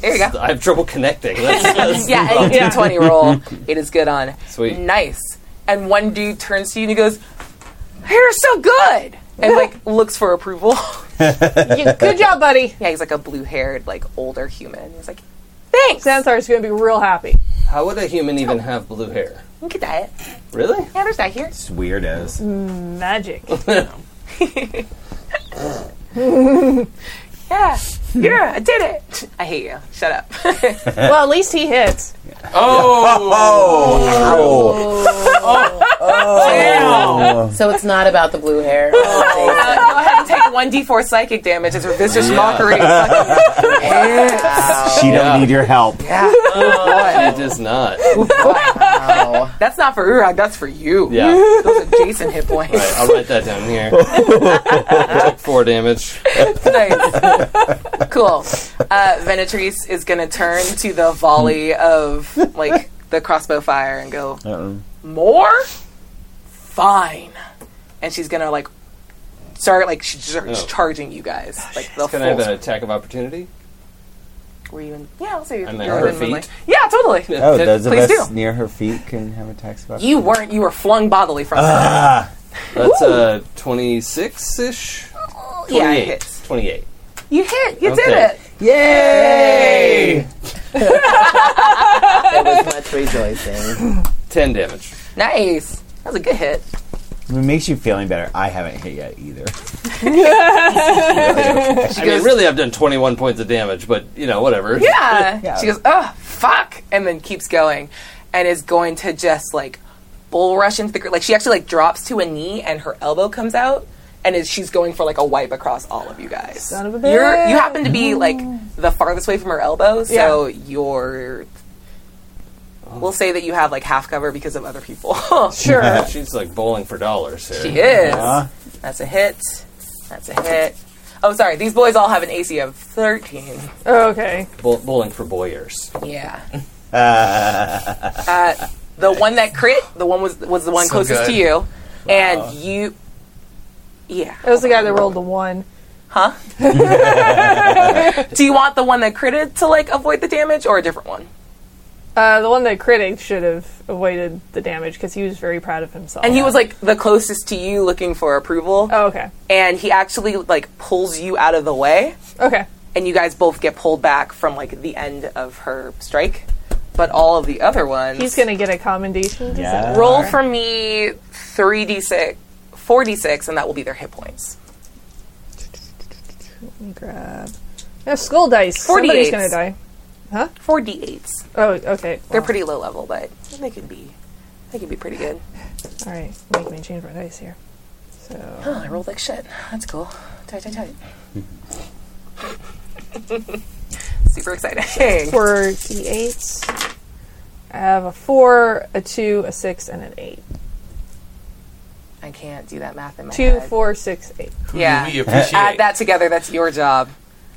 [SPEAKER 11] There you go.
[SPEAKER 4] I have trouble connecting. Let's, let's
[SPEAKER 11] yeah,
[SPEAKER 4] move on.
[SPEAKER 11] and a twenty roll. It is good on.
[SPEAKER 4] Sweet.
[SPEAKER 11] Nice. And one dude turns to you and he goes, "Hair is so good," and like looks for approval.
[SPEAKER 7] good job, buddy.
[SPEAKER 11] Yeah, he's like a blue-haired, like older human. He's like,
[SPEAKER 7] Thanks. Xanthar's going to be real happy.
[SPEAKER 4] How would a human even have blue hair?
[SPEAKER 11] "Look at that.
[SPEAKER 4] Really?
[SPEAKER 11] Yeah, there's that here."
[SPEAKER 4] It's weird as.
[SPEAKER 7] Magic.
[SPEAKER 11] yeah. Yeah, I did it. I hate you. Shut up.
[SPEAKER 7] well, at least he hits.
[SPEAKER 9] Oh.
[SPEAKER 5] So it's not about the blue hair. Oh,
[SPEAKER 11] Uh, go ahead and take one d4 psychic damage as her vicious
[SPEAKER 5] Yeah.
[SPEAKER 11] mockery. fucking hits.
[SPEAKER 9] She don't need your help.
[SPEAKER 11] Yeah.
[SPEAKER 4] It does not.
[SPEAKER 11] That's not for Urag, that's for you.
[SPEAKER 4] Yeah.
[SPEAKER 11] Those are Jason hit points.
[SPEAKER 4] All right, I'll write that down here. I took four damage.
[SPEAKER 11] nice. Cool. Uh, Venatrice is going to turn to the volley of like the crossbow fire and go,
[SPEAKER 9] Uh-oh.
[SPEAKER 11] More? Fine. And she's gonna like start like she's just
[SPEAKER 4] Oh.
[SPEAKER 11] charging you guys. Like the
[SPEAKER 4] Can I have
[SPEAKER 11] full
[SPEAKER 4] an attack of opportunity?
[SPEAKER 11] Were you in? Yeah, I'll say
[SPEAKER 4] I'm
[SPEAKER 11] you're
[SPEAKER 4] at her
[SPEAKER 11] in the
[SPEAKER 4] feet.
[SPEAKER 11] lane. Yeah, totally.
[SPEAKER 9] Oh, those of
[SPEAKER 11] Please
[SPEAKER 9] us
[SPEAKER 11] do.
[SPEAKER 9] near her feet can have a tax box.
[SPEAKER 11] You weren't. You were flung bodily from her.
[SPEAKER 9] Ah.
[SPEAKER 4] That's uh, 26 ish?
[SPEAKER 11] Yeah, it
[SPEAKER 4] 28.
[SPEAKER 11] You hit. You did
[SPEAKER 4] Okay.
[SPEAKER 11] it.
[SPEAKER 9] Yay!
[SPEAKER 5] There was much rejoicing.
[SPEAKER 4] 10 damage.
[SPEAKER 11] Nice. That was a good hit.
[SPEAKER 9] If it makes you feeling better. I haven't hit yet either.
[SPEAKER 11] yeah.
[SPEAKER 4] I mean, really, I've done 21 points of damage, but, you know, whatever.
[SPEAKER 11] She goes, oh, fuck. And then keeps going and is going to just like bull rush into the group. Like she actually like drops to a knee and her elbow comes out and is, she's going for like a wipe across all of you guys.
[SPEAKER 7] Son of a bitch.
[SPEAKER 11] You're, you happen to be like the farthest away from her elbow, so you're. We'll say that you have like half cover because of other people.
[SPEAKER 4] She's like bowling for dollars here.
[SPEAKER 11] She is. That's a hit. That's a hit. Oh, sorry. These boys all have an AC of 13.
[SPEAKER 7] Oh, Okay.
[SPEAKER 4] Bowl- bowling for boyers.
[SPEAKER 11] Yeah.
[SPEAKER 4] Uh,
[SPEAKER 11] Uh, the one that crit, the one was was the one
[SPEAKER 4] So
[SPEAKER 11] closest
[SPEAKER 4] good.
[SPEAKER 11] to you, and you. Yeah.
[SPEAKER 7] That was the guy that rolled the one.
[SPEAKER 11] Huh? Do you want the one that critted to like avoid the damage or a different one?
[SPEAKER 7] Uh, the one that critic should have avoided the damage because he was very proud of himself.
[SPEAKER 11] And he was like the closest to you, looking for approval.
[SPEAKER 7] Oh, okay.
[SPEAKER 11] And he actually like pulls you out of the way.
[SPEAKER 7] Okay.
[SPEAKER 11] and you guys both get pulled back from like the end of her strike. But all of the other ones,
[SPEAKER 7] He's going to get a commendation. Does that-
[SPEAKER 11] roll for me three d six, four d six, and that will be their hit points.
[SPEAKER 7] Let me grab. Yeah, skull dice. Somebody's
[SPEAKER 11] 48s.
[SPEAKER 7] going to die. Huh?
[SPEAKER 11] Four d eights.
[SPEAKER 7] Oh, okay.
[SPEAKER 11] They're pretty low level, but they can be they can be pretty good.
[SPEAKER 7] All right. Make me change my dice here. So
[SPEAKER 11] Huh, Oh, I rolled like shit. That's cool. Tight, tight, tight. Super exciting.
[SPEAKER 7] four d8s. I have a four, a two, a six, and an eight.
[SPEAKER 11] I can't do that math in my
[SPEAKER 7] Two,
[SPEAKER 11] head.
[SPEAKER 7] four, six, eight.
[SPEAKER 11] Yeah.
[SPEAKER 3] we appreciate?
[SPEAKER 11] Add that together. That's your job.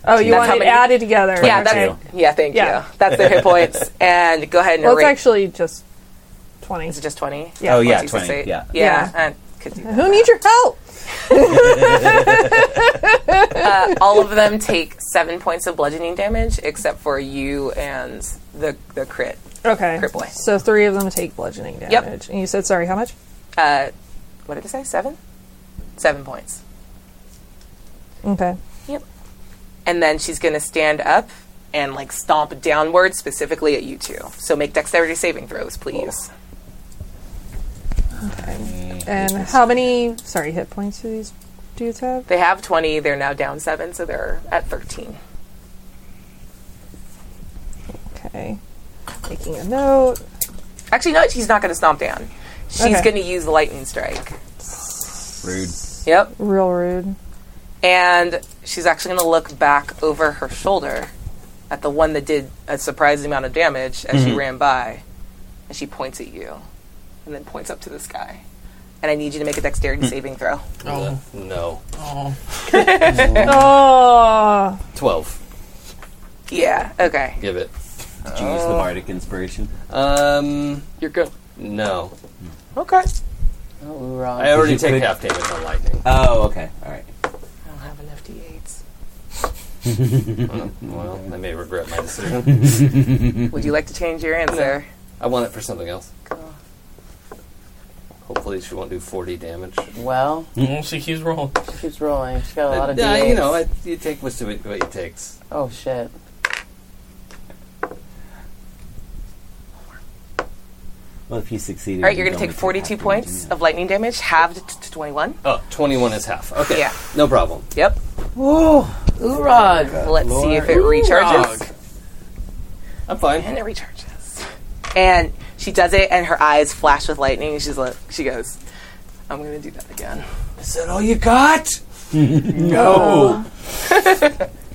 [SPEAKER 7] Oh, you
[SPEAKER 11] That's
[SPEAKER 7] want
[SPEAKER 11] how
[SPEAKER 7] it
[SPEAKER 11] many-
[SPEAKER 7] added together?
[SPEAKER 11] Yeah, that's, yeah. Thank
[SPEAKER 7] Yeah.
[SPEAKER 11] you. That's their hit points. And go ahead and
[SPEAKER 7] Well, it's
[SPEAKER 11] erase-
[SPEAKER 7] actually just twenty.
[SPEAKER 11] Is it just 20?
[SPEAKER 7] Yeah.
[SPEAKER 9] Oh, yeah,
[SPEAKER 11] 14,
[SPEAKER 9] 20,
[SPEAKER 11] 68.
[SPEAKER 9] yeah.
[SPEAKER 11] Yeah. I could do that.
[SPEAKER 7] Who needs your help?
[SPEAKER 11] uh, all of them take seven points of bludgeoning damage, except for you and the the crit.
[SPEAKER 7] Okay.
[SPEAKER 11] Crit boy.
[SPEAKER 7] So three of them take bludgeoning damage.
[SPEAKER 11] Yep.
[SPEAKER 7] And you said, sorry, how much?
[SPEAKER 11] Uh, what did I say? Seven? Seven points.
[SPEAKER 7] Okay.
[SPEAKER 11] And then she's going to stand up and like stomp downward specifically at you two. So make dexterity saving throws, please.
[SPEAKER 7] And how many, sorry, hit points do these dudes have?
[SPEAKER 11] They have 20. They're now down seven, so they're at 13.
[SPEAKER 7] Okay. Making a note.
[SPEAKER 11] Actually, no, she's not going to stomp down. She's
[SPEAKER 7] Okay.
[SPEAKER 11] going to use the lightning strike.
[SPEAKER 9] Rude.
[SPEAKER 11] Yep.
[SPEAKER 7] Real rude.
[SPEAKER 11] and she's actually going to look back over her shoulder at the one that did a surprising amount of
[SPEAKER 5] Mm-hmm.
[SPEAKER 11] damage as she
[SPEAKER 9] Mhm.
[SPEAKER 11] ran by, and she points at you, and then points up to the sky, and I need you to make a dexterity saving throw.
[SPEAKER 4] Oh. No.
[SPEAKER 3] Oh.
[SPEAKER 7] oh.
[SPEAKER 4] 12.
[SPEAKER 11] Yeah. Okay.
[SPEAKER 4] Give it. Uh,
[SPEAKER 31] Did you use the bardic inspiration?
[SPEAKER 4] Um,
[SPEAKER 3] You're good.
[SPEAKER 4] no.
[SPEAKER 11] Okay.
[SPEAKER 5] Oh,
[SPEAKER 4] I already take half damage on lightning.
[SPEAKER 31] Oh, okay. All right.
[SPEAKER 11] I don't have enough d8s.
[SPEAKER 4] well, I may regret my decision.
[SPEAKER 11] Would you like to change your answer?
[SPEAKER 4] I want it for something else. Hopefully, she won't do 40 damage.
[SPEAKER 5] Well,
[SPEAKER 3] Mm, she keeps rolling.
[SPEAKER 5] she keeps rolling. She's got a lot of
[SPEAKER 4] yeah, uh, you
[SPEAKER 5] D8s.
[SPEAKER 4] know, I, you take what's what it takes.
[SPEAKER 5] Oh shit.
[SPEAKER 31] Well, if you succeeded,
[SPEAKER 11] All right, you're
[SPEAKER 31] you
[SPEAKER 11] going to
[SPEAKER 31] don't
[SPEAKER 11] take
[SPEAKER 31] have
[SPEAKER 11] 42 points of lightning damage, halved t- to 21.
[SPEAKER 4] Oh, 21 is half. Okay.
[SPEAKER 11] Yeah.
[SPEAKER 4] No problem.
[SPEAKER 11] Yep.
[SPEAKER 5] Ooh,
[SPEAKER 31] Oh
[SPEAKER 5] Urog.
[SPEAKER 11] Let's see if it recharges.
[SPEAKER 4] I'm fine.
[SPEAKER 11] And it recharges. And she does it, and her eyes flash with lightning. And she's like, she goes, "I'm going to do that again."
[SPEAKER 4] Is that all you got?
[SPEAKER 9] no.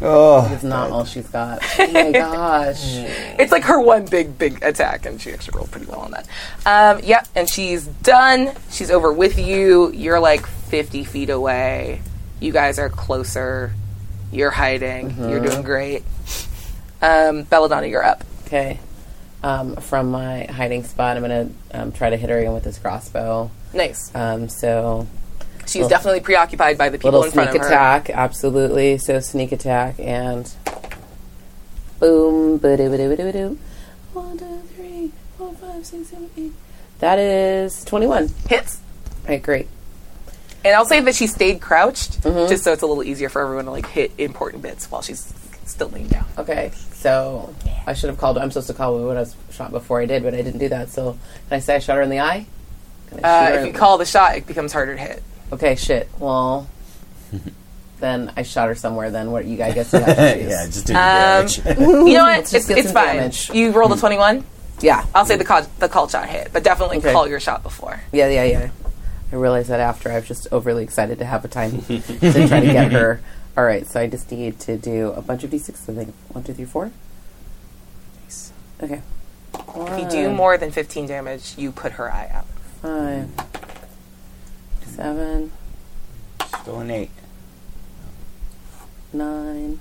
[SPEAKER 5] Oh, it's not all she's got. Oh my gosh.
[SPEAKER 11] It's like her one big, big attack, and she actually rolled pretty well on that. Um, yep, and she's done. She's over with you. You're like 50 feet away. You guys are closer. You're hiding. You're
[SPEAKER 5] Mhm.
[SPEAKER 11] doing great. Um, Belladonna, you're up.
[SPEAKER 5] Okay. Um, from my hiding spot, I'm gonna um, try to hit her again with this crossbow.
[SPEAKER 11] Nice.
[SPEAKER 5] Um, so
[SPEAKER 11] She's definitely preoccupied by the people
[SPEAKER 5] little
[SPEAKER 11] in front
[SPEAKER 5] sneak
[SPEAKER 11] of her.
[SPEAKER 5] attack, absolutely. So sneak attack and boom, ba doo ba doo ba doo. One, two, three, four, five, six, seven, eight. That is 21.
[SPEAKER 11] Hits.
[SPEAKER 5] All right, great.
[SPEAKER 11] And I'll say that she stayed crouched, just so it's a little easier for everyone to like hit important bits while she's still leaning down.
[SPEAKER 5] Okay, so I should have called. I'm supposed to call what I was shot before I did, but I didn't do that. So can I say I shot her in the eye? Can I
[SPEAKER 11] Uh,
[SPEAKER 5] shoot her
[SPEAKER 11] if you
[SPEAKER 5] in-
[SPEAKER 11] call the shot, it becomes harder to hit.
[SPEAKER 5] Okay, shit. Well, then I shot her somewhere. Then what? You guys guess you have to choose.
[SPEAKER 31] Yeah, just do the
[SPEAKER 11] Um,
[SPEAKER 31] damage.
[SPEAKER 11] you know what?
[SPEAKER 5] Let's
[SPEAKER 11] It's,
[SPEAKER 5] just get
[SPEAKER 11] it's
[SPEAKER 5] some
[SPEAKER 11] fine.
[SPEAKER 5] damage.
[SPEAKER 11] You rolled a twenty-one.
[SPEAKER 5] Yeah,
[SPEAKER 11] I'll say the call, the call shot hit, but definitely
[SPEAKER 5] Okay.
[SPEAKER 11] call your shot before.
[SPEAKER 5] yeah, yeah, yeah. I realized that after I was just overly excited to have a time to try to get her. All right, so I just need to do a bunch of d6. I think one, two, three, four. Okay.
[SPEAKER 11] If you do more than fifteen damage, you put her eye out.
[SPEAKER 5] Five, seven,
[SPEAKER 9] Still an eight.
[SPEAKER 5] nine.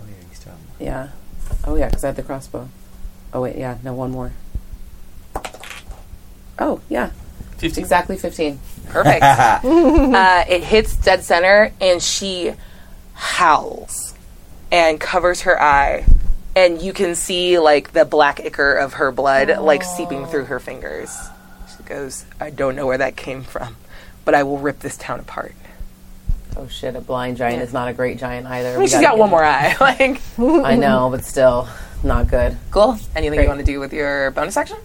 [SPEAKER 9] Oh, yeah, you still have more.
[SPEAKER 5] Yeah. Oh yeah, because I had the crossbow. Oh wait, yeah. No, one more. Oh yeah,
[SPEAKER 3] 15.
[SPEAKER 5] exactly fifteen.
[SPEAKER 11] Perfect. uh, it hits dead center, and she howls and covers her eye, and you can see like the black ichor of her blood like seeping through her fingers. She goes, "I don't know where that came from, but I will rip this town apart."
[SPEAKER 5] Oh shit, a blind giant is not a great giant either.
[SPEAKER 11] I mean, she's got one more eye. like,
[SPEAKER 5] more. I know, but still not good.
[SPEAKER 11] cool. Anything
[SPEAKER 5] Great.
[SPEAKER 11] you want to do with your bonus action?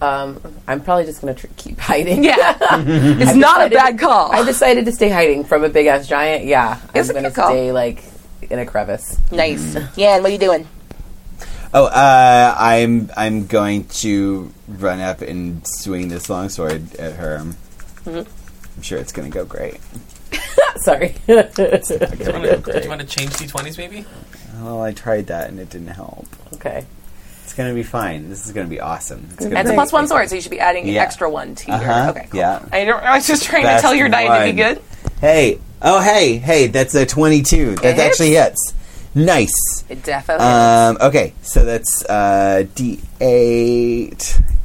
[SPEAKER 5] Um, I'm probably just gonna tr- keep hiding.
[SPEAKER 11] Yeah, it's
[SPEAKER 5] I've
[SPEAKER 11] not a
[SPEAKER 5] decided-
[SPEAKER 11] bad call.
[SPEAKER 5] I decided to stay hiding from a big ass giant. Yeah,
[SPEAKER 11] It's a
[SPEAKER 5] I'm gonna
[SPEAKER 11] good call.
[SPEAKER 5] stay like in a crevice.
[SPEAKER 11] nice. Yeah, and what are you doing?
[SPEAKER 9] Oh, uh, I'm I'm going to run up and swing this longsword at her.
[SPEAKER 11] Mm-hmm.
[SPEAKER 9] I'm sure it's going to go great.
[SPEAKER 5] Uh, Sorry.
[SPEAKER 9] It's
[SPEAKER 3] Do
[SPEAKER 9] gonna
[SPEAKER 3] you
[SPEAKER 9] go
[SPEAKER 3] want to,
[SPEAKER 9] great.
[SPEAKER 3] change d20s maybe?
[SPEAKER 9] Well, I tried that and it didn't help.
[SPEAKER 5] okay.
[SPEAKER 9] It's going to be fine. This is going to be awesome. It's gonna
[SPEAKER 11] That's a
[SPEAKER 9] be
[SPEAKER 11] plus one sword, so you should be adding
[SPEAKER 9] Yeah.
[SPEAKER 11] extra one to your.
[SPEAKER 9] Uh-huh,
[SPEAKER 11] Okay, cool.
[SPEAKER 9] yeah.
[SPEAKER 11] I, don't, I was just trying to
[SPEAKER 9] That's
[SPEAKER 11] tell your diet to be
[SPEAKER 9] one.
[SPEAKER 11] good.
[SPEAKER 9] Hey, oh hey, hey, that's a 22. That
[SPEAKER 11] It
[SPEAKER 9] actually hits. Nice.
[SPEAKER 11] It defo.
[SPEAKER 9] Um, okay, so that's uh, D8.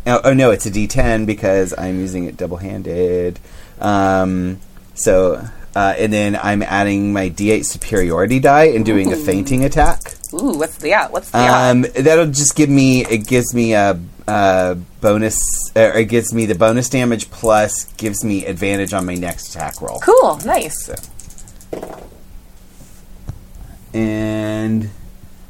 [SPEAKER 9] Oh, oh no, it's a D10 because I'm using it double-handed. Um, so, uh, and then I'm adding my D8 superiority die and doing a fainting attack.
[SPEAKER 11] Ooh, what's the yeah? What's the yeah?
[SPEAKER 9] Um, that'll just give me. It gives me a, a bonus, or it gives me the bonus damage plus gives me advantage on my next attack roll.
[SPEAKER 11] Cool, nice.
[SPEAKER 9] and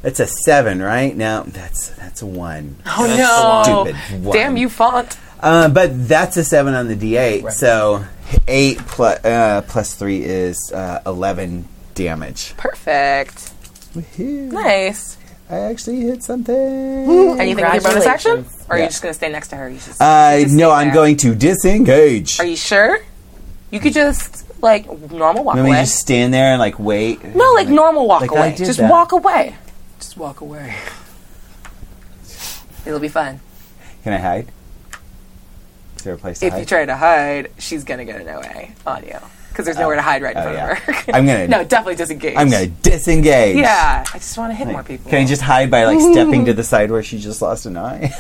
[SPEAKER 9] that's a seven, right? Now that's that's a one.
[SPEAKER 11] Oh no!
[SPEAKER 9] Stupid one.
[SPEAKER 11] Damn you, font.
[SPEAKER 9] Uh, but that's a seven on the D8, so eight plus uh, plus three is uh, eleven damage.
[SPEAKER 11] Perfect. Nice.
[SPEAKER 9] I actually hit something.
[SPEAKER 11] Anything with your bonus action?
[SPEAKER 5] Congratulations.
[SPEAKER 11] Or are
[SPEAKER 9] Yeah.
[SPEAKER 11] you just gonna stay next to her? You just,
[SPEAKER 9] Uh,
[SPEAKER 11] you just
[SPEAKER 9] no,
[SPEAKER 11] stay
[SPEAKER 9] I'm
[SPEAKER 11] there.
[SPEAKER 9] going to disengage.
[SPEAKER 11] Are you sure? You could just like normal walk
[SPEAKER 9] Let me
[SPEAKER 11] away.
[SPEAKER 9] just stand there and like wait.
[SPEAKER 11] no, like normal walk
[SPEAKER 9] like I
[SPEAKER 11] away.
[SPEAKER 9] did
[SPEAKER 11] Just
[SPEAKER 9] that.
[SPEAKER 11] walk away. Just walk away. It'll be fun.
[SPEAKER 9] Can I hide? Is there a place to
[SPEAKER 11] If
[SPEAKER 9] hide?
[SPEAKER 11] you try to hide, she's gonna get an OA on you because there's nowhere to hide right in
[SPEAKER 9] oh,
[SPEAKER 11] front
[SPEAKER 9] yeah.
[SPEAKER 11] of her.
[SPEAKER 9] I'm gonna-
[SPEAKER 11] no, definitely disengage.
[SPEAKER 9] I'm gonna disengage.
[SPEAKER 11] Yeah, I just want to hit more people.
[SPEAKER 9] Can I just hide by like stepping to the side where she just lost an eye?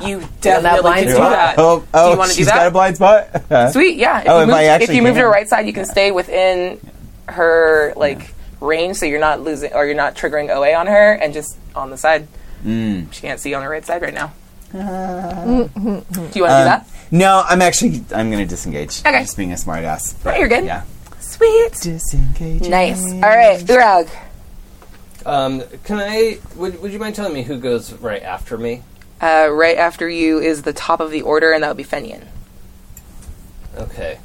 [SPEAKER 11] you can. you definitely can do that.
[SPEAKER 9] Oh, oh,
[SPEAKER 11] do you want to do
[SPEAKER 9] she's got a
[SPEAKER 11] that?
[SPEAKER 9] blind spot.
[SPEAKER 11] Sweet, yeah. If
[SPEAKER 9] oh,
[SPEAKER 11] you,
[SPEAKER 9] if
[SPEAKER 11] move,
[SPEAKER 9] I
[SPEAKER 11] if
[SPEAKER 9] actually
[SPEAKER 11] you move to
[SPEAKER 9] can.
[SPEAKER 11] her right side, you can stay within her like range, so you're not losing or you're not triggering OA on her, and just on the side.
[SPEAKER 9] Mm.
[SPEAKER 11] She can't see on the right side right now.
[SPEAKER 32] Mm.
[SPEAKER 11] Do you want to do that?
[SPEAKER 9] No, I'm actually I'm gonna disengage.
[SPEAKER 11] Okay.
[SPEAKER 9] I'm just being a smartass.
[SPEAKER 11] No, you're good.
[SPEAKER 9] Yeah.
[SPEAKER 11] Sweet.
[SPEAKER 9] Disengage.
[SPEAKER 11] Nice. All right, Urag.
[SPEAKER 4] Um, can I? Would, would you mind telling me who goes right after me?
[SPEAKER 11] Uh, right after you is the top of the order, and that would be Fenian.
[SPEAKER 4] Okay,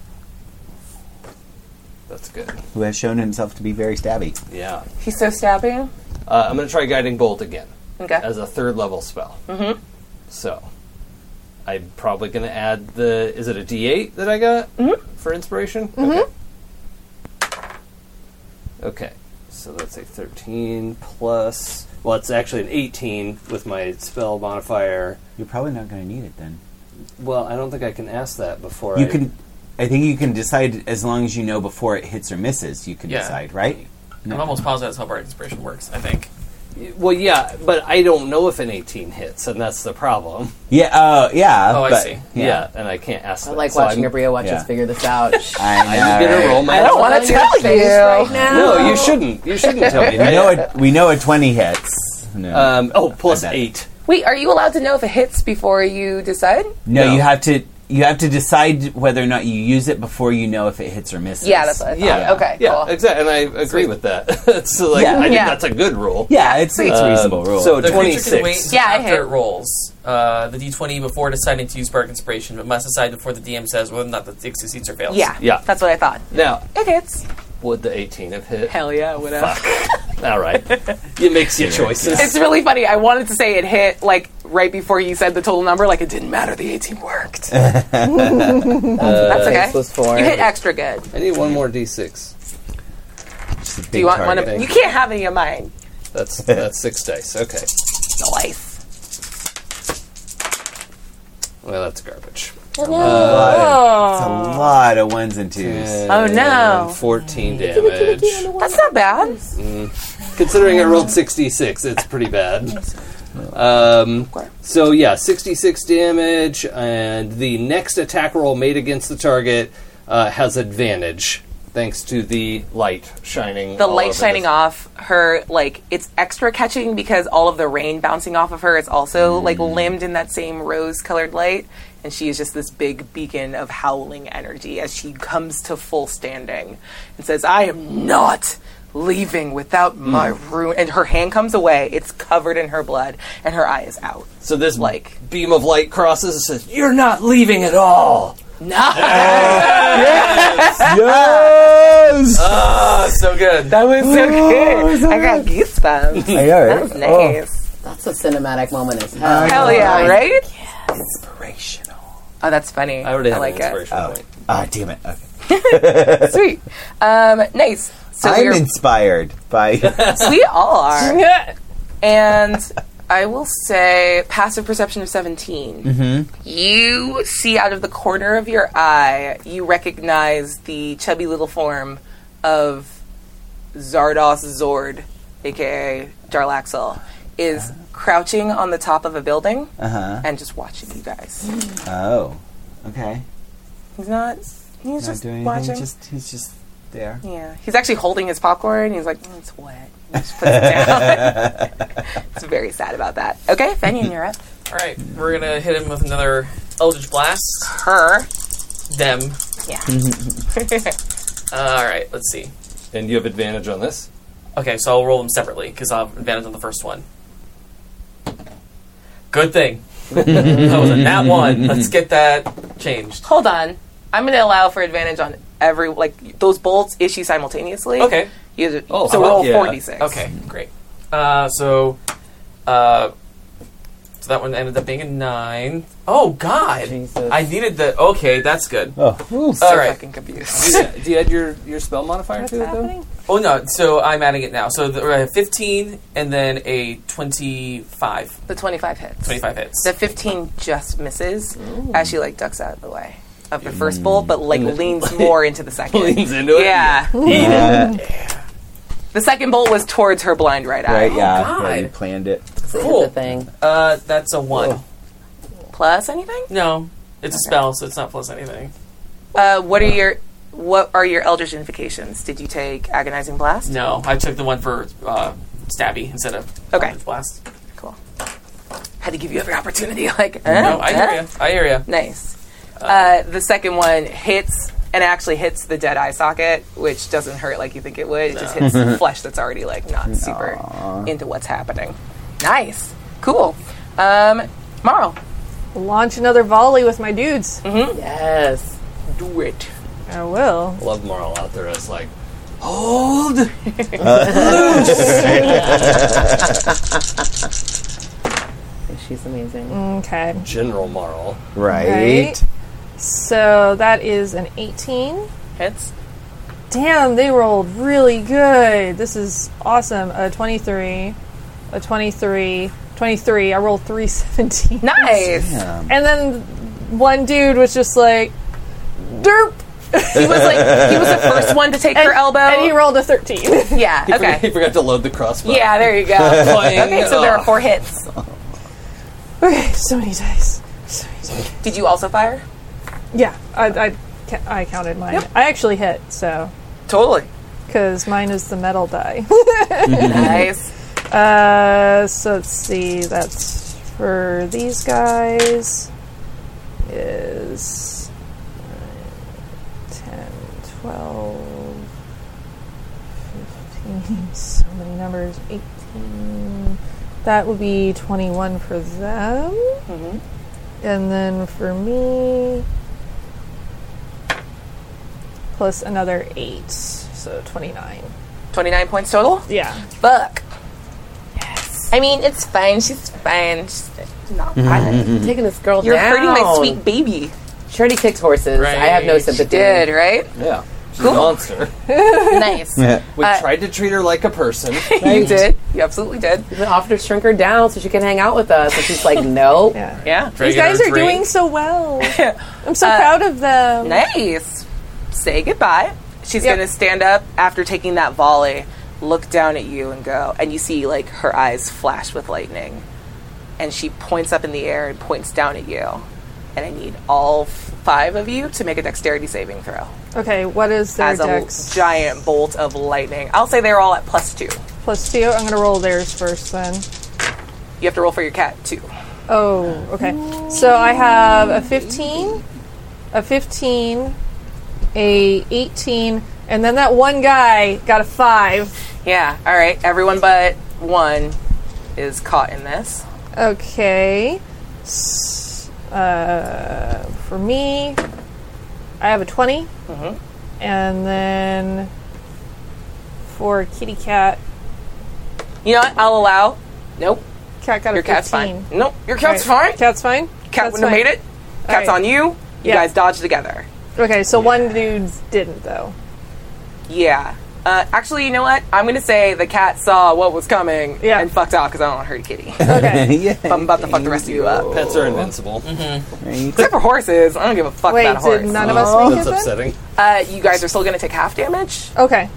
[SPEAKER 4] that's good.
[SPEAKER 9] Who has shown himself to be very stabby.
[SPEAKER 4] Yeah,
[SPEAKER 11] He's so stabbing.
[SPEAKER 4] uh, I'm gonna try guiding bolt again
[SPEAKER 11] Okay.
[SPEAKER 4] as a third level spell.
[SPEAKER 11] Mm-hmm.
[SPEAKER 4] So, I'm probably gonna add the. Is it a D8 that I got for inspiration?
[SPEAKER 32] Mm-hmm.
[SPEAKER 4] Okay, so that's a 13 plus. Well, it's actually an 18 with my spell modifier.
[SPEAKER 9] You're probably not going to need it then.
[SPEAKER 4] Well, I don't think I can ask that before.
[SPEAKER 9] You
[SPEAKER 4] I,
[SPEAKER 9] can. I think you can decide as long as you know before it hits or misses. You can
[SPEAKER 4] Yeah.
[SPEAKER 9] decide, right?
[SPEAKER 3] I'm almost positive that's how Bardic Inspiration works, I think.
[SPEAKER 4] Well, yeah, but I don't know if an 18 hits, and that's the problem.
[SPEAKER 9] Yeah. Oh, yeah.
[SPEAKER 4] Oh, I
[SPEAKER 9] but-
[SPEAKER 4] see.
[SPEAKER 9] Yeah.
[SPEAKER 4] Yeah. and I can't ask.
[SPEAKER 5] I
[SPEAKER 4] that.
[SPEAKER 5] like
[SPEAKER 4] So
[SPEAKER 5] watching
[SPEAKER 4] I'm-
[SPEAKER 5] Abria watch
[SPEAKER 4] yeah.
[SPEAKER 5] us figure this out.
[SPEAKER 9] I
[SPEAKER 4] I'm
[SPEAKER 9] know,
[SPEAKER 4] gonna
[SPEAKER 9] right?
[SPEAKER 4] roll my.
[SPEAKER 5] I don't wanna
[SPEAKER 4] What's on
[SPEAKER 5] tell
[SPEAKER 4] your face
[SPEAKER 5] you.
[SPEAKER 4] right now? No, you shouldn't. You shouldn't tell me.
[SPEAKER 9] We know it. We know a twenty hits. No.
[SPEAKER 4] Um, oh, plus eight.
[SPEAKER 11] Wait, are you allowed to know if it hits before you decide?
[SPEAKER 9] No, you have to. You have to decide whether or not you use it before you know if it hits or misses.
[SPEAKER 11] Yeah, that's what I thought.
[SPEAKER 4] Yeah.
[SPEAKER 11] Okay,
[SPEAKER 4] Yeah,
[SPEAKER 11] cool.
[SPEAKER 4] exactly. And I agree with that. so, like,
[SPEAKER 9] Yeah.
[SPEAKER 4] I think
[SPEAKER 9] Yeah.
[SPEAKER 4] that's a good rule.
[SPEAKER 9] Yeah, it's- it's a reasonable rule.
[SPEAKER 4] Uh, So
[SPEAKER 3] the
[SPEAKER 4] twenty
[SPEAKER 3] creature can wait
[SPEAKER 4] six.
[SPEAKER 3] until after it rolls uh, the d20 before deciding to use Bardic Inspiration, but must decide before the DM says whether or not the it succeeds or fails.
[SPEAKER 11] Yeah.
[SPEAKER 4] Yeah.
[SPEAKER 11] That's what I thought.
[SPEAKER 4] Now,
[SPEAKER 11] It hits.
[SPEAKER 4] would the eighteen have hit?
[SPEAKER 11] Hell yeah, it would have.
[SPEAKER 4] Fuck. All right. It makes your choices.
[SPEAKER 11] It's really funny. I wanted to say it hit like right before you said the total number. Like it didn't matter. The 18 worked. That's okay. You hit extra good.
[SPEAKER 4] Uh, I need one more d6.
[SPEAKER 11] Do you want one? Of, you can't have any of mine.
[SPEAKER 4] That's that's six dice. Okay.
[SPEAKER 11] Nice.
[SPEAKER 4] Well, that's garbage.
[SPEAKER 11] Oh, no.
[SPEAKER 9] It's a lot of ones and twos.
[SPEAKER 11] Oh, no.
[SPEAKER 4] 14 damage.
[SPEAKER 11] That's not bad.
[SPEAKER 4] Mm. Considering I rolled 66, it's pretty bad. Um, so, yeah, 66 damage, and the next attack roll made against the target uh, has advantage thanks to the light shining.
[SPEAKER 11] The
[SPEAKER 4] all
[SPEAKER 11] light
[SPEAKER 4] over
[SPEAKER 11] shining
[SPEAKER 4] the-
[SPEAKER 11] off her, like it's extra catching because all of the rain bouncing off of her is also like limbed in that same rose-colored light, and she is just this big beacon of howling energy as she comes to full standing and says, "I am not." Leaving without my ruin, and her hand comes away. It's covered in her blood, and her eye is out.
[SPEAKER 4] So, this like beam of light crosses and says, You're not leaving at all!
[SPEAKER 9] Yes!
[SPEAKER 4] Ah, so good.
[SPEAKER 11] That was so
[SPEAKER 5] Oh,
[SPEAKER 11] good. I got goosebumps.
[SPEAKER 9] I know,
[SPEAKER 11] That was
[SPEAKER 9] right? Oh.
[SPEAKER 11] nice.
[SPEAKER 5] That's a cinematic moment as hell.
[SPEAKER 11] Hell yeah, right?
[SPEAKER 9] Inspirational.
[SPEAKER 11] Oh, that's funny. I
[SPEAKER 9] already
[SPEAKER 11] I
[SPEAKER 9] have
[SPEAKER 11] like
[SPEAKER 9] an
[SPEAKER 11] it.
[SPEAKER 9] Oh. Ah, damn it. Okay.
[SPEAKER 11] Sweet. Um, nice. So
[SPEAKER 9] I'm
[SPEAKER 11] we're,
[SPEAKER 9] inspired by.
[SPEAKER 11] we all are. and I will say passive perception of 17.
[SPEAKER 9] Mhm.
[SPEAKER 11] You see out of the corner of your eye, you recognize the chubby little form of Zardos Zord, aka Jarlaxle, is crouching on the top of a building
[SPEAKER 9] Uh-huh.
[SPEAKER 11] and just watching you guys.
[SPEAKER 9] Oh. Okay.
[SPEAKER 11] He's not. He's
[SPEAKER 9] Not
[SPEAKER 11] just
[SPEAKER 9] doing anything,
[SPEAKER 11] watching.
[SPEAKER 9] just- he's just there.
[SPEAKER 11] Yeah, he's actually holding his popcorn. He's like, "Mm, it's wet. He just puts it down. it's very sad about that. Okay, Fenian, you're up.
[SPEAKER 3] All right, we're gonna hit him with another Eldritch Blast.
[SPEAKER 11] Her.
[SPEAKER 3] Them.
[SPEAKER 11] Yeah.
[SPEAKER 3] Uh, All right, let's see.
[SPEAKER 4] And you have advantage on this?
[SPEAKER 3] Okay, so I'll roll them separately because I'll have advantage on the first one. Good thing. that was a nat one. Let's get that changed.
[SPEAKER 11] Hold on. I'm going to allow for advantage on every like those bolts issue simultaneously.
[SPEAKER 3] Okay.
[SPEAKER 11] You,
[SPEAKER 3] Oh,
[SPEAKER 4] uh-huh.
[SPEAKER 3] how
[SPEAKER 11] so
[SPEAKER 3] about-
[SPEAKER 11] roll
[SPEAKER 3] yeah.
[SPEAKER 11] forty six.
[SPEAKER 3] Okay, great. Uh, so, uh, so that one ended up being a nine. Oh God! I needed the. Okay, that's good.
[SPEAKER 9] Oh,
[SPEAKER 3] all right.
[SPEAKER 11] Fucking
[SPEAKER 4] Do
[SPEAKER 11] confused.
[SPEAKER 4] you, do you add your, your spell modifier to it, though?
[SPEAKER 3] Oh no! So I'm adding it now. So the, I have 15 and then a 25.
[SPEAKER 11] The 25 hits.
[SPEAKER 3] 25 hits.
[SPEAKER 11] The 15 just misses as she like ducks out of the way of the first bowl, but like
[SPEAKER 4] Mm.
[SPEAKER 11] leans more into the second.
[SPEAKER 2] Leans into it?
[SPEAKER 11] Yeah.
[SPEAKER 2] Yeah.
[SPEAKER 9] Uh,
[SPEAKER 11] Oh The second bolt was towards her blind right eye.
[SPEAKER 9] Right? Yeah. Where you planned it.
[SPEAKER 3] Cool.
[SPEAKER 5] thing.
[SPEAKER 3] Uh, that's a one.
[SPEAKER 11] Oh. Plus anything?
[SPEAKER 3] No, it's a spell, so it's not plus anything.
[SPEAKER 11] Uh, what are your what are your eldritch invocations? Did you take agonizing blast?
[SPEAKER 3] No, I took the one for uh, stabby instead of
[SPEAKER 11] Okay.
[SPEAKER 3] blast.
[SPEAKER 11] Cool. Had to give you every opportunity. Like, eh,
[SPEAKER 3] no, I hear
[SPEAKER 11] eh.
[SPEAKER 3] you. I hear you.
[SPEAKER 11] Nice. Uh, the second one hits and actually hits the dead eye socket, which doesn't hurt like you think it would. It just hits the flesh that's already like not super into what's happening. Nice. Cool. Um, Marl.
[SPEAKER 7] Launch another volley with my dudes. Mm-hmm.
[SPEAKER 5] Yes.
[SPEAKER 11] Do it.
[SPEAKER 7] I will.
[SPEAKER 4] Love Marl out there is like,
[SPEAKER 7] Hold.
[SPEAKER 5] She's amazing.
[SPEAKER 7] okay.
[SPEAKER 4] General Marl.
[SPEAKER 7] Right. So that is an 18.
[SPEAKER 11] Hits.
[SPEAKER 7] Damn, they rolled really good. This is awesome. A 23, a 23, 23. I rolled 317.
[SPEAKER 11] Nice.
[SPEAKER 7] And then one dude was just like, derp.
[SPEAKER 11] He was like, he was the first one to take her elbow.
[SPEAKER 7] And he rolled a 13.
[SPEAKER 11] yeah,
[SPEAKER 4] He forgot-
[SPEAKER 11] okay.
[SPEAKER 4] he forgot to load the crossbow.
[SPEAKER 11] Yeah, there you go.
[SPEAKER 4] Playing,
[SPEAKER 11] okay, so there
[SPEAKER 4] uh,
[SPEAKER 11] are four hits.
[SPEAKER 7] Okay, so many dice. So many dice.
[SPEAKER 11] Did you also fire?
[SPEAKER 7] Yeah, I, I, ca- I counted mine. I actually hit, so.
[SPEAKER 11] Totally.
[SPEAKER 7] Because mine is the metal die.
[SPEAKER 11] nice.
[SPEAKER 7] Uh, so let's see. That's for these guys. Is uh, 10, 12, 15, so many numbers. 18. That would be 21 for them.
[SPEAKER 11] Mm-hmm.
[SPEAKER 7] And then for me, plus another 8. So 29.
[SPEAKER 11] 29 points total?
[SPEAKER 7] Yeah.
[SPEAKER 11] Fuck. Yes. I mean, it's fine. She's fine. She's not
[SPEAKER 5] I'm taking this girl
[SPEAKER 11] You're
[SPEAKER 5] down.
[SPEAKER 11] hurting my sweet baby.
[SPEAKER 5] She already kicked horses. I have no
[SPEAKER 11] Right. She
[SPEAKER 5] sympathy.
[SPEAKER 11] did, right?
[SPEAKER 4] Yeah. She's
[SPEAKER 11] Cool.
[SPEAKER 4] a monster.
[SPEAKER 11] nice.
[SPEAKER 4] We
[SPEAKER 11] Uh,
[SPEAKER 4] tried to treat her like a person.
[SPEAKER 11] you did. You absolutely did.
[SPEAKER 5] We offered to shrink her down so she can hang out with us, and she's like, "No." yeah.
[SPEAKER 11] Yeah.
[SPEAKER 7] These guys are doing so well. I'm
[SPEAKER 11] Uh,
[SPEAKER 7] so proud of them.
[SPEAKER 11] Nice. Say goodbye. She's going to stand up after taking that volley, look down at you and go, and you see like her eyes flash with lightning. And she points up in the air and points down at you. And I need all f- five of you to make a dexterity saving throw.
[SPEAKER 7] Okay, what is their
[SPEAKER 11] as a
[SPEAKER 7] dex?
[SPEAKER 11] giant bolt of lightning. I'll say they're all at plus two.
[SPEAKER 7] Plus two. I'm gonna roll theirs first then.
[SPEAKER 11] You have to roll for your cat too.
[SPEAKER 7] Oh, okay. So I have a 15, a 15, a 18, and then that one guy got a five.
[SPEAKER 11] Yeah. All right. Everyone but one is caught in this.
[SPEAKER 7] Okay. S- Uh, for me, I have a 20.
[SPEAKER 11] Mm-hmm.
[SPEAKER 7] And then for kitty cat,
[SPEAKER 11] You know what? I'll allow. Nope.
[SPEAKER 7] cat got
[SPEAKER 11] Your
[SPEAKER 7] a 15.
[SPEAKER 11] cat's fine. Nope. Your cat's
[SPEAKER 7] Right.
[SPEAKER 11] fine.
[SPEAKER 7] Cat's fine?
[SPEAKER 11] Cat
[SPEAKER 7] Cat's
[SPEAKER 11] wouldn't have
[SPEAKER 7] fine.
[SPEAKER 11] made it.
[SPEAKER 7] Alright.
[SPEAKER 11] Cat's on you. You
[SPEAKER 7] Yeah.
[SPEAKER 11] guys dodge together.
[SPEAKER 7] Okay, so one dude didn't, though.
[SPEAKER 11] Yeah. Uh, actually, you know what? I'm going to say the cat saw what was coming
[SPEAKER 7] Yeah.
[SPEAKER 11] and fucked out because I don't want to hurt a kitty.
[SPEAKER 7] Okay.
[SPEAKER 11] But I'm about to fuck the rest of you up.
[SPEAKER 4] Pets are invincible.
[SPEAKER 11] Except for horses. I don't give a fuck
[SPEAKER 7] Wait,
[SPEAKER 11] about a horse.
[SPEAKER 7] did none of us make it
[SPEAKER 4] Oh, That's
[SPEAKER 7] then?
[SPEAKER 4] upsetting.
[SPEAKER 11] Uh, you guys are still going to take half damage,
[SPEAKER 7] Okay.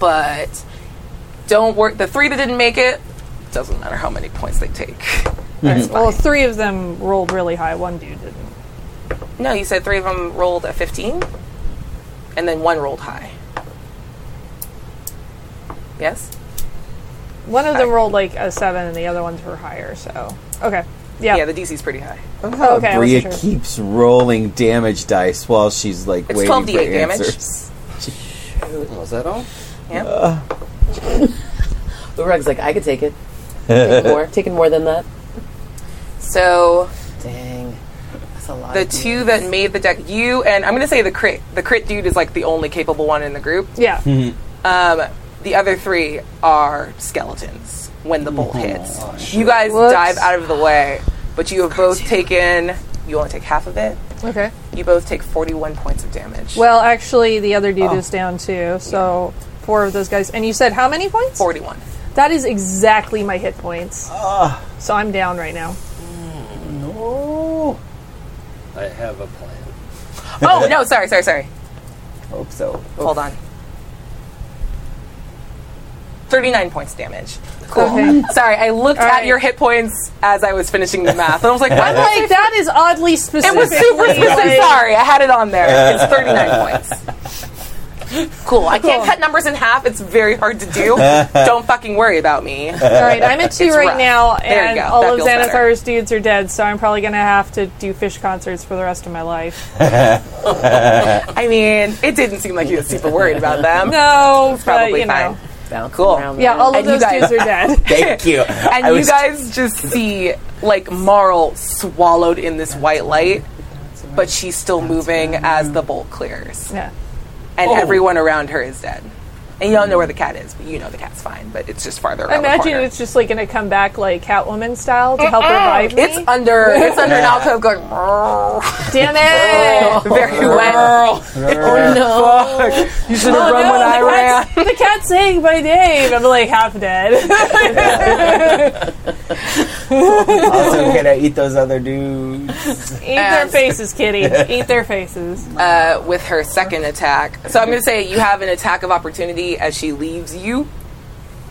[SPEAKER 11] but don't work. The three that didn't make it doesn't matter how many points they take. Mm-hmm.
[SPEAKER 7] Alright, Well, three of them rolled really high. One dude didn't.
[SPEAKER 11] No, you said three of them rolled a 15, and then one rolled high. Yes.
[SPEAKER 7] One of them rolled like a seven, and the other ones were higher. So okay, yeah,
[SPEAKER 11] Yeah, the DC's pretty high.
[SPEAKER 7] Oh, okay, I
[SPEAKER 9] Bria
[SPEAKER 7] wasn't sure.
[SPEAKER 9] keeps rolling damage dice while she's like
[SPEAKER 11] It's
[SPEAKER 9] waiting
[SPEAKER 11] 12d8
[SPEAKER 9] for
[SPEAKER 11] damage.
[SPEAKER 9] answers.
[SPEAKER 4] Was that all?
[SPEAKER 11] Yeah.
[SPEAKER 5] The rug's like, "I could take it. Take more. Taking more than that."
[SPEAKER 11] So
[SPEAKER 5] Dang, that's a lot.
[SPEAKER 11] the
[SPEAKER 5] of
[SPEAKER 11] two that made the deck, you and I'm gonna say the crit. The crit dude is like the only capable one in the group.
[SPEAKER 7] yeah.
[SPEAKER 11] Um, the other three are skeletons when the bolt hits. you guys
[SPEAKER 7] Whoops.
[SPEAKER 11] dive out of the way, but you have both taken. You only take half of it.
[SPEAKER 7] Okay.
[SPEAKER 11] You both take 41 points of damage. Oh.
[SPEAKER 7] Well, actually, the other dude is down too. So four of those guys. And you said how many points?
[SPEAKER 11] 41.
[SPEAKER 7] That is exactly my hit points.
[SPEAKER 11] Ah.
[SPEAKER 7] so I'm down right now.
[SPEAKER 33] No.
[SPEAKER 4] I have a plan.
[SPEAKER 11] Oh, no, sorry, sorry, sorry.
[SPEAKER 33] Hope so.
[SPEAKER 11] Hold on. 39 points damage. Cool.
[SPEAKER 7] Okay.
[SPEAKER 11] Sorry, I looked
[SPEAKER 7] All
[SPEAKER 11] at
[SPEAKER 7] right.
[SPEAKER 11] your hit points as I was finishing the math, and I was like,
[SPEAKER 7] I'm
[SPEAKER 11] what?
[SPEAKER 7] like, that is oddly specific.
[SPEAKER 11] It was super specific. Sorry, I had it on there. It's 39 points. Cool. I can't cut numbers in half. It's very hard to do. Don't fucking worry about me. All
[SPEAKER 7] All right, I'm at two right now, and all of Xanathar's
[SPEAKER 11] Xanathar.
[SPEAKER 7] dudes are dead, so I'm probably going to have to do fish concerts for the rest of my life.
[SPEAKER 11] I mean, it didn't seem like you were super worried about them.
[SPEAKER 7] No,
[SPEAKER 11] it's probably
[SPEAKER 7] but, you
[SPEAKER 11] fine.
[SPEAKER 7] know.
[SPEAKER 11] Cool.
[SPEAKER 7] Yeah, all of
[SPEAKER 11] And you
[SPEAKER 7] those
[SPEAKER 11] guys-
[SPEAKER 7] dudes are dead.
[SPEAKER 11] Thank
[SPEAKER 33] you.
[SPEAKER 11] and
[SPEAKER 33] I
[SPEAKER 11] you
[SPEAKER 33] was-
[SPEAKER 11] guys just see like Marl swallowed in this white light, but she's still moving as the bolt clears.
[SPEAKER 7] Yeah.
[SPEAKER 11] And
[SPEAKER 7] Oh.
[SPEAKER 11] everyone around her is dead. And you don't know where the cat is, but you know the cat's fine, but it's just farther
[SPEAKER 7] I
[SPEAKER 11] around the
[SPEAKER 7] imagine
[SPEAKER 11] corner.
[SPEAKER 7] it's just like going to come back like Catwoman style to help revive me.
[SPEAKER 11] It's under it's under an alcove going
[SPEAKER 7] Damn it!
[SPEAKER 11] very wet.
[SPEAKER 7] Oh no!
[SPEAKER 11] You should have run when I ran.
[SPEAKER 7] The cat's saying my name. I'm like half dead.
[SPEAKER 9] also, can I eat those other dudes?
[SPEAKER 7] Eat their faces, kitty. Eat their faces.
[SPEAKER 11] Uh, with her second attack. So I'm going to say you have an attack of opportunity as she leaves you,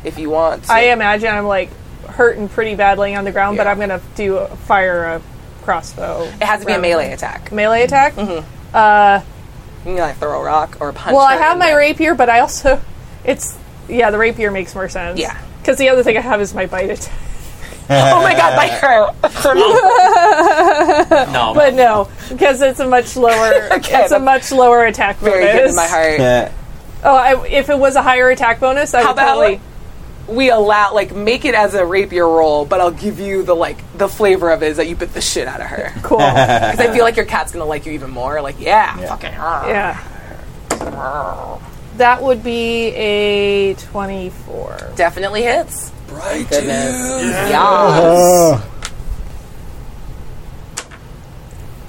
[SPEAKER 11] if you want. to.
[SPEAKER 7] I imagine I'm like hurting pretty badly on the ground, but I'm gonna do fire a crossbow. It
[SPEAKER 11] has to be a melee attack.
[SPEAKER 7] Melee attack. Mm-hmm. Uh,
[SPEAKER 11] You can like throw a rock or punch.
[SPEAKER 7] well, I
[SPEAKER 11] her
[SPEAKER 7] have
[SPEAKER 11] in
[SPEAKER 7] my
[SPEAKER 11] the-
[SPEAKER 7] rapier, but I also it's yeah, the rapier makes more sense.
[SPEAKER 11] Yeah.
[SPEAKER 7] because the other thing I have is my bite attack.
[SPEAKER 11] oh my god, my arrow.
[SPEAKER 7] no, but no, because it's a much lower.
[SPEAKER 11] Okay,
[SPEAKER 7] it's a much lower attack
[SPEAKER 11] Very
[SPEAKER 7] bonus.
[SPEAKER 11] good in my heart.
[SPEAKER 7] Oh, I, if it was a higher attack bonus, I
[SPEAKER 11] How
[SPEAKER 7] would
[SPEAKER 11] about
[SPEAKER 7] totally.
[SPEAKER 11] we allow like make it as a rapier roll, but I'll give you the like the flavor of it is that you bit the shit out of her.
[SPEAKER 7] Cool.
[SPEAKER 11] Because I feel like your cat's gonna like you even more. Like yeah, fucking
[SPEAKER 7] Yeah.
[SPEAKER 11] uh,
[SPEAKER 7] That would be a twenty-four.
[SPEAKER 11] Definitely hits.
[SPEAKER 7] Right.
[SPEAKER 11] Goodness.
[SPEAKER 7] Yeah.
[SPEAKER 11] Yes.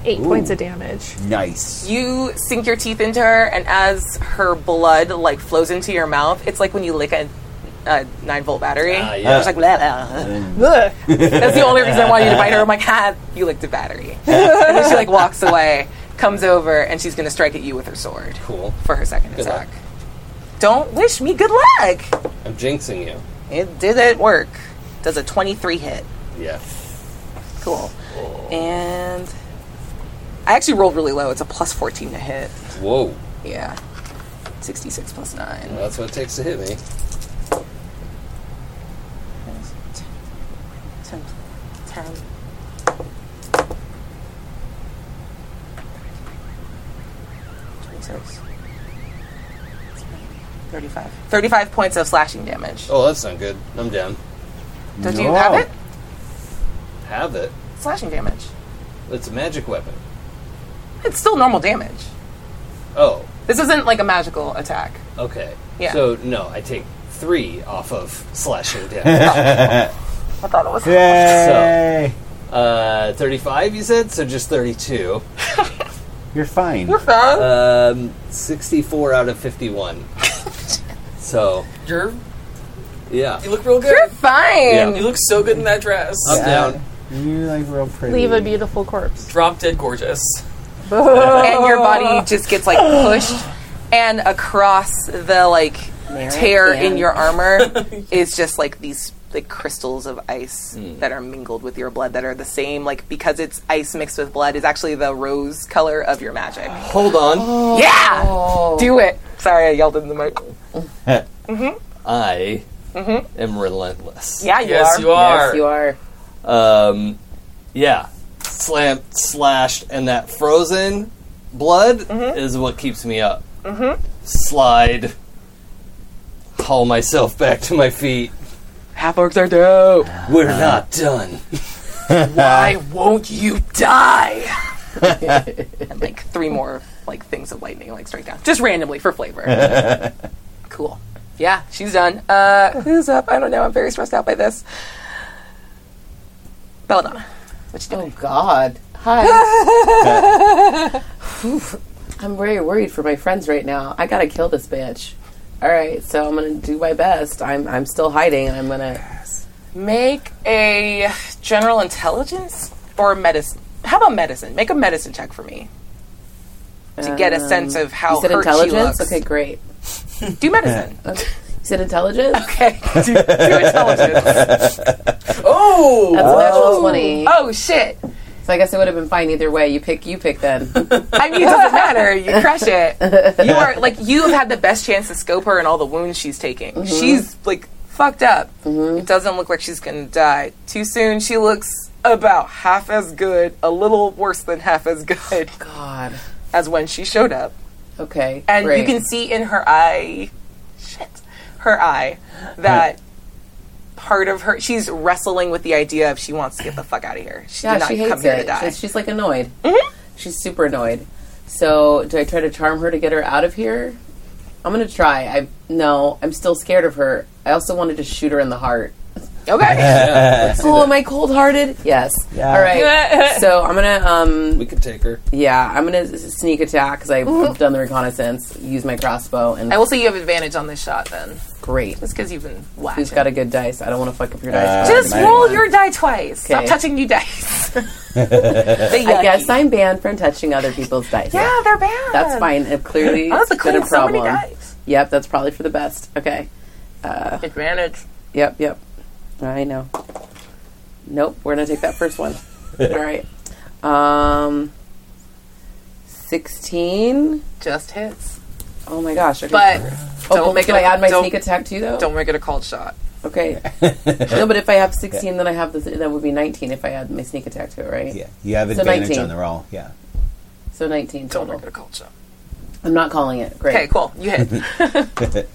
[SPEAKER 7] Eight
[SPEAKER 11] Ooh.
[SPEAKER 7] points of damage.
[SPEAKER 33] Nice.
[SPEAKER 11] You sink your teeth into her, and as her blood like flows into your mouth, it's like when you lick a, a nine volt battery.
[SPEAKER 34] Ah,
[SPEAKER 11] It's
[SPEAKER 34] yeah.
[SPEAKER 11] like blah, blah.
[SPEAKER 7] Ugh.
[SPEAKER 11] That's the only reason I wanted you to bite her. I'm like, ha, you licked a battery. and then she like walks away, comes over, and she's gonna strike at you with her sword. Cool. For her second
[SPEAKER 4] Good
[SPEAKER 11] attack. Don't wish me good luck.
[SPEAKER 4] I'm jinxing you.
[SPEAKER 11] It didn't work. Does a 23 hit.
[SPEAKER 4] Yeah.
[SPEAKER 11] Cool. And I actually rolled really low. It's a plus 14 to hit.
[SPEAKER 4] Whoa.
[SPEAKER 11] Yeah. 66 plus 9.
[SPEAKER 4] Well, that's what it takes to hit me.
[SPEAKER 11] 10, 10. Twenty-six. Thirty-five. Thirty-five points of slashing damage.
[SPEAKER 4] Oh, that's not good. I'm down.
[SPEAKER 11] Don't you have it?
[SPEAKER 4] Have it.
[SPEAKER 11] Slashing damage.
[SPEAKER 4] It's a magic weapon.
[SPEAKER 11] It's still normal damage.
[SPEAKER 4] Oh,
[SPEAKER 11] This isn't like a magical attack.
[SPEAKER 4] okay.
[SPEAKER 11] Yeah.
[SPEAKER 4] So no, I take three off of slashing damage.
[SPEAKER 11] I thought it was.
[SPEAKER 4] Yay. So, uh, thirty-five. You said so. Just thirty-two.
[SPEAKER 33] You're fine.
[SPEAKER 11] You're fine.
[SPEAKER 4] Um, sixty-four out of fifty-one. so
[SPEAKER 3] You're,
[SPEAKER 4] yeah,
[SPEAKER 3] you look real good.
[SPEAKER 11] You're fine.
[SPEAKER 4] Yeah.
[SPEAKER 3] You look so good in that dress.
[SPEAKER 4] I'm down.
[SPEAKER 9] You're like real pretty.
[SPEAKER 7] Leave a beautiful corpse.
[SPEAKER 3] Drop dead gorgeous.
[SPEAKER 11] and your body just gets like pushed and across the like
[SPEAKER 3] Mary
[SPEAKER 11] tear
[SPEAKER 3] Ann.
[SPEAKER 11] in your armor is just like these like crystals of ice that are mingled with your blood that are the same like because it's ice mixed with blood is actually the rose color of your magic
[SPEAKER 4] Hold
[SPEAKER 11] Oh.
[SPEAKER 4] on.
[SPEAKER 11] yeah do it sorry i yelled in the mic hmm
[SPEAKER 4] I
[SPEAKER 11] Mhm.
[SPEAKER 4] am relentless.
[SPEAKER 11] Yeah, you Yes, are. you are. Yes, you
[SPEAKER 5] are.
[SPEAKER 4] Um, yeah, slam slashed, and that frozen blood
[SPEAKER 11] Mm-hmm.
[SPEAKER 4] is what keeps me up.
[SPEAKER 11] hmm
[SPEAKER 4] Slide, haul myself back to my feet.
[SPEAKER 11] Half orcs are dope.
[SPEAKER 4] We're not done.
[SPEAKER 11] why won't you die and like three more like things of lightning like straight down just randomly for flavor cool yeah she's done uh who's up i don't know i'm very stressed out by this belladonna what you doing
[SPEAKER 5] oh god hi Oof. i'm very worried for my friends right now i gotta kill this bitch All right, so I'm gonna do my best. I'm I'm still hiding, and I'm gonna.
[SPEAKER 11] Make a general intelligence or medicine. How about medicine? Make a medicine check for me to get a
[SPEAKER 5] um,
[SPEAKER 11] sense of how
[SPEAKER 5] you said
[SPEAKER 11] hurt
[SPEAKER 5] intelligence.
[SPEAKER 11] she looks.
[SPEAKER 5] Okay, great.
[SPEAKER 11] Do medicine.
[SPEAKER 5] Okay. You said intelligence.
[SPEAKER 11] Okay. Do, do intelligence.
[SPEAKER 5] oh, that's a natural
[SPEAKER 11] Oh.
[SPEAKER 5] twenty.
[SPEAKER 11] Oh shit.
[SPEAKER 5] So I guess it would have been fine either way. You pick. You pick then.
[SPEAKER 11] I mean, it doesn't matter. You crush it. You are like you have had the best chance to scope her and all the wounds she's taking.
[SPEAKER 5] Mhm.
[SPEAKER 11] She's like fucked up. It doesn't look like she's gonna die too soon. She looks about half as good, a little worse than half as good.
[SPEAKER 5] God.
[SPEAKER 11] As when she showed up.
[SPEAKER 5] Okay.
[SPEAKER 11] And
[SPEAKER 5] great.
[SPEAKER 11] you can see in her eye, shit, her eye, that part of her, she's wrestling with the idea of she wants to get the fuck out of here. She
[SPEAKER 5] yeah,
[SPEAKER 11] did not
[SPEAKER 5] she hates
[SPEAKER 11] come here
[SPEAKER 5] it.
[SPEAKER 11] to die. Mm-hmm.
[SPEAKER 5] She's, she's like annoyed. She's super annoyed. So do I try to charm her to get her out of here? I'm gonna try. I no, I'm still scared of her. I also wanted to shoot her in the heart.
[SPEAKER 11] Okay.
[SPEAKER 35] Yeah, let's do
[SPEAKER 5] oh,
[SPEAKER 35] that.
[SPEAKER 5] am I cold-hearted? Yes.
[SPEAKER 35] Yeah.
[SPEAKER 5] All right. so I'm gonna um.
[SPEAKER 4] We could take her.
[SPEAKER 5] Yeah, I'm gonna s- sneak attack because I've
[SPEAKER 11] Mhm.
[SPEAKER 5] done the reconnaissance. Use my crossbow and
[SPEAKER 11] I will say you have advantage on this shot then.
[SPEAKER 5] great.
[SPEAKER 11] Just because you've been whacked.
[SPEAKER 5] Who's got a good dice? I don't want to fuck up your dice.
[SPEAKER 35] Uh,
[SPEAKER 11] Just roll your die twice. Stop
[SPEAKER 5] Okay.
[SPEAKER 11] touching new dice.
[SPEAKER 5] I guess I'm banned from touching other people's dice.
[SPEAKER 11] yeah, Oh, they're bad.
[SPEAKER 5] That's fine. It clearly
[SPEAKER 11] I was
[SPEAKER 5] it's
[SPEAKER 11] like,
[SPEAKER 5] been a
[SPEAKER 11] cool, so many
[SPEAKER 5] problem. Yep, that's probably for the best. Okay. Uh,
[SPEAKER 11] Advantage.
[SPEAKER 5] Yep, yep. I know. Nope, we're gonna take that first one. All right. Um, sixteen
[SPEAKER 11] just hits.
[SPEAKER 5] Oh my gosh! Okay.
[SPEAKER 11] But
[SPEAKER 5] oh, well,
[SPEAKER 11] don't make
[SPEAKER 5] can
[SPEAKER 11] it
[SPEAKER 5] I
[SPEAKER 11] a-
[SPEAKER 5] add my
[SPEAKER 11] don't-
[SPEAKER 5] sneak attack too, though?
[SPEAKER 11] Don't make it a cold shot.
[SPEAKER 5] Okay. no, but if I have 16, then I have the, that would be 19 if I add my sneak attack to it, right? Yeah.
[SPEAKER 9] You have
[SPEAKER 5] so
[SPEAKER 9] advantage
[SPEAKER 5] 19.
[SPEAKER 9] on the roll. Yeah.
[SPEAKER 5] So 19 total. Don't make
[SPEAKER 11] it a cold shot.
[SPEAKER 5] I'm not calling it. Great.
[SPEAKER 11] Okay, cool. You hit.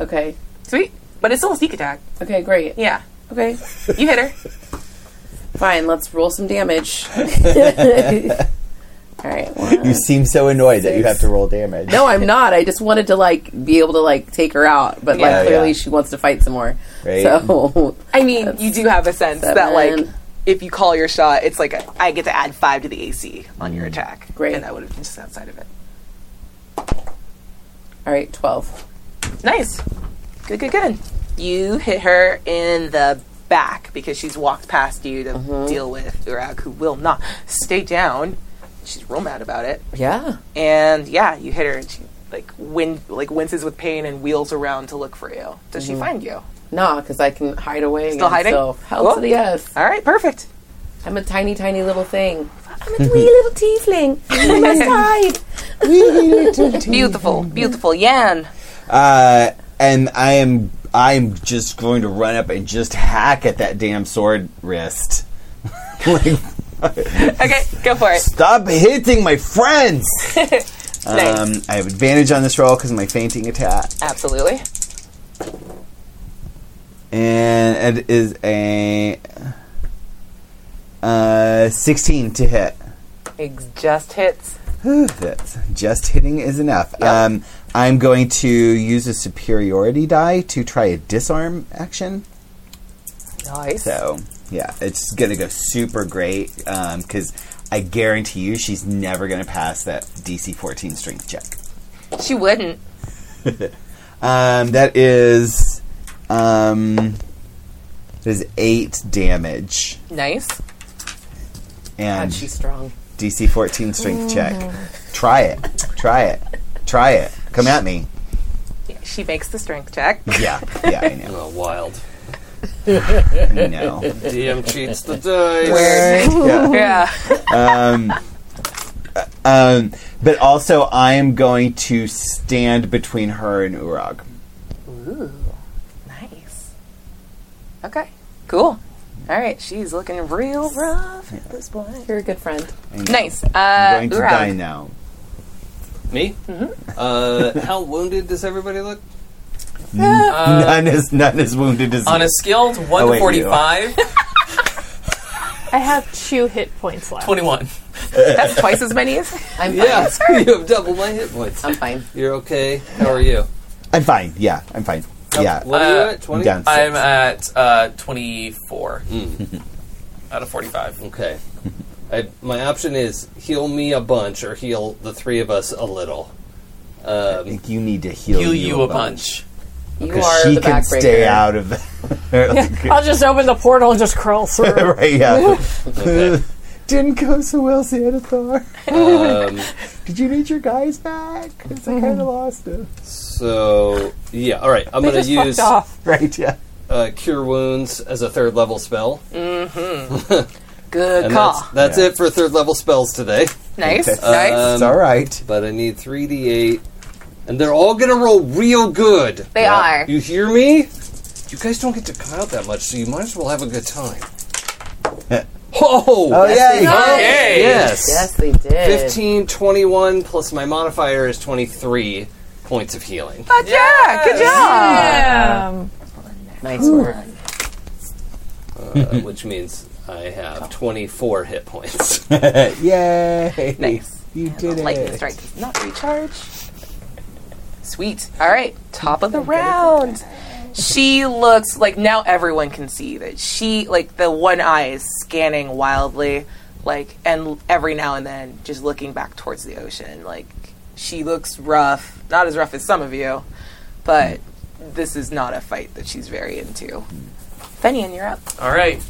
[SPEAKER 5] Okay.
[SPEAKER 11] Sweet. But it's still a Oh, sneak attack.
[SPEAKER 5] Okay, great.
[SPEAKER 11] Yeah.
[SPEAKER 5] Okay.
[SPEAKER 11] You hit her.
[SPEAKER 5] Fine, let's roll some damage. All right. one.
[SPEAKER 9] You seem so annoyed that you have to roll damage.
[SPEAKER 5] No, I'm not. I just wanted to like be able to like take her out, but
[SPEAKER 9] Yeah,
[SPEAKER 5] like clearly
[SPEAKER 9] yeah.
[SPEAKER 5] she wants to fight some more.
[SPEAKER 9] Right.
[SPEAKER 5] So
[SPEAKER 11] I mean, you do have a sense that like
[SPEAKER 5] seven.
[SPEAKER 11] if you call your shot, it's like a, I get to add five to the AC on
[SPEAKER 5] Mm.
[SPEAKER 11] your attack.
[SPEAKER 5] Great.
[SPEAKER 11] And that would have been just outside of it.
[SPEAKER 5] All right, 12.
[SPEAKER 11] Nice. Good, good, good. You hit her in the back because she's walked past you to
[SPEAKER 5] Mm-hmm.
[SPEAKER 11] deal with Urag, who will not stay down. She's real mad about it.
[SPEAKER 5] Yeah.
[SPEAKER 11] And yeah, you hit her and she like win like winces with pain and wheels around to look for you. Does she
[SPEAKER 5] Mhm.
[SPEAKER 11] find you?
[SPEAKER 5] Nah, because I can hide away.
[SPEAKER 11] Still
[SPEAKER 5] again,
[SPEAKER 11] hiding?
[SPEAKER 5] So hell
[SPEAKER 11] Cool.
[SPEAKER 5] to the yes.
[SPEAKER 11] All right, perfect.
[SPEAKER 5] I'm a tiny, tiny little thing. I'm a wee little tiefling. I must hide.
[SPEAKER 11] Beautiful, beautiful Yan.
[SPEAKER 9] Uh, and I am I am just going to run up and just hack at that damn sword wrist. like,
[SPEAKER 11] Okay, go for it.
[SPEAKER 9] stop hitting my friends.
[SPEAKER 11] nice.
[SPEAKER 9] Um, I have advantage on this roll because of my fainting attack,
[SPEAKER 11] Absolutely.
[SPEAKER 9] and it is a uh, sixteen to hit.
[SPEAKER 11] It just hits.
[SPEAKER 9] Whew, that's just hitting is enough. Um, I'm going to use a superiority die to try a disarm action.
[SPEAKER 11] Nice.
[SPEAKER 9] So yeah, it's gonna go super great because I guarantee you she's never gonna pass that DC 14 strength check.
[SPEAKER 11] She wouldn't.
[SPEAKER 9] um, that is um, that is eight damage
[SPEAKER 11] Nice.
[SPEAKER 9] and
[SPEAKER 5] God, she's strong.
[SPEAKER 9] DC 14 strength
[SPEAKER 11] Mhm.
[SPEAKER 9] check. Try it. Try it. Try it. Come at me.
[SPEAKER 11] Yeah, she makes the strength check.
[SPEAKER 9] Yeah, yeah, I know.
[SPEAKER 4] Oh, wild.
[SPEAKER 9] No.
[SPEAKER 4] DM cheats the dice.
[SPEAKER 9] Weird.
[SPEAKER 11] Yeah.
[SPEAKER 9] um, uh, um, but also, I am going to stand between her and Urag.
[SPEAKER 11] Ooh, nice. Okay, cool. All right, she's looking real rough at this point.
[SPEAKER 5] You're a good friend.
[SPEAKER 11] Nice. Uh,
[SPEAKER 9] I'm going to
[SPEAKER 11] Urag.
[SPEAKER 9] die now.
[SPEAKER 4] Me?
[SPEAKER 11] Mm-hmm.
[SPEAKER 4] Uh, how wounded does everybody look?
[SPEAKER 3] Uh,
[SPEAKER 9] none is none is wounded as
[SPEAKER 3] On a scale of 1
[SPEAKER 9] Oh, wait,
[SPEAKER 3] to
[SPEAKER 9] you.
[SPEAKER 3] 45,
[SPEAKER 7] I have two hit points left.
[SPEAKER 3] 21.
[SPEAKER 11] That's twice as many as
[SPEAKER 5] I'm
[SPEAKER 4] Yeah, you have double my hit points.
[SPEAKER 5] I'm fine.
[SPEAKER 4] You're okay. How are you?
[SPEAKER 9] I'm fine. Yeah, I'm fine. Yeah.
[SPEAKER 4] What are you
[SPEAKER 3] Uh,
[SPEAKER 4] at? 20?
[SPEAKER 9] down.
[SPEAKER 3] I'm at uh, 24
[SPEAKER 9] Hmm.
[SPEAKER 3] out of 45.
[SPEAKER 4] Okay. I, my option is heal me a bunch or heal the three of us a little. Um,
[SPEAKER 9] You need to heal,
[SPEAKER 3] Heal
[SPEAKER 9] you,
[SPEAKER 3] you a bunch.
[SPEAKER 2] You
[SPEAKER 9] Because
[SPEAKER 2] are
[SPEAKER 9] she
[SPEAKER 2] the
[SPEAKER 9] can
[SPEAKER 2] backbreaker.
[SPEAKER 9] stay out of the.
[SPEAKER 7] I'll just open the portal and just crawl through.
[SPEAKER 9] right, yeah.
[SPEAKER 36] Didn't go so well, Xanathar.
[SPEAKER 4] Um,
[SPEAKER 36] Did you need your guys back? 'Cause I kind of lost them.
[SPEAKER 4] So yeah, all right. I'm
[SPEAKER 36] They
[SPEAKER 4] going
[SPEAKER 36] just
[SPEAKER 4] to
[SPEAKER 36] fucked
[SPEAKER 4] use
[SPEAKER 36] off.
[SPEAKER 9] right. Yeah.
[SPEAKER 4] Uh, cure wounds as a third level spell.
[SPEAKER 11] Mm-hmm. Good
[SPEAKER 4] And
[SPEAKER 11] call.
[SPEAKER 4] That's, that's it for third level spells today.
[SPEAKER 11] Nice, Okay. nice.
[SPEAKER 4] Um,
[SPEAKER 11] It's
[SPEAKER 9] all right.
[SPEAKER 4] But I need three d8, and they're all going to roll real good.
[SPEAKER 11] They are.
[SPEAKER 4] You hear me? You guys don't get to cut out that much, so you might as well have a good time. oh,
[SPEAKER 2] Oh, Yes, yay. they did.
[SPEAKER 4] Okay. Yes.
[SPEAKER 2] Yes, they did.
[SPEAKER 4] 15, 21, plus my modifier is 23 points of healing.
[SPEAKER 11] Gotcha! Good job.
[SPEAKER 2] Nice work.
[SPEAKER 4] uh, which means I have 24 hit points.
[SPEAKER 9] Yay!
[SPEAKER 11] Nice.
[SPEAKER 9] You did
[SPEAKER 11] Lightning
[SPEAKER 9] it.
[SPEAKER 11] strike does not recharge. Sweet. All right, top of the round. She looks like now everyone can see that she like the one eye is scanning wildly, like and every now and then just looking back towards the ocean. Like she looks rough, not as rough as some of you, but this is not a fight that she's very into. Fenian, you're up.
[SPEAKER 3] All right.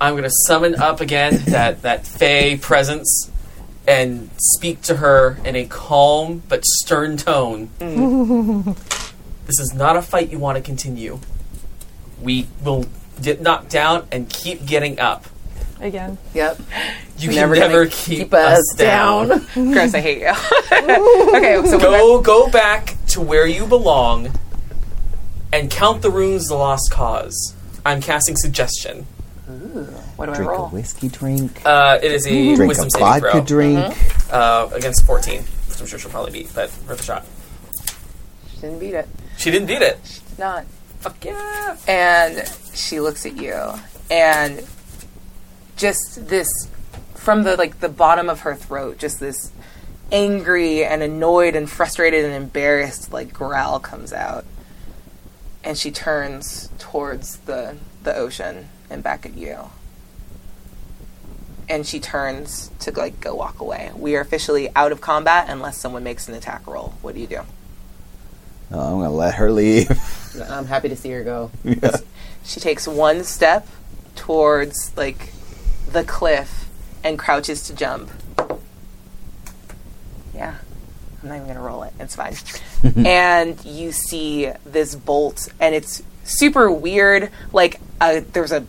[SPEAKER 3] I'm going to summon up again that, that Fey presence and speak to her in a calm but stern tone. This is not a fight you want to continue. We will get knocked down and keep getting up.
[SPEAKER 7] Again.
[SPEAKER 2] Yep.
[SPEAKER 3] You
[SPEAKER 7] We're
[SPEAKER 3] can
[SPEAKER 7] never
[SPEAKER 3] never,
[SPEAKER 7] gonna
[SPEAKER 3] keep,
[SPEAKER 7] keep
[SPEAKER 3] us,
[SPEAKER 7] us
[SPEAKER 3] down.
[SPEAKER 11] Gross, I hate you. okay, so
[SPEAKER 3] go go back to where you belong and count the runes of the lost cause. I'm casting suggestion.
[SPEAKER 11] What do
[SPEAKER 9] Drink a whiskey drink.
[SPEAKER 4] Um,
[SPEAKER 3] Uh, it is a
[SPEAKER 9] Drink
[SPEAKER 3] wisdom
[SPEAKER 9] a
[SPEAKER 3] saving
[SPEAKER 9] vodka
[SPEAKER 3] throw.
[SPEAKER 9] drink.
[SPEAKER 4] Uh-huh.
[SPEAKER 3] Uh, against 14, which I'm sure she'll probably beat, but worth a shot.
[SPEAKER 11] She didn't beat it.
[SPEAKER 3] She didn't beat it.
[SPEAKER 11] It's not. Fuck yeah. And she looks at you and just this from the like the bottom of her throat, just this angry and annoyed and frustrated and embarrassed like growl comes out. And she turns towards the the ocean and back at you. And she turns to like go walk away. We are officially out of combat unless someone makes an attack roll. What do you do?
[SPEAKER 9] Oh, I'm gonna let her leave.
[SPEAKER 2] I'm happy to see her go.
[SPEAKER 9] yeah.
[SPEAKER 11] She takes one step towards like the cliff and crouches to jump. Yeah. I'm not even gonna roll it. It's fine. and you see this bolt and it's super weird. Like uh, there's a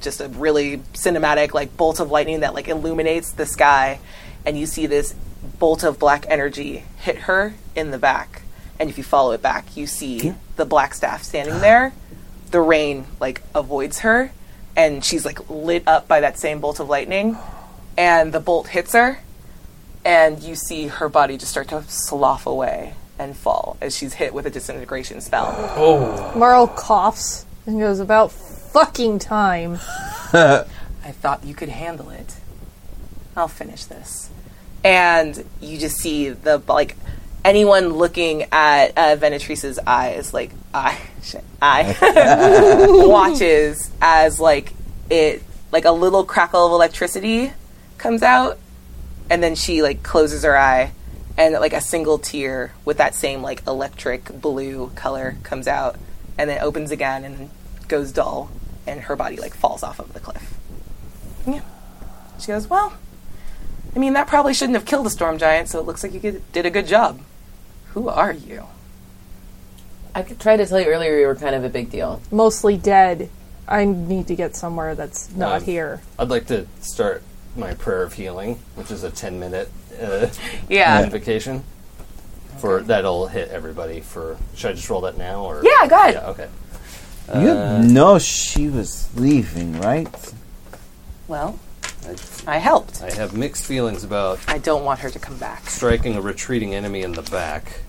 [SPEAKER 11] just a really cinematic like bolt of lightning that like illuminates the sky and you see this bolt of black energy hit her in the back. And if you follow it back, you see the black staff standing there the rain like avoids her and she's like lit up by that same bolt of lightning and the bolt hits her and you see her body just start to slough away and fall as she's hit with a disintegration spell.
[SPEAKER 3] Oh.
[SPEAKER 7] Marl coughs and goes, about fucking time.
[SPEAKER 11] I thought you could handle it. I'll finish this. And you just see the like anyone looking at uh, Venatrice's eyes, like eye, shit, eye, watches as like it like a little crackle of electricity comes out, and then she like closes her eye, and like a single tear with that same like electric blue color comes out, and then opens again and goes dull, and her body like falls off of the cliff. She goes, Well, I mean, that probably shouldn't have killed a storm giant, so it looks like you did- did a good job. Who are you?
[SPEAKER 2] I could try to tell you earlier you were kind of a big deal.
[SPEAKER 7] Mostly dead. I need to get somewhere that's not
[SPEAKER 4] Um,
[SPEAKER 7] here.
[SPEAKER 4] I'd like to start my prayer of healing, which is a 10 minute uh,
[SPEAKER 11] Yeah.
[SPEAKER 4] invocation. For that'll hit everybody. For should I just roll that now or
[SPEAKER 11] Yeah, go ahead.
[SPEAKER 4] Yeah, okay.
[SPEAKER 9] you
[SPEAKER 4] Uh,
[SPEAKER 9] know she was leaving, right?
[SPEAKER 11] Well, I helped.
[SPEAKER 4] I have mixed feelings about
[SPEAKER 11] I don't want her to come back.
[SPEAKER 4] striking a retreating enemy in the back.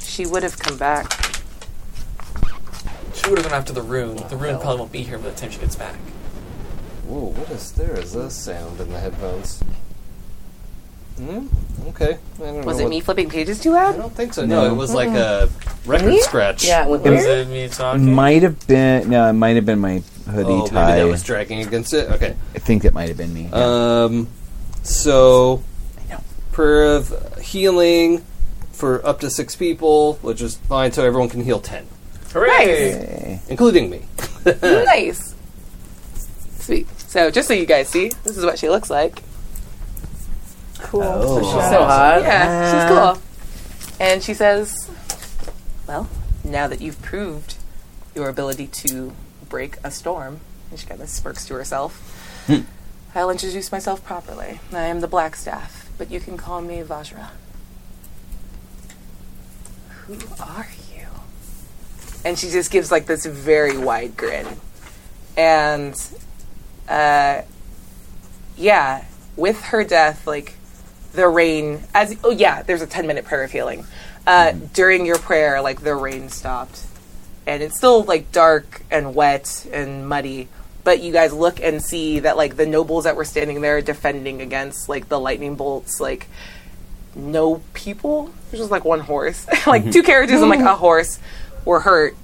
[SPEAKER 11] She would have come back.
[SPEAKER 3] She would have gone after the rune. The rune probably won't be here by the time she gets back.
[SPEAKER 4] Whoa, what is there? Is a sound in the headphones? Hmm? Okay. I don't
[SPEAKER 11] Was
[SPEAKER 4] know
[SPEAKER 11] it
[SPEAKER 4] what-
[SPEAKER 11] me flipping pages too loud? I
[SPEAKER 4] don't think So, no, it was like a record
[SPEAKER 11] Me?
[SPEAKER 4] scratch.
[SPEAKER 11] Yeah, it went
[SPEAKER 4] Was
[SPEAKER 11] weird.
[SPEAKER 4] it me
[SPEAKER 9] It
[SPEAKER 4] talking?
[SPEAKER 9] might have been. No, it might have been my hoodie
[SPEAKER 4] Oh, maybe
[SPEAKER 9] tie.
[SPEAKER 4] that was Uh, dragging against it. Okay.
[SPEAKER 9] I think that might have been me.
[SPEAKER 4] Um, so prayer of healing for up to six people, which is fine, so everyone can heal ten,
[SPEAKER 11] Hooray!
[SPEAKER 4] including me.
[SPEAKER 11] nice. Sweet. So just so you guys see, this is what she looks like.
[SPEAKER 7] Cool.
[SPEAKER 9] Oh.
[SPEAKER 11] she's
[SPEAKER 9] So hot.
[SPEAKER 11] Yeah, she's
[SPEAKER 9] Ah.
[SPEAKER 11] cool. And she says, "Well, now that you've proved your ability to break a storm," and she kind of smirks to herself.
[SPEAKER 37] Hmm.
[SPEAKER 11] I'll introduce myself properly. I am the Blackstaff, but you can call me Vajra. Who are you? and she just gives like this very wide grin. And uh, yeah, with her death, like the rain as oh yeah, there's a ten minute prayer of healing. Uh, During your prayer, like the rain stopped, and it's still like dark and wet and muddy. But you guys look and see that like the nobles that were standing there defending against like the lightning bolts, like no people. There's just like one horse, like two carriages and like a horse were hurt.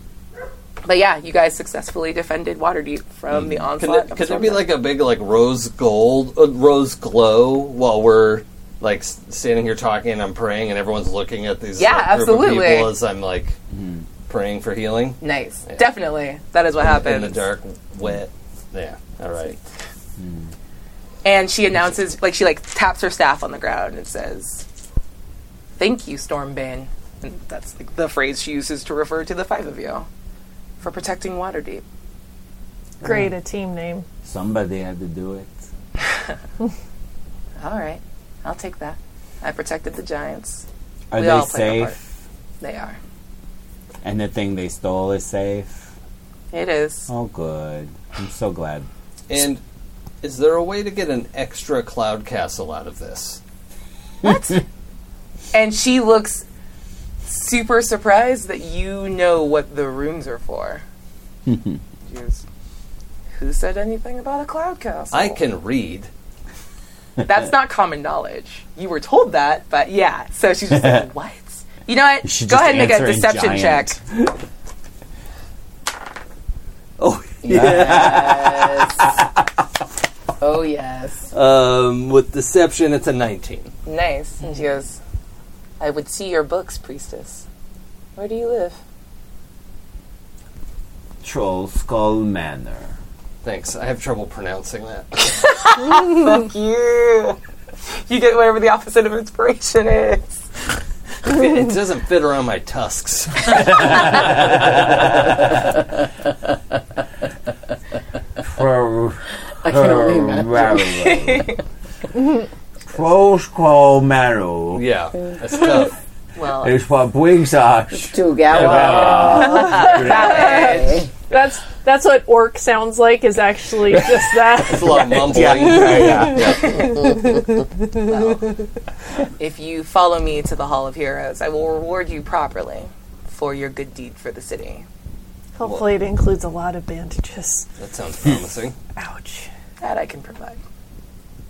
[SPEAKER 11] But yeah, you guys successfully defended Waterdeep from the
[SPEAKER 4] Could
[SPEAKER 11] onslaught.
[SPEAKER 4] it, could there be like a big like rose gold, uh, rose glow while we're like s- standing here talking and I'm praying and everyone's looking at these
[SPEAKER 11] Yeah,
[SPEAKER 4] like, group of
[SPEAKER 11] absolutely.
[SPEAKER 4] people as I'm like praying for healing.
[SPEAKER 11] nice, definitely. That is what
[SPEAKER 4] In-
[SPEAKER 11] happened.
[SPEAKER 4] in the dark, wet. Yeah, all right.
[SPEAKER 11] And she announces, like she like taps her staff on the ground and says, "Thank you, Stormbane." And that's like the phrase she uses to refer to the five of you for protecting Waterdeep.
[SPEAKER 7] Great, a team name.
[SPEAKER 1] Somebody had to do it.
[SPEAKER 11] All right, I'll take that. I protected the giants.
[SPEAKER 1] Are
[SPEAKER 11] we
[SPEAKER 1] they
[SPEAKER 11] all played our part.
[SPEAKER 1] safe?
[SPEAKER 11] They are.
[SPEAKER 1] And the thing they stole is safe.
[SPEAKER 11] It is.
[SPEAKER 1] Oh, good. I'm so glad.
[SPEAKER 4] And is there a way to get an extra cloud castle out of this?
[SPEAKER 11] And she looks super surprised that you know what the runes are for. She goes, Who said anything about a cloud castle?
[SPEAKER 4] I can read.
[SPEAKER 11] That's not common knowledge. You were told that, but yeah. So she's just like, what? You know what?
[SPEAKER 4] You should
[SPEAKER 11] Go
[SPEAKER 4] just
[SPEAKER 11] ahead and make a
[SPEAKER 4] answer in
[SPEAKER 11] deception check.
[SPEAKER 4] giant.
[SPEAKER 2] Yes. oh yes.
[SPEAKER 4] Um, with deception, it's a 19.
[SPEAKER 11] Nice. And she goes, I would see your books, priestess. Where do you live?
[SPEAKER 1] Troll Skull Manor.
[SPEAKER 4] Thanks. I have trouble pronouncing that.
[SPEAKER 11] Fuck you. You get whatever the opposite of inspiration is.
[SPEAKER 4] it doesn't fit around my tusks.
[SPEAKER 1] Pro.
[SPEAKER 2] I can only imagine.
[SPEAKER 1] Troll Skull Manor.
[SPEAKER 4] Yeah, that's tough.
[SPEAKER 11] Well,
[SPEAKER 1] It's for brings us.
[SPEAKER 2] To
[SPEAKER 7] Savage. That's that's what orc sounds like. Is actually just that.
[SPEAKER 4] It's a lot of mumbling.
[SPEAKER 11] if you follow me to the Hall of Heroes, I will reward you properly for your good deed for the city.
[SPEAKER 7] Hopefully, it includes a lot of bandages.
[SPEAKER 4] That sounds promising.
[SPEAKER 7] Ouch.
[SPEAKER 11] That I can provide.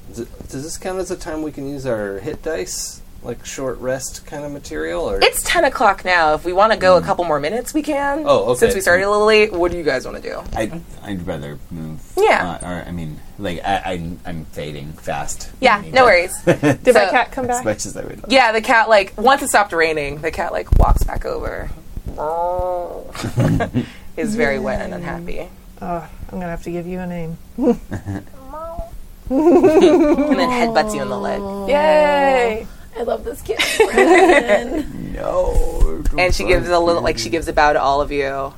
[SPEAKER 4] Does it- does this count as a time we can use our hit dice? Like short rest kind of material? Or
[SPEAKER 11] It's 10 o'clock now. If we want to go a couple more minutes, we can.
[SPEAKER 4] Mm. Oh, okay.
[SPEAKER 11] Since we started a little late, what do you guys want to do?
[SPEAKER 9] I, I'd rather move.
[SPEAKER 11] Yeah.
[SPEAKER 9] uh, or I mean, like I, I'm, I'm fading fast.
[SPEAKER 11] Yeah, no worries.
[SPEAKER 9] Did
[SPEAKER 11] my cat come back?
[SPEAKER 9] As much as I would.
[SPEAKER 11] Yeah, the cat, like, once it stopped raining, the cat, like, walks back over. is very wet and unhappy.
[SPEAKER 7] Oh, I'm gonna have to give you a name.
[SPEAKER 11] and then headbutts you in the leg.
[SPEAKER 7] Yay!
[SPEAKER 2] I love this kid.
[SPEAKER 9] no.
[SPEAKER 11] And she gives a little, like, she gives a bow to all of you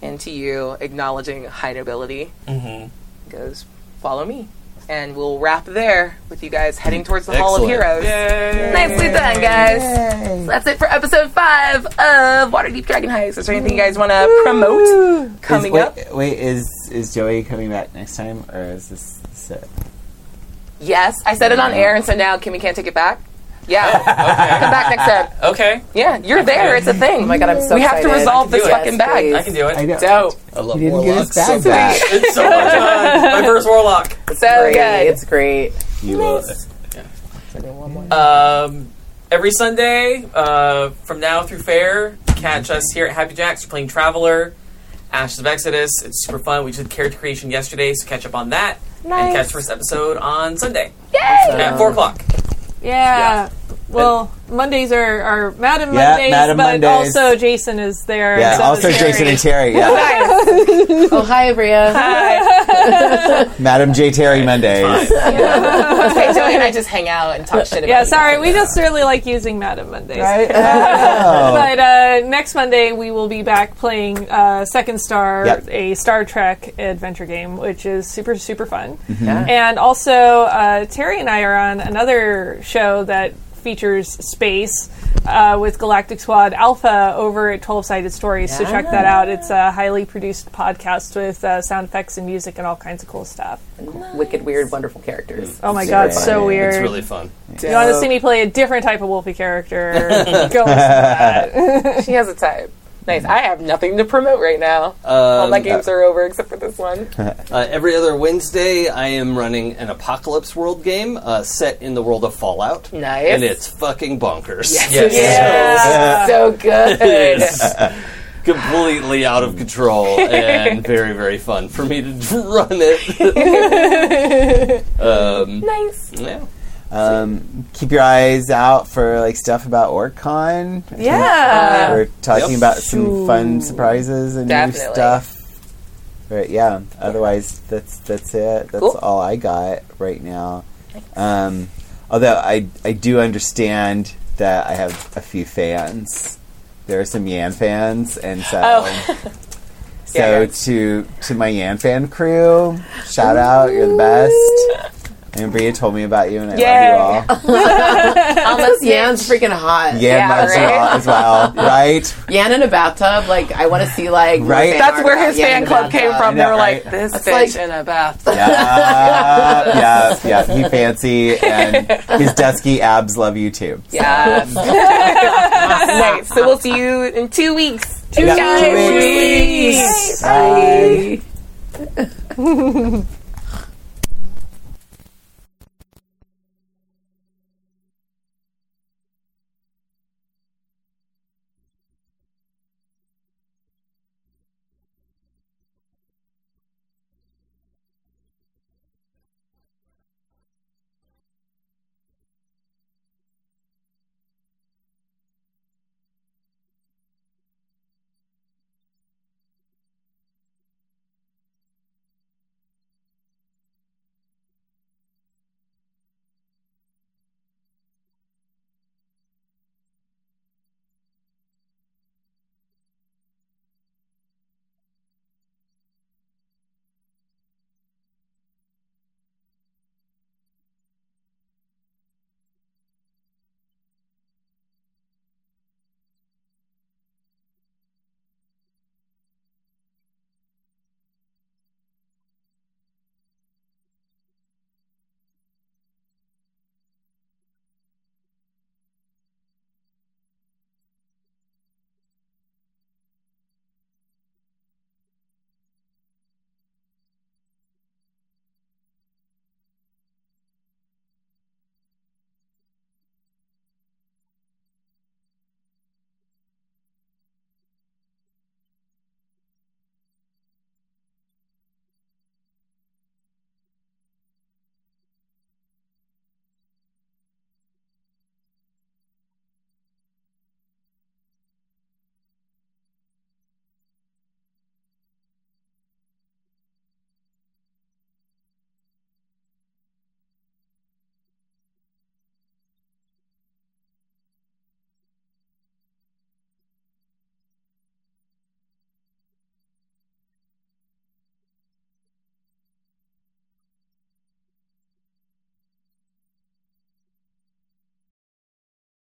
[SPEAKER 11] and to you, acknowledging high nobility.
[SPEAKER 4] Mhm.
[SPEAKER 11] Goes, follow me. And we'll wrap there with you guys heading towards the Hall of
[SPEAKER 37] Excellent.
[SPEAKER 11] Heroes. Nicely done, guys. So that's it for episode five of Waterdeep Dragon Heist. Is there anything you guys want to promote
[SPEAKER 9] is,
[SPEAKER 11] coming
[SPEAKER 9] wait,
[SPEAKER 11] up?
[SPEAKER 9] Wait, is is Joey coming back next time, or is this, this it?
[SPEAKER 11] Yes, I said it on air, and so now Kimmy can't take it back.
[SPEAKER 2] Oh,
[SPEAKER 11] Yeah, come back next time.
[SPEAKER 3] Okay.
[SPEAKER 11] Yeah, you're there. It's a thing. Oh my
[SPEAKER 2] God, I'm so
[SPEAKER 11] We have to
[SPEAKER 2] excited. I
[SPEAKER 11] resolve
[SPEAKER 2] can
[SPEAKER 11] this
[SPEAKER 2] do it.
[SPEAKER 11] fucking
[SPEAKER 2] Yes,
[SPEAKER 11] bag.
[SPEAKER 2] please.
[SPEAKER 3] I can do it.
[SPEAKER 11] I know. Dope.
[SPEAKER 3] I love
[SPEAKER 9] didn't get his
[SPEAKER 3] warlocks.
[SPEAKER 9] bag
[SPEAKER 3] so
[SPEAKER 9] back.
[SPEAKER 3] much. it's so much fun. My first warlock.
[SPEAKER 11] So
[SPEAKER 2] Great.
[SPEAKER 11] good.
[SPEAKER 2] It's great.
[SPEAKER 9] You will.
[SPEAKER 3] Um, every Sunday, uh, from now through fair, catch us here at Happy Jacks. We're playing Traveler, Ashes of Exodus. It's super fun. We did character creation yesterday, so catch up on that.
[SPEAKER 11] Nice.
[SPEAKER 3] And catch first episode on Sunday
[SPEAKER 11] Yay!
[SPEAKER 3] at 4 o'clock.
[SPEAKER 7] Yeah. Well, Mondays are, are Madam
[SPEAKER 9] Yeah,
[SPEAKER 7] Mondays,
[SPEAKER 9] Madam
[SPEAKER 7] but
[SPEAKER 9] Mondays.
[SPEAKER 7] also Jason is there.
[SPEAKER 9] Yeah,
[SPEAKER 7] and so
[SPEAKER 9] also
[SPEAKER 7] is
[SPEAKER 9] Jason and Terry. Yeah,
[SPEAKER 5] oh, hi, Bria.
[SPEAKER 7] Hi.
[SPEAKER 9] Madam J. Terry Mondays.
[SPEAKER 11] okay, Joey and I just hang out and talk shit about
[SPEAKER 7] yeah,
[SPEAKER 11] each
[SPEAKER 7] sorry,
[SPEAKER 11] other.
[SPEAKER 7] we just really like using Madam Mondays.
[SPEAKER 11] Right?
[SPEAKER 7] but uh, next Monday we will be back playing uh, Second Star,
[SPEAKER 11] Yep.
[SPEAKER 7] a Star Trek adventure game, which is super super fun.
[SPEAKER 11] Mhm. Yeah.
[SPEAKER 7] And also uh, Terry and I are on another show that features space. Uh, with Galactic Squad Alpha over at 12 Sided Stories. So check that out. It's a highly produced podcast with uh, sound effects and music and all kinds of cool stuff.
[SPEAKER 5] Wicked, weird, wonderful characters.
[SPEAKER 7] Oh my god, so weird.
[SPEAKER 5] It's
[SPEAKER 38] really fun.
[SPEAKER 7] You want to see me play a different type of Wolfie character? Go listen to that.
[SPEAKER 11] she has a type. Nice. I have nothing to promote right now. All my
[SPEAKER 4] Um,
[SPEAKER 11] games are over except for this one.
[SPEAKER 4] Uh, every other Wednesday, I am running an Apocalypse World game uh, set in the world of Fallout.
[SPEAKER 11] Nice.
[SPEAKER 4] And it's fucking bonkers.
[SPEAKER 11] Yes, it is. So good.
[SPEAKER 4] It is. Completely out of control and very, very fun for me to run it. um,
[SPEAKER 11] nice.
[SPEAKER 4] Yeah.
[SPEAKER 9] Um, keep your eyes out for like stuff about OrCon. I think
[SPEAKER 7] Yeah.
[SPEAKER 9] we're talking
[SPEAKER 7] Yep.
[SPEAKER 9] about some fun
[SPEAKER 7] Shoo.
[SPEAKER 9] surprises and new
[SPEAKER 7] Definitely.
[SPEAKER 9] stuff. Right, yeah. Otherwise, that's that's it. That's
[SPEAKER 11] Cool.
[SPEAKER 9] all I got right now. Um, although I I do understand that I have a few fans. There are some Yan fans, and so.
[SPEAKER 11] Oh.
[SPEAKER 9] So to to my Yan fan crew, shout out, you're the best. And Bria told me about you, and I love you all.
[SPEAKER 5] Almost Yan's freaking hot.
[SPEAKER 9] Yan loves you all as well, right?
[SPEAKER 5] Yan in a bathtub. Like I want to see like more
[SPEAKER 9] Right?
[SPEAKER 5] fan
[SPEAKER 9] That's
[SPEAKER 5] art
[SPEAKER 9] where
[SPEAKER 5] about
[SPEAKER 11] his
[SPEAKER 5] Yan
[SPEAKER 11] fan
[SPEAKER 5] in a
[SPEAKER 11] club came
[SPEAKER 5] bathtub.
[SPEAKER 11] from. They were
[SPEAKER 9] Yeah,
[SPEAKER 11] like,
[SPEAKER 9] right.
[SPEAKER 11] this
[SPEAKER 5] That's
[SPEAKER 11] bitch
[SPEAKER 5] like-
[SPEAKER 11] in a bath.
[SPEAKER 9] Yeah, yeah, yeah. He fancy, and his dusky abs love you too.
[SPEAKER 11] Yes. nice. So we'll see you in two weeks.
[SPEAKER 9] Two
[SPEAKER 11] Guys,
[SPEAKER 9] weeks.
[SPEAKER 11] Bye.